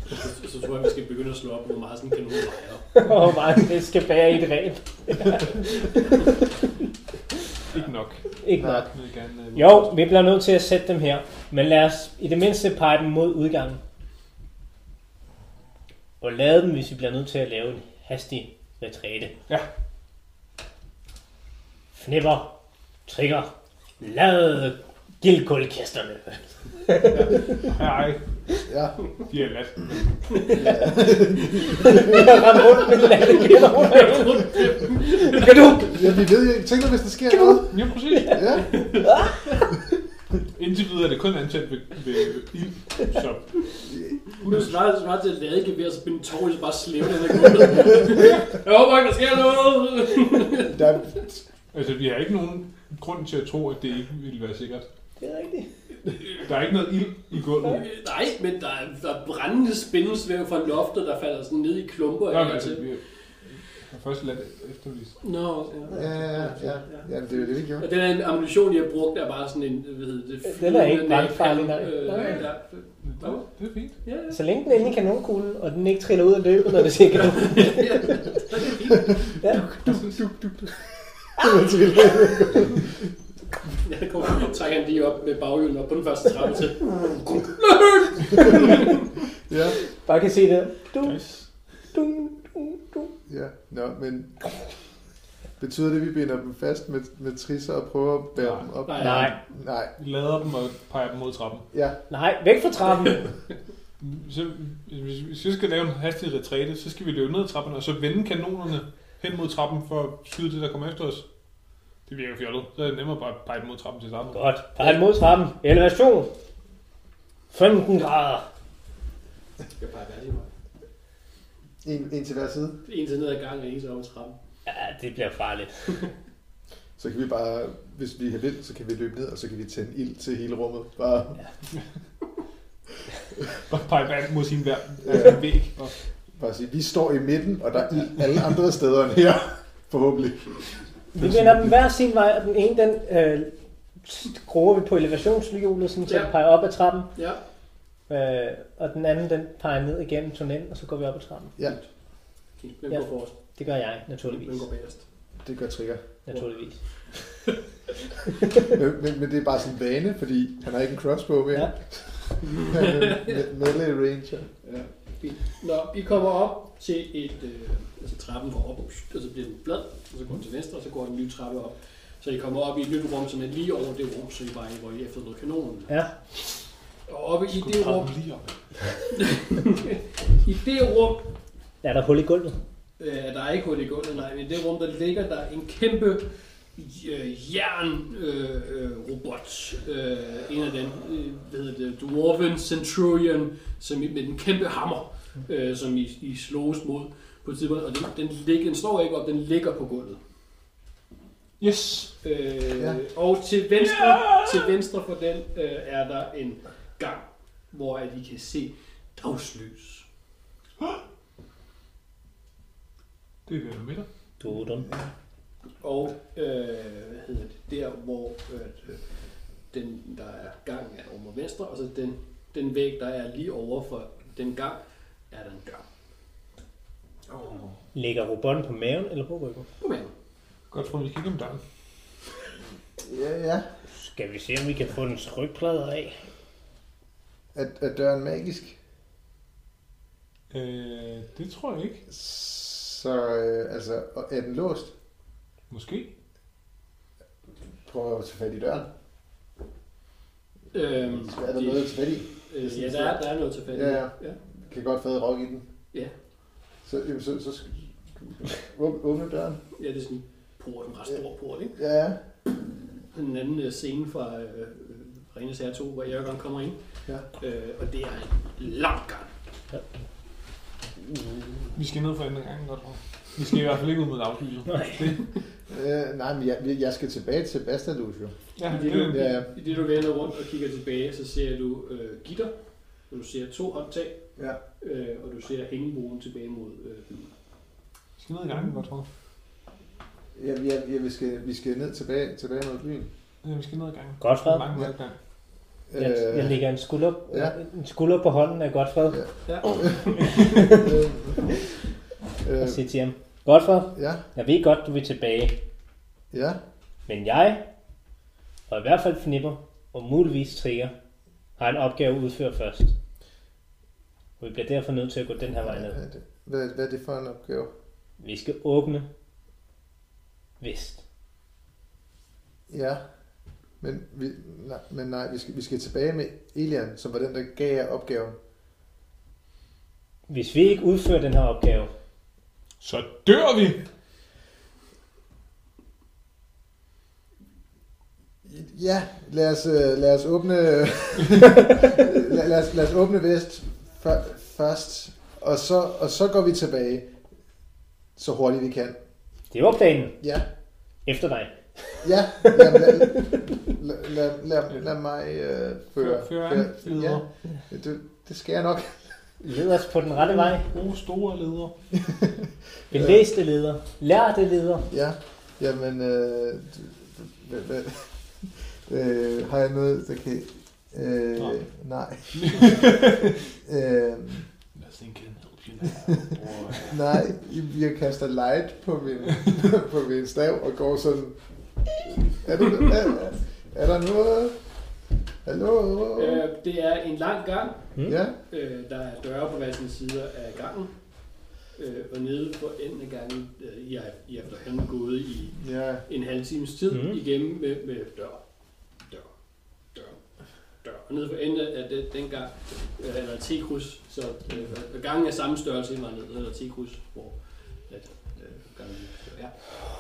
[SPEAKER 4] Så, så tror jeg, vi skal begynde at slå op, hvor meget sådan en kanon vejer.
[SPEAKER 3] Og meget det skal bære i et ræb.
[SPEAKER 5] Ikke nok.
[SPEAKER 3] Ikke nok.
[SPEAKER 5] Jeg vil gerne, øh,
[SPEAKER 3] Jo, vi bliver nødt til at sætte dem her. Men lad os i det mindste pege dem mod udgangen. Og lade dem, hvis vi bliver nødt til at lave en hastig retræte.
[SPEAKER 5] Ja.
[SPEAKER 3] Fnipper. Trigger. Lad [laughs] gildkulkasterne.
[SPEAKER 5] Nej,
[SPEAKER 2] Ja.
[SPEAKER 5] de er lat.
[SPEAKER 3] Jeg rammer rundt med lattergilder. Kan du?
[SPEAKER 2] ja vi ved jo ikke. Tænk dig, hvis der sker noget.
[SPEAKER 5] Ja, præcis.
[SPEAKER 2] Ja.
[SPEAKER 5] Indtil videre er det kun ansat ved, ved ild. Så
[SPEAKER 4] Nu svarer det svarer til at lade ikke ved, så binde Toril bare slæve den her gulvet. Jeg håber ikke, der sker noget.
[SPEAKER 2] Der,
[SPEAKER 5] altså, vi har ikke nogen grund til at tro, at det ikke ville være sikkert.
[SPEAKER 3] Det er rigtigt.
[SPEAKER 5] Der er ikke noget ild i gulvet.
[SPEAKER 4] Øh, Nej, men der er, der er brændende spændesvæv fra loftet, der falder sådan ned i klumper.
[SPEAKER 5] Nå,
[SPEAKER 4] af
[SPEAKER 5] men
[SPEAKER 4] og
[SPEAKER 5] altså,
[SPEAKER 4] til.
[SPEAKER 5] vi har først ladt eftervist.
[SPEAKER 4] Nå, ja.
[SPEAKER 2] ja, ja, ja. ja det er jo det, vi
[SPEAKER 4] [laughs]
[SPEAKER 2] gjorde.
[SPEAKER 4] Og den her ammunition, jeg har brugt, er bare sådan en, hvad hedder det,
[SPEAKER 3] Den er
[SPEAKER 4] flydende
[SPEAKER 3] ikke brandfarlig, nej.
[SPEAKER 4] napalm, øh,
[SPEAKER 3] Nej.
[SPEAKER 4] ja.
[SPEAKER 5] Det, det er fint.
[SPEAKER 4] Ja, ja.
[SPEAKER 3] Så længe den endelig kanonkuglen, og den ikke triller ud af løbet, når det siger kanon.
[SPEAKER 4] Så er det fint. Ja, der kommer, trækker han lige op med baghjulen op på den første trappe til.
[SPEAKER 2] Ja.
[SPEAKER 3] Bare kan se det. Du,
[SPEAKER 5] Nice.
[SPEAKER 3] du, du, du.
[SPEAKER 2] Ja. Nå, men... Betyder det, at vi binder dem fast med, med trisser og prøver at bære dem op?
[SPEAKER 4] Nej.
[SPEAKER 3] Nej.
[SPEAKER 2] Nej.
[SPEAKER 5] Vi lader dem og peger dem mod trappen.
[SPEAKER 2] Ja.
[SPEAKER 3] Nej, væk fra trappen.
[SPEAKER 5] Så, hvis hvis vi skal lave en hastig retræte, så skal vi løbe ned ad trappen, og så vende kanonerne hen mod trappen for at skyde det, der kommer efter os. Det virker fjollet. Så er det nemmere bare at pege dem mod trappen til starten.
[SPEAKER 3] Godt. Pejl mod trappen. Elevation. 15 grader.
[SPEAKER 4] Skal bare være lige meget.
[SPEAKER 2] En, en til hver side.
[SPEAKER 4] En til ned ad gangen, og en til op ad trappen.
[SPEAKER 3] Ja, det bliver farligt.
[SPEAKER 2] Så kan vi bare, hvis vi har lidt, så kan vi løbe ned, og så kan vi tænde ild til hele rummet. Bare,
[SPEAKER 5] Bare pege dem mod sin, vær, sin væg. Og
[SPEAKER 2] bare sige, vi står i midten, og der er ild alle andre steder end her. Forhåbentlig.
[SPEAKER 3] Vi vender dem hver sin vej, og den ene, den øh, skruer vi på elevationshjulet, sådan til
[SPEAKER 4] Ja.
[SPEAKER 3] at pege op ad trappen.
[SPEAKER 4] Ja,
[SPEAKER 3] Øh, og den anden, den peger ned igennem tunnelen, og så går vi op ad trappen.
[SPEAKER 2] Ja,
[SPEAKER 4] fint. Hvem
[SPEAKER 3] Ja.
[SPEAKER 4] går forrest?
[SPEAKER 3] Det gør jeg,
[SPEAKER 4] Hvem
[SPEAKER 3] naturligvis.
[SPEAKER 4] går bagerst?
[SPEAKER 2] det gør trigger.
[SPEAKER 3] Naturligvis.
[SPEAKER 2] Men, men, men det er bare sådan en vane, fordi han har ikke en crossbow mere.
[SPEAKER 3] Ja.
[SPEAKER 2] [laughs] Ja. han er en me- melee ranger.
[SPEAKER 4] Ja, fint. Når I kommer op til et, øh, altså trappen går op, og så bliver den blad, og så går den til venstre, og så går den nye trappe op. Så I kommer op i et nyt rum, som er lige over det rum, så I var i, hvor I efterlod kanonen.
[SPEAKER 3] Ja.
[SPEAKER 4] Og oppe i
[SPEAKER 5] skulle
[SPEAKER 4] det rum,
[SPEAKER 5] trappen lige op.
[SPEAKER 4] i det rum,
[SPEAKER 3] Er der hul i gulvet?
[SPEAKER 4] øh, der er ikke hul i gulvet, nej, men i det rum, der ligger der en kæmpe øh, jernrobot. Øh, øh, robot. øh, en af den, øh, hvad hedder det, Dwarven Centurion, som I, med den kæmpe hammer, øh, som I, I slås mod på et tidspunkt. Og den, den, ligger, den står ikke op, den ligger på gulvet.
[SPEAKER 5] Yes.
[SPEAKER 4] Øh,
[SPEAKER 2] Ja.
[SPEAKER 4] ja. Og til venstre, yeah! til venstre for den øh, er der en gang, hvor at I kan se dagslys.
[SPEAKER 5] Det er ved middag.
[SPEAKER 3] Du dum.
[SPEAKER 4] Og øh, hvad hedder det, der hvor at, øh, den der er gang er over mod venstre, og så den, den væg, der er lige over for den gang, er der en dør.
[SPEAKER 3] Ligger robotten på maven eller på ryggen?
[SPEAKER 4] På maven.
[SPEAKER 5] Godt tror, vi kigger om døren.
[SPEAKER 2] Ja, ja.
[SPEAKER 3] Skal vi se, om vi kan få dens rygplader af?
[SPEAKER 2] Er, er døren magisk?
[SPEAKER 5] Øh, det tror jeg ikke.
[SPEAKER 2] Så øh, altså, og er den låst?
[SPEAKER 5] Måske.
[SPEAKER 2] Prøv at tage fat i døren.
[SPEAKER 4] Øhm,
[SPEAKER 2] Er der noget at tage fat i?
[SPEAKER 4] Øh, ja, der er, der er noget til fat. i.
[SPEAKER 2] Ja, ja.
[SPEAKER 4] ja.
[SPEAKER 2] Kan godt fatte rock i den.
[SPEAKER 4] Ja.
[SPEAKER 2] Så, jamen, så, så sk- åb- åbne døren.
[SPEAKER 4] Ja, det er sådan en port, en ret stor port, ikke?
[SPEAKER 2] Ja, ja.
[SPEAKER 4] Den anden øh, scene fra øh, øh, Renes Herre 2, hvor Jørgen kommer ind.
[SPEAKER 2] Ja.
[SPEAKER 4] Øh, og det er en lang gang.
[SPEAKER 5] Vi skal ned for anden gang, godt tror jeg. Vi skal i hvert fald ikke ud mod aflyset.
[SPEAKER 3] Nej.
[SPEAKER 2] Øh, nej, men jeg, jeg skal tilbage til Basta Lucio.
[SPEAKER 5] Ja,
[SPEAKER 4] Det er jo-
[SPEAKER 5] det,
[SPEAKER 2] Ja,
[SPEAKER 4] I det du vender rundt og kigger tilbage, så ser du øh, gitter, og du ser to håndtag,
[SPEAKER 2] ja.
[SPEAKER 4] øh, og du ser hængemogen tilbage mod øh, byen.
[SPEAKER 5] vi skal ned i gangen, godt tror jeg.
[SPEAKER 2] Ja, ja, ja vi, skal, vi skal ned tilbage, tilbage mod byen.
[SPEAKER 5] Ja, Øh, vi skal ned i gangen.
[SPEAKER 3] Godt, Fred.
[SPEAKER 5] Mange mange gange.
[SPEAKER 3] Jeg, jeg lægger en skulder,
[SPEAKER 2] Øh. Ja.
[SPEAKER 3] en skulder på hånden af Godfred
[SPEAKER 2] Ja.
[SPEAKER 4] Ja,
[SPEAKER 2] øh, øh,
[SPEAKER 3] og siger til ham, Godfred,
[SPEAKER 2] ja,
[SPEAKER 3] jeg ved godt, du vil tilbage,
[SPEAKER 2] ja,
[SPEAKER 3] men jeg, og i hvert fald Fnipper, og muligvis Trigger, har en opgave at udføre først. Og vi bliver derfor nødt til at gå den her vej ned.
[SPEAKER 2] Hvad er det- Hvad, hvad er det for en opgave?
[SPEAKER 3] Vi skal åbne Vest.
[SPEAKER 2] Ja, men, vi, nej, men nej, vi skal, vi skal tilbage med Elian, som var den, der gav jer opgaven.
[SPEAKER 3] Hvis vi ikke udfører den her opgave,
[SPEAKER 5] Så dør vi!
[SPEAKER 2] Ja, lad os, øh, lad os åbne, [laughs] lad, lad, os, lad os åbne vest før- først, og så, og så går vi tilbage så hurtigt vi kan.
[SPEAKER 3] det var planen
[SPEAKER 2] Ja,
[SPEAKER 3] efter dig.
[SPEAKER 2] ja, lad, lad, lad, lad, lad, lad mig øh, føre.
[SPEAKER 5] Føre
[SPEAKER 2] føre-
[SPEAKER 5] an, leder.
[SPEAKER 2] Ja, det, det skal jeg nok.
[SPEAKER 3] Led os på den rette vej.
[SPEAKER 5] Gode store leder.
[SPEAKER 3] Belæs det leder. Lær det leder.
[SPEAKER 2] Ja, jamen, øh, hvad, hvad, øh, har jeg noget, der kan... Øh,
[SPEAKER 5] Nej.
[SPEAKER 2] nej. [laughs] øh,
[SPEAKER 5] Lad os ikke kende
[SPEAKER 2] nej, jeg kaster light på min, [laughs] på min stav og går sådan... "Øh, Er, du, er, er der noget? Hallo?
[SPEAKER 4] øh, det er en lang gang.
[SPEAKER 2] Ja,
[SPEAKER 4] Øh, der er døre på hver sin side af gangen. Øh, og nede på enden af gangen, øh, I er, I er efterhånden gået i
[SPEAKER 2] ja.
[SPEAKER 4] en halv times tid
[SPEAKER 3] Mhm.
[SPEAKER 4] mm. igennem med, med dør, dør, dør, dør. Og nede for enden af den, den gang øh, er der et T-kryds, så øh, gangen er samme størrelse hele vejen ned, og der er et T-kryds, hvor at, øh, gangen er.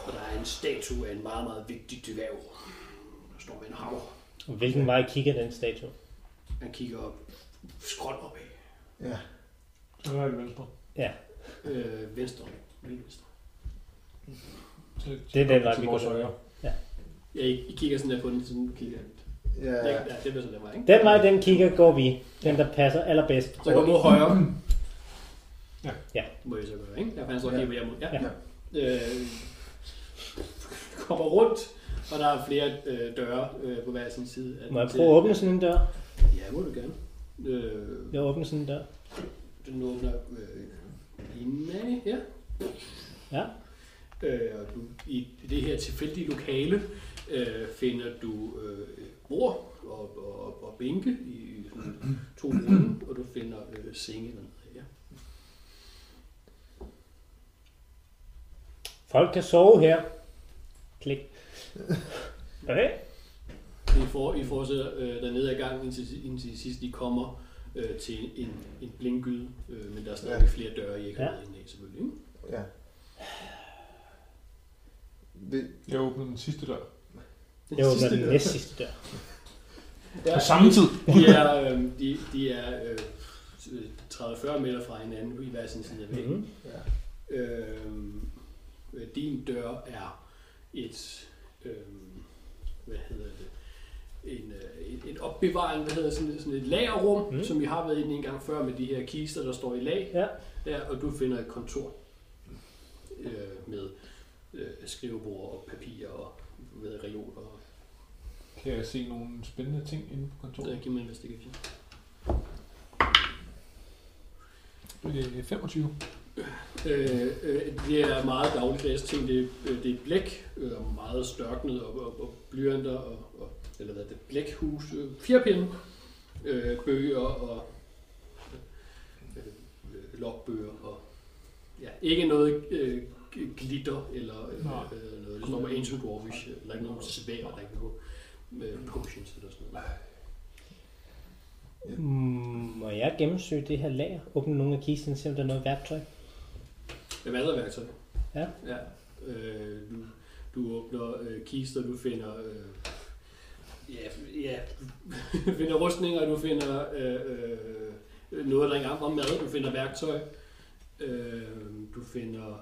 [SPEAKER 4] Og der er en statue af en meget, meget vigtig dværg, der står med en hammer.
[SPEAKER 3] Og Hvilken vej kigger den statue?
[SPEAKER 4] Han kigger op, skråt opad,
[SPEAKER 2] Ja,
[SPEAKER 5] Så er det venstre.
[SPEAKER 3] Ja,
[SPEAKER 4] øh, venstre, lille venstre.
[SPEAKER 5] Til-
[SPEAKER 3] Det er den vej,
[SPEAKER 5] til
[SPEAKER 3] vi
[SPEAKER 5] vores
[SPEAKER 3] går ned.
[SPEAKER 5] højre.
[SPEAKER 4] Ja, I, I kigger sådan der på den, sådan du kigger. Ja,
[SPEAKER 2] ja.
[SPEAKER 4] ja det bliver sådan der vej, ikke?
[SPEAKER 3] den vej den kigger går vi. Den der passer allerbedst.
[SPEAKER 4] Så går mod højre.
[SPEAKER 5] Ja.
[SPEAKER 3] Ja.
[SPEAKER 4] Må jeg så gøre, ikke? Ja, for han står
[SPEAKER 2] Ja.
[SPEAKER 4] helt ved jer mod. Ja.
[SPEAKER 2] Ja.
[SPEAKER 4] ja. Øh, kommer rundt, og der er flere øh, døre øh, på hver sin side. af den
[SPEAKER 3] Må jeg
[SPEAKER 4] til-
[SPEAKER 3] prøve at åbne sådan en dør?
[SPEAKER 4] Ja, må du gerne. Øh,
[SPEAKER 3] Jeg åbner sådan en dør.
[SPEAKER 4] den åbner øh, indad, ja.
[SPEAKER 3] Ja.
[SPEAKER 4] Øh, og du, I det her tilfældige lokale øh, finder du øh, bord og, og, og bænke i, i sådan to runde, og du finder øh, senge eller noget. Ja.
[SPEAKER 3] Folk kan sove her. [laughs] Klik. Okay.
[SPEAKER 4] I, for, I fortsætter øh, dernede ad gangen, indtil, indtil sidst I kommer øh, til en, en blindgyde, øh, men der er stadig
[SPEAKER 2] Ja.
[SPEAKER 4] ja. flere døre, I ikke har
[SPEAKER 3] Ja.
[SPEAKER 4] ja. ind af, selvfølgelig. Ikke?
[SPEAKER 2] ja. Vi,
[SPEAKER 5] Jeg åbner den sidste dør.
[SPEAKER 3] Det var den næst sidste dør.
[SPEAKER 4] Ja,
[SPEAKER 5] På samme tid.
[SPEAKER 4] de er, øh, de, de er øh, 30-40 meter fra hinanden i hver sin side af væggen.
[SPEAKER 3] Mhm.
[SPEAKER 2] ja.
[SPEAKER 4] Øh, din dør er et øhm, hvad hedder det, en, øh, et, et opbevaring, hvad hedder sådan, et- sådan et lagerrum,
[SPEAKER 3] Mm.
[SPEAKER 4] mm. som vi har været inde i en gang før med de her kister, der står i lag.
[SPEAKER 3] Ja.
[SPEAKER 4] Der, og du finder et kontor øh, med øh, skrivebord og papir og ved, reoler. Og,
[SPEAKER 5] Kan jeg se nogle spændende ting inde på kontoret?
[SPEAKER 4] der giver mig en investigation.
[SPEAKER 5] Det er 25.
[SPEAKER 4] Øh, øh, det er meget dagligdags ting. Det, er, øh, det er blæk, øh, og meget størknet og, og, og blyanter, og, og, eller hvad er det, blækhus, øh, firpinde, øh, bøger og øh, øh, logbøger. Og, ja, ikke noget øh, g- glitter eller øh,
[SPEAKER 5] Nej.
[SPEAKER 4] øh, noget. Det står på Ancient Warwish. øh, Der er ikke noget svær, der er ikke noget øh, potions eller sådan noget.
[SPEAKER 3] Mm, må jeg gennemsøge det her lager? Åbne nogle af kisterne, se om der er noget værktøj?
[SPEAKER 4] Det er værktøj.
[SPEAKER 3] Ja.
[SPEAKER 4] ja. Øh, du, du åbner øh, kister, du finder... Øh, ja, ja, du finder rustninger, du finder øh, øh, noget, der ikke engang var mad, du finder værktøj, øh, du finder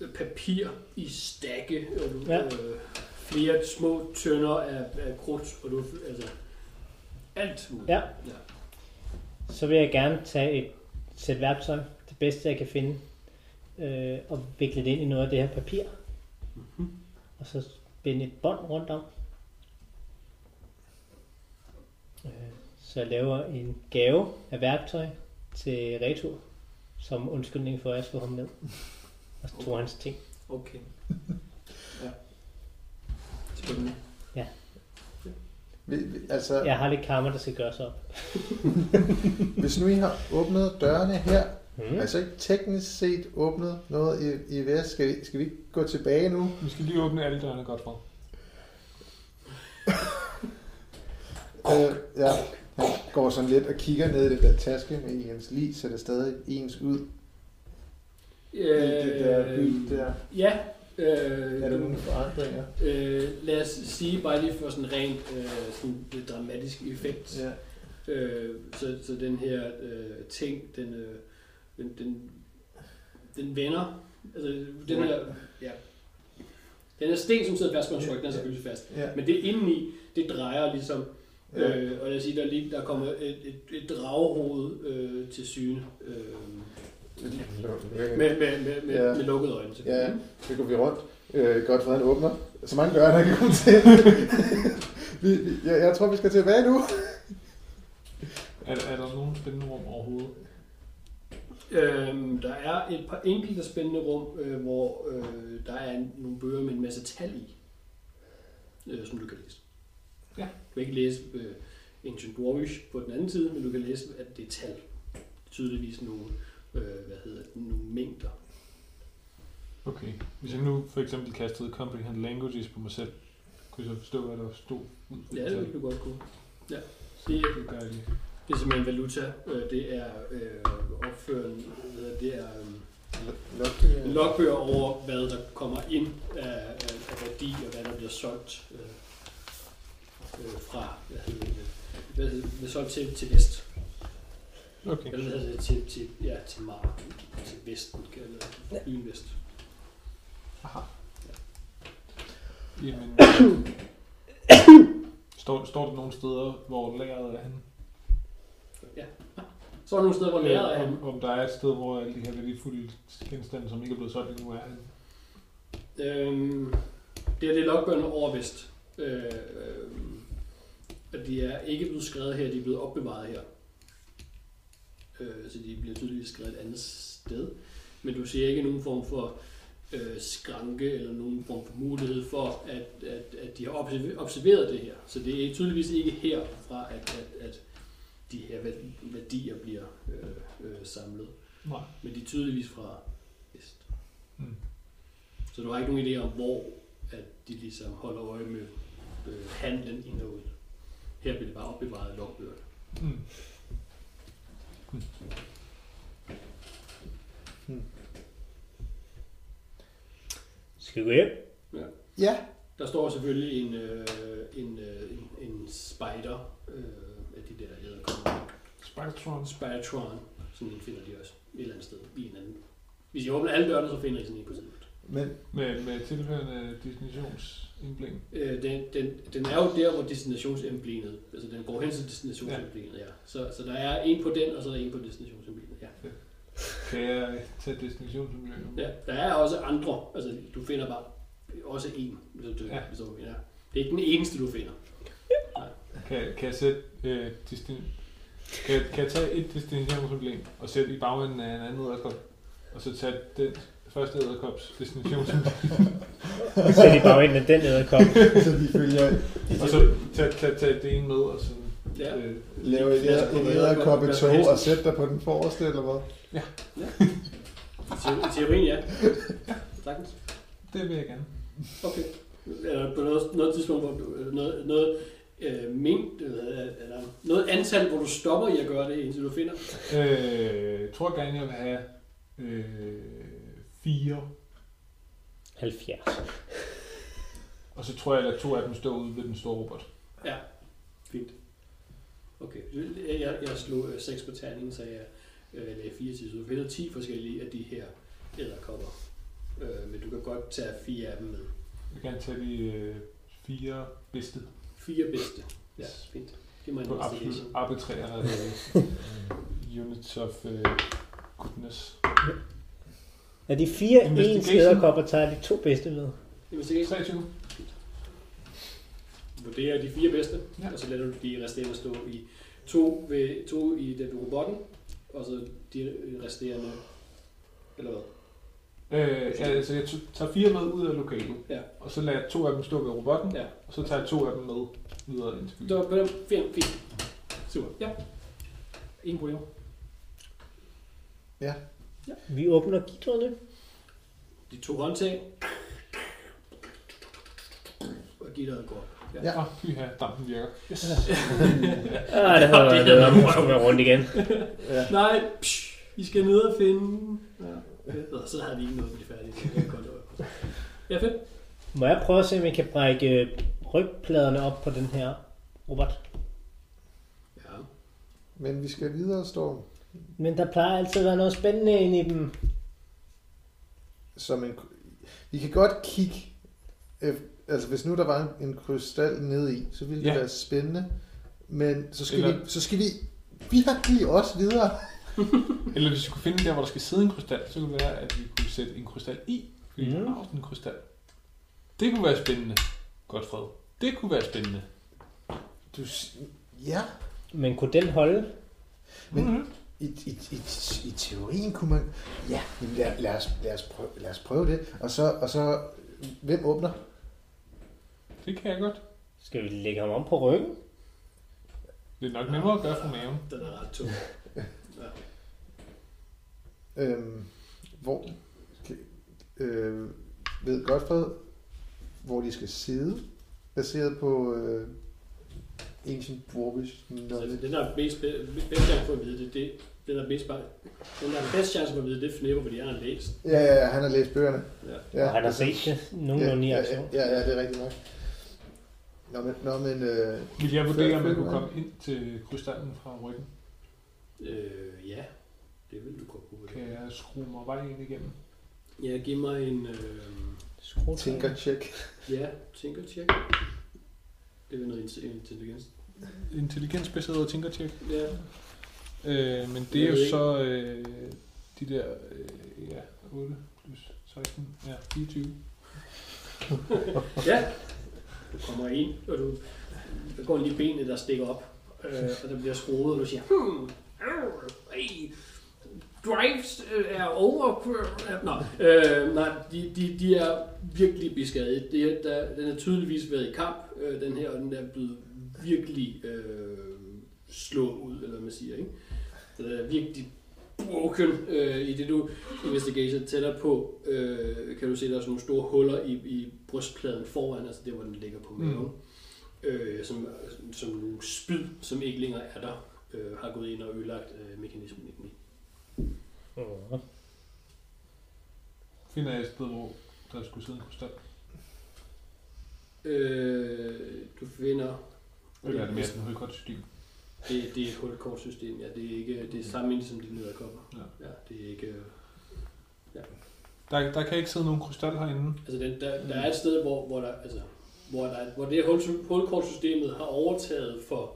[SPEAKER 4] øh, papir i stakke, og du,
[SPEAKER 3] Ja.
[SPEAKER 4] ja. øh, flere små tønder af, af krudt, og du, altså, alt muligt.
[SPEAKER 3] Ja.
[SPEAKER 4] ja.
[SPEAKER 3] Så vil jeg gerne tage et sæt værktøj, det bedste jeg kan finde, øh, og vikle det ind i noget af det her papir. Mm-hmm. Og så binde et bånd rundt om. Øh, så jeg laver en gave af værktøj til retur, som undskyldning for, at jeg slog ham ned. Og så tog hans ting. [laughs]
[SPEAKER 4] Okay. Ja. Spændende.
[SPEAKER 2] Vi, vi, altså, ja.
[SPEAKER 3] Jeg har lidt karma, der skal gøres op.
[SPEAKER 2] hvis nu I har åbnet dørene her,
[SPEAKER 3] Mm.
[SPEAKER 2] altså ikke teknisk set åbnet noget i, i vest, skal, vi- skal vi ikke gå tilbage nu?
[SPEAKER 5] Vi skal lige åbne alle dørene godt for.
[SPEAKER 2] Øh, ja, han går sådan lidt og kigger ned i den der taske med ens lige, så det er stadig ens ud
[SPEAKER 4] Øh,
[SPEAKER 2] i det der bil der.
[SPEAKER 4] Ja. Øh,
[SPEAKER 2] Er der nogle forandringer?
[SPEAKER 4] øh, lad os sige, bare lige for sådan rent øh, sådan lidt dramatisk effekt.
[SPEAKER 2] Ja.
[SPEAKER 4] Øh, så, så den her øh, ting, den, øh, den, den, den vender. Altså, den her, ja. Den her sten, som sidder fast på en tryk, den er selvfølgelig fast.
[SPEAKER 2] Ja.
[SPEAKER 4] Men det indeni, det drejer ligesom.
[SPEAKER 2] Ja.
[SPEAKER 4] Øh, og lad os sige, der, er lige, der kommer et, et, et draghoved øh, til syne. Øh, med, med, med, med,
[SPEAKER 2] Ja.
[SPEAKER 4] med lukkede øjne.
[SPEAKER 2] Ja,
[SPEAKER 4] selvfølgelig.
[SPEAKER 2] så går vi rundt. Øh, godt, for han åbner. Så mange døre, der kan komme til. [laughs] vi, vi, jeg, jeg tror, vi skal tilbage nu.
[SPEAKER 5] Er, er der nogen spændende rum overhovedet?
[SPEAKER 4] Øhm, der er et par enkelte spændende rum, øh, hvor øh, der er en, nogle bøger med en masse tal i, øh, som du kan læse.
[SPEAKER 5] Ja.
[SPEAKER 4] Du kan ikke læse øh, Ancient Warwish på den anden side, men du kan læse, at det er tal. Tydeligvis nogle, øh, hvad hedder det, nogle mængder.
[SPEAKER 5] Okay. Hvis jeg nu for eksempel kastede Comprehend Languages på mig selv, kunne jeg så forstå, hvad der stod ud fra
[SPEAKER 4] Ja, det vil
[SPEAKER 5] det,
[SPEAKER 4] du godt kunne. Ja. Det, er-
[SPEAKER 5] det gør jeg lige.
[SPEAKER 4] det er simpelthen valuta. Øh, det er øh, opføren, hvad hedder det, det er... Øh, logbøger over, hvad der kommer ind af, af, af værdi, og hvad der bliver solgt øh, øh, fra, hvad hedder det, hvad hedder det, solgt til, til vest.
[SPEAKER 5] Okay.
[SPEAKER 4] Eller hvad hedder det, til, til, ja, til Mar, til Vesten, eller byen Vest.
[SPEAKER 5] Jamen, øh,
[SPEAKER 4] [coughs]
[SPEAKER 5] står, står der nogle steder, hvor lageret er henne?
[SPEAKER 4] Så er der nogle steder, hvor lærer er henne.
[SPEAKER 5] Øh, om, om der er et sted, hvor alle de her værdifulde genstande, som ikke er blevet solgt endnu, er henne?
[SPEAKER 4] Øhm, det her det er logbøgerne over Vest. Øh, øh, og de er ikke blevet skrevet her, de er blevet opbevaret her. Øh, så de bliver tydeligvis skrevet et andet sted. Men du ser ikke nogen form for øh, skranke eller nogen form for mulighed for, at, at, at de har observe- observeret det her. Så det er tydeligvis ikke herfra, at, at, at de her værdi- værdier bliver øh, øh, samlet.
[SPEAKER 5] Nej.
[SPEAKER 4] Men de er tydeligvis fra vest.
[SPEAKER 5] Mm.
[SPEAKER 4] Så du har ikke nogen idé om, hvor at de ligesom holder øje med øh, handlen ind og ud. Her bliver det bare opbevaret af logbøgerne.
[SPEAKER 5] Mm.
[SPEAKER 3] Skal vi gå hjem?
[SPEAKER 2] Ja,
[SPEAKER 4] Der står selvfølgelig en, øh, en, øh, en, en spider øh, af de der æderkommer.
[SPEAKER 5] Spectrum.
[SPEAKER 4] Spidertron, sådan en finder de også et eller andet sted i en anden. Hvis I åbner alle dørene, så finder I sådan en på siden.
[SPEAKER 2] Men [laughs]
[SPEAKER 5] Med, med tilhørende destinationsindbling.
[SPEAKER 4] Øh, den, den, den er jo der, hvor destinationsemblemet, altså den går hen til destinationsemblemet, ja. Så, så der er en på den, og så er der en på destinationsemblemet, ja.
[SPEAKER 5] Kan jeg tage destinationsindbling?
[SPEAKER 4] ja. Der er også andre, altså du finder bare også en, hvis du, ja.
[SPEAKER 5] Ja.
[SPEAKER 4] hvis du ja. Det er ikke den eneste, du finder.
[SPEAKER 5] Kan, kan jeg sætte øh, destin... kan, kan jeg tage et destinationsproblem og sætte i bagenden af en anden æderkop, og så tage den første æderkops destinationsproblem,
[SPEAKER 3] Så er de bare ind med den æderkop.
[SPEAKER 2] [laughs] så de følger,
[SPEAKER 5] og så tage, tage, tage det ene med, og så...
[SPEAKER 4] Ja.
[SPEAKER 5] Øh,
[SPEAKER 2] laver et æder- en æderkop i tog og sætter dig på den forreste, eller hvad?
[SPEAKER 4] Te- Teorien, ja. Sagtens.
[SPEAKER 5] det vil jeg gerne.
[SPEAKER 4] Okay. Eller på noget, noget tidspunkt, hvor du, øh, noget, noget øh, mængd, øh, eller noget antal, hvor du stopper i at gøre det, indtil du finder.
[SPEAKER 5] Øh, jeg tror gerne, jeg vil have øh, fire,
[SPEAKER 3] 70.
[SPEAKER 5] og så tror jeg, at jeg lader to af dem stå ude ved den store robot.
[SPEAKER 4] Ja, fint. Okay, jeg, jeg slog øh, 6 på terningen, så jeg øh, lagde 4 til, så du finder 10 forskellige af de her æderkopper. Øh, men du kan godt tage fire af dem med.
[SPEAKER 5] Jeg vil gerne tage de øh, fire bedste
[SPEAKER 4] Fire bedste. Ja, fint. Giv mig en
[SPEAKER 5] på absolut
[SPEAKER 4] investigation.
[SPEAKER 5] arbitrære øh, units of øh, goodness.
[SPEAKER 3] Af de fire ens
[SPEAKER 5] Investigation.
[SPEAKER 3] æderkopper tager de to bedste med.
[SPEAKER 4] Investigation.
[SPEAKER 5] 23.
[SPEAKER 4] Vurderer de fire bedste, ja.
[SPEAKER 5] Ja.
[SPEAKER 4] og så lader du de resterende stå i to, ved, to i den ved robotten, og så de resterende, eller hvad?
[SPEAKER 5] Øh, ja, altså, jeg t- tager fire med ud af lokalet,
[SPEAKER 4] Ja.
[SPEAKER 5] og så lader jeg to af dem stå ved robotten,
[SPEAKER 4] Ja.
[SPEAKER 5] og så tager jeg to af dem med videre ind til byen.
[SPEAKER 4] Det var på den. Fint, fint. Super. Mm. Ja. Ingen problemer.
[SPEAKER 3] Vi åbner gitterne.
[SPEAKER 4] De to håndtag. Og gitteret går. op. Ja.
[SPEAKER 2] Ja.
[SPEAKER 5] Ja, fy her, dampen virker. Yes.
[SPEAKER 3] Ah, det havde været bedre, om vi skulle være rundt igen.
[SPEAKER 2] Ja.
[SPEAKER 4] Nej, psh, I skal ned og finde... Ja. Og så havde de ikke noget, de færdige. Det kan godt lade. Ja, fedt.
[SPEAKER 3] Må jeg prøve at se, om jeg kan brække rygpladerne op på den her robot?
[SPEAKER 4] Ja.
[SPEAKER 2] Men vi skal videre, Storm.
[SPEAKER 3] Men der plejer altid at være noget spændende inde i dem.
[SPEAKER 2] Som en, vi kan godt kigge... øh, Altså, hvis nu der var en, en krystal nede i, så ville det
[SPEAKER 5] Ja.
[SPEAKER 2] være spændende. Men så skal,
[SPEAKER 5] Eller-
[SPEAKER 2] vi, så skal vi virkelig også videre.
[SPEAKER 5] Eller hvis vi kunne finde der, hvor der skal sidde en krystal, så kunne det være, at vi kunne sætte en krystal i, fordi mm.
[SPEAKER 3] Mhm.
[SPEAKER 5] der er også en krystal. Det kunne være spændende, godt fred. Det kunne være spændende.
[SPEAKER 2] Du, s- ja,
[SPEAKER 3] Men kunne den holde?
[SPEAKER 2] Men-
[SPEAKER 5] Mhm.
[SPEAKER 2] I, i, i, i teorien kunne man... Ja, jamen lad, lad, os, lad, os prøve, lad os prøve det. Og så, og så hvem åbner?
[SPEAKER 5] Det kan jeg godt.
[SPEAKER 3] Skal vi lægge ham om på ryggen?
[SPEAKER 5] Det er nok nemmere at gøre fra maven.
[SPEAKER 4] Den er ret tung. Ja.
[SPEAKER 2] Øhm, hvor... Øh, ved Godfred, hvor de skal sidde, baseret på øh, Ancient Dwarvish
[SPEAKER 4] Altså,
[SPEAKER 2] Knowledge.
[SPEAKER 4] den der bedst, bedst chance for at vide det, det den der bedst, bare- den der bedst chance for at vide det, det fnipper, fordi han har læst.
[SPEAKER 2] Ja, ja, ja, han har læst bøgerne.
[SPEAKER 4] Ja.
[SPEAKER 3] Ja, og han har set det nogenlunde i altså.
[SPEAKER 2] ja,
[SPEAKER 3] aktion.
[SPEAKER 2] ja, ja, ja, det er rigtigt nok. Nå, men, nå, men øh,
[SPEAKER 5] Vil jeg vurdere,
[SPEAKER 2] Fed-
[SPEAKER 5] om jeg
[SPEAKER 2] fed
[SPEAKER 5] kunne
[SPEAKER 2] mand.
[SPEAKER 5] komme ind til krystallen fra ryggen?
[SPEAKER 4] Øh, ja, det vil du godt kunne.
[SPEAKER 5] Kan jeg skrue mig vej ind igennem?
[SPEAKER 4] Ja, giv mig en... Øh,
[SPEAKER 3] Skru
[SPEAKER 2] tænker tjek.
[SPEAKER 4] Ja, tænker tjek. Det er noget int- intelligens.
[SPEAKER 5] Intelligensbaseret tænkertjek.
[SPEAKER 4] Ja.
[SPEAKER 5] Øh, men
[SPEAKER 4] Jeg
[SPEAKER 5] det er
[SPEAKER 4] ved
[SPEAKER 5] jo
[SPEAKER 4] ikke.
[SPEAKER 5] så øh, de der øh, ja, 8 plus 16, ja, 24.
[SPEAKER 4] ja. Du kommer ind, og du der går lige benet, der stikker op. Øh, og der bliver skruet, og du siger, hmm, au, ej, drives øh, er over... Nå, øh, nej, de, de, de er virkelig beskadiget. De er, der, den har tydeligvis været i kamp, øh, den her, og den er blevet virkelig øh, slået ud, eller hvad man siger, ikke? Så den er virkelig broken øh, i det, du investigation tættere på, øh, kan du se, der er sådan nogle store huller i, i brystpladen foran, altså der, hvor den ligger på maven, mm. øh, som, som nogle spyd, som ikke længere er der, øh, har gået ind og ødelagt øh, mekanismen i.
[SPEAKER 3] Mhm.
[SPEAKER 5] Finder jeg et sted, hvor der skulle sidde en krystal.
[SPEAKER 4] Øh, du finder...
[SPEAKER 5] Eller er det mere sådan et højkortsystem?
[SPEAKER 4] Det, det er et hulkortsystem, ja. Det er ikke det er samme ind som de nederkopper.
[SPEAKER 5] Ja.
[SPEAKER 4] ja. det er ikke... øh,
[SPEAKER 5] Der Der, der kan ikke sidde nogen krystal herinde.
[SPEAKER 4] Altså, den, der, der er et sted, hvor, hvor, der, altså, hvor, der, hvor det hul- hulkortsystemet har overtaget for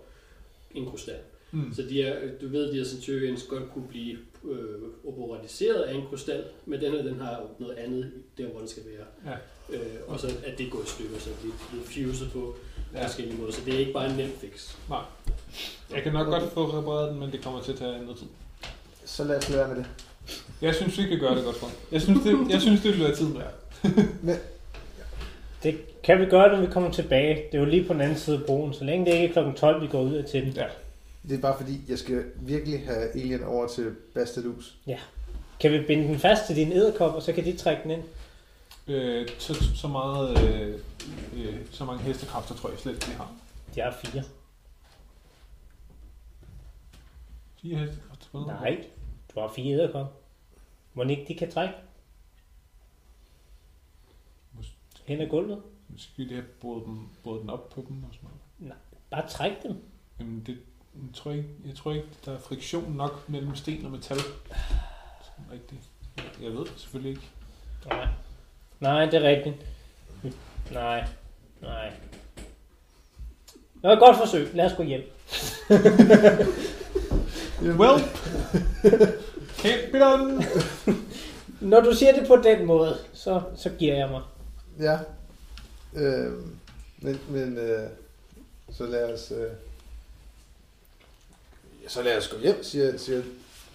[SPEAKER 4] en krystal.
[SPEAKER 5] Mm.
[SPEAKER 4] Så de er, du ved, de her Centurions godt kunne blive øh, operatiseret af en krystal, men den her, den har noget andet der, hvor den skal være.
[SPEAKER 5] Ja.
[SPEAKER 4] Øh, og så er det gået i stykker, så de er blevet fuset på ja.
[SPEAKER 5] Ja.
[SPEAKER 4] forskellige måder. Så det er ikke bare en nem fix.
[SPEAKER 5] Jeg kan nok godt få repareret den, men det kommer til at tage noget tid.
[SPEAKER 2] Så lad os lade være med det.
[SPEAKER 5] Jeg synes, vi kan gøre det godt for. Jeg synes, det, jeg synes, det vil være tiden værd.
[SPEAKER 3] Det kan vi gøre, når vi kommer tilbage. Det er jo lige på den anden side af broen, så længe det ikke er kl. 12, vi går ud af til den.
[SPEAKER 5] Ja.
[SPEAKER 2] Det er bare fordi, jeg skal virkelig have Alien over til Bastadus.
[SPEAKER 3] Kan vi binde den fast til din edderkop, og så kan de trække den ind?
[SPEAKER 5] Øh, så, så, meget, øh, øh, så mange hestekræfter tror jeg slet ikke, de har.
[SPEAKER 3] De har fire.
[SPEAKER 5] Fire hestekræfter på noget.
[SPEAKER 3] Nej, du har fire æderkopper. Må ikke de kan trække? Hen ad gulvet?
[SPEAKER 5] Måske de har båret dem, båret den op på dem og sådan noget.
[SPEAKER 3] Bare træk dem.
[SPEAKER 5] Jamen, det, jeg, tror ikke, jeg tror ikke, der er friktion nok mellem sten og metal. Sådan rigtigt. Jeg ved det selvfølgelig ikke.
[SPEAKER 3] Nej. Nej, det er rigtigt. Nej. Nej. Nå, et godt forsøg. Lad os gå hjem.
[SPEAKER 5] Well, can't be done.
[SPEAKER 3] Når du siger det på den måde, så, så giver jeg mig.
[SPEAKER 2] Ja. Øhm, men men øh, så lad os... Øh, så lad os gå hjem, siger, siger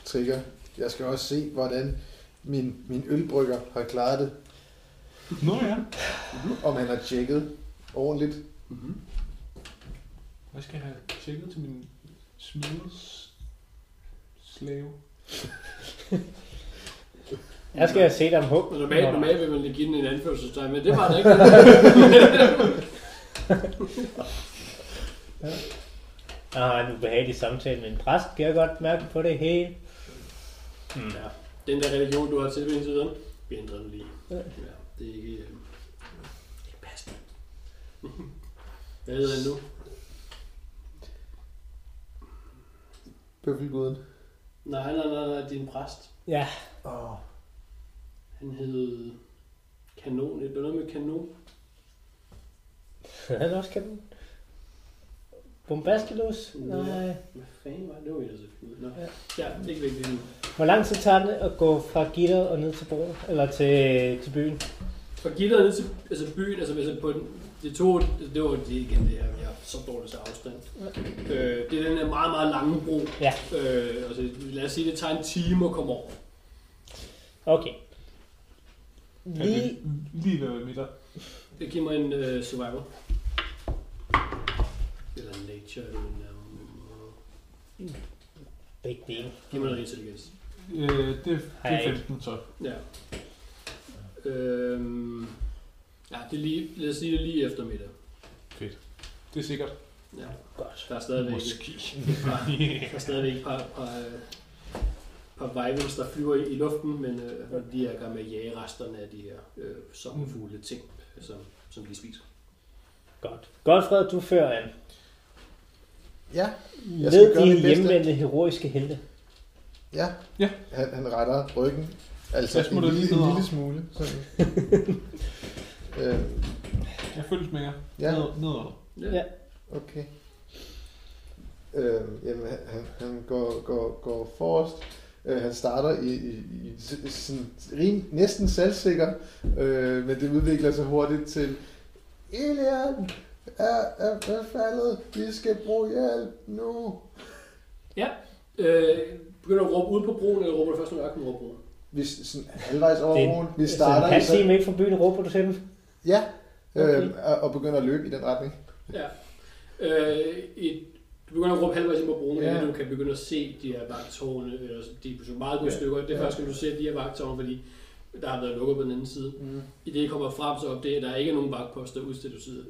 [SPEAKER 2] Trigger. Jeg skal også se, hvordan min, min ølbrygger har klaret det.
[SPEAKER 5] Nå ja.
[SPEAKER 2] Om han har tjekket ordentligt.
[SPEAKER 4] Mm-hmm.
[SPEAKER 5] Hvad skal jeg have tjekket til min smides slave?
[SPEAKER 3] Jeg skal se dig om hug.
[SPEAKER 4] Og normalt,
[SPEAKER 3] Nå, nej.
[SPEAKER 4] normalt vil man lige give den en anførselstegn, men det var det ikke.
[SPEAKER 3] Jeg har en ubehagelig samtale med en præst. Kan jeg godt mærke på det hele? [laughs] Mm. [laughs] Ja.
[SPEAKER 4] den der religion, du har til indtil videre, vi ændrer den lige.
[SPEAKER 3] Ja.
[SPEAKER 4] Ja. det er ikke... Øh, det passer. [laughs] Hvad hedder den nu?
[SPEAKER 2] Bøffelguden.
[SPEAKER 4] Nej, nej, nej, nej, din præst.
[SPEAKER 3] ja.
[SPEAKER 2] Åh,
[SPEAKER 4] Han hed Kanon, det var noget med kanon.
[SPEAKER 3] Han også kan den. Bombastilus? Nej.
[SPEAKER 4] Hvad fanden var det? Det var vi da så fint. Nå,
[SPEAKER 3] Ja.
[SPEAKER 4] ja. ja, det er ikke vigtigt nu.
[SPEAKER 3] Hvor lang tid tager det at gå fra gitteret og ned til broen? Eller til, til byen?
[SPEAKER 4] Fra gitteret ned til altså byen, altså, altså på den, det tog, det var det igen det her, jeg er så dårlig til afstand. Øh, det er den her meget, meget lange bro.
[SPEAKER 3] Ja.
[SPEAKER 4] Øh, altså, lad os sige, det tager en time at komme over.
[SPEAKER 3] Okay.
[SPEAKER 5] Er det
[SPEAKER 3] Lige...
[SPEAKER 5] lige ved at være midter?
[SPEAKER 4] Det giver mig en uh, survival. Eller nature, eller um,
[SPEAKER 3] Begge dele.
[SPEAKER 4] Giv mig noget intelligens.
[SPEAKER 5] Øh, det, det
[SPEAKER 3] Har jeg
[SPEAKER 5] er
[SPEAKER 3] ikke.
[SPEAKER 5] 15 så.
[SPEAKER 4] Ja. Øhm, ja, det er lige, lad os sige det er lige efter middag.
[SPEAKER 5] Det er sikkert.
[SPEAKER 4] Ja,
[SPEAKER 3] Godt.
[SPEAKER 4] der er stadigvæk, der er stadigvæk et par, par, øh, par vivals, der flyver i, i luften, men øh, men de er i gang med at jage resterne af de her øh, sommerfugle ting, som, som de spiser.
[SPEAKER 3] Godt. Godfred, du fører an.
[SPEAKER 2] Ja, Jeg skal
[SPEAKER 3] Led
[SPEAKER 2] gøre mit
[SPEAKER 3] de
[SPEAKER 2] bedste.
[SPEAKER 3] hjemvendte heroiske helte.
[SPEAKER 2] ja.
[SPEAKER 5] Ja.
[SPEAKER 2] Han, han retter ryggen. Altså
[SPEAKER 5] Jeg
[SPEAKER 2] en
[SPEAKER 5] smutter
[SPEAKER 2] lille,
[SPEAKER 5] lige
[SPEAKER 2] en
[SPEAKER 5] nedover.
[SPEAKER 2] lille smule.
[SPEAKER 5] [laughs]
[SPEAKER 2] Sådan. øhm,
[SPEAKER 5] Jeg følges med jer.
[SPEAKER 2] ja.
[SPEAKER 5] Ned, nedover.
[SPEAKER 3] Ja.
[SPEAKER 2] Okay. Øh, jamen, han- han, han går, går, går forrest. Øh, han starter i, i, i s- sådan rim, næsten selvsikker, øh, men det udvikler sig hurtigt til Elian er, er, er faldet. Vi skal bruge hjælp nu.
[SPEAKER 4] Øh, begynder du at råbe ude på broen, eller råber du først, når jeg kommer over broen?
[SPEAKER 2] Vi s- sådan halvvejs
[SPEAKER 3] Det
[SPEAKER 2] over
[SPEAKER 3] er-
[SPEAKER 2] broen. Vi
[SPEAKER 3] Så en
[SPEAKER 2] starter
[SPEAKER 3] halv
[SPEAKER 2] i sådan,
[SPEAKER 3] time ikke fra byen råber du til dem.
[SPEAKER 2] ja, øh,
[SPEAKER 3] Okay.
[SPEAKER 2] og, og begynder at løbe i den retning.
[SPEAKER 4] Ja. Øh, et, du begynder at råbe halvvejs ind på broen,
[SPEAKER 2] Ja.
[SPEAKER 4] ja. du kan begynde at se de her vagtårne, øh, de er på meget gode
[SPEAKER 2] Ja.
[SPEAKER 4] stykker. Det er
[SPEAKER 2] Ja.
[SPEAKER 4] først, når du ser de her vagtårne, fordi der har været lukket på den anden side.
[SPEAKER 2] Mm.
[SPEAKER 4] I det, I kommer frem, så opdager jeg, at der ikke er nogen vagtposter udstationeret.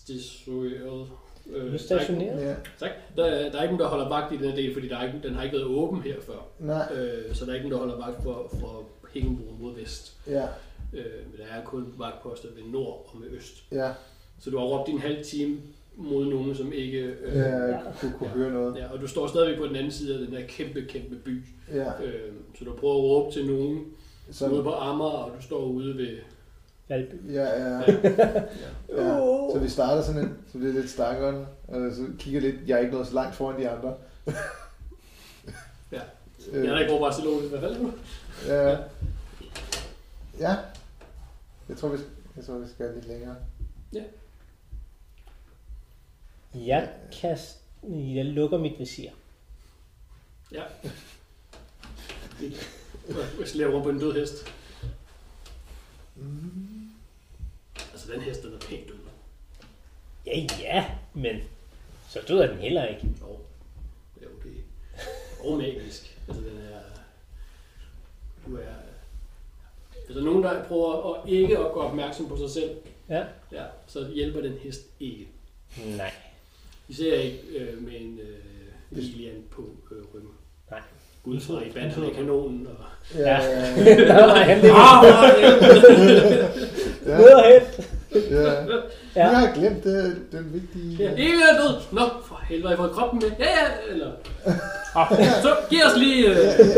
[SPEAKER 4] Udstationeret. Øh,
[SPEAKER 3] Udstationeret.
[SPEAKER 2] Ja,
[SPEAKER 4] Tak. Der, er- der er ikke nogen, der holder vagt i den her del, fordi der er ikke, den har ikke været åben her før.
[SPEAKER 2] nej,
[SPEAKER 4] Øh, så der er ikke nogen, der holder vagt for, for Hængebroen mod vest.
[SPEAKER 2] ja,
[SPEAKER 4] Øh, men der er kun vagtposter ved nord og med øst.
[SPEAKER 2] ja,
[SPEAKER 4] Så du har råbt din halv time mod nogen, som ikke... Øh,
[SPEAKER 2] ja, kunne, kunne høre noget.
[SPEAKER 4] Ja, og du står stadigvæk på den anden side af den her kæmpe, kæmpe by.
[SPEAKER 2] Ja,
[SPEAKER 4] Øh, så du prøver at råbe til nogen, Så... Ude
[SPEAKER 2] Som,
[SPEAKER 4] på Amager, og du står ude ved...
[SPEAKER 3] Valby.
[SPEAKER 2] ja, ja, ja. Så vi starter sådan en, så bliver det lidt stakkeren, og så kigger lidt, jeg er ikke noget så langt foran de andre.
[SPEAKER 4] Ja.
[SPEAKER 2] [laughs] Øh,
[SPEAKER 4] Jeg er ikke over Barcelona, hvad fanden er du?
[SPEAKER 2] ja. ja. Jeg tror, vi, jeg tror, vi skal lidt længere.
[SPEAKER 3] Jeg, kan, s- jeg lukker mit visir.
[SPEAKER 4] Ja. Jeg slæber rundt på en død hest.
[SPEAKER 2] Mm.
[SPEAKER 4] Altså, den hest, den er pænt død.
[SPEAKER 3] Ja, ja, men så død er den heller ikke.
[SPEAKER 4] Jo, det er okay. Og magisk. Altså, den er... Du er... Hvis der er nogen, der prøver at ikke at gøre opmærksom på sig selv,
[SPEAKER 3] Ja.
[SPEAKER 4] ja, så hjælper den hest ikke.
[SPEAKER 3] Nej,
[SPEAKER 4] Især ikke øh, med en øh,
[SPEAKER 2] Hvis-
[SPEAKER 4] Lilian på øh, ryggen.
[SPEAKER 3] nej. [laughs]
[SPEAKER 4] Gud fra i banden af kanonen. Og... Ah,
[SPEAKER 2] Ja,
[SPEAKER 3] nej, han ligger
[SPEAKER 2] Ah! ja,
[SPEAKER 3] ned og hen.
[SPEAKER 2] ja.
[SPEAKER 3] Ja.
[SPEAKER 2] Jeg har glemt det, den vigtige...
[SPEAKER 4] Ja, Ikke er død! Nå, for helvede, har I fået kroppen med? Ja, ja, eller... Så giv os lige... Øh...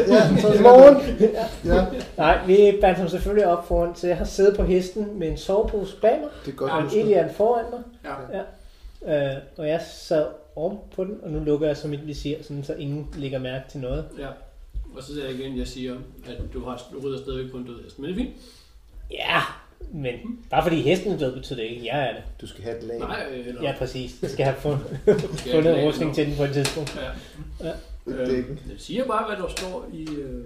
[SPEAKER 2] Ja, så
[SPEAKER 3] I morgen.
[SPEAKER 2] Ja,
[SPEAKER 3] Nej, vi bandt ham selvfølgelig op foran, så jeg har siddet på hesten med en sovepose bag mig,
[SPEAKER 2] det er godt
[SPEAKER 4] Ja,
[SPEAKER 3] og en
[SPEAKER 2] husket.
[SPEAKER 3] Elian foran mig,
[SPEAKER 4] Ja.
[SPEAKER 3] øh, og jeg sad oven på den, og nu lukker jeg så mit visir, sådan, så ingen lægger mærke til noget.
[SPEAKER 4] ja. Og så siger jeg igen, jeg siger, at du, har, du rydder stadigvæk på en død hest. Men det er fint.
[SPEAKER 3] Ja, men bare fordi hesten er død, betyder det ikke, at jeg er det.
[SPEAKER 2] Du skal have et lag.
[SPEAKER 4] Nej, øh, eller...
[SPEAKER 3] Ja, præcis. Jeg skal have
[SPEAKER 4] [laughs]
[SPEAKER 3] fundet,
[SPEAKER 4] skal jeg
[SPEAKER 3] fundet
[SPEAKER 4] ikke-
[SPEAKER 3] rustning til den på et tidspunkt.
[SPEAKER 4] Ja.
[SPEAKER 2] Et dækken.
[SPEAKER 4] Øh, jeg siger bare, hvad der står i, øh,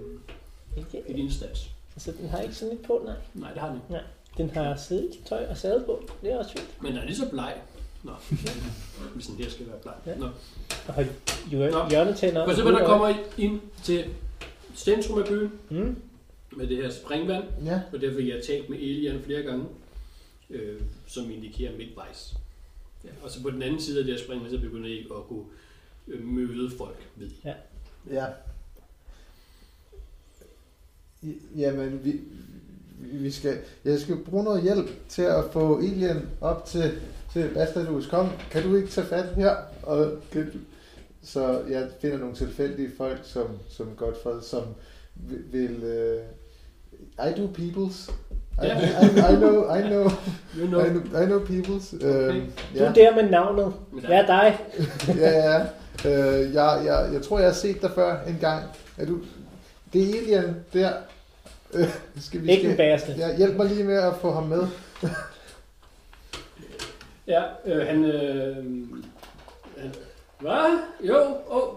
[SPEAKER 4] i
[SPEAKER 3] Ikke?
[SPEAKER 4] din stats.
[SPEAKER 3] Altså, den har ikke sådan lidt på, nej.
[SPEAKER 4] Nej, det har den ikke.
[SPEAKER 3] Den har siddet tøj og sadel på. Det er også fint.
[SPEAKER 4] Men den er lige så bleg. Nå. Hvis den her skal være bleg.
[SPEAKER 3] Ja.
[SPEAKER 4] Nå.
[SPEAKER 3] Og har
[SPEAKER 4] Nå.
[SPEAKER 3] hjørnetænder.
[SPEAKER 4] For eksempel, der kommer I ind til centrum af byen
[SPEAKER 3] Mm.
[SPEAKER 4] med det her springvand.
[SPEAKER 2] Ja,
[SPEAKER 4] Og derfor jeg har talt med Elian flere gange, øh, som indikerer midtvejs. Ja, og så på den anden side af det her spring, så begynder I at kunne øh, møde folk ved. I.
[SPEAKER 2] ja. I- Jamen, vi, vi- vi skal, jeg skal bruge noget hjælp til at få Elian op til, til Bastadus. Kom, kan du ikke tage fat her? Og kan du, så jeg finder nogle tilfældige folk, som, som Godfred, som vil- vil... Øh, I do peoples. I,
[SPEAKER 4] Ja.
[SPEAKER 2] I, I, know, I know,
[SPEAKER 4] You know.
[SPEAKER 2] I know, I know peoples.
[SPEAKER 4] Okay.
[SPEAKER 2] Øhm,
[SPEAKER 3] Du er der med navnet.
[SPEAKER 4] Men der,
[SPEAKER 3] Hvad er dig?
[SPEAKER 2] ja, ja. Øh, jeg, jeg, jeg tror, jeg har set dig før en gang. Er du... Det er Elian der. Øh, skal vi
[SPEAKER 3] Ikke den
[SPEAKER 2] skal...
[SPEAKER 3] bagerste.
[SPEAKER 2] Ja, hjælp mig lige med at få ham med.
[SPEAKER 4] Ja, øh, han... Øh, han hvad? Jo, åh,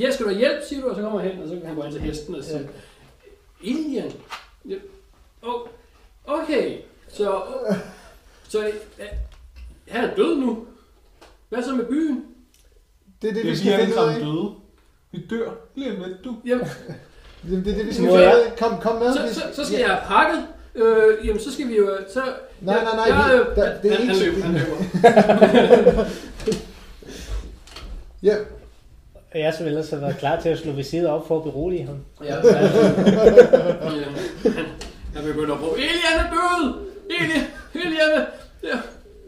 [SPEAKER 4] jeg skal du have hjælp, siger du, og så kommer han hen, og så kan han gå hen til hesten og sige, Indian? Ja. Åh, okay, så, så øh, han er død nu. Hvad så med byen?
[SPEAKER 2] Det er det,
[SPEAKER 5] Det
[SPEAKER 2] vi
[SPEAKER 5] er vi
[SPEAKER 2] skal
[SPEAKER 5] alle
[SPEAKER 2] finde ud af.
[SPEAKER 5] sammen døde. Vi dør lige om lidt, du.
[SPEAKER 4] Jamen,
[SPEAKER 2] Jamen, det er det, vi skal
[SPEAKER 3] Må
[SPEAKER 2] finde ud
[SPEAKER 3] jeg?
[SPEAKER 2] af. Kom, kom med.
[SPEAKER 4] så,
[SPEAKER 2] Vi-
[SPEAKER 4] så, så skal jeg have pakket. Øh, jamen, så skal vi jo... Så,
[SPEAKER 2] Nej, nej, nej.
[SPEAKER 4] Jeg,
[SPEAKER 2] vi-
[SPEAKER 4] øh,
[SPEAKER 2] der, det er
[SPEAKER 4] han,
[SPEAKER 2] ikke
[SPEAKER 4] han
[SPEAKER 2] så
[SPEAKER 4] løber, han løber.
[SPEAKER 2] Ja,
[SPEAKER 3] Og jeg som ellers har været klar til at slå visiret op for at berolige ham.
[SPEAKER 4] Ja, ja. Jeg begynder at råbe, Elian er død! Elian, Elian er... Ja.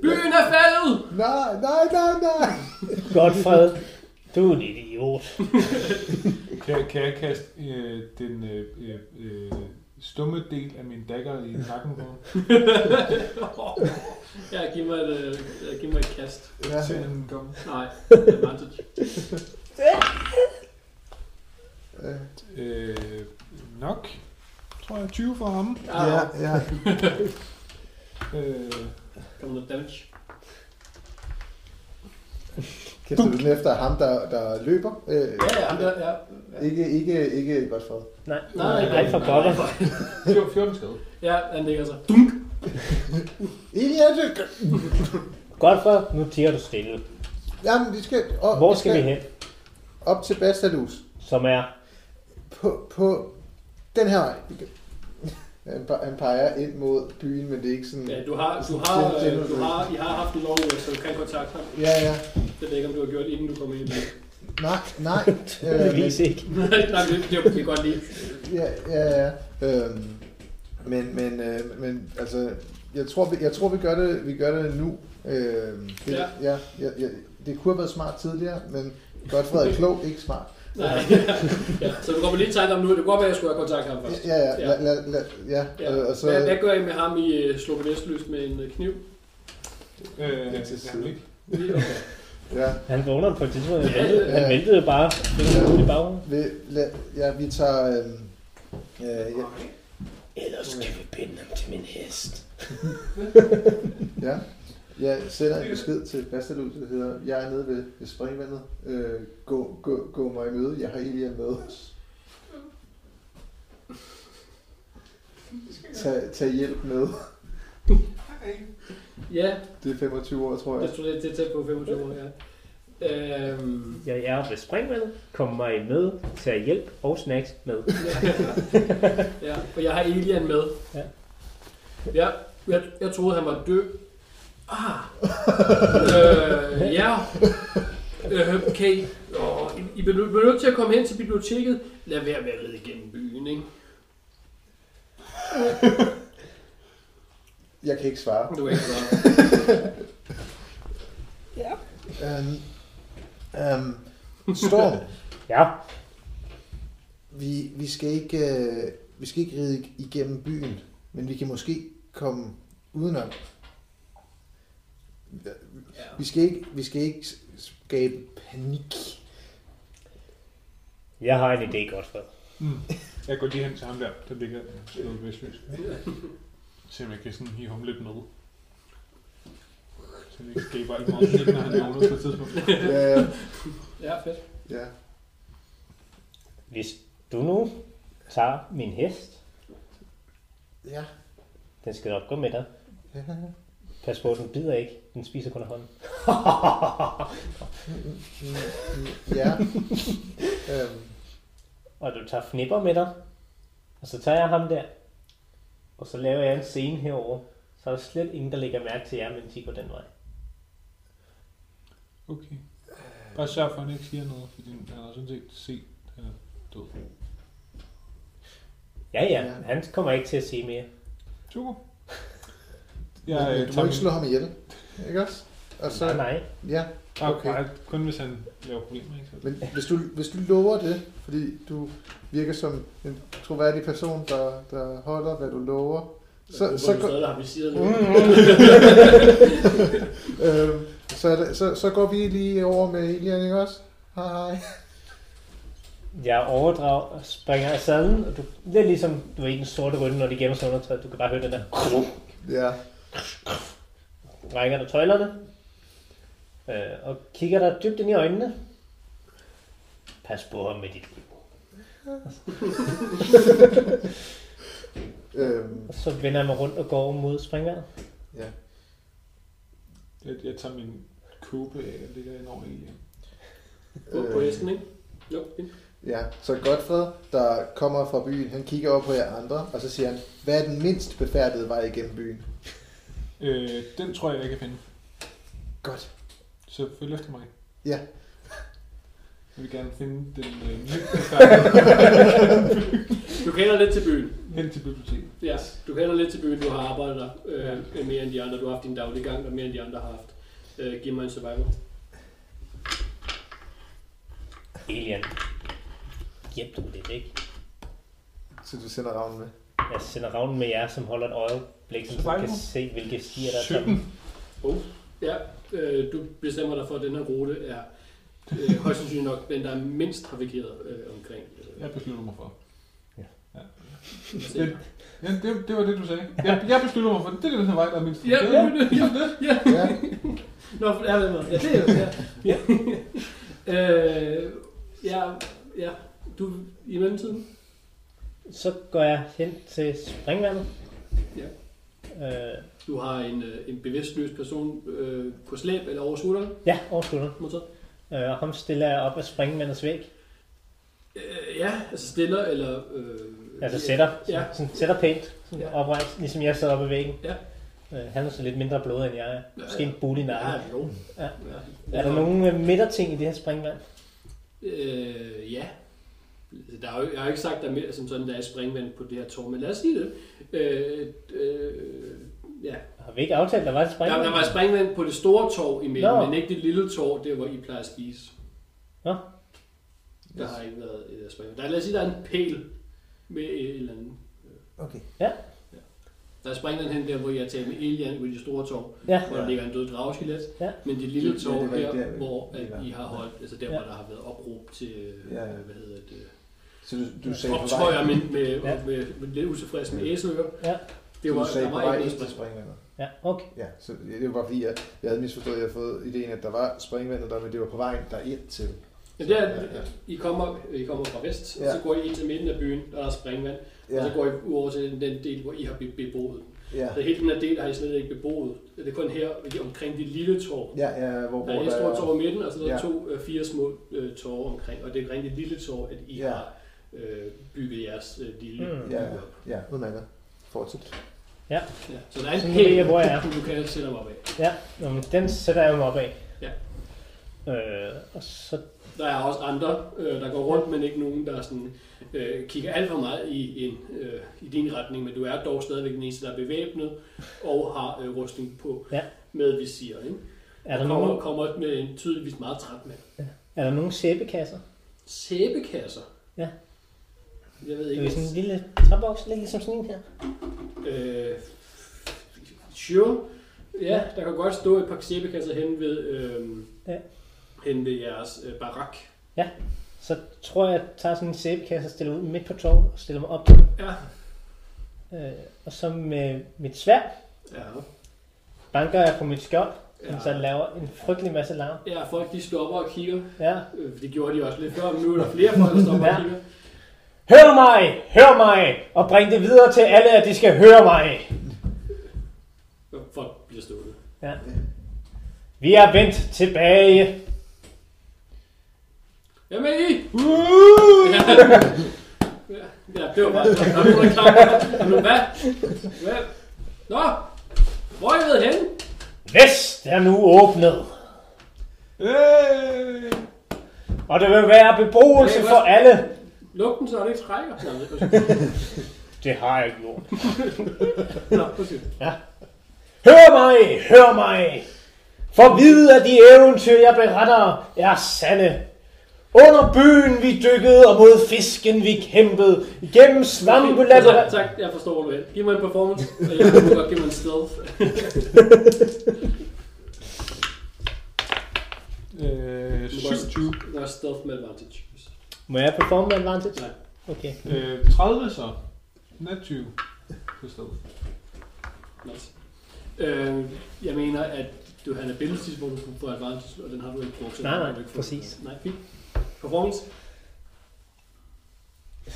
[SPEAKER 4] Byen er faldet! [laughs]
[SPEAKER 2] nej, nej, nej, nej.
[SPEAKER 3] Godfred, du er en idiot.
[SPEAKER 5] Kan, jeg- kan jeg kaste øh, den øh, øh, øh, stumme del af min dagger i nakken
[SPEAKER 2] [laughs]
[SPEAKER 5] på ham?
[SPEAKER 4] Ja, giv mig et, øh, ja, giv mig et kast.
[SPEAKER 2] Ja.
[SPEAKER 5] Til han kommer.
[SPEAKER 4] Nej, det er vantage.
[SPEAKER 2] Øh,
[SPEAKER 5] Øh, nok. Tror jeg 20 for ham.
[SPEAKER 2] Ja, ja.
[SPEAKER 5] Øh,
[SPEAKER 4] Kom noget damage.
[SPEAKER 2] Kaster du den efter ham, der, der løber? Øh,
[SPEAKER 4] Ja, ja, ham der, ja.
[SPEAKER 2] ikke, ikke, ikke Godfred.
[SPEAKER 3] Nej,
[SPEAKER 4] Nej,
[SPEAKER 3] nej, for pokker.
[SPEAKER 4] nej.
[SPEAKER 5] 14 skade.
[SPEAKER 4] Ja, han ligger så. Dunk!
[SPEAKER 2] Elian, du-
[SPEAKER 3] Godfred, nu tiger du stille.
[SPEAKER 2] jamen, vi skal... Op,
[SPEAKER 3] Hvor skal vi hen?
[SPEAKER 2] Op til Bastadus.
[SPEAKER 3] Som er...
[SPEAKER 2] på, på den her vej. Han pe- Han peger ind mod byen, men det er ikke sådan...
[SPEAKER 4] Ja, du har, du har, øh, du har, I har haft en long rest, så du kan kontakte ham.
[SPEAKER 2] Ja, ja.
[SPEAKER 4] Det ved jeg ikke, om du har gjort, inden du [laughs] kom ind i byen.
[SPEAKER 2] Nej,
[SPEAKER 4] [laughs]
[SPEAKER 2] nej. øh, men,
[SPEAKER 3] Tydeligvis ikke.
[SPEAKER 4] Nej, det, det, det kan jeg godt lide.
[SPEAKER 2] ja, ja, ja. Øhm, men, men, øh, men altså, jeg tror, vi, jeg tror, vi gør det, vi gør det nu. Øhm, det,
[SPEAKER 4] Ja.
[SPEAKER 2] ja. Ja, ja, det kunne have været smart tidligere, men godt Frederik Klog, ikke smart.
[SPEAKER 4] Nej. [laughs] ja. Så du kommer lige i tanke om nu, det kunne godt være, at jeg skulle have kontaktet ham først.
[SPEAKER 2] Ja, ja, ja. La, la, la, ja.
[SPEAKER 4] Ja.
[SPEAKER 2] Øh, Og, og så,
[SPEAKER 4] hvad, hvad gør I med ham i uh, slukker vestlys med en øh, kniv?
[SPEAKER 5] Øh,
[SPEAKER 2] Lidt til
[SPEAKER 5] ja,
[SPEAKER 2] side.
[SPEAKER 5] ikke?
[SPEAKER 4] Lige okay.
[SPEAKER 2] ja,
[SPEAKER 3] Han vågner på et tidspunkt. Han
[SPEAKER 4] Ja,
[SPEAKER 3] væltede,
[SPEAKER 2] ja.
[SPEAKER 3] han væltede jo bare fingrene ud i baggrunden.
[SPEAKER 2] vi, la, ja, vi tager... Øh, øh, ja,
[SPEAKER 3] Ellers kan vi binde ham til min hest.
[SPEAKER 2] ja, jeg sender en besked til Bastalud, der hedder, jeg er nede ved, ved springvandet. Øh, gå, gå, gå mig i møde, jeg har Elian med. Tag, tag hjælp med.
[SPEAKER 4] Ja,
[SPEAKER 2] Det er 25 år, tror jeg.
[SPEAKER 4] jeg tror, det det er tæt på 25 år, ja. Øhm, [laughs]
[SPEAKER 3] Jeg er ved springvandet. Kom mig med. Tag hjælp og snacks med.
[SPEAKER 4] ja, og jeg har Elian med.
[SPEAKER 3] Ja.
[SPEAKER 4] Ja, jeg, jeg troede, han var død. Ah. øh, ja. Øh, okay. Og I, I bliver nø- bliver nødt til at komme hen til biblioteket. Lad være med at ride igennem byen, ikke?
[SPEAKER 2] Jeg kan ikke svare.
[SPEAKER 4] Du er ikke klar.
[SPEAKER 2] Øhm, øhm, Storm,
[SPEAKER 3] Ja,
[SPEAKER 2] vi, vi, skal ikke, øh, vi skal ikke ride igennem byen, men vi kan måske komme udenom.
[SPEAKER 4] Ja.
[SPEAKER 2] Vi skal ikke, vi skal ikke s- skabe panik.
[SPEAKER 3] jeg har en idé, Godfred.
[SPEAKER 5] Mm. Jeg går lige hen til ham der, der ligger slået vestløs. Se om jeg kan sådan hive ham lidt med. Så det ikke skaber alt meget panik, når han vågner på et tidspunkt.
[SPEAKER 2] Ja,
[SPEAKER 4] Ja, fedt.
[SPEAKER 2] Øh, ja.
[SPEAKER 3] Hvis du nu tager min hest,
[SPEAKER 2] Ja,
[SPEAKER 3] den skal nok gå med dig.
[SPEAKER 2] ja.
[SPEAKER 3] Pas på, den bider ikke. Den spiser kun af hånden.
[SPEAKER 2] Mm, ja. øhm,
[SPEAKER 3] Og du tager fnipper med dig. Og så tager jeg ham der. Og så laver jeg en scene herover. Så er der slet ingen, der lægger mærke til jer, mens I går den vej.
[SPEAKER 5] Okay. Bare sørg for, at han ikke siger noget, fordi han har sådan set set, at han er død.
[SPEAKER 3] Ja, ja.
[SPEAKER 2] Ja.
[SPEAKER 3] Han kommer ikke til at se mere.
[SPEAKER 5] Super.
[SPEAKER 2] ja,
[SPEAKER 5] Jeg,
[SPEAKER 2] men,
[SPEAKER 5] øh,
[SPEAKER 2] du må
[SPEAKER 5] tager
[SPEAKER 2] ikke slå
[SPEAKER 5] min-
[SPEAKER 2] ham ihjel. Ikke også? Og så,
[SPEAKER 3] Nej, Ah, nej.
[SPEAKER 2] ja,
[SPEAKER 5] Okay.
[SPEAKER 2] Okay.
[SPEAKER 5] Nej, Ah, kun hvis han laver problemer, ikke? Så-
[SPEAKER 2] men hvis du, hvis du lover det, fordi du virker som en troværdig person, der, der holder, hvad du lover, så, så,
[SPEAKER 4] går...
[SPEAKER 2] går- Mm.
[SPEAKER 4] Stadig har vi siddet
[SPEAKER 2] [laughs] øhm, så, er det, så, så går vi lige over med Elian, ikke også? Hej, hej.
[SPEAKER 3] Jeg overdrager, springer af sadlen, og du, det er ligesom, du er i den sorte runde, når de gemmer sig undertøj. Du kan bare høre den der,
[SPEAKER 2] Ja.
[SPEAKER 3] rækker dig tøjlerne, øh, og kigger dig dybt ind i øjnene. Pas på ham med dit liv.
[SPEAKER 2] Øhm,
[SPEAKER 3] Og så vender jeg mig rundt og går over mod springvandet.
[SPEAKER 2] ja.
[SPEAKER 5] Jeg, jeg tager min kåbe af og ligger ind over i. øh,
[SPEAKER 2] øh,
[SPEAKER 4] på hesten, ikke? Jo, fint.
[SPEAKER 2] Ja, så Godfred, der kommer fra byen, han kigger over på jer andre, og så siger han, hvad er den mindst befærdede vej igennem byen?
[SPEAKER 5] Øh, den tror jeg, jeg kan finde.
[SPEAKER 2] Godt.
[SPEAKER 5] Så følg efter mig.
[SPEAKER 2] Ja.
[SPEAKER 5] Jeg vil gerne finde den øh,
[SPEAKER 2] [laughs]
[SPEAKER 5] nye
[SPEAKER 4] Du kender lidt til byen.
[SPEAKER 5] hen til biblioteket.
[SPEAKER 4] Ja, du kender lidt til byen, du har arbejdet der øh, mere end de andre. Du har haft din daglige gang, og mere end de andre har haft. Øh, giv mig en survival.
[SPEAKER 3] Alien. Hjælp du lidt, ikke?
[SPEAKER 2] Så du sender ravnen med.
[SPEAKER 3] Jeg sender ravnen med jer, som holder et øjeblik, så du
[SPEAKER 5] Survival.
[SPEAKER 3] kan se, hvilke stier der er.
[SPEAKER 5] 17.
[SPEAKER 3] sammen.
[SPEAKER 4] Ja, øh, du bestemmer dig for, at den her rute er øh, højst sandsynligt nok den, der er mindst trafikeret øh, omkring.
[SPEAKER 5] Jeg beslutter mig for.
[SPEAKER 3] Ja.
[SPEAKER 5] ja.
[SPEAKER 4] Ja,
[SPEAKER 5] Det, ja, det, det var det, du sagde. Jeg, jeg beslutter mig for, det er den her vej, der er mindst.
[SPEAKER 4] ja, ja, ja, ja.
[SPEAKER 2] Ja,
[SPEAKER 4] Nå, ja, det er det. Ja, det er det. Ja. ja. [laughs] øh, ja, ja. Du, i mellemtiden?
[SPEAKER 3] Så går jeg hen til springvandet.
[SPEAKER 4] Ja.
[SPEAKER 3] Øh,
[SPEAKER 4] Du har en, øh, en bevidstløs person øh, på slæb eller over skulderen,
[SPEAKER 3] ja, over skulderen.
[SPEAKER 4] må jeg så
[SPEAKER 3] Øh, og ham stiller jeg op af springvandets væg.
[SPEAKER 4] Øh, ja, altså stiller eller... Øh,
[SPEAKER 3] Altså sætter,
[SPEAKER 4] Ja.
[SPEAKER 3] ja. sådan, sætter pænt, sådan
[SPEAKER 4] Ja.
[SPEAKER 3] ja. oprejst, ligesom jeg sad oppe i væggen.
[SPEAKER 4] Ja.
[SPEAKER 3] Øh, han er så lidt mindre blodet end jeg er. Måske en bul i
[SPEAKER 4] Ja,
[SPEAKER 3] nakken.
[SPEAKER 4] ja, jo.
[SPEAKER 3] Ja.
[SPEAKER 4] Ja.
[SPEAKER 3] Er der nogen øh, midterting i det her springvand?
[SPEAKER 4] Øh, ja. Der er jo, jeg har jo ikke sagt, der er mere, som sådan, der er springvand på det her tårn, men lad os sige det. Øh, øh, ja.
[SPEAKER 3] Har vi ikke aftalt, der var et
[SPEAKER 4] Der,
[SPEAKER 3] springvand?
[SPEAKER 4] der var springvand på det store tår imellem,
[SPEAKER 3] Nå.
[SPEAKER 4] men ikke det lille tår, der hvor I plejer at spise.
[SPEAKER 3] Nå,
[SPEAKER 4] Der har ikke været et spring. Der, lad os sige, der er en pæl med et eller andet.
[SPEAKER 2] Okay.
[SPEAKER 4] Der springer den hen der, hvor jeg tager med Elian ved de store tog,
[SPEAKER 3] Ja,
[SPEAKER 4] hvor der ligger en død drageskelet.
[SPEAKER 3] Ja.
[SPEAKER 4] Men det lille
[SPEAKER 2] Ja, det
[SPEAKER 4] tog
[SPEAKER 2] var ikke
[SPEAKER 4] her,
[SPEAKER 2] der, vi-
[SPEAKER 4] hvor
[SPEAKER 2] vi var.
[SPEAKER 4] at I har holdt, altså der,
[SPEAKER 3] Ja.
[SPEAKER 4] hvor der har været opråb til, øh,
[SPEAKER 2] Ja, ja.
[SPEAKER 4] hvad hedder det,
[SPEAKER 2] Så du, du sagde på
[SPEAKER 4] optøjer
[SPEAKER 2] vej,
[SPEAKER 4] med, med,
[SPEAKER 3] Ja.
[SPEAKER 4] med, med, med lidt utilfreds med æseløer.
[SPEAKER 3] Ja.
[SPEAKER 4] Det var,
[SPEAKER 2] du sagde
[SPEAKER 4] der
[SPEAKER 2] på
[SPEAKER 4] var
[SPEAKER 2] vej
[SPEAKER 4] ikke
[SPEAKER 2] ind
[SPEAKER 4] noget
[SPEAKER 2] til
[SPEAKER 4] spring.
[SPEAKER 2] springvandet.
[SPEAKER 3] ja, okay.
[SPEAKER 2] Ja, så det var bare fordi, jeg, jeg havde misforstået, at jeg havde fået ideen, at der var springvandet der, men det var på vejen der ind til.
[SPEAKER 4] Ja, det er,
[SPEAKER 2] Ja, ja.
[SPEAKER 4] I, kommer, I kommer fra vest,
[SPEAKER 2] Ja.
[SPEAKER 4] og så går I ind til midten af byen, der er springvand, og så
[SPEAKER 2] Ja,
[SPEAKER 4] går I ud over til den del, hvor I har be- beboet.
[SPEAKER 2] ja,
[SPEAKER 4] Så hele den her del har I slet ikke beboet. Det er kun her lige omkring det lille tårn.
[SPEAKER 2] ja, ja hvor,
[SPEAKER 4] Der
[SPEAKER 2] hvor
[SPEAKER 4] er
[SPEAKER 2] der,
[SPEAKER 4] et stort tårn
[SPEAKER 2] er,
[SPEAKER 4] i midten, og så er der
[SPEAKER 2] Ja.
[SPEAKER 4] to øh, fire små øh, tårer omkring. Og det er omkring det lille tårn, at I
[SPEAKER 2] Ja.
[SPEAKER 4] har øh, bygget jeres øh, lille
[SPEAKER 3] Mm.
[SPEAKER 4] by
[SPEAKER 2] Ja.
[SPEAKER 4] op.
[SPEAKER 2] ja, udmærket.
[SPEAKER 4] [laughs]
[SPEAKER 2] Fortsæt.
[SPEAKER 4] Ja. Så der er en
[SPEAKER 3] Så nu ved jeg,
[SPEAKER 4] pæl,
[SPEAKER 3] hvor jeg er.
[SPEAKER 4] du [laughs] kan sætte mig op af.
[SPEAKER 3] Ja, nå, men den sætter jeg mig op af.
[SPEAKER 4] Ja.
[SPEAKER 3] Øh, og så,
[SPEAKER 4] Der er også andre, øh, der går rundt, men ikke nogen, der sådan, øh, kigger alt for meget i, en, øh, i din retning. Men du er dog stadigvæk den eneste, der er bevæbnet og har øh, rustning på
[SPEAKER 3] Ja.
[SPEAKER 4] med visir. Ikke?
[SPEAKER 3] er, der
[SPEAKER 4] og kommer,
[SPEAKER 3] nogen,
[SPEAKER 4] kommer med en tydeligvis meget træt mand.
[SPEAKER 3] er der nogen sæbekasser?
[SPEAKER 4] Sæbekasser?
[SPEAKER 3] Ja.
[SPEAKER 4] Jeg ved
[SPEAKER 3] Det
[SPEAKER 4] ikke.
[SPEAKER 3] er sådan
[SPEAKER 4] hvad-
[SPEAKER 3] en lille træboks, lidt ligesom sådan en her.
[SPEAKER 4] Øh, sure. Ja, der kan godt stå et par sæbekasser hen ved, øh,
[SPEAKER 3] Ja.
[SPEAKER 4] hen ved jeres øh, barak.
[SPEAKER 3] Så tror jeg, at jeg tager sådan en sæbekasse og stiller ud midt på torvet og stiller mig op på den.
[SPEAKER 4] Ja.
[SPEAKER 3] Øh, og så med mit svær
[SPEAKER 4] Ja.
[SPEAKER 3] banker jeg på mit skjold, ja. så
[SPEAKER 4] Ja.
[SPEAKER 3] laver en frygtelig masse larm.
[SPEAKER 4] ja, folk de stopper og kigger.
[SPEAKER 3] Ja.
[SPEAKER 4] Øh, Det gjorde de også lidt før, men nu er der flere folk, der stopper
[SPEAKER 3] Ja.
[SPEAKER 4] og kigger.
[SPEAKER 3] Hør mig! Hør mig! Og bring det videre til alle, at de skal høre mig!
[SPEAKER 4] Øh, Folk bliver stående.
[SPEAKER 3] Vi er vendt tilbage.
[SPEAKER 4] Jeg er med
[SPEAKER 3] [laughs]
[SPEAKER 4] i! Ja, ja, det var bare der var nogen, der klapper. Men Hvad? Hvad? Nå! Hvor er I ved henne?
[SPEAKER 3] Vest er nu åbnet,
[SPEAKER 5] Øh!
[SPEAKER 3] og der vil være beboelse for alle.
[SPEAKER 4] Luk den, så den ikke trækker. Nå, det
[SPEAKER 3] Det har jeg ikke gjort.
[SPEAKER 4] er- Nå, undskyld.
[SPEAKER 3] Hør mig! Hør mig! For vide, at de eventyr, jeg beretter, er sande. Under byen vi dykkede, og mod fisken vi kæmpede. Gennem svampe
[SPEAKER 4] Tak, tak, jeg forstår du vel. Giv mig en performance, og jeg kan godt give mig en stealth.
[SPEAKER 5] Øh, 27.
[SPEAKER 4] Der er stealth med advantage.
[SPEAKER 3] Må jeg performe med advantage?
[SPEAKER 4] Nej.
[SPEAKER 3] Okay.
[SPEAKER 5] Øh, 30 så. Nat 20. På stedet.
[SPEAKER 4] Nice. Øh, jeg mener, at du har en ability, hvor du får advantage, og den har du ikke brugt. så
[SPEAKER 3] Nej,
[SPEAKER 4] den
[SPEAKER 3] nej,
[SPEAKER 4] har du ikke fået.
[SPEAKER 3] præcis.
[SPEAKER 4] Nej, fint. Performance?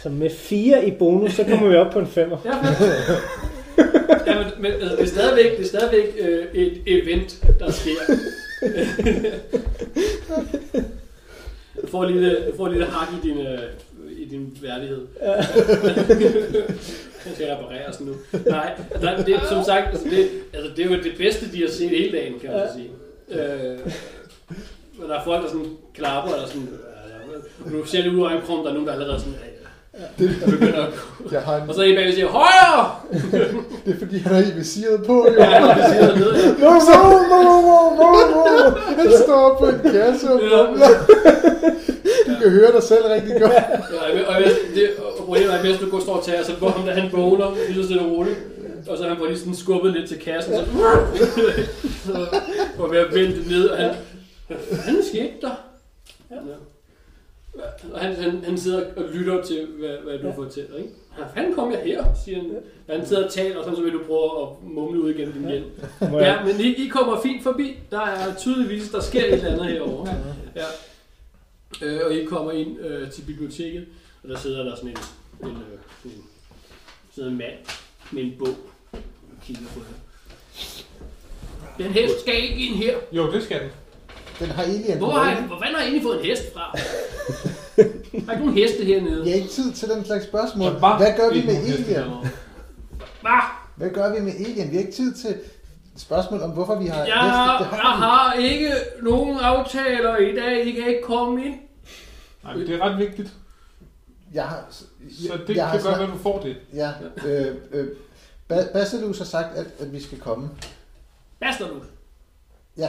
[SPEAKER 3] Så med fire i bonus, så kommer vi op på en femmer.
[SPEAKER 4] Ja, fedt. ja, men, men altså, det er stadigvæk, det er stadigvæk øh, et event, der sker. Du får lige lidt, får lige lidt hak i din, øh, i din værdighed. Den skal repareres nu. Nej, der, det, er som sagt, altså det, altså det er jo det bedste, de har set hele dagen, kan man så sige. Øh, og der er folk, der sådan klapper, eller sådan... øh, Nu ser det ud af øjenkrogen, der er nogen, der allerede sådan... Øh, begynder at
[SPEAKER 2] Jeg har en,
[SPEAKER 4] og så er I bagved siger, højre!
[SPEAKER 2] det er fordi, han har i visiret på, jo.
[SPEAKER 4] Ja, og det sidder ned.
[SPEAKER 2] No, no, no, no, no, no. Han står på en kasse og bumler. Du kan høre dig selv rigtig godt.
[SPEAKER 4] Ja, og, og, og, det, og problemet er, at mens du går og står og tager, så går han, han vågner, lige så stille og roligt. Og så har han bare lige sådan skubbet lidt til kassen, så... og ved at vælte ned, og han... Hvad fanden skete der? Ja. Og han, han, han sidder og lytter til, hvad, hvad du
[SPEAKER 3] Ja.
[SPEAKER 4] ja. fortæller, ikke? Hvad fanden kom jeg her, siger han. Han sidder og taler, og sådan så vil du prøve at mumle ud igennem din hjelm.
[SPEAKER 3] Må jeg,
[SPEAKER 4] Ja, men I, I kommer fint forbi. Der er tydeligvis, der sker et eller andet herovre. Ja. Øh, og I kommer ind øh, til biblioteket, og der sidder der sådan en, en, øh, en, sidder en mand med en bog og kigger på jer. Den hest skal ikke ind her.
[SPEAKER 5] Jo, det skal den.
[SPEAKER 2] Den har alien på
[SPEAKER 4] Hvor har I,
[SPEAKER 2] ryggen.
[SPEAKER 4] hvor fanden har I egentlig fået en hest fra? Har ikke nogen heste hernede?
[SPEAKER 2] Jeg har ikke tid til den slags spørgsmål.
[SPEAKER 5] Der var
[SPEAKER 2] Hvad gør vi
[SPEAKER 5] ikke
[SPEAKER 2] med
[SPEAKER 5] nogen heste
[SPEAKER 2] alien?
[SPEAKER 5] derovre.
[SPEAKER 4] Hva?
[SPEAKER 2] Hvad gør vi med alien? Vi har ikke tid til spørgsmål om, hvorfor vi har
[SPEAKER 4] Jeg,
[SPEAKER 2] heste. Det
[SPEAKER 4] jeg
[SPEAKER 2] har vi.
[SPEAKER 4] har ikke nogen aftaler i dag. I kan ikke komme ind.
[SPEAKER 5] Nej, men det er ret vigtigt.
[SPEAKER 2] Jeg har,
[SPEAKER 5] Så det
[SPEAKER 2] jeg har
[SPEAKER 5] kan godt være, du får det.
[SPEAKER 2] Ja, øh, øh, Ba- Basilus har sagt, at, at vi skal komme.
[SPEAKER 4] Baster du?
[SPEAKER 2] Ja.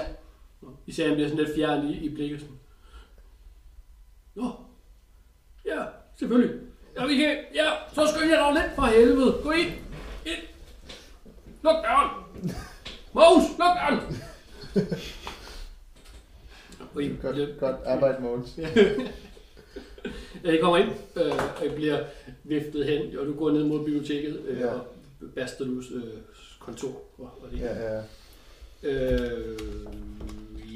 [SPEAKER 4] Især han bliver sådan lidt fjern i, i blikket. Sådan. Nå, Ja, selvfølgelig. Ja, vi kan. Ja, så skynd jer dog lidt for helvede. Gå ind. Ind. Luk døren. Mås, luk døren. Og I, bliver,
[SPEAKER 2] Godt, godt arbejde, Mogens.
[SPEAKER 4] ja, I kommer ind, øh, og I bliver viftet hen, og du går ned mod biblioteket øh,
[SPEAKER 2] Ja.
[SPEAKER 4] og Bastelus øh, kontor. Og, og det.
[SPEAKER 2] Ja, ja.
[SPEAKER 4] Øh,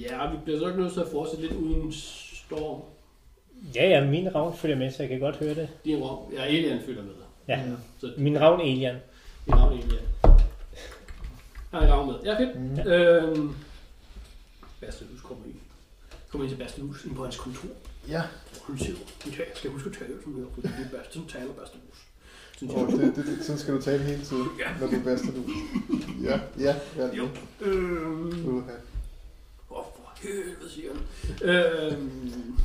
[SPEAKER 4] ja, vi bliver så nødt til at fortsætte lidt uden storm.
[SPEAKER 3] Ja, ja, min ravn følger med, så jeg kan godt høre det.
[SPEAKER 4] Din rom, ja, Elian følger med.
[SPEAKER 3] Ja,
[SPEAKER 2] Ja.
[SPEAKER 4] Så
[SPEAKER 3] min ravn alien.
[SPEAKER 4] din ravn Elian. Har en ravn med. Ja, fedt.
[SPEAKER 2] Mm.
[SPEAKER 4] Mm. Øhm, Bastelus kommer ind. Kommer ind til Bastelus, ind på hans kontor.
[SPEAKER 2] Ja,
[SPEAKER 4] Hun siger, "Mit her, skal jeg huske at tage øl, som hedder, fordi det er bedst, sådan taler Bastelus. Sådan
[SPEAKER 2] oh,
[SPEAKER 4] siger
[SPEAKER 2] det, det, det, sådan skal du tale hele tiden,
[SPEAKER 4] Ja.
[SPEAKER 2] når du er bedste du. Ja, ja, ja.
[SPEAKER 4] Jo. Øhm,
[SPEAKER 2] Uha.
[SPEAKER 4] Åh, for helvede, siger han. Øhm,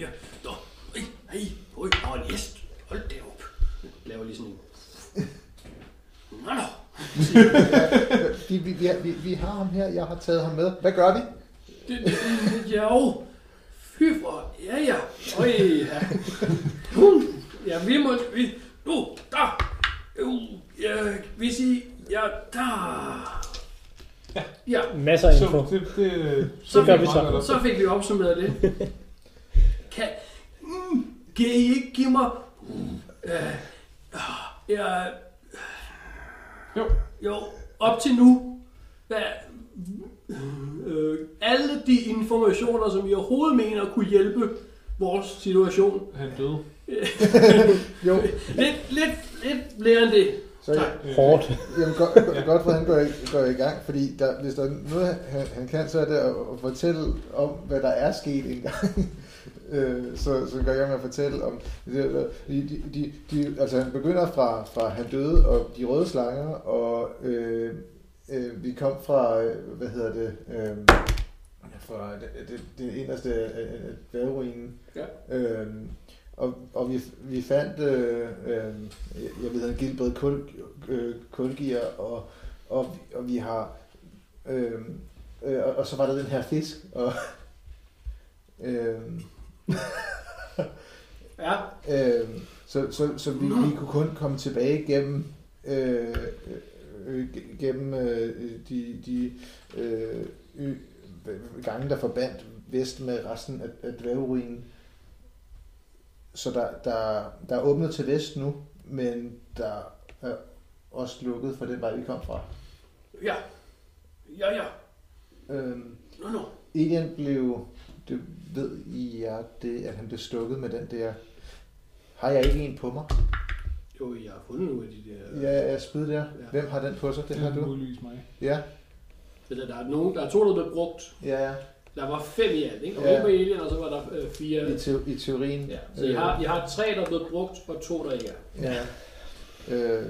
[SPEAKER 4] ja, nå, hey, hey, øj, der er en hest. Hold da op. Jeg laver lige sådan en... Nå, nå.
[SPEAKER 2] Vi, vi, vi, vi, vi har ham her, jeg har taget ham med. Hvad gør vi?
[SPEAKER 4] Det, det, det, ja, jo. Fy for, ja, ja. Øj, ja. Uh, ja, vi må... Vi, nu, der. Uh, ja, hvis I... Ja, der. Ja,
[SPEAKER 3] Masser af info.
[SPEAKER 5] Så det, det,
[SPEAKER 4] Så gør
[SPEAKER 5] det
[SPEAKER 3] vi
[SPEAKER 5] er
[SPEAKER 3] så.
[SPEAKER 5] meget godt.
[SPEAKER 4] Så fik vi opsummeret det. Kan, mm, kan I ikke give mig... Øh, øh, jeg,
[SPEAKER 5] Jo.
[SPEAKER 4] jo, op til nu. Hvad, øh, alle de informationer, som I overhovedet mener kunne hjælpe vores situation.
[SPEAKER 5] Han døde.
[SPEAKER 2] Jo.
[SPEAKER 4] Lidt, lidt, lidt mere end det.
[SPEAKER 2] Så jeg,
[SPEAKER 5] Øh,
[SPEAKER 4] Tak.
[SPEAKER 3] Hårdt.
[SPEAKER 2] Jamen, godt, godt- godt for, at han går i, går i gang, fordi der, hvis der er noget, han, han kan, så er det at, at fortælle om, hvad der er sket engang. Øh, så, så han går i gang med at fortælle om... De, de, de, de, altså, han begynder fra, fra han døde og de røde slanger, og øh, øh, vi kom fra, øh, hvad hedder det, øh, fra det, det, det inderste af af- af dværgeruinen. Øh, og, og vi, vi fandt, øh, øh, jeg ved, han Gilbert Kul, øh, Kulgier, og, og, vi- og vi har, øh, øh, og, og så var der den her fisk, og, [laughs] øh,
[SPEAKER 4] Ja,
[SPEAKER 2] øh, så, så, så vi, vi kunne kun komme tilbage gennem, øh, øh, ge- gennem øh, de, de øh, ø- øh, gange, der forbandt vest med resten af, af dværgeruinen. Så der, der, der er åbnet til vest nu, men der er også lukket for den vej, vi kom fra.
[SPEAKER 4] ja, ja, ja.
[SPEAKER 2] Øhm,
[SPEAKER 4] Nå, nå.
[SPEAKER 2] Elian blev, det ved I ja, det, at han blev stukket med den der, har jeg ikke en på mig?
[SPEAKER 4] Jo, jeg har fundet nogle af de der...
[SPEAKER 2] Ja, jeg spyd der.
[SPEAKER 4] Ja. Mm-hmm.
[SPEAKER 2] Hvem har den på sig? Den
[SPEAKER 5] Det
[SPEAKER 2] har
[SPEAKER 5] er
[SPEAKER 2] du.
[SPEAKER 5] muligvis mig.
[SPEAKER 2] Ja,
[SPEAKER 4] Eller der er, nogen, der er to, der er blevet brugt.
[SPEAKER 2] ja, ja.
[SPEAKER 4] Der var fem i alt, ikke? Og
[SPEAKER 2] Ja.
[SPEAKER 4] ja. en på Alien, og så var der øh, fire.
[SPEAKER 2] I, te- i teorien.
[SPEAKER 4] Ja. Så jeg har, jeg har tre, der er blevet brugt, og to, der ikke er.
[SPEAKER 2] Ja. Øh,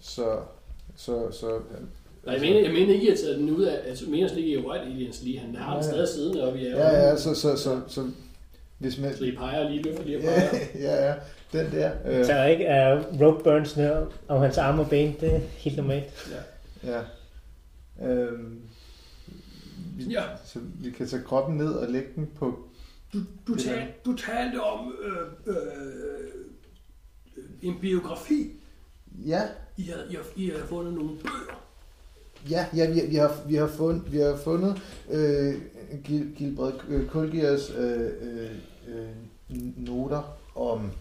[SPEAKER 2] så, så, så,
[SPEAKER 4] Og jeg mener, jeg mener ikke, at jeg har taget den ud af... Altså, jeg mener slet ikke, at White Aliens lige. Han har den
[SPEAKER 2] Ja, ja.
[SPEAKER 4] stadig siddende oppe i
[SPEAKER 2] ja, ja, så, så, så, så, hvis man,
[SPEAKER 4] Så I peger lige, løfter lige og
[SPEAKER 2] [laughs] ja,
[SPEAKER 4] peger.
[SPEAKER 2] ja, ja, den der,
[SPEAKER 3] Øh.
[SPEAKER 2] øh,
[SPEAKER 3] Tager ikke af rope burns ned om hans arme og ben, det er helt normalt.
[SPEAKER 2] ja, øh, vi,
[SPEAKER 4] Ja.
[SPEAKER 2] så vi kan tage kroppen ned og lægge den på,
[SPEAKER 4] Du, du,
[SPEAKER 2] Det er
[SPEAKER 4] tal, du talte om øh, øh, en biografi.
[SPEAKER 2] ja,
[SPEAKER 4] I har, I, har, I har fundet nogle bøger.
[SPEAKER 2] Ja, ja vi, vi, har, vi, har fund, vi har fundet øh, Gil- Gilbert Kulgiers øh, øh, øh, noter om...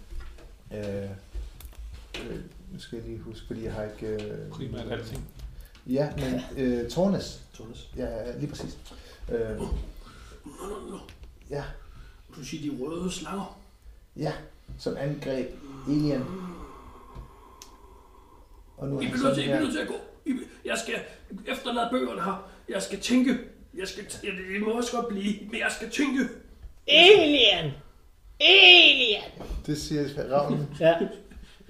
[SPEAKER 2] Øh, øh, nu skal jeg lige huske, fordi jeg har ikke... Øh,
[SPEAKER 5] Primært alting.
[SPEAKER 2] Ja, men øh, Tornes.
[SPEAKER 4] Thomas.
[SPEAKER 2] Ja, lige præcis. Øh,
[SPEAKER 4] Nå, nå, nå.
[SPEAKER 2] ja,
[SPEAKER 4] Du siger de røde slanger.
[SPEAKER 2] ja, som angreb Alien. Og nu er
[SPEAKER 4] I bliver
[SPEAKER 2] han
[SPEAKER 4] nødt
[SPEAKER 2] sådan
[SPEAKER 4] til, I bliver nødt
[SPEAKER 2] her.
[SPEAKER 4] til at gå. I, bliver- jeg skal efterlade bøgerne her. Jeg skal tænke. Jeg skal, t- ja, det må også godt blive, men jeg skal tænke.
[SPEAKER 3] Alien! Alien!
[SPEAKER 2] Det siger Ravnen.
[SPEAKER 3] Ja,
[SPEAKER 4] Jeg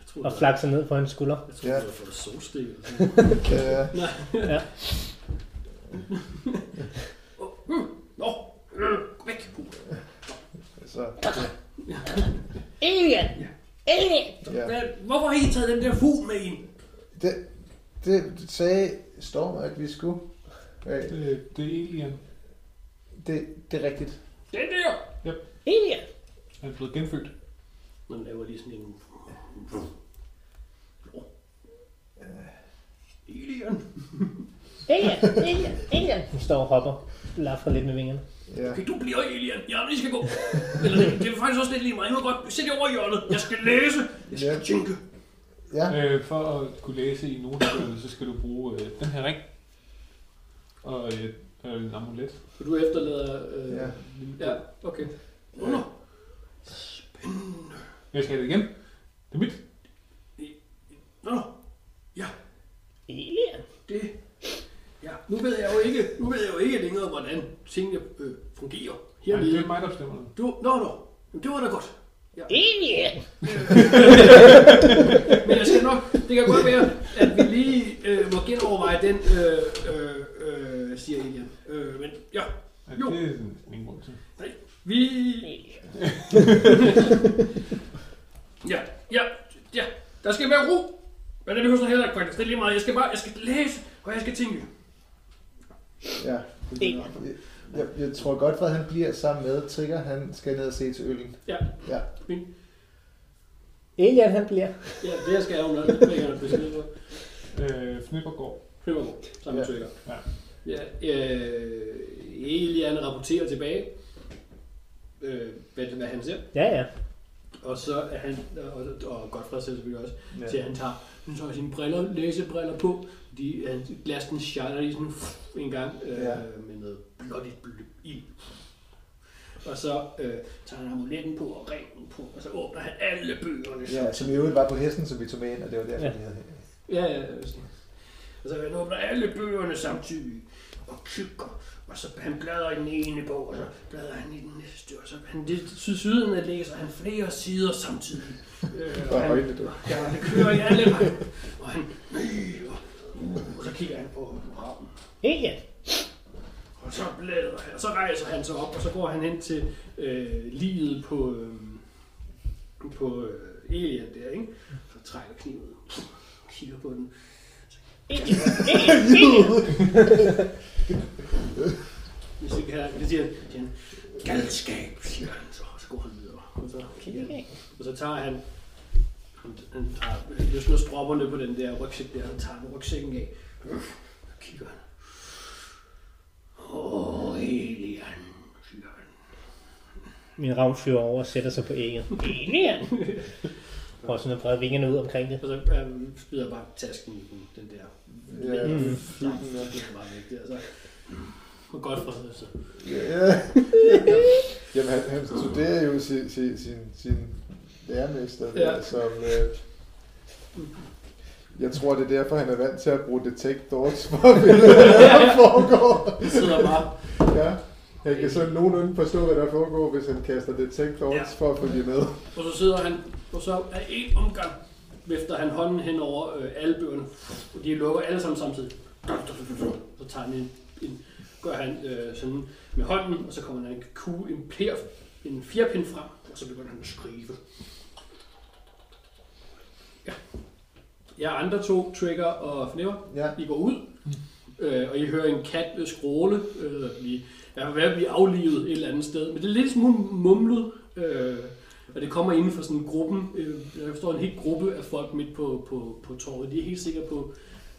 [SPEAKER 4] tror,
[SPEAKER 3] og flakser ned på hans skulder.
[SPEAKER 4] Jeg
[SPEAKER 2] Ja.
[SPEAKER 4] tror, du har fået solstik. eller sådan
[SPEAKER 2] Øh,
[SPEAKER 4] noget. Mm, Nå, øh, gå væk.
[SPEAKER 2] så,
[SPEAKER 3] Alien! Alien!
[SPEAKER 4] [laughs]
[SPEAKER 2] ja.
[SPEAKER 4] Hvad, hvorfor har I taget den der fugl med ind?
[SPEAKER 2] Det, det sagde Storm, at vi skulle. Øh,
[SPEAKER 5] Det, det er alien.
[SPEAKER 2] det, det er rigtigt.
[SPEAKER 4] Den der.
[SPEAKER 3] Alien!
[SPEAKER 5] Han er blevet genfødt.
[SPEAKER 4] Man laver lige sådan en... Nå. Alien.
[SPEAKER 3] Alien, alien, alien. Hun står og hopper, laffer lidt med vingerne.
[SPEAKER 2] Ja.
[SPEAKER 4] Okay, du bliver alien. Ja, vi skal gå. Eller, det er faktisk også lidt lige mig. Jeg må godt sætte over i hjørnet. Jeg skal læse. Jeg skal
[SPEAKER 2] Ja.
[SPEAKER 4] tænke.
[SPEAKER 2] Ja.
[SPEAKER 5] Øh, for at kunne læse i notebøgerne, så skal du bruge øh, den her ring. Og øh, øh, en amulet.
[SPEAKER 4] Så du efterlader... Øh,
[SPEAKER 2] Ja.
[SPEAKER 4] ja. ja, okay. Nå, nå. Spændende.
[SPEAKER 5] Jeg skal have det igen. Det er mit.
[SPEAKER 4] Nå, nå.
[SPEAKER 3] Alien.
[SPEAKER 4] Det... Ja, nu ved jeg jo ikke, nu ved jeg jo ikke længere, hvordan tingene øh, fungerer.
[SPEAKER 5] Ja, det
[SPEAKER 4] Hernede.
[SPEAKER 5] er mig, der bestemmer det.
[SPEAKER 4] Du, nå, nå. Jamen, det var da godt.
[SPEAKER 5] [laughs]
[SPEAKER 3] Alien.
[SPEAKER 4] Men jeg skal nok, det kan godt være, at vi lige øh, må genoverveje den, øh, øh, øh, siger Elian. Øh, men ja,
[SPEAKER 5] Ja,
[SPEAKER 4] Jo.
[SPEAKER 5] det er sådan ingen grund til.
[SPEAKER 4] nej, vi... Ja, ja, ja, der skal være ro. Men det behøver sådan heller ikke faktisk, det er lige meget. Jeg skal bare, jeg skal læse, og jeg skal tænke.
[SPEAKER 2] Ja. Jeg, jeg, jeg tror godt, hvad han bliver sammen med Trigger. Han skal ned og se til Ølling.
[SPEAKER 4] Ja,
[SPEAKER 2] Ja.
[SPEAKER 4] min,
[SPEAKER 3] Alien, han bliver.
[SPEAKER 4] ja det jeg skal jeg jo nok, det kan jeg beskrive på.
[SPEAKER 5] Øh, Fnippergård.
[SPEAKER 4] Prøver god, sammen med
[SPEAKER 2] Ja.
[SPEAKER 4] Tøger.
[SPEAKER 5] Ja.
[SPEAKER 4] Ja, øh, Elian rapporterer tilbage, øh, hvad, hvad han ser.
[SPEAKER 3] Ja, ja.
[SPEAKER 4] Og så er han, og, og Godfred selv selvfølgelig også, ja. til at han tager han tager sine briller, læsebriller på, de, han, glasen shatter lige sådan en gang øh,
[SPEAKER 2] Ja.
[SPEAKER 4] med noget blåt i bl- ild. Og så øh, tager han amuletten på og ringen på, og så åbner han alle bøgerne.
[SPEAKER 2] Ja, som i øvrigt var på hesten, som vi tog med ind, og det var derfor,
[SPEAKER 3] Ja.
[SPEAKER 2] ja. vi havde hende.
[SPEAKER 4] Ja, ja, ja. sådan. Og så han åbner alle bøgerne samtidig og kigger, og så han bladrer i den ene bog, og så bladrer han i den næste, og så han det sydsyden læser han flere sider samtidig. Øh,
[SPEAKER 2] Og
[SPEAKER 4] han-
[SPEAKER 2] øjnene, du.
[SPEAKER 4] Ja, og det kører i alle veje. Og han, nej, og, og så kigger han på havnen.
[SPEAKER 3] Alien.
[SPEAKER 4] Og så bladrer han, og så rejser han sig op, og så går han hen til øh, livet på, øh, på øh, Elian der, ikke? Så trækker kniven, ud, kigger på den.
[SPEAKER 3] Alien. Alien. Alien.
[SPEAKER 4] Hvis ikke her, det siger han, siger han, galskab, siger han så, og så går han videre. Og så kigger han, og så tager han, han, han tager løsner stropperne på den der rygsæk der, han tager den rygsækken af, og kigger han. Åh, Elian, siger han.
[SPEAKER 3] Min ravn flyver over og sætter sig på ægget. Alien. Prøver sådan at brede vingerne ud omkring det.
[SPEAKER 4] Og så øh, smider jeg bare tasken i den, den der.
[SPEAKER 2] Ja,
[SPEAKER 3] Mm.
[SPEAKER 4] Nej,
[SPEAKER 2] flytten, ja.
[SPEAKER 4] det er bare væk der, så. Og godt fra sig, så.
[SPEAKER 2] [laughs] Ja. Jamen, han, han studerer jo sin, sin, sin, sin lærermester,
[SPEAKER 4] Ja.
[SPEAKER 2] ja. som... Øh, jeg tror, det er derfor, han er vant til at bruge Detect Dogs for at finde, ud af, hvad der foregår.
[SPEAKER 4] Jeg sidder bare,
[SPEAKER 2] Ja. Han kan sådan nogenlunde forstå, hvad der foregår, hvis han kaster Detect Dogs
[SPEAKER 4] Ja.
[SPEAKER 2] ja. for at følge med.
[SPEAKER 4] og så sidder han, og så er en omgang, vifter han hånden hen over øh, alle bøgerne, og de lukker alle sammen samtidig. Så tager han en, en gør han øh, sådan med hånden, og så kommer der en kugle, en, per, en fjerpind frem, og så begynder han at skrive. Ja. Jeg andre to, Trigger og Fnæver,
[SPEAKER 2] Ja.
[SPEAKER 4] I går ud, øh, og I hører en kat øh, skråle. Øh, vi er ved at blive aflivet et eller andet sted. Men det er lidt smule mumlet, øh, og det kommer inden for sådan gruppen. Øh, der står en hel gruppe af folk midt på, på, på torvet. De er helt sikre på,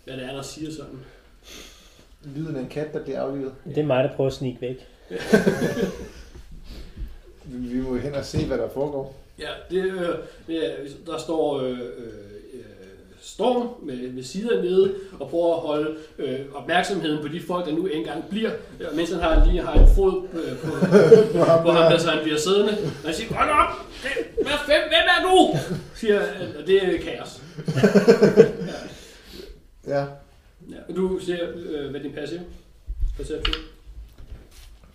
[SPEAKER 4] hvad det er, der siger sådan.
[SPEAKER 2] Lyden af en kat, der bliver aflivet.
[SPEAKER 3] Det er mig, der prøver at snige væk.
[SPEAKER 2] Vi, vi må hen og se, hvad der foregår.
[SPEAKER 4] Ja, det, øh, det er, der står øh, øh, øh, Storm med, med sider nede og prøver at holde øh, opmærksomheden på de folk, der nu engang bliver, øh, mens han har, lige har en fod øh, på, på ham, der så han bliver siddende. Og han siger, hold op! Det, hvad, hvem, hvem er du? Siger, øh, og det er kaos.
[SPEAKER 2] Ja.
[SPEAKER 4] Ja, og du ser, øh, hvad din passiv? Perception?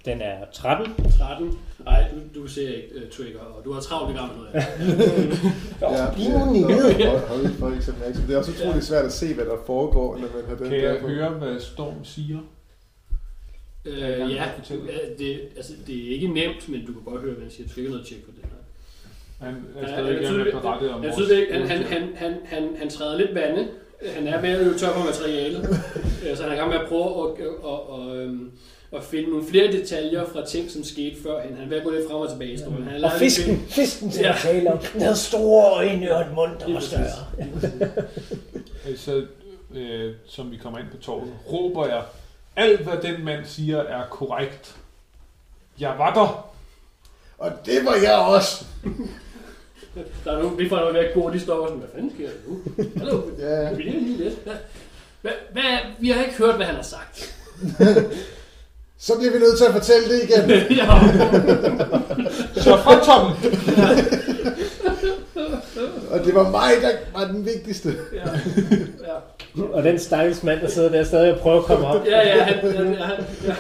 [SPEAKER 3] Den er 13.
[SPEAKER 4] 13. Nej, du, du ser ikke øh, trigger, og du har travlt i gang med noget. andet.
[SPEAKER 2] Ja,
[SPEAKER 3] Bliv
[SPEAKER 2] ja,
[SPEAKER 3] nu
[SPEAKER 2] så
[SPEAKER 3] nede.
[SPEAKER 2] hold- Hold for eksempel. ikke? Så Det er også utroligt svært at se, hvad der foregår, når man har den
[SPEAKER 5] Kan
[SPEAKER 2] der
[SPEAKER 5] jeg
[SPEAKER 2] på.
[SPEAKER 5] høre, hvad Storm siger? Jeg
[SPEAKER 4] Øh,
[SPEAKER 5] kan
[SPEAKER 4] ja,
[SPEAKER 5] godt fortælle.
[SPEAKER 4] øh, det, altså, det er ikke nemt, men du kan godt høre, hvad han siger. Du skal ikke noget tjek på det. her.
[SPEAKER 5] Han er
[SPEAKER 4] Ja,
[SPEAKER 5] stadig
[SPEAKER 4] jeg
[SPEAKER 5] gerne
[SPEAKER 4] synes,
[SPEAKER 5] med berettet om
[SPEAKER 4] Jeg
[SPEAKER 5] vores-
[SPEAKER 4] synes ikke, han, han, han, han, han, han træder lidt vande.
[SPEAKER 3] [laughs]
[SPEAKER 4] Han er ved at løbe tør for materiale. Øh, så han er i gang med at prøve at, at, at, at, øhm, og finde nogle flere detaljer fra ting, som skete før. Han har været gået lidt frem og tilbage i historien. Han har
[SPEAKER 3] Og
[SPEAKER 4] lavet en
[SPEAKER 3] fisken,
[SPEAKER 4] film-
[SPEAKER 3] fisken som
[SPEAKER 4] Ja.
[SPEAKER 3] jeg taler om, den havde store øjne og en mund, der
[SPEAKER 4] Lige
[SPEAKER 3] var
[SPEAKER 4] præcis.
[SPEAKER 3] større.
[SPEAKER 4] Lige præcis.
[SPEAKER 5] Øh, Så, øh, som vi kommer ind på torvet, råber jeg, alt hvad den mand siger er korrekt. Jeg var der.
[SPEAKER 2] Og det var jeg også.
[SPEAKER 4] Der er nogen, lige fra, der var ved at gå, de står og sådan, hvad fanden sker der nu? Hallo,
[SPEAKER 2] Ja, ja.
[SPEAKER 4] vi er lige lidt. Hvad, hvad, hvad, vi har ikke hørt, hvad han har
[SPEAKER 3] [laughs]
[SPEAKER 4] sagt. [laughs]
[SPEAKER 2] Så bliver vi nødt til at fortælle det igen.
[SPEAKER 4] ja.
[SPEAKER 5] Så fra toppen.
[SPEAKER 2] Og det var mig, der var den vigtigste.
[SPEAKER 4] ja. ja.
[SPEAKER 3] Og den stakkels mand, der sidder der stadig og prøver at komme op.
[SPEAKER 4] Ja, ja, han, han, han, [laughs] ja.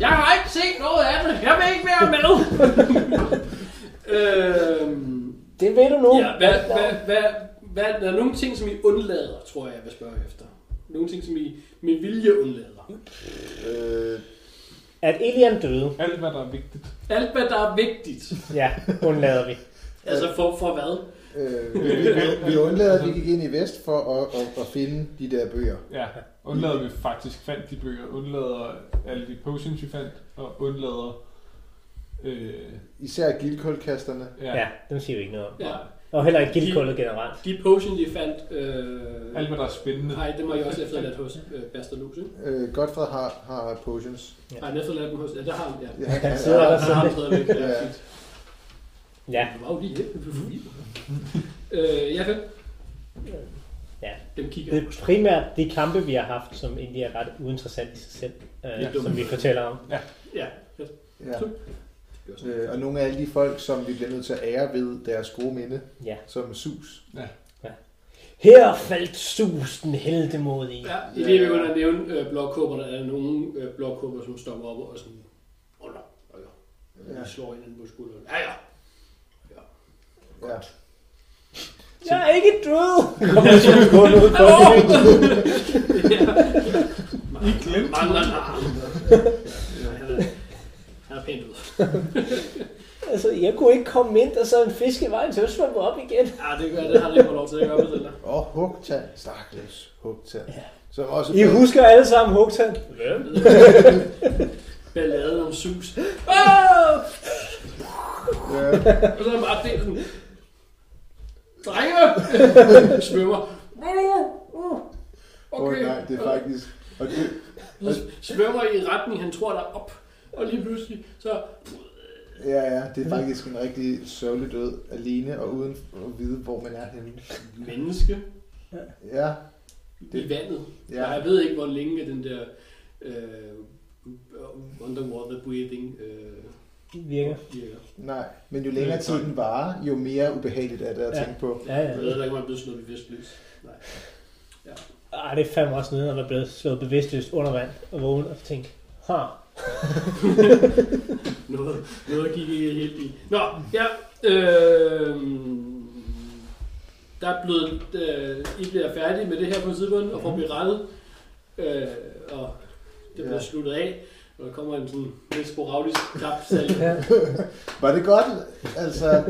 [SPEAKER 4] Jeg har ikke set noget af det. Jeg vil ikke være med. [laughs] øhm,
[SPEAKER 3] Det ved du nu.
[SPEAKER 4] ja, hvad, hvad, hvad, hvad, der er nogle ting, som I undlader, tror jeg, jeg vil spørge efter. Nogle ting, som I med vilje undlader.
[SPEAKER 2] Øh,
[SPEAKER 3] At Elian døde,
[SPEAKER 5] Alt hvad der er vigtigt.
[SPEAKER 4] Alt, hvad der er vigtigt.
[SPEAKER 3] ja, undlader vi.
[SPEAKER 4] Altså for, for hvad?
[SPEAKER 2] øh, vi, vi, vi undlader, at vi gik ind i vest for at, at, at finde de der bøger.
[SPEAKER 5] Ja, undlader vi faktisk fandt de bøger, undlader alle de potions, vi fandt, og undlader... Øh,
[SPEAKER 2] Især gildkoldkasterne.
[SPEAKER 5] ja,
[SPEAKER 3] Ja, dem siger vi ikke noget om.
[SPEAKER 4] Ja.
[SPEAKER 3] Og heller ikke gildkullet generelt.
[SPEAKER 4] De potions, I fandt... Øh,
[SPEAKER 5] alt hvad der er spændende.
[SPEAKER 4] Nej, det må jeg også efterladt hos øh, Basterlus, ikke?
[SPEAKER 2] Øh, Godfred har, har
[SPEAKER 3] [laughs]
[SPEAKER 2] potions.
[SPEAKER 3] Ja.
[SPEAKER 4] Nej, han efterladt dem hos... Ja, der har han, ja.
[SPEAKER 2] Ja,
[SPEAKER 3] Han sidder
[SPEAKER 4] Der
[SPEAKER 3] der
[SPEAKER 4] har han
[SPEAKER 3] sådan.
[SPEAKER 4] stadigvæk.
[SPEAKER 2] Ja.
[SPEAKER 4] Ja.
[SPEAKER 3] Ja,
[SPEAKER 4] Det var jo lige helt forbi. øh, jeg kan.
[SPEAKER 3] Ja.
[SPEAKER 4] Dem kigger
[SPEAKER 3] det
[SPEAKER 4] jeg
[SPEAKER 3] er
[SPEAKER 4] på.
[SPEAKER 3] primært de kampe, vi har haft, som egentlig er ret uinteressant i sig selv, øh,
[SPEAKER 5] Ja.
[SPEAKER 3] som vi fortæller om.
[SPEAKER 4] Ja, fedt.
[SPEAKER 2] ja.
[SPEAKER 4] Det gør sådan.
[SPEAKER 2] Øh, og nogle af alle de folk, som vi bliver nødt til at ære ved deres gode minde,
[SPEAKER 3] Ja.
[SPEAKER 2] som sus.
[SPEAKER 3] Her faldt susen heldemod i.
[SPEAKER 4] Ja, i det vi begynder at nævne øh, blokkåber, der er nogle øh, blokkåber, som stopper op og sådan under. Og ja,
[SPEAKER 2] Ja.
[SPEAKER 4] de slår hinanden på skulderen. Ja, ja.
[SPEAKER 2] Ja.
[SPEAKER 3] Jeg er ikke død! Kommer til at gå ud på
[SPEAKER 4] I glemte Mangler en arm. Ja, han er- Han er pænt ud.
[SPEAKER 3] Altså, jeg kunne ikke komme ind, og så en fiskevej, så svømme op igen.
[SPEAKER 4] Ja, det gør det har han ikke fået lov til at gøre med det der.
[SPEAKER 2] Og Hugtan. Stakkels Hugtan. Ja. Som også
[SPEAKER 3] I husker alle sammen Hugtan.
[SPEAKER 4] Balladen om sus. Ah!
[SPEAKER 3] [laughs]
[SPEAKER 2] Ja.
[SPEAKER 4] Og så er han bare delt sådan... Drenge! [laughs] Svømmer.
[SPEAKER 2] Åh okay. oh, nej, det er faktisk... Og det,
[SPEAKER 4] Så svømmer i en retning, han tror, der er op. Og lige pludselig, så...
[SPEAKER 2] ja, ja, det er faktisk en rigtig sørgelig død, alene og uden at vide, hvor man er henne.
[SPEAKER 4] Menneske
[SPEAKER 2] Ja,
[SPEAKER 4] det. i vandet. Ja.
[SPEAKER 2] ja.
[SPEAKER 4] Jeg ved ikke, hvor længe den der... Øh, underwater breathing øh,
[SPEAKER 3] Virker.
[SPEAKER 4] virker.
[SPEAKER 2] Nej, men jo længere tid den varer, jo mere ubehageligt er det at
[SPEAKER 3] Ja.
[SPEAKER 2] tænke på.
[SPEAKER 3] Ja, ja.
[SPEAKER 4] Jeg ved heller ikke, om man er blevet slået bevidst løs. Nej.
[SPEAKER 3] Ej, det er fandme også nede, når man bliver slået bevidstløst under vand og vågen og tænke, ha,
[SPEAKER 4] Noget, noget gik ikke helt i. Nå, ja. Øh, der er blevet, øh, I bliver færdige med det her på tidspunkt, og får blive rettet. Øh, og det bliver
[SPEAKER 2] Ja.
[SPEAKER 4] sluttet af. Og der kommer en sådan lidt sporadisk klapsalve.
[SPEAKER 3] ja.
[SPEAKER 2] [laughs] Var det godt? Altså,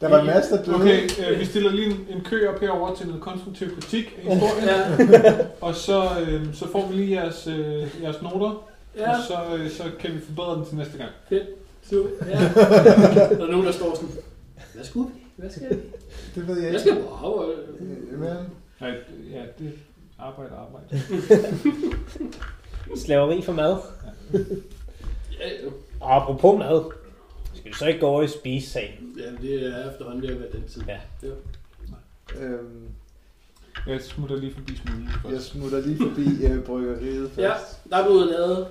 [SPEAKER 2] der var en masse, der døde.
[SPEAKER 5] Okay, øh, vi stiller lige en, en kø op herover til noget konstruktiv kritik af historien,
[SPEAKER 4] Ja,
[SPEAKER 5] og så, øh, så får vi lige jeres, øh, jeres noter,
[SPEAKER 4] ja,
[SPEAKER 5] og så, øh, så kan vi forbedre den til næste gang.
[SPEAKER 4] super, ja. Der er nogen, der står sådan, hvad skulle vi? Hvad skal vi?
[SPEAKER 2] Det ved jeg
[SPEAKER 4] Jeg
[SPEAKER 2] ikke.
[SPEAKER 4] skal bare wow,
[SPEAKER 2] Øh, Men,
[SPEAKER 5] Nej, d- ja, det arbejde arbejde.
[SPEAKER 3] slaveri for mad.
[SPEAKER 4] ja, ja.
[SPEAKER 3] Og apropos mad, skal vi så ikke gå over i spisesagen?
[SPEAKER 4] ja, det er efterhånden ved at være den tid.
[SPEAKER 3] Ja.
[SPEAKER 2] øhm,
[SPEAKER 5] Jeg smutter lige forbi smuglen
[SPEAKER 2] jeg
[SPEAKER 5] først.
[SPEAKER 2] smutter lige forbi øh, bryggeriet først.
[SPEAKER 4] Ja, der er blevet lavet,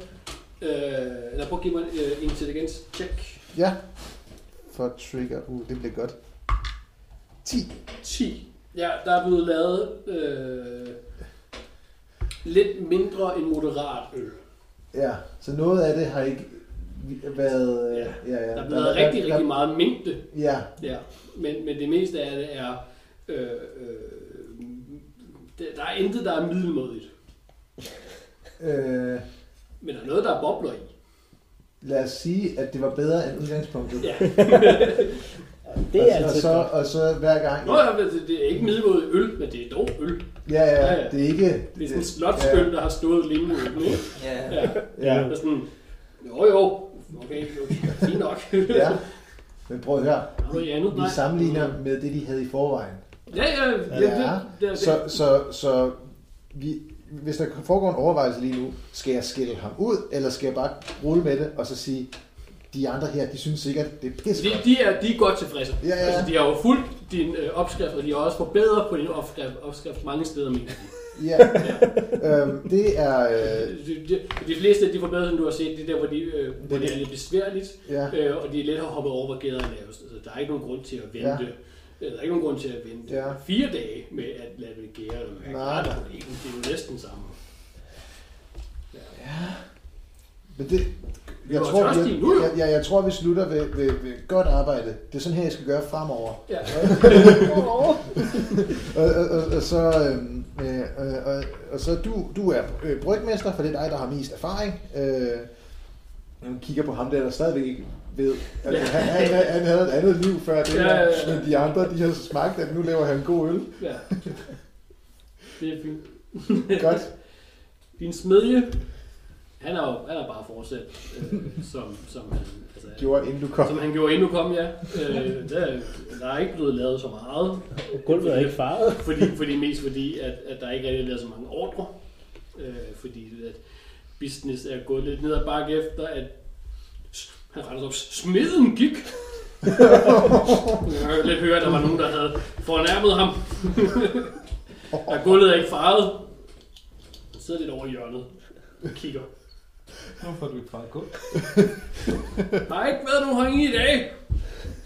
[SPEAKER 4] øh, eller prøv at give mig en øh, intelligens check.
[SPEAKER 2] Ja. For trigger. Uh, det bliver godt. 10.
[SPEAKER 4] 10. Ja, der er blevet lavet øh, lidt mindre end moderat øl.
[SPEAKER 2] Ja, så noget af det har ikke vi- været... øh,
[SPEAKER 4] Ja.
[SPEAKER 2] ja, ja.
[SPEAKER 4] Der er blevet rigtig, rigtig meget mængde.
[SPEAKER 2] Ja,
[SPEAKER 4] Ja. Men, men det meste af det er... Øh, øh, det- der er intet, der er middelmådigt.
[SPEAKER 2] øh,
[SPEAKER 4] Men der er noget, der er bobler i.
[SPEAKER 2] lad os sige, at det var bedre end udgangspunktet.
[SPEAKER 4] Ja.
[SPEAKER 3] Det
[SPEAKER 2] og,
[SPEAKER 3] er altså-
[SPEAKER 2] og,
[SPEAKER 3] altid
[SPEAKER 2] så,
[SPEAKER 3] godt.
[SPEAKER 2] og så hver gang...
[SPEAKER 4] altså Nå, ja, men det, det er ikke middelmåde øl, men det er dog øl.
[SPEAKER 2] Ja,
[SPEAKER 4] Ja,
[SPEAKER 2] ja,
[SPEAKER 4] ja.
[SPEAKER 2] det er ikke...
[SPEAKER 4] Det er sådan en slotsøl, der har stået længe nu. Ikke?
[SPEAKER 2] Ja,
[SPEAKER 4] Ja.
[SPEAKER 2] ja,
[SPEAKER 4] Og sådan, jo jo, okay, okay. fint nok. [laughs]
[SPEAKER 2] ja. Men prøv at høre,
[SPEAKER 4] Har du i andet?
[SPEAKER 2] vi
[SPEAKER 4] Nej.
[SPEAKER 2] sammenligner med det, de havde i forvejen.
[SPEAKER 4] Ja, ja, ja, det, det, det,
[SPEAKER 2] Så, så, så vi, hvis der foregår en overvejelse lige nu, skal jeg skælde ham ud, eller skal jeg bare rulle med det, og så sige, de andre her, de synes sikkert, det er pisse
[SPEAKER 4] De,
[SPEAKER 2] godt.
[SPEAKER 4] de, er, de er godt tilfredse.
[SPEAKER 2] Ja, ja.
[SPEAKER 4] Altså, de har jo fulgt din øh, opskrift, og de har også forbedret på din opskrift, opskrift mange steder. Men
[SPEAKER 2] Ja. øhm, det er... Øh,
[SPEAKER 4] de, de, de fleste af de forbedringer, du har set, det er der, hvor, de, øh, hvor
[SPEAKER 2] Det-
[SPEAKER 4] det er lidt besværligt,
[SPEAKER 2] ja.
[SPEAKER 4] øh, og de er lidt har hoppet over, hvor gæderne er lavest. Altså, der er ikke nogen grund til at vente. Ja. Der er ikke nogen grund til at vente
[SPEAKER 2] Ja.
[SPEAKER 4] ja. fire dage med at lade det gære eller mærke.
[SPEAKER 2] Nej,
[SPEAKER 4] Nej,
[SPEAKER 2] nej.
[SPEAKER 4] det er jo næsten samme.
[SPEAKER 2] Men det,
[SPEAKER 4] Vi
[SPEAKER 2] jeg
[SPEAKER 4] var
[SPEAKER 2] tror,
[SPEAKER 4] tørstige
[SPEAKER 2] jeg,
[SPEAKER 4] nu, jo.
[SPEAKER 2] jeg, jeg, jeg tror, vi slutter ved, ved, ved godt arbejde. Det er sådan her, jeg skal gøre fremover.
[SPEAKER 4] Ja.
[SPEAKER 2] Og, og, og, og så, øhm, øh, øh, og, og så du, du er øh, brygmester, for det er dig, der har mest erfaring. Øh, nu kigger på ham der, der stadigvæk ikke ved. Altså, han, han, han- han havde et andet liv før det
[SPEAKER 4] Ja,
[SPEAKER 2] her,
[SPEAKER 4] ja, ja.
[SPEAKER 2] men de andre, de har smagt, at nu laver han god øl.
[SPEAKER 4] ja. Det er fint.
[SPEAKER 2] Godt.
[SPEAKER 4] Din smedje, han er jo han er bare fortsat, øh, som, som han... Altså,
[SPEAKER 2] Gjorde, inden du
[SPEAKER 4] [laughs]
[SPEAKER 2] kom.
[SPEAKER 4] Som han gjorde, inden du kom, ja. Øh, der, der er ikke blevet lavet så meget,
[SPEAKER 3] Gulvet er ikke farvet.
[SPEAKER 4] fordi, fordi mest fordi, at, at der ikke rigtig er lavet så mange ordre. Øh, fordi at business er gået lidt ned ad bakke efter, at s- han rettede sig op, smeden gik. Jeg kan lidt høre, at der var nogen, der havde fornærmet ham. og gulvet er ikke farvet. Han sidder lidt over i hjørnet og kigger.
[SPEAKER 5] Hvorfor er du ikke bare gået?
[SPEAKER 4] Der har ikke været nogen herinde i dag.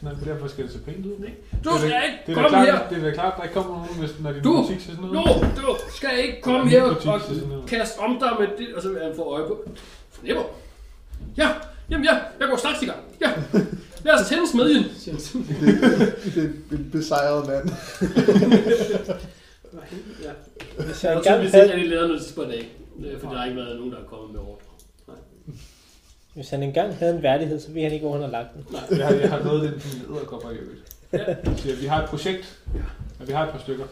[SPEAKER 5] Nej, men derfor skal det se pænt ud.
[SPEAKER 4] Du
[SPEAKER 5] Det er da-
[SPEAKER 4] skal ikke
[SPEAKER 5] det er da
[SPEAKER 4] komme
[SPEAKER 5] klart,
[SPEAKER 4] her.
[SPEAKER 5] Det er da klart, der ikke kommer nogen, hvis når din
[SPEAKER 4] Du!
[SPEAKER 5] butik ser sådan
[SPEAKER 4] Nu,
[SPEAKER 5] ud.
[SPEAKER 4] du skal ikke komme
[SPEAKER 5] Min
[SPEAKER 4] her
[SPEAKER 5] butik
[SPEAKER 4] og
[SPEAKER 5] ser sådan ud.
[SPEAKER 4] kaste om dig med det, og så vil han få øje på. Fornemmer. Ja, jamen ja, jeg går straks i gang. Ja, lad os tænde smedjen, siger han.
[SPEAKER 2] Det er en besejret mand.
[SPEAKER 4] Ja.
[SPEAKER 3] Hvis
[SPEAKER 4] Jeg
[SPEAKER 3] jeg
[SPEAKER 4] har
[SPEAKER 3] engang
[SPEAKER 4] tydeligvis ikke
[SPEAKER 3] havde,
[SPEAKER 4] rigtig lavet noget sidste par dage, øh, for der har ikke været nogen, der er kommet med ordre.
[SPEAKER 3] hvis han engang havde en værdighed, så ville han ikke, hvor han har lagt den.
[SPEAKER 5] Jeg har, jeg har noget af den dine æderkopper i øvrigt. Jeg Siger, vi har et projekt, og vi har et par stykker.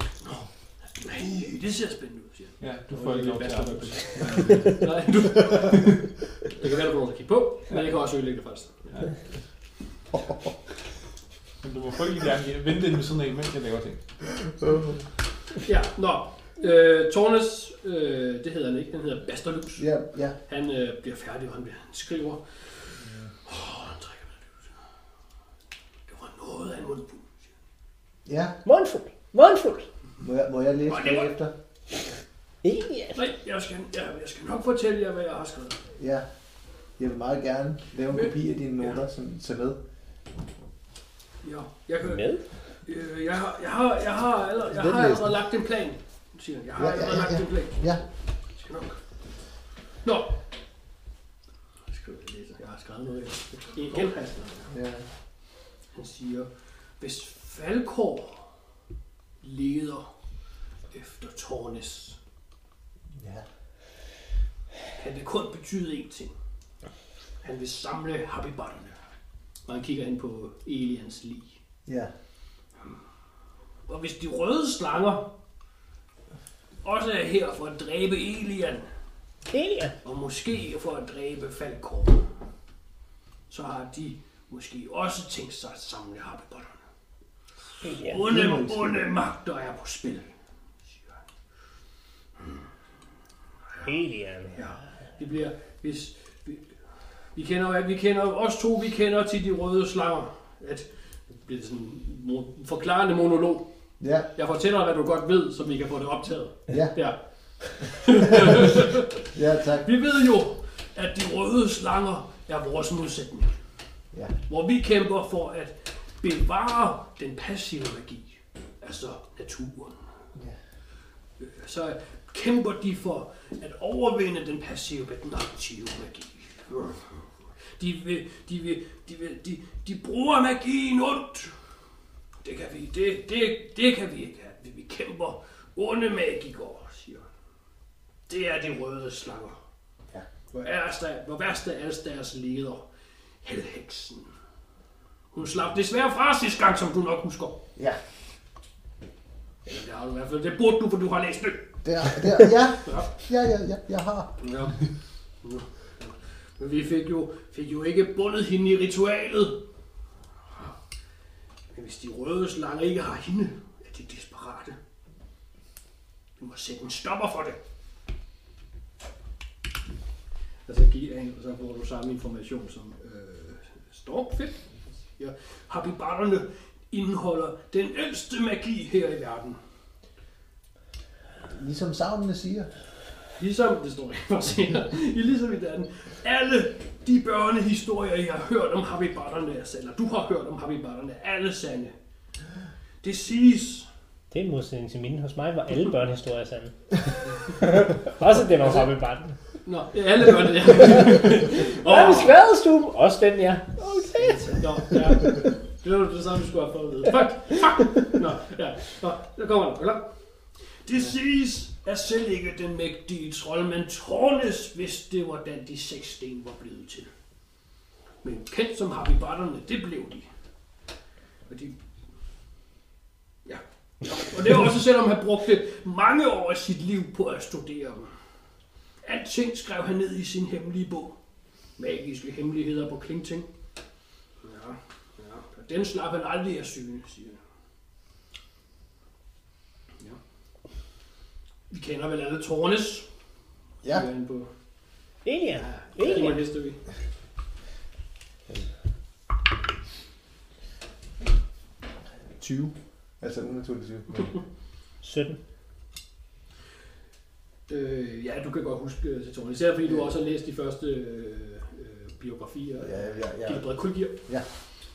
[SPEAKER 4] Nej, det ser spændende ud, siger han.
[SPEAKER 5] Ja, du får
[SPEAKER 4] Det er
[SPEAKER 5] ikke lov til
[SPEAKER 4] lidt
[SPEAKER 5] at arbejde på det.
[SPEAKER 4] Nej, du... Det kan være, du får noget at kigge på, men jeg kan også ødelægge det faktisk.
[SPEAKER 5] Ja. Men du må frygtelig gerne vente ind ved siden af, mens jeg laver ting.
[SPEAKER 4] Ja, nå. Øh, Tornes, øh, det hedder han ikke, han hedder Basterlus.
[SPEAKER 2] Ja, ja.
[SPEAKER 4] Han øh, bliver færdig, og han, bliver, han skriver. Åh, oh, han trækker med det. Det var noget af en mundfuld. siger han.
[SPEAKER 2] ja.
[SPEAKER 3] Mundfuld! Mundfuld!
[SPEAKER 2] Må, jeg, må jeg læse
[SPEAKER 4] Må jeg-
[SPEAKER 2] det efter?
[SPEAKER 3] Ikke at-
[SPEAKER 4] Nej, jeg skal, jeg, jeg skal nok fortælle jer, hvad jeg har skrevet.
[SPEAKER 2] Ja. Jeg vil meget gerne lave en kopi af dine noter, som tager med.
[SPEAKER 4] Ja, jeg, kan,
[SPEAKER 3] Med?
[SPEAKER 4] øh, jeg, har, jeg, har, jeg, har, allerede, jeg
[SPEAKER 2] Hvem
[SPEAKER 4] har
[SPEAKER 2] læser
[SPEAKER 4] allerede lagt en plan, siger han. Jeg har
[SPEAKER 2] Ja, ja,
[SPEAKER 4] allerede
[SPEAKER 2] ja,
[SPEAKER 4] lagt
[SPEAKER 2] ja.
[SPEAKER 4] en plan.
[SPEAKER 2] Ja.
[SPEAKER 4] Jeg skal nok. Nå. Jeg skriver, jeg læser. Jeg har skrevet noget. her. Igen har jeg skrevet.
[SPEAKER 2] Ja.
[SPEAKER 4] Han siger, hvis Falkor leder efter Tornes,
[SPEAKER 2] Ja.
[SPEAKER 4] kan det kun betyde én ting. Han vil samle habibatterne. Og han kigger ind på Elians lig.
[SPEAKER 2] Ja.
[SPEAKER 4] Og hvis de røde slanger også er her for at dræbe Elian,
[SPEAKER 3] Elian!
[SPEAKER 4] og måske for at dræbe Falkor, så har de måske også tænkt sig at samle habibatterne.
[SPEAKER 3] Elian.
[SPEAKER 4] Onde, onde magter er på spil.
[SPEAKER 3] Elian.
[SPEAKER 4] Ja, det bliver, hvis, vi, vi kender, jo- vi kender, jo- os to, vi kender til de røde slanger, at det bliver sådan en mo- forklarende monolog.
[SPEAKER 2] Ja.
[SPEAKER 4] Jeg fortæller dig, hvad du godt ved, så vi kan få det optaget.
[SPEAKER 2] Ja.
[SPEAKER 4] Ja.
[SPEAKER 2] Ja, tak.
[SPEAKER 4] Vi ved jo, at de røde slanger er vores modsætning,
[SPEAKER 2] Ja.
[SPEAKER 4] hvor vi kæmper for at bevare den passive magi, altså naturen.
[SPEAKER 2] Ja.
[SPEAKER 4] Øh, Så kæmper de for at overvinde den passive, med den aktive magi. De, vil, de, vil, de, vil, de, de bruger magien ondt. Det kan vi, det, det, det kan vi ikke have. Vi- Vi kæmper onde magikere, siger han. Det er de røde slanger.
[SPEAKER 2] Ja.
[SPEAKER 4] Hvor værst af, hvor værst af alle deres leder, Helheksen. Hun slap desværre fra sidste gang, som du nok husker.
[SPEAKER 2] Ja.
[SPEAKER 4] Eller det har du i hvert fald. Det burde du, for du har læst det.
[SPEAKER 2] Der, [laughs] der, ja. Ja, ja, ja, jeg har.
[SPEAKER 4] Ja. Ja. Men vi fik jo, fik jo ikke bundet hende i ritualet. Men hvis de røde slanger ikke har hende, er de desperate. Vi må sætte en stopper for det. Og så giver han, og så får du samme information som øh, Storm. Fedt. Ja. Habibatterne indeholder den ældste magi her i verden.
[SPEAKER 2] Ligesom savnene siger.
[SPEAKER 4] Ligesom, det står ikke for senere, I ligesom i den. Alle de børnehistorier, I har hørt om habibatterne, altså, eller du har hørt om habibatterne, er alle sande. Det siges,
[SPEAKER 3] Det er i modsætning til mine. Hos mig var alle børnehistorier sande. Også den om Happy Barton.
[SPEAKER 4] Nå, alle gør det, ja.
[SPEAKER 3] Og
[SPEAKER 4] Åh,
[SPEAKER 3] oh. skvadestuen. Også den, ja. Okay.
[SPEAKER 4] Nå, ja. [laughs] Det var det samme, du skulle have fået at vide. Fuck, fuck! Nå, ja. Nå, der kommer den. Eller? Det siges, at selv ikke den mægtige troldmand Tornes vidste, hvordan de seks sten var blevet til. Men kendt som habibatterne, det blev de. Og de... Ja. Nå, Og det var også selvom han brugte mange år af sit liv på at studere dem. Alting skrev han ned i sin hemmelige bog. Magiske hemmeligheder på Klingting. Ja, ja. Og den slap han aldrig af syne, siger han. Ja. Vi kender vel alle Tornes.
[SPEAKER 2] Ja.
[SPEAKER 4] Vi er inde på.
[SPEAKER 3] Elian.
[SPEAKER 4] Det er
[SPEAKER 3] Elian.
[SPEAKER 4] history.
[SPEAKER 2] Altså unaturligt 20.
[SPEAKER 3] 17.
[SPEAKER 4] Øh, ja, du kan godt huske øh, til Tornes. Især fordi du også har læst de første øh, øh, biografier.
[SPEAKER 2] Ja, ja, ja.
[SPEAKER 4] Gilbert Kulgier.
[SPEAKER 2] Ja.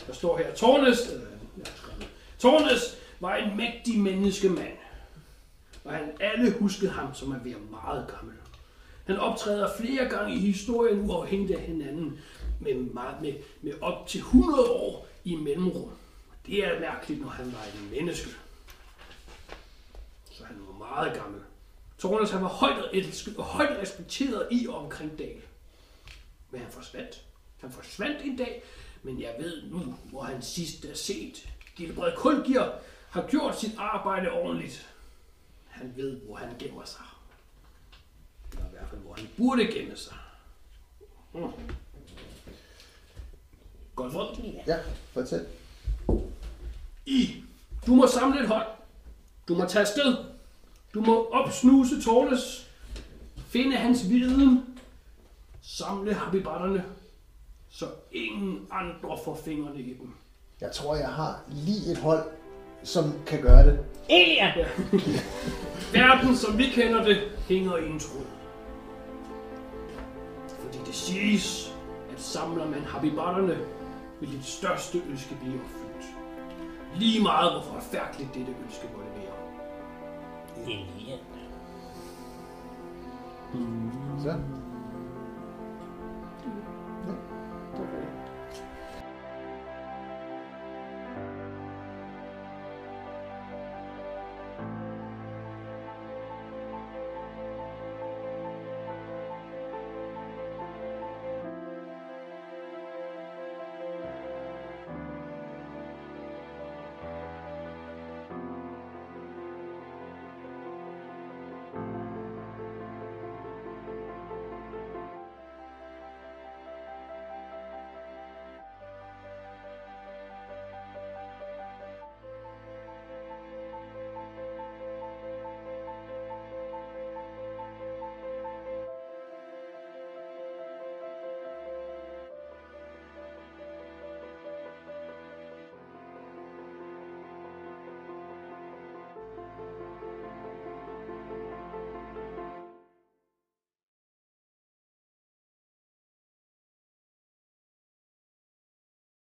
[SPEAKER 4] Der står her, Tornes, øh, jeg har skrevet det. Tornes var en mægtig menneskemand, og han alle huskede ham som at være meget gammel. Han optræder flere gange i historien uafhængigt af hinanden, med, meget, med, med op til 100 år i mellemrum. Det er mærkeligt, når han var et menneske. Så han var meget gammel. Tornes han var højt elsket og højt respekteret i og omkring Dal. Men han forsvandt. Han forsvandt en dag, men jeg ved nu, hvor han sidst er set. Gilbert Kulgier har gjort sit arbejde ordentligt. Han ved, hvor han gemmer sig. Eller i hvert fald, hvor han burde gemme sig. Mm. Godt rundt.
[SPEAKER 2] Ja, fortæl.
[SPEAKER 4] I, du må samle et hold. Du må tage afsted. Du må opsnuse Tornes. Finde hans viden. Samle habibatterne. Så ingen andre får fingrene i dem.
[SPEAKER 2] Jeg tror, jeg har lige et hold, som kan gøre det.
[SPEAKER 3] Elian.
[SPEAKER 4] Verden, som vi kender det, hænger i en tråd. Fordi det siges, at samler man habibatterne, vil dit største ønske blive opfyldt. Lige meget, hvor forfærdeligt dette ønske måtte være.
[SPEAKER 3] Elian.
[SPEAKER 2] Så.